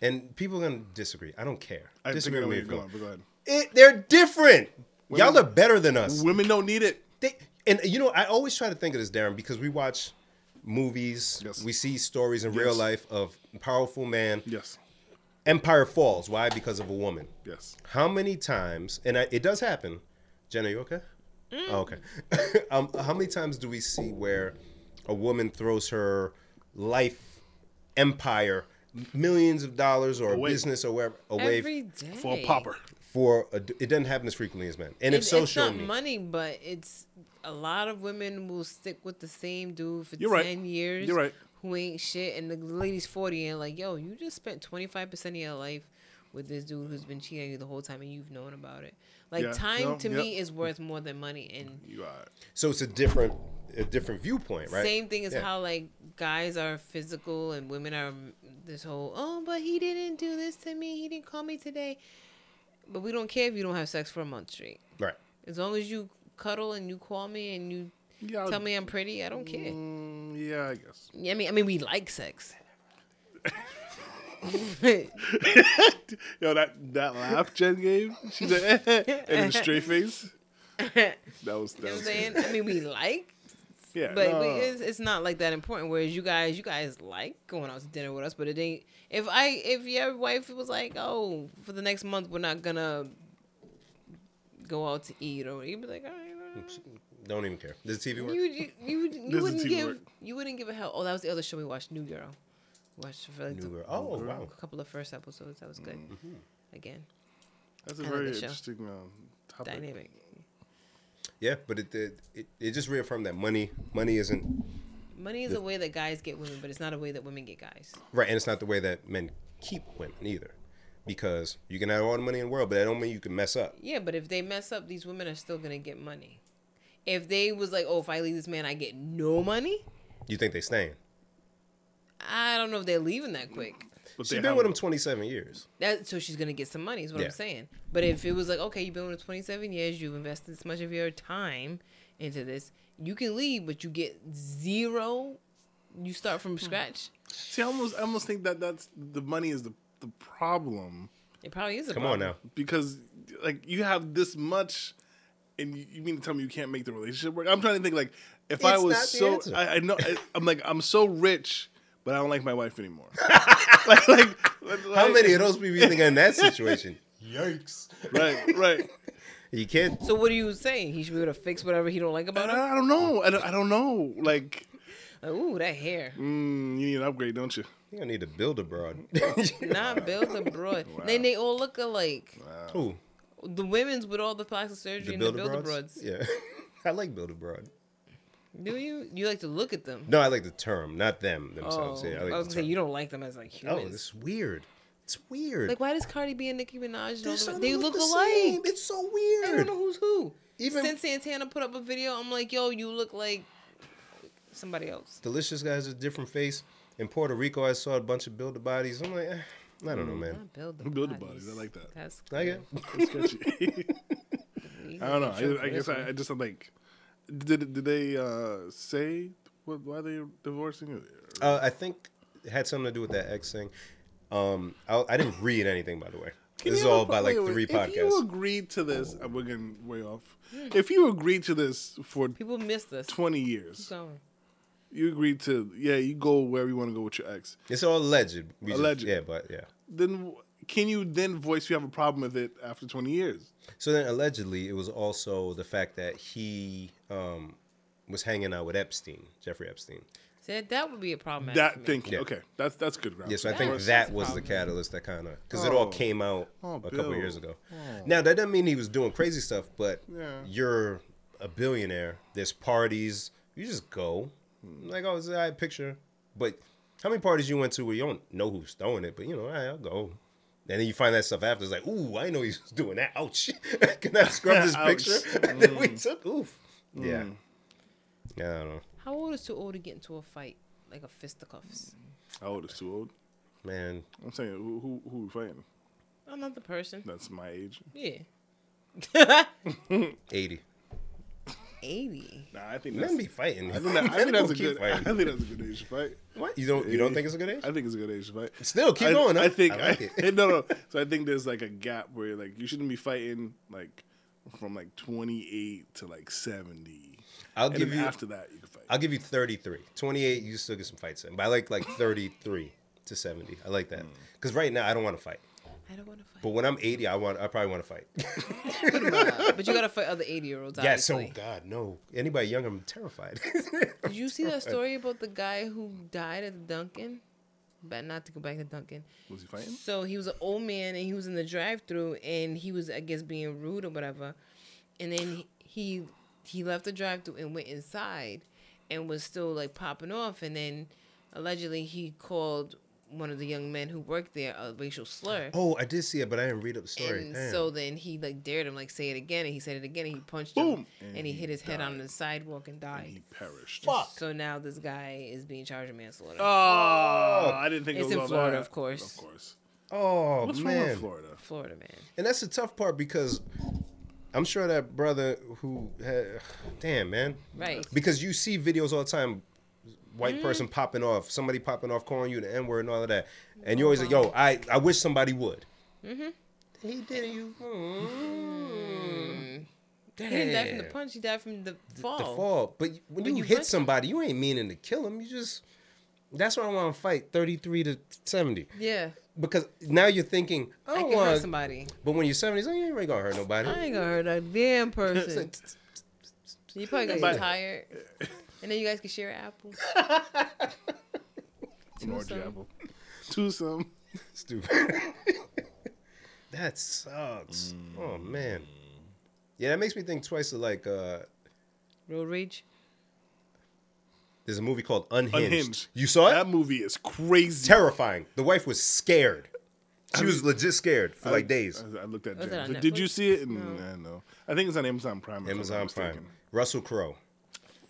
[SPEAKER 2] and people are gonna disagree. I don't care.
[SPEAKER 3] I
[SPEAKER 2] disagree
[SPEAKER 3] think I know
[SPEAKER 2] with
[SPEAKER 3] where
[SPEAKER 2] me.
[SPEAKER 3] you're
[SPEAKER 2] if you
[SPEAKER 3] going,
[SPEAKER 2] want.
[SPEAKER 3] but go ahead.
[SPEAKER 2] It, they're different. Y'all
[SPEAKER 3] Women-
[SPEAKER 2] are better than us.
[SPEAKER 3] Women don't need it.
[SPEAKER 2] They, and you know, I always try to think of this, Darren, because we watch movies,
[SPEAKER 3] Yes.
[SPEAKER 2] we see stories in real
[SPEAKER 3] Yes.
[SPEAKER 2] life of powerful man.
[SPEAKER 3] Yes.
[SPEAKER 2] Empire falls. Why? Because of a woman.
[SPEAKER 3] Yes.
[SPEAKER 2] How many times? And I, it does happen. Jenna, you okay? Oh, okay. [laughs] um, how many times do we see where a woman throws her life, empire, millions of dollars or
[SPEAKER 3] Away.
[SPEAKER 2] business or wherever away
[SPEAKER 1] every day
[SPEAKER 3] For a popper.
[SPEAKER 2] for? A, it doesn't happen as frequently as men. And if
[SPEAKER 1] It-
[SPEAKER 2] so,
[SPEAKER 1] it's
[SPEAKER 2] show
[SPEAKER 1] not
[SPEAKER 2] me.
[SPEAKER 1] money, but it's a lot of women will stick with the same dude for
[SPEAKER 3] You're right.
[SPEAKER 1] ten years.
[SPEAKER 3] You're right.
[SPEAKER 1] Who ain't shit, and the lady's forty, and like, yo, you just spent twenty five percent of your life with this dude who's been cheating on you the whole time, and you've known about it. Like,
[SPEAKER 3] Yeah.
[SPEAKER 1] time
[SPEAKER 3] No,
[SPEAKER 1] to
[SPEAKER 3] yep.
[SPEAKER 1] me is worth more than money, and
[SPEAKER 3] You are.
[SPEAKER 2] So it's a different, a different viewpoint, right?
[SPEAKER 1] same thing as
[SPEAKER 2] Yeah.
[SPEAKER 1] how like guys are physical and women are mm, this whole oh, but he didn't do this to me, he didn't call me today. But we don't care if you don't have sex for a month straight.
[SPEAKER 2] Right.
[SPEAKER 1] As long as you cuddle and you call me and you
[SPEAKER 3] Yeah.
[SPEAKER 1] tell me I'm pretty, I don't care.
[SPEAKER 3] Mm, yeah, I guess.
[SPEAKER 1] Oh.
[SPEAKER 3] [laughs]
[SPEAKER 1] Yeah, I mean, I mean, we like [laughs] sex. That's
[SPEAKER 3] Yo, that that laugh Jen gave, she said, [laughs] and the straight face.
[SPEAKER 1] [laughs]
[SPEAKER 3] That was that
[SPEAKER 1] what I'm
[SPEAKER 3] was
[SPEAKER 1] saying.
[SPEAKER 3] good.
[SPEAKER 1] I mean, we like,
[SPEAKER 3] yeah.
[SPEAKER 1] but
[SPEAKER 3] no,
[SPEAKER 1] we,
[SPEAKER 3] no, no.
[SPEAKER 1] it's, it's not like that important. Whereas you guys, you guys like going out to dinner with us, but it ain't. If I, if your wife was like, oh, for the next month we're not gonna go out to eat, or you'd be like, all right. all right.
[SPEAKER 2] Don't even care. Does the TV work?
[SPEAKER 1] You would- you you, would- you
[SPEAKER 3] is
[SPEAKER 1] wouldn't give
[SPEAKER 3] teamwork.
[SPEAKER 1] you wouldn't give a hell. Oh, that was the other show we watched, New Girl. We watched for like
[SPEAKER 2] New
[SPEAKER 1] the-
[SPEAKER 2] Girl. Oh, wow.
[SPEAKER 1] a couple of first episodes. That was good. Again,
[SPEAKER 3] That's a
[SPEAKER 1] I love
[SPEAKER 3] very
[SPEAKER 1] the show.
[SPEAKER 3] interesting um, topic.
[SPEAKER 1] dynamic.
[SPEAKER 2] Yeah, but it it, it it just reaffirmed that money money isn't
[SPEAKER 1] Money is a way that guys get women, but it's not a way that women get guys.
[SPEAKER 2] right, and it's not the way that men keep women either, because you can have all the money in the world, but that don't mean you can mess up.
[SPEAKER 1] Yeah, but if they mess up, these women are still gonna get money. If they was like, oh, if I leave this man, I get no money.
[SPEAKER 2] You think they staying?
[SPEAKER 1] I don't know if they're leaving that quick.
[SPEAKER 3] But
[SPEAKER 2] She's
[SPEAKER 3] they
[SPEAKER 2] been
[SPEAKER 3] have
[SPEAKER 2] with him twenty seven years.
[SPEAKER 1] That so she's gonna get some money is what
[SPEAKER 2] Yeah.
[SPEAKER 1] I'm saying. But if it was like, okay, you've been with her 27 years, you've invested this much of your time into this, you can leave, but you get zero. You start from scratch.
[SPEAKER 3] See, I almost, I almost think that that's the money is the the problem
[SPEAKER 1] It probably is a
[SPEAKER 2] Come on
[SPEAKER 1] problem.
[SPEAKER 2] now,
[SPEAKER 3] because like you have this much, and you, you mean to tell me you can't make the relationship work? I'm trying to think like if I
[SPEAKER 2] It's
[SPEAKER 3] was
[SPEAKER 2] not the
[SPEAKER 3] so
[SPEAKER 2] answer.
[SPEAKER 3] I, I know I, I'm like I'm so rich, but I don't like my
[SPEAKER 2] [laughs]
[SPEAKER 3] wife anymore. like, like,
[SPEAKER 2] how many of those people you think are in that situation? [laughs] Yikes!
[SPEAKER 3] Right, right.
[SPEAKER 2] You can't.
[SPEAKER 1] So what are you saying? He should be able to fix whatever he don't like about
[SPEAKER 3] But
[SPEAKER 1] her.
[SPEAKER 3] I, I don't know. I don't, I don't know. Like,
[SPEAKER 1] Like, ooh, that hair.
[SPEAKER 3] mm, you need an upgrade, don't you?
[SPEAKER 2] You don't need to build
[SPEAKER 3] [laughs]
[SPEAKER 2] abroad.
[SPEAKER 3] Uh,
[SPEAKER 2] [laughs]
[SPEAKER 1] Not build a broad. Then they all look alike.
[SPEAKER 2] Ooh,
[SPEAKER 1] The women's with all the plastic surgery
[SPEAKER 2] the
[SPEAKER 1] and the
[SPEAKER 2] build
[SPEAKER 1] build
[SPEAKER 2] abroads. Yeah,
[SPEAKER 1] abroads.
[SPEAKER 2] [laughs] I like build abroad.
[SPEAKER 1] Do you? You like to look at them.
[SPEAKER 2] No, I like the term, not them themselves.
[SPEAKER 1] Oh,
[SPEAKER 2] yeah, I
[SPEAKER 1] I,
[SPEAKER 2] like
[SPEAKER 1] was
[SPEAKER 2] the
[SPEAKER 1] gonna say
[SPEAKER 2] term.
[SPEAKER 1] you don't like them as like
[SPEAKER 2] oh,
[SPEAKER 1] humans.
[SPEAKER 2] this is weird. It's weird.
[SPEAKER 1] Like why does Cardi B and Nicki Minaj?
[SPEAKER 2] They
[SPEAKER 1] All the,
[SPEAKER 2] sound
[SPEAKER 1] they look
[SPEAKER 2] the
[SPEAKER 1] alike.
[SPEAKER 2] same. It's so
[SPEAKER 1] I don't
[SPEAKER 2] weird.
[SPEAKER 1] know who's who.
[SPEAKER 2] Even-
[SPEAKER 1] since Santana put up a video, I'm like, yo, you look like somebody else.
[SPEAKER 2] Delicious guy has a different face. In Puerto Rico, I saw a bunch of builder bodies. I'm like, eh, I don't know, man.
[SPEAKER 1] Not build the
[SPEAKER 3] Build the
[SPEAKER 1] bodies.
[SPEAKER 3] bodies. I like that.
[SPEAKER 1] That's
[SPEAKER 2] I get. [laughs]
[SPEAKER 3] It's sketchy.
[SPEAKER 1] crazy.
[SPEAKER 3] I don't
[SPEAKER 1] Sure
[SPEAKER 3] know.
[SPEAKER 1] for
[SPEAKER 3] I, I
[SPEAKER 1] this
[SPEAKER 3] guess I,
[SPEAKER 1] one.
[SPEAKER 3] I just I'm like, did did they uh, say what, why they divorcing?
[SPEAKER 2] Uh, I think it had something to do with that ex thing. Um, I, I didn't read anything, by the way.
[SPEAKER 3] Can
[SPEAKER 2] this is
[SPEAKER 3] you
[SPEAKER 2] all
[SPEAKER 3] ever-
[SPEAKER 2] by like
[SPEAKER 3] wait, wait,
[SPEAKER 2] three
[SPEAKER 3] If you
[SPEAKER 2] podcasts.
[SPEAKER 3] agreed to this, uh, we're getting way off. If you agreed to this for
[SPEAKER 1] People miss this.
[SPEAKER 3] twenty years,
[SPEAKER 1] So,
[SPEAKER 3] you agreed to yeah, you go wherever you want to go with your ex.
[SPEAKER 2] It's all alleged. We just-
[SPEAKER 3] Alleged.
[SPEAKER 2] yeah, but yeah.
[SPEAKER 3] Then w- can you then voice you have a problem with it after 20 years?
[SPEAKER 2] So then, allegedly, it was also the fact that he um, was hanging out with Epstein, Jeffrey Epstein.
[SPEAKER 1] See, that- that would be a problem.
[SPEAKER 3] That thing.
[SPEAKER 2] Yeah.
[SPEAKER 3] Okay, that's that's good ground.
[SPEAKER 2] Yes, I
[SPEAKER 1] That
[SPEAKER 2] think
[SPEAKER 1] was
[SPEAKER 2] that
[SPEAKER 1] his
[SPEAKER 2] was the
[SPEAKER 1] problem.
[SPEAKER 2] catalyst that kind of because it all
[SPEAKER 3] Oh.
[SPEAKER 2] came out
[SPEAKER 3] Oh,
[SPEAKER 2] a couple
[SPEAKER 3] Bill. Oh.
[SPEAKER 2] years ago. Now that doesn't mean he was doing crazy stuff, but
[SPEAKER 3] Yeah.
[SPEAKER 2] you're a billionaire. There's parties. You just go. Like, oh, it's a high picture. But how many parties you went to where you don't know who's throwing it, but you know, all right, I'll go. And then you find that stuff after. It's like, ooh, I didn't know he was doing that. Ouch. [laughs] Can I scrub this
[SPEAKER 3] [laughs] Ouch. Mm.
[SPEAKER 2] picture [laughs] that we took? Oof. Yeah. Yeah, I don't know.
[SPEAKER 1] How old is too old to get into a fight like a fisticuffs?
[SPEAKER 3] How old is too old?
[SPEAKER 2] Man,
[SPEAKER 3] I'm saying who who who we fighting?
[SPEAKER 1] Another person.
[SPEAKER 3] That's my age.
[SPEAKER 1] Yeah.
[SPEAKER 2] 80.
[SPEAKER 1] 80.
[SPEAKER 3] Nah, I think that's.
[SPEAKER 2] Men be fighting.
[SPEAKER 3] I
[SPEAKER 2] [laughs]
[SPEAKER 3] think, that, I
[SPEAKER 2] Men
[SPEAKER 3] think that's
[SPEAKER 2] will
[SPEAKER 3] a
[SPEAKER 2] keep
[SPEAKER 3] good.
[SPEAKER 2] fighting.
[SPEAKER 3] [laughs] I think that's a good age to fight.
[SPEAKER 2] What you don't you don't think it's a good age?
[SPEAKER 3] I think it's a good age to fight.
[SPEAKER 2] Still, keep
[SPEAKER 3] I,
[SPEAKER 2] going.
[SPEAKER 3] I think
[SPEAKER 2] I like it.
[SPEAKER 3] [laughs]
[SPEAKER 2] [laughs]
[SPEAKER 3] no, no. So I think there's like a gap where like you shouldn't be fighting like from like 28 to like 70.
[SPEAKER 2] I'll
[SPEAKER 3] and
[SPEAKER 2] give
[SPEAKER 3] then
[SPEAKER 2] you-
[SPEAKER 3] after that you can fight.
[SPEAKER 2] I'll give you 33. 28, you still get some fights in, but I like like 33 to 70. I like that because right now I don't want to fight,
[SPEAKER 1] I don't want to
[SPEAKER 2] but
[SPEAKER 1] fight.
[SPEAKER 2] when I'm 80, I want I probably want to fight.
[SPEAKER 1] But, you got to fight other 80 year olds.
[SPEAKER 2] yes. Oh [laughs]
[SPEAKER 1] obviously.
[SPEAKER 2] God, no. Anybody young, I'm terrified. [laughs]
[SPEAKER 1] Did you see that story about the guy who died at the Dunkin'? But not to go back to Dunkin'.
[SPEAKER 3] Was he fighting?
[SPEAKER 1] So he was an old man and he was in the drive through and he was, I guess, being rude or whatever. And then he he left the drive through and went inside and was still like popping off. And then allegedly he called one of the young men who worked there a racial slur.
[SPEAKER 2] oh, I did see it, but I didn't read up the story.
[SPEAKER 1] and
[SPEAKER 2] Damn.
[SPEAKER 1] so then he like dared him like say it again and he said it again and he punched
[SPEAKER 3] Boom.
[SPEAKER 1] him and, he hit his head on the sidewalk and died.
[SPEAKER 3] He perished.
[SPEAKER 1] So now this guy is being charged with manslaughter.
[SPEAKER 3] Oh, I didn't think it
[SPEAKER 1] It's
[SPEAKER 3] was
[SPEAKER 1] in
[SPEAKER 3] all
[SPEAKER 1] Florida,
[SPEAKER 3] that.
[SPEAKER 1] of course.
[SPEAKER 3] Of course.
[SPEAKER 2] oh
[SPEAKER 3] What's
[SPEAKER 2] man,
[SPEAKER 3] wrong with Florida?
[SPEAKER 1] Florida man.
[SPEAKER 2] and that's the tough part because I'm sure that brother who had, damn man,
[SPEAKER 1] Right. Mm-hmm.
[SPEAKER 2] because you see videos all the time white person popping off somebody popping off calling you the n-word and all of that and you always like
[SPEAKER 1] Uh-huh.
[SPEAKER 2] yo i i wish somebody would mm-hmm. he did it, you
[SPEAKER 1] Mm-hmm. He didn't die from the
[SPEAKER 2] Damn.
[SPEAKER 1] punch, he died from the fall.
[SPEAKER 2] the fall but you- when
[SPEAKER 1] But
[SPEAKER 2] you,
[SPEAKER 1] Oh. you
[SPEAKER 2] hit
[SPEAKER 1] punch-
[SPEAKER 2] somebody you ain't meaning to kill him you just that's why i want to fight 33 to 70
[SPEAKER 1] Yeah.
[SPEAKER 2] because now you're thinking
[SPEAKER 3] Oh,
[SPEAKER 2] i
[SPEAKER 1] I
[SPEAKER 2] don't
[SPEAKER 1] can hurt
[SPEAKER 2] want
[SPEAKER 1] somebody.
[SPEAKER 2] but when you're 70s like, you ain't really gonna hurt nobody
[SPEAKER 1] I ain't gonna hurt a
[SPEAKER 3] [laughs]
[SPEAKER 1] damn
[SPEAKER 2] It's
[SPEAKER 1] person.
[SPEAKER 2] like,
[SPEAKER 1] you probably gonna
[SPEAKER 3] But-
[SPEAKER 1] get tired. And then you guys can share an apple.
[SPEAKER 3] An orgy
[SPEAKER 1] Twosome.
[SPEAKER 3] apple. Twosome.
[SPEAKER 2] Stupid. [laughs] that sucks. Oh man. Yeah, that makes me think twice of like uh
[SPEAKER 1] Road rage.
[SPEAKER 2] there's a movie called Unhinged.
[SPEAKER 3] Unhinged.
[SPEAKER 2] You saw it?
[SPEAKER 3] That movie is crazy.
[SPEAKER 2] Terrifying. The wife was scared. She was legit scared for like days.
[SPEAKER 3] I, I looked at
[SPEAKER 1] Was it
[SPEAKER 3] James.
[SPEAKER 1] on
[SPEAKER 3] But Did you
[SPEAKER 1] Netflix?
[SPEAKER 3] see it? No. Nah, no. I think it's on Amazon Prime. if I'm not
[SPEAKER 2] Amazon Prime.
[SPEAKER 3] mistaken.
[SPEAKER 2] Russell Crowe.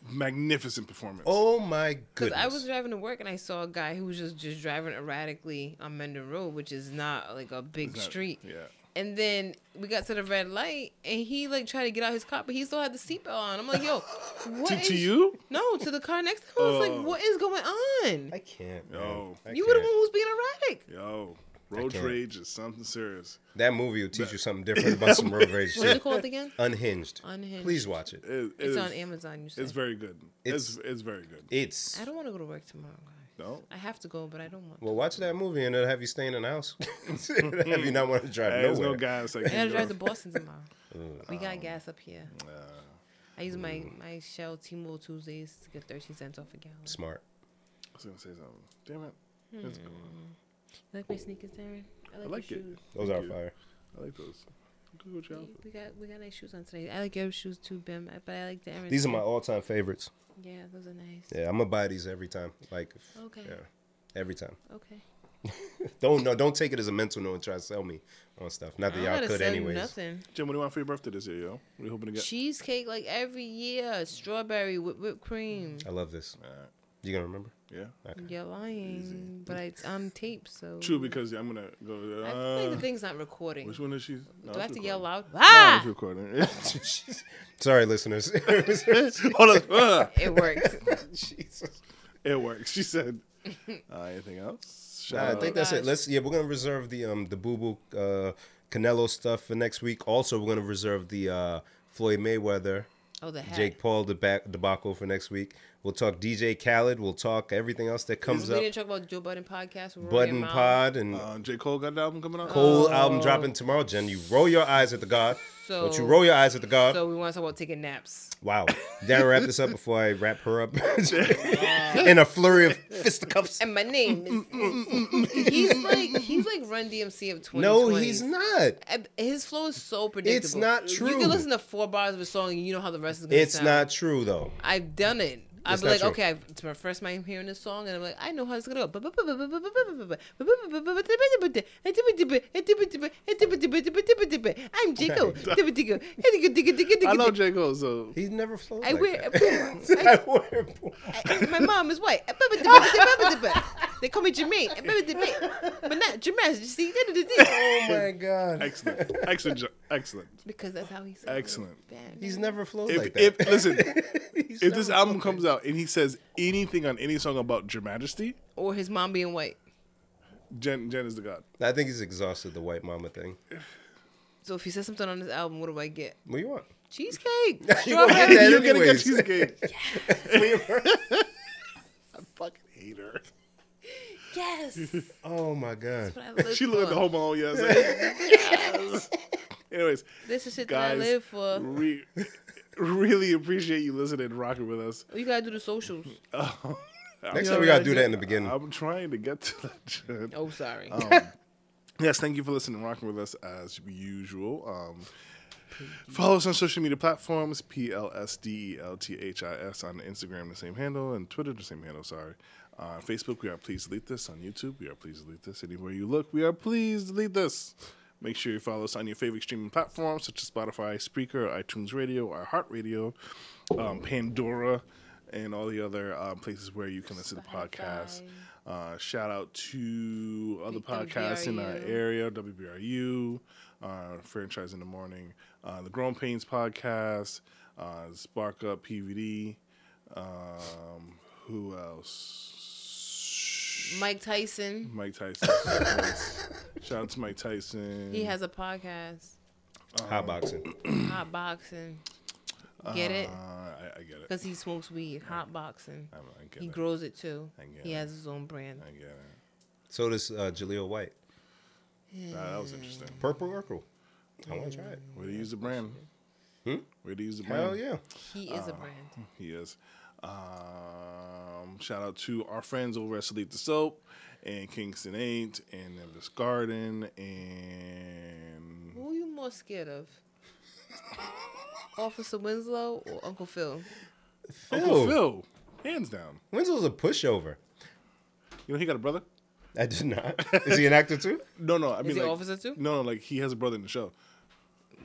[SPEAKER 3] Magnificent performance.
[SPEAKER 2] Oh my
[SPEAKER 1] Because
[SPEAKER 2] goodness.
[SPEAKER 1] I was driving to work and I saw a guy who was just, just driving erratically on Menden Road, which is not like a big
[SPEAKER 3] not-
[SPEAKER 1] street.
[SPEAKER 3] yeah.
[SPEAKER 1] And then we got to the red light and he like tried to get out his car, but he still had the seatbelt on. I'm like, yo, what
[SPEAKER 3] To,
[SPEAKER 1] is-
[SPEAKER 3] to you?
[SPEAKER 1] No, to the car next to him. I was
[SPEAKER 3] Oh.
[SPEAKER 1] like, what is going on?
[SPEAKER 2] I can't. Man.
[SPEAKER 3] Yo.
[SPEAKER 2] I
[SPEAKER 1] you were the
[SPEAKER 2] can't.
[SPEAKER 1] one who was being erratic.
[SPEAKER 3] Yo, road
[SPEAKER 2] can't.
[SPEAKER 3] rage is something serious.
[SPEAKER 2] That movie will teach you something different about some road rage
[SPEAKER 1] What's
[SPEAKER 2] shit.
[SPEAKER 1] it
[SPEAKER 2] [laughs]
[SPEAKER 1] called again?
[SPEAKER 2] Unhinged.
[SPEAKER 1] Unhinged.
[SPEAKER 2] Please watch it.
[SPEAKER 3] It- it
[SPEAKER 1] It's
[SPEAKER 3] is-
[SPEAKER 1] on Amazon. You said.
[SPEAKER 3] It's very good. It's
[SPEAKER 2] It's-
[SPEAKER 3] it's, very good.
[SPEAKER 2] It's
[SPEAKER 1] I don't want to go to work tomorrow, guys.
[SPEAKER 3] No,
[SPEAKER 1] I have to go, but I don't want. to.
[SPEAKER 2] well, watch that movie and it'll have you staying in the
[SPEAKER 3] [laughs]
[SPEAKER 2] house. [laughs] It'll have you not want to drive
[SPEAKER 3] there's
[SPEAKER 2] nowhere.
[SPEAKER 3] no guys like
[SPEAKER 1] I gotta
[SPEAKER 3] [laughs]
[SPEAKER 1] drive to Boston tomorrow. we got gas up here. I use my my Shell T-Mobile Tuesdays to get thirteen cents off a gallon.
[SPEAKER 2] Smart.
[SPEAKER 3] I was gonna say something. Damn it.
[SPEAKER 1] Hmm.
[SPEAKER 3] That's cool.
[SPEAKER 1] You like my sneakers, Darren? I like,
[SPEAKER 3] I like
[SPEAKER 1] your
[SPEAKER 3] it.
[SPEAKER 1] shoes.
[SPEAKER 2] Those
[SPEAKER 3] Thank
[SPEAKER 2] are
[SPEAKER 3] you.
[SPEAKER 2] fire.
[SPEAKER 3] I like those. Good with your
[SPEAKER 1] We-
[SPEAKER 3] outfit.
[SPEAKER 1] We got we got nice shoes on today. I like your shoes too, Bim. I- But I like the Aaron.
[SPEAKER 2] These are my all-time favorites.
[SPEAKER 1] Yeah, those are nice.
[SPEAKER 2] Yeah, I'm gonna buy these every time. Like, if-
[SPEAKER 1] Okay.
[SPEAKER 2] yeah, every time.
[SPEAKER 1] Okay.
[SPEAKER 2] Don't no, don't take it as a mental note and try to sell me on stuff. Not that
[SPEAKER 1] I'm not
[SPEAKER 2] y'all
[SPEAKER 1] to
[SPEAKER 2] could,
[SPEAKER 1] sell you
[SPEAKER 2] anyways.
[SPEAKER 1] nothing.
[SPEAKER 3] Jim, what do you want for your birthday this year, yo? What are you hoping to get?
[SPEAKER 1] Cheesecake like every year. Strawberry with whipped cream.
[SPEAKER 2] I love this.
[SPEAKER 3] Alright,
[SPEAKER 2] You gonna remember? [laughs]
[SPEAKER 3] yeah.
[SPEAKER 1] You're lying, but I, I'm taped, so.
[SPEAKER 3] True, because I'm gonna go.
[SPEAKER 1] I feel like
[SPEAKER 3] Uh,
[SPEAKER 1] the thing's not recording.
[SPEAKER 3] which one is she? No,
[SPEAKER 1] Do I have
[SPEAKER 3] it's
[SPEAKER 1] to yell loud?
[SPEAKER 3] recording. No,
[SPEAKER 1] Ah!
[SPEAKER 3] it's recording. [laughs]
[SPEAKER 2] Sorry, listeners. [laughs]
[SPEAKER 1] [laughs]
[SPEAKER 3] Hold on. Uh,
[SPEAKER 1] It
[SPEAKER 3] [laughs]
[SPEAKER 1] works.
[SPEAKER 2] Jesus.
[SPEAKER 3] it works.
[SPEAKER 1] [laughs]
[SPEAKER 3] She said. Uh, anything else?
[SPEAKER 2] Nah, I
[SPEAKER 3] Shout
[SPEAKER 2] think
[SPEAKER 3] out.
[SPEAKER 2] that's it.
[SPEAKER 1] Oh, gosh.
[SPEAKER 2] Let's yeah, we're gonna reserve the um the boo boo uh Canelo stuff for next week. Also, we're gonna reserve the uh Floyd Mayweather,
[SPEAKER 1] Oh, the hat.
[SPEAKER 2] Jake Paul debac- debacle for next week. We'll talk DJ Khaled. We'll talk everything else that
[SPEAKER 1] We
[SPEAKER 2] comes up.
[SPEAKER 1] didn't talk about Joe Budden podcast. Rory
[SPEAKER 2] Button
[SPEAKER 1] and Mount.
[SPEAKER 2] Pod and
[SPEAKER 3] Uh, J. Cole got an album coming out.
[SPEAKER 2] Cole album dropping tomorrow. Jen, you roll your eyes at the God.
[SPEAKER 1] So-
[SPEAKER 2] Don't you roll your eyes at the God.
[SPEAKER 1] So we want to talk about taking naps.
[SPEAKER 2] wow. Darren, wrap this up before I wrap her up [laughs] in a flurry of fisticuffs.
[SPEAKER 1] And my name
[SPEAKER 3] [laughs]
[SPEAKER 1] is. he's like he's like Run DMC of 2020.
[SPEAKER 2] No, he's not.
[SPEAKER 1] Ab- His flow is so predictable.
[SPEAKER 2] not
[SPEAKER 1] You
[SPEAKER 2] true.
[SPEAKER 1] can listen to four bars of a song and you know how the rest is going to
[SPEAKER 2] It's
[SPEAKER 1] sound.
[SPEAKER 2] not true though.
[SPEAKER 1] I've done it. I'd
[SPEAKER 2] It's
[SPEAKER 1] be
[SPEAKER 2] not
[SPEAKER 1] like,
[SPEAKER 2] true.
[SPEAKER 1] okay, I've, it's my first time hearing this song, and I'm like, I know how it's gonna go. I'm Jacob.
[SPEAKER 3] I love J. Cole, so
[SPEAKER 2] He's never flowed.
[SPEAKER 1] I
[SPEAKER 2] like
[SPEAKER 1] wear a
[SPEAKER 2] that.
[SPEAKER 1] puma.
[SPEAKER 2] [laughs] I wear a puma.
[SPEAKER 1] My mom is white. They call me Jermaine, but not Jermaine. See,
[SPEAKER 2] Oh my god.
[SPEAKER 3] excellent, excellent, jo- excellent,
[SPEAKER 1] because that's how he's
[SPEAKER 3] excellent.
[SPEAKER 2] He's never flowed
[SPEAKER 3] If,
[SPEAKER 2] like that.
[SPEAKER 3] if listen,
[SPEAKER 2] [laughs] He's
[SPEAKER 3] if this
[SPEAKER 2] never
[SPEAKER 3] album
[SPEAKER 2] flowed.
[SPEAKER 3] comes out and he says anything on any song about Your Majesty,
[SPEAKER 1] Or his mom being white.
[SPEAKER 3] Jen, Jen is the god.
[SPEAKER 2] I think he's exhausted the white mama thing.
[SPEAKER 1] So if he says something on this album, what do I get?
[SPEAKER 2] What do you
[SPEAKER 3] [laughs]
[SPEAKER 2] want?
[SPEAKER 1] Cheesecake.
[SPEAKER 2] You gonna get
[SPEAKER 1] Strawberry.
[SPEAKER 2] that
[SPEAKER 3] You're gonna get
[SPEAKER 2] [laughs] anyways. [laughs]
[SPEAKER 3] cheesecake. I fucking hate her.
[SPEAKER 1] Yes.
[SPEAKER 2] Oh my god.
[SPEAKER 3] [laughs]
[SPEAKER 1] What I live
[SPEAKER 3] She looked at
[SPEAKER 1] for.
[SPEAKER 3] the Home
[SPEAKER 2] [laughs]
[SPEAKER 3] Alone yesterday. Anyways,
[SPEAKER 1] This is shit
[SPEAKER 3] guys,
[SPEAKER 1] that I live for.
[SPEAKER 3] re- really appreciate you listening and rocking with us.
[SPEAKER 1] You gotta do the socials.
[SPEAKER 2] Next
[SPEAKER 1] know
[SPEAKER 2] time
[SPEAKER 1] what
[SPEAKER 2] we gotta
[SPEAKER 1] I
[SPEAKER 2] do
[SPEAKER 1] do?
[SPEAKER 2] that in the beginning.
[SPEAKER 3] I'm trying to get to [laughs] that. Jen.
[SPEAKER 1] Oh, sorry.
[SPEAKER 3] Yes, thank you for listening and rocking with us as usual. Um, follow us on social media platforms P L S D E L T H I S on Instagram, the same handle, and Twitter, the same handle. Sorry. Uh, on Facebook, we are Please Delete This. On YouTube, we are Please Delete This. Anywhere you look, we are Please Delete This. Make sure you follow us on your favorite streaming platforms such as Spotify, Spreaker, iTunes Radio, iHeartRadio, um, Pandora, and all the other um, places where you can listen to podcasts. Uh, shout out to other podcasts in our
[SPEAKER 1] WBRU.
[SPEAKER 3] area, WBRU, uh, Franchise in the Morning, uh, the Grown Pains Podcast, uh, Spark Up PVD. Um, who else?
[SPEAKER 1] [laughs] Mike Tyson.
[SPEAKER 3] Mike Tyson. [laughs] Shout out to Mike Tyson.
[SPEAKER 1] He has a podcast.
[SPEAKER 2] Hot boxing.
[SPEAKER 1] Hot boxing. Get it?
[SPEAKER 3] Uh, I, I get it.
[SPEAKER 1] Because he smokes weed. Hot boxing.
[SPEAKER 3] I, I get
[SPEAKER 1] He
[SPEAKER 3] it.
[SPEAKER 1] grows it too.
[SPEAKER 3] get
[SPEAKER 1] He
[SPEAKER 3] it.
[SPEAKER 1] has his own brand.
[SPEAKER 3] I get it.
[SPEAKER 2] So does uh, Jaleel White.
[SPEAKER 3] Nah, that was interesting.
[SPEAKER 2] Purple Urkel. I want to try it.
[SPEAKER 3] Where do you use the brand? Where do you use the brand?
[SPEAKER 2] Hell yeah.
[SPEAKER 1] He is a brand.
[SPEAKER 3] He is. Um, shout out to our friends over at Salute the Soap and Kingston Eight and Nimbus Garden and
[SPEAKER 1] Who are you more scared of? Officer Winslow or Uncle Phil?
[SPEAKER 3] Uncle Phil. Hands down.
[SPEAKER 2] Winslow's a pushover.
[SPEAKER 3] You know he got a brother?
[SPEAKER 2] I did
[SPEAKER 3] [laughs]
[SPEAKER 2] not. Is he an actor too?
[SPEAKER 3] No, no. I mean,
[SPEAKER 1] Is he
[SPEAKER 3] like,
[SPEAKER 1] officer too?
[SPEAKER 3] No, no. Like he has a brother in the show.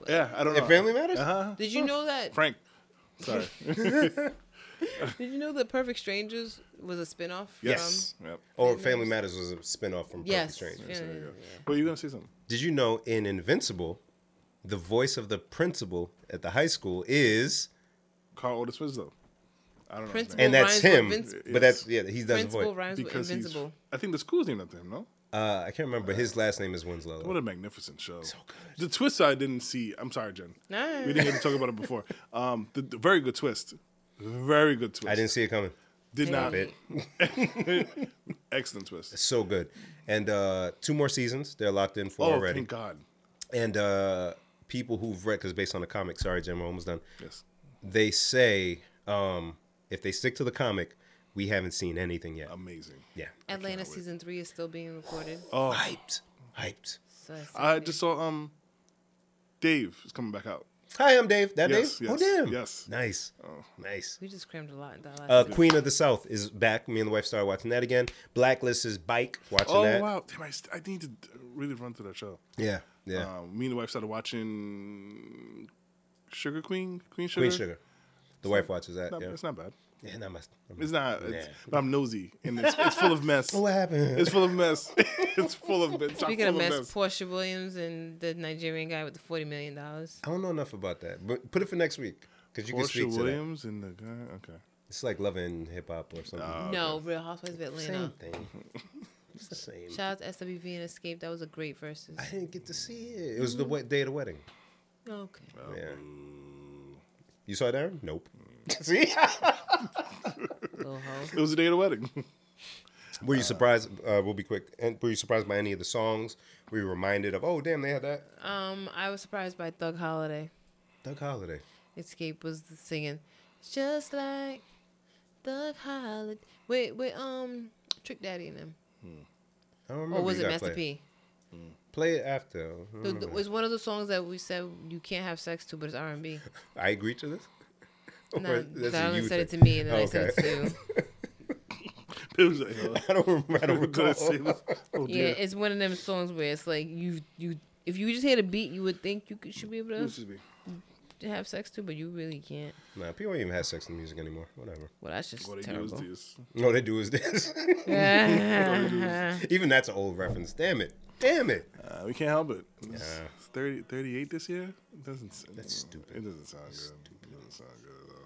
[SPEAKER 3] Yeah, I don't
[SPEAKER 2] In
[SPEAKER 3] know.
[SPEAKER 2] Family Matters?
[SPEAKER 3] Uh-huh.
[SPEAKER 1] Did you know that?
[SPEAKER 3] Frank.
[SPEAKER 1] [laughs]
[SPEAKER 3] Sorry.
[SPEAKER 1] Did you know that Perfect Strangers was a spinoff?
[SPEAKER 2] Yes.
[SPEAKER 3] yep.
[SPEAKER 2] Or Oh, Family Matters was a spinoff from
[SPEAKER 1] From, yes.
[SPEAKER 2] Perfect Strangers.
[SPEAKER 1] yeah, yeah.
[SPEAKER 3] Well, you're gonna say something.
[SPEAKER 2] Did you know in Invincible, the voice of the principal at the high school is,
[SPEAKER 3] Carl Otis Winslow. I don't know. his
[SPEAKER 1] Principal
[SPEAKER 3] name.
[SPEAKER 2] and that's
[SPEAKER 1] rhymes with
[SPEAKER 2] him.
[SPEAKER 1] Vince-
[SPEAKER 2] But that's yeah, he does the
[SPEAKER 1] Principal
[SPEAKER 2] voice.
[SPEAKER 1] rhymes
[SPEAKER 3] because
[SPEAKER 1] with
[SPEAKER 3] he's.
[SPEAKER 1] Invincible.
[SPEAKER 3] I think the school's named after him. No.
[SPEAKER 2] Uh, I can't remember. His last name is Winslow.
[SPEAKER 3] What a magnificent show. The twist I didn't see. I'm sorry, Jen.
[SPEAKER 1] Nah.
[SPEAKER 3] We didn't get to talk about it before. Um, the, the very good twist. Very good twist.
[SPEAKER 2] I didn't see it coming.
[SPEAKER 3] Did not.
[SPEAKER 2] Bit.
[SPEAKER 3] [laughs] Excellent twist.
[SPEAKER 2] So good. And uh, two more seasons. They're locked in for
[SPEAKER 3] Oh,
[SPEAKER 2] already.
[SPEAKER 3] thank God.
[SPEAKER 2] And uh, people who've read, because based on the comic, sorry, Jim, we're almost done.
[SPEAKER 3] Yes.
[SPEAKER 2] They say um, if they stick to the comic, we haven't seen anything yet.
[SPEAKER 3] Amazing.
[SPEAKER 2] yeah.
[SPEAKER 1] Atlanta season three is still being recorded.
[SPEAKER 2] Hyped. Oh. Hyped.
[SPEAKER 1] So that's
[SPEAKER 3] Oh, I
[SPEAKER 1] exciting.
[SPEAKER 3] just saw um, Dave is coming back out.
[SPEAKER 2] Hi, I'm Dave. That
[SPEAKER 3] Yes,
[SPEAKER 2] Dave?
[SPEAKER 3] yes,
[SPEAKER 2] oh, damn.
[SPEAKER 3] yes. Oh.
[SPEAKER 2] Nice. Nice.
[SPEAKER 1] we just crammed a lot. in that last
[SPEAKER 2] Uh,
[SPEAKER 1] episode.
[SPEAKER 2] Queen of the South is back. Me and the wife started watching that again. Blacklist is Bike. Watching
[SPEAKER 3] Oh
[SPEAKER 2] that.
[SPEAKER 3] wow! Damn, I, st- I need to d- really run through that show.
[SPEAKER 2] Yeah. Yeah.
[SPEAKER 3] Um, me and the wife started watching Sugar Queen, Queen Sugar.
[SPEAKER 2] Queen Sugar. The wife watches that.
[SPEAKER 3] Not-
[SPEAKER 2] yeah.
[SPEAKER 3] It's not bad.
[SPEAKER 2] yeah, not my. not my-
[SPEAKER 3] It's not. It's,
[SPEAKER 2] Nah.
[SPEAKER 3] But I'm nosy, and it's, it's full of mess.
[SPEAKER 2] What happened?
[SPEAKER 3] It's full of [laughs] mess. it's full of. It's not
[SPEAKER 1] Speaking
[SPEAKER 3] full
[SPEAKER 1] of mess,
[SPEAKER 3] mess.
[SPEAKER 1] Portia Williams and the Nigerian guy with the forty million dollars.
[SPEAKER 2] [laughs] I don't know enough about that, but put it for next week because you
[SPEAKER 3] Portia
[SPEAKER 2] can speak to that.
[SPEAKER 3] Williams and the guy. Okay.
[SPEAKER 2] It's like loving hip hop or something.
[SPEAKER 3] Oh, Uh,
[SPEAKER 1] no, Real Housewives of
[SPEAKER 2] Same
[SPEAKER 1] Atlanta.
[SPEAKER 2] thing.
[SPEAKER 3] [laughs]
[SPEAKER 2] It's the same.
[SPEAKER 1] Shout out to SWV and Escape. That was a great versus.
[SPEAKER 2] I didn't get to see it. It was the
[SPEAKER 3] Mm.
[SPEAKER 2] wet day of the wedding. [laughs]
[SPEAKER 1] Okay.
[SPEAKER 3] Um,
[SPEAKER 2] [laughs]
[SPEAKER 3] mm.
[SPEAKER 2] Yeah. You saw it, Aaron? Nope. see?
[SPEAKER 1] Little hoe.
[SPEAKER 3] It was the day of the wedding. [laughs]
[SPEAKER 2] Were you surprised? Uh, we'll be quick. And were you surprised by any of the songs? Were you reminded of? Oh, damn, they had that.
[SPEAKER 1] Um, I was surprised by Thug Holiday.
[SPEAKER 2] Doug Holiday.
[SPEAKER 1] Escape was the singing, just like Thug Holiday. Wait, wait, um, Trick Daddy and them,
[SPEAKER 2] I don't remember.
[SPEAKER 1] or was
[SPEAKER 2] you
[SPEAKER 1] it
[SPEAKER 2] guys
[SPEAKER 1] Master
[SPEAKER 2] played.
[SPEAKER 1] P?
[SPEAKER 2] Play it after. Mm-hmm.
[SPEAKER 1] The- the- It was one of the songs that we said you can't have sex to, but it's R
[SPEAKER 2] [laughs]
[SPEAKER 1] and B.
[SPEAKER 2] I agree to this. [laughs] Or
[SPEAKER 1] No,
[SPEAKER 2] that's a
[SPEAKER 1] Dylan
[SPEAKER 2] you
[SPEAKER 1] said it to
[SPEAKER 2] thing? Oh,
[SPEAKER 1] me, and then I said it
[SPEAKER 2] Okay.
[SPEAKER 1] to. you.
[SPEAKER 3] It was like, oh,
[SPEAKER 2] [laughs] I don't remember. I don't
[SPEAKER 3] [laughs] what did I say?
[SPEAKER 2] recall.
[SPEAKER 3] Oh,
[SPEAKER 1] Yeah,
[SPEAKER 3] dear.
[SPEAKER 1] it's one of them songs where it's like you you if you just hear the beat, you would think you could, should be able
[SPEAKER 3] This
[SPEAKER 1] to
[SPEAKER 3] is me.
[SPEAKER 1] have sex too, but you really can't.
[SPEAKER 2] nah, people don't even have sex in music anymore. Whatever.
[SPEAKER 1] Well, that's just
[SPEAKER 3] What I do
[SPEAKER 1] [laughs]
[SPEAKER 3] is
[SPEAKER 1] terrible.
[SPEAKER 3] this.
[SPEAKER 2] All they do is [laughs] this. even that's an old reference. Damn it. Damn it.
[SPEAKER 3] Uh, we can't help it. It's,
[SPEAKER 2] Yeah.
[SPEAKER 3] it's 30, 38 this year. It doesn't. s- mm,
[SPEAKER 2] That's stupid.
[SPEAKER 3] It doesn't sound good. It doesn't sound good at all.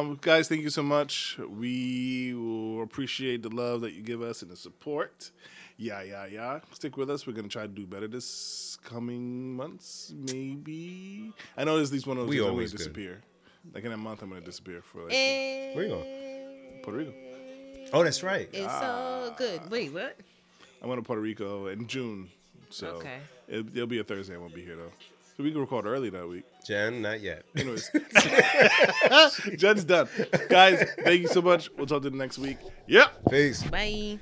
[SPEAKER 3] Um, guys, thank you so much. We will appreciate the love that you give us and the support. Yeah, yeah, yeah. Stick with us. We're gonna try to do better this coming months, maybe. I know there's at least one of those
[SPEAKER 2] We
[SPEAKER 3] days I'm gonna
[SPEAKER 2] always good.
[SPEAKER 3] disappear. Like in a month, I'm gonna disappear for like
[SPEAKER 2] Where
[SPEAKER 1] Where
[SPEAKER 2] you going?
[SPEAKER 3] Puerto Rico.
[SPEAKER 2] Oh, that's right.
[SPEAKER 1] It's so good. Wait, what?
[SPEAKER 3] I'm going to Puerto Rico in June, so
[SPEAKER 1] Okay.
[SPEAKER 3] it, it'll be a Thursday. I won't be here though, so we can record early that week.
[SPEAKER 2] Jen, not yet.
[SPEAKER 3] [laughs] Anyways, Jen's done. Guys, thank you so much. We'll talk to you next week. Yeah.
[SPEAKER 2] Peace.
[SPEAKER 1] Bye.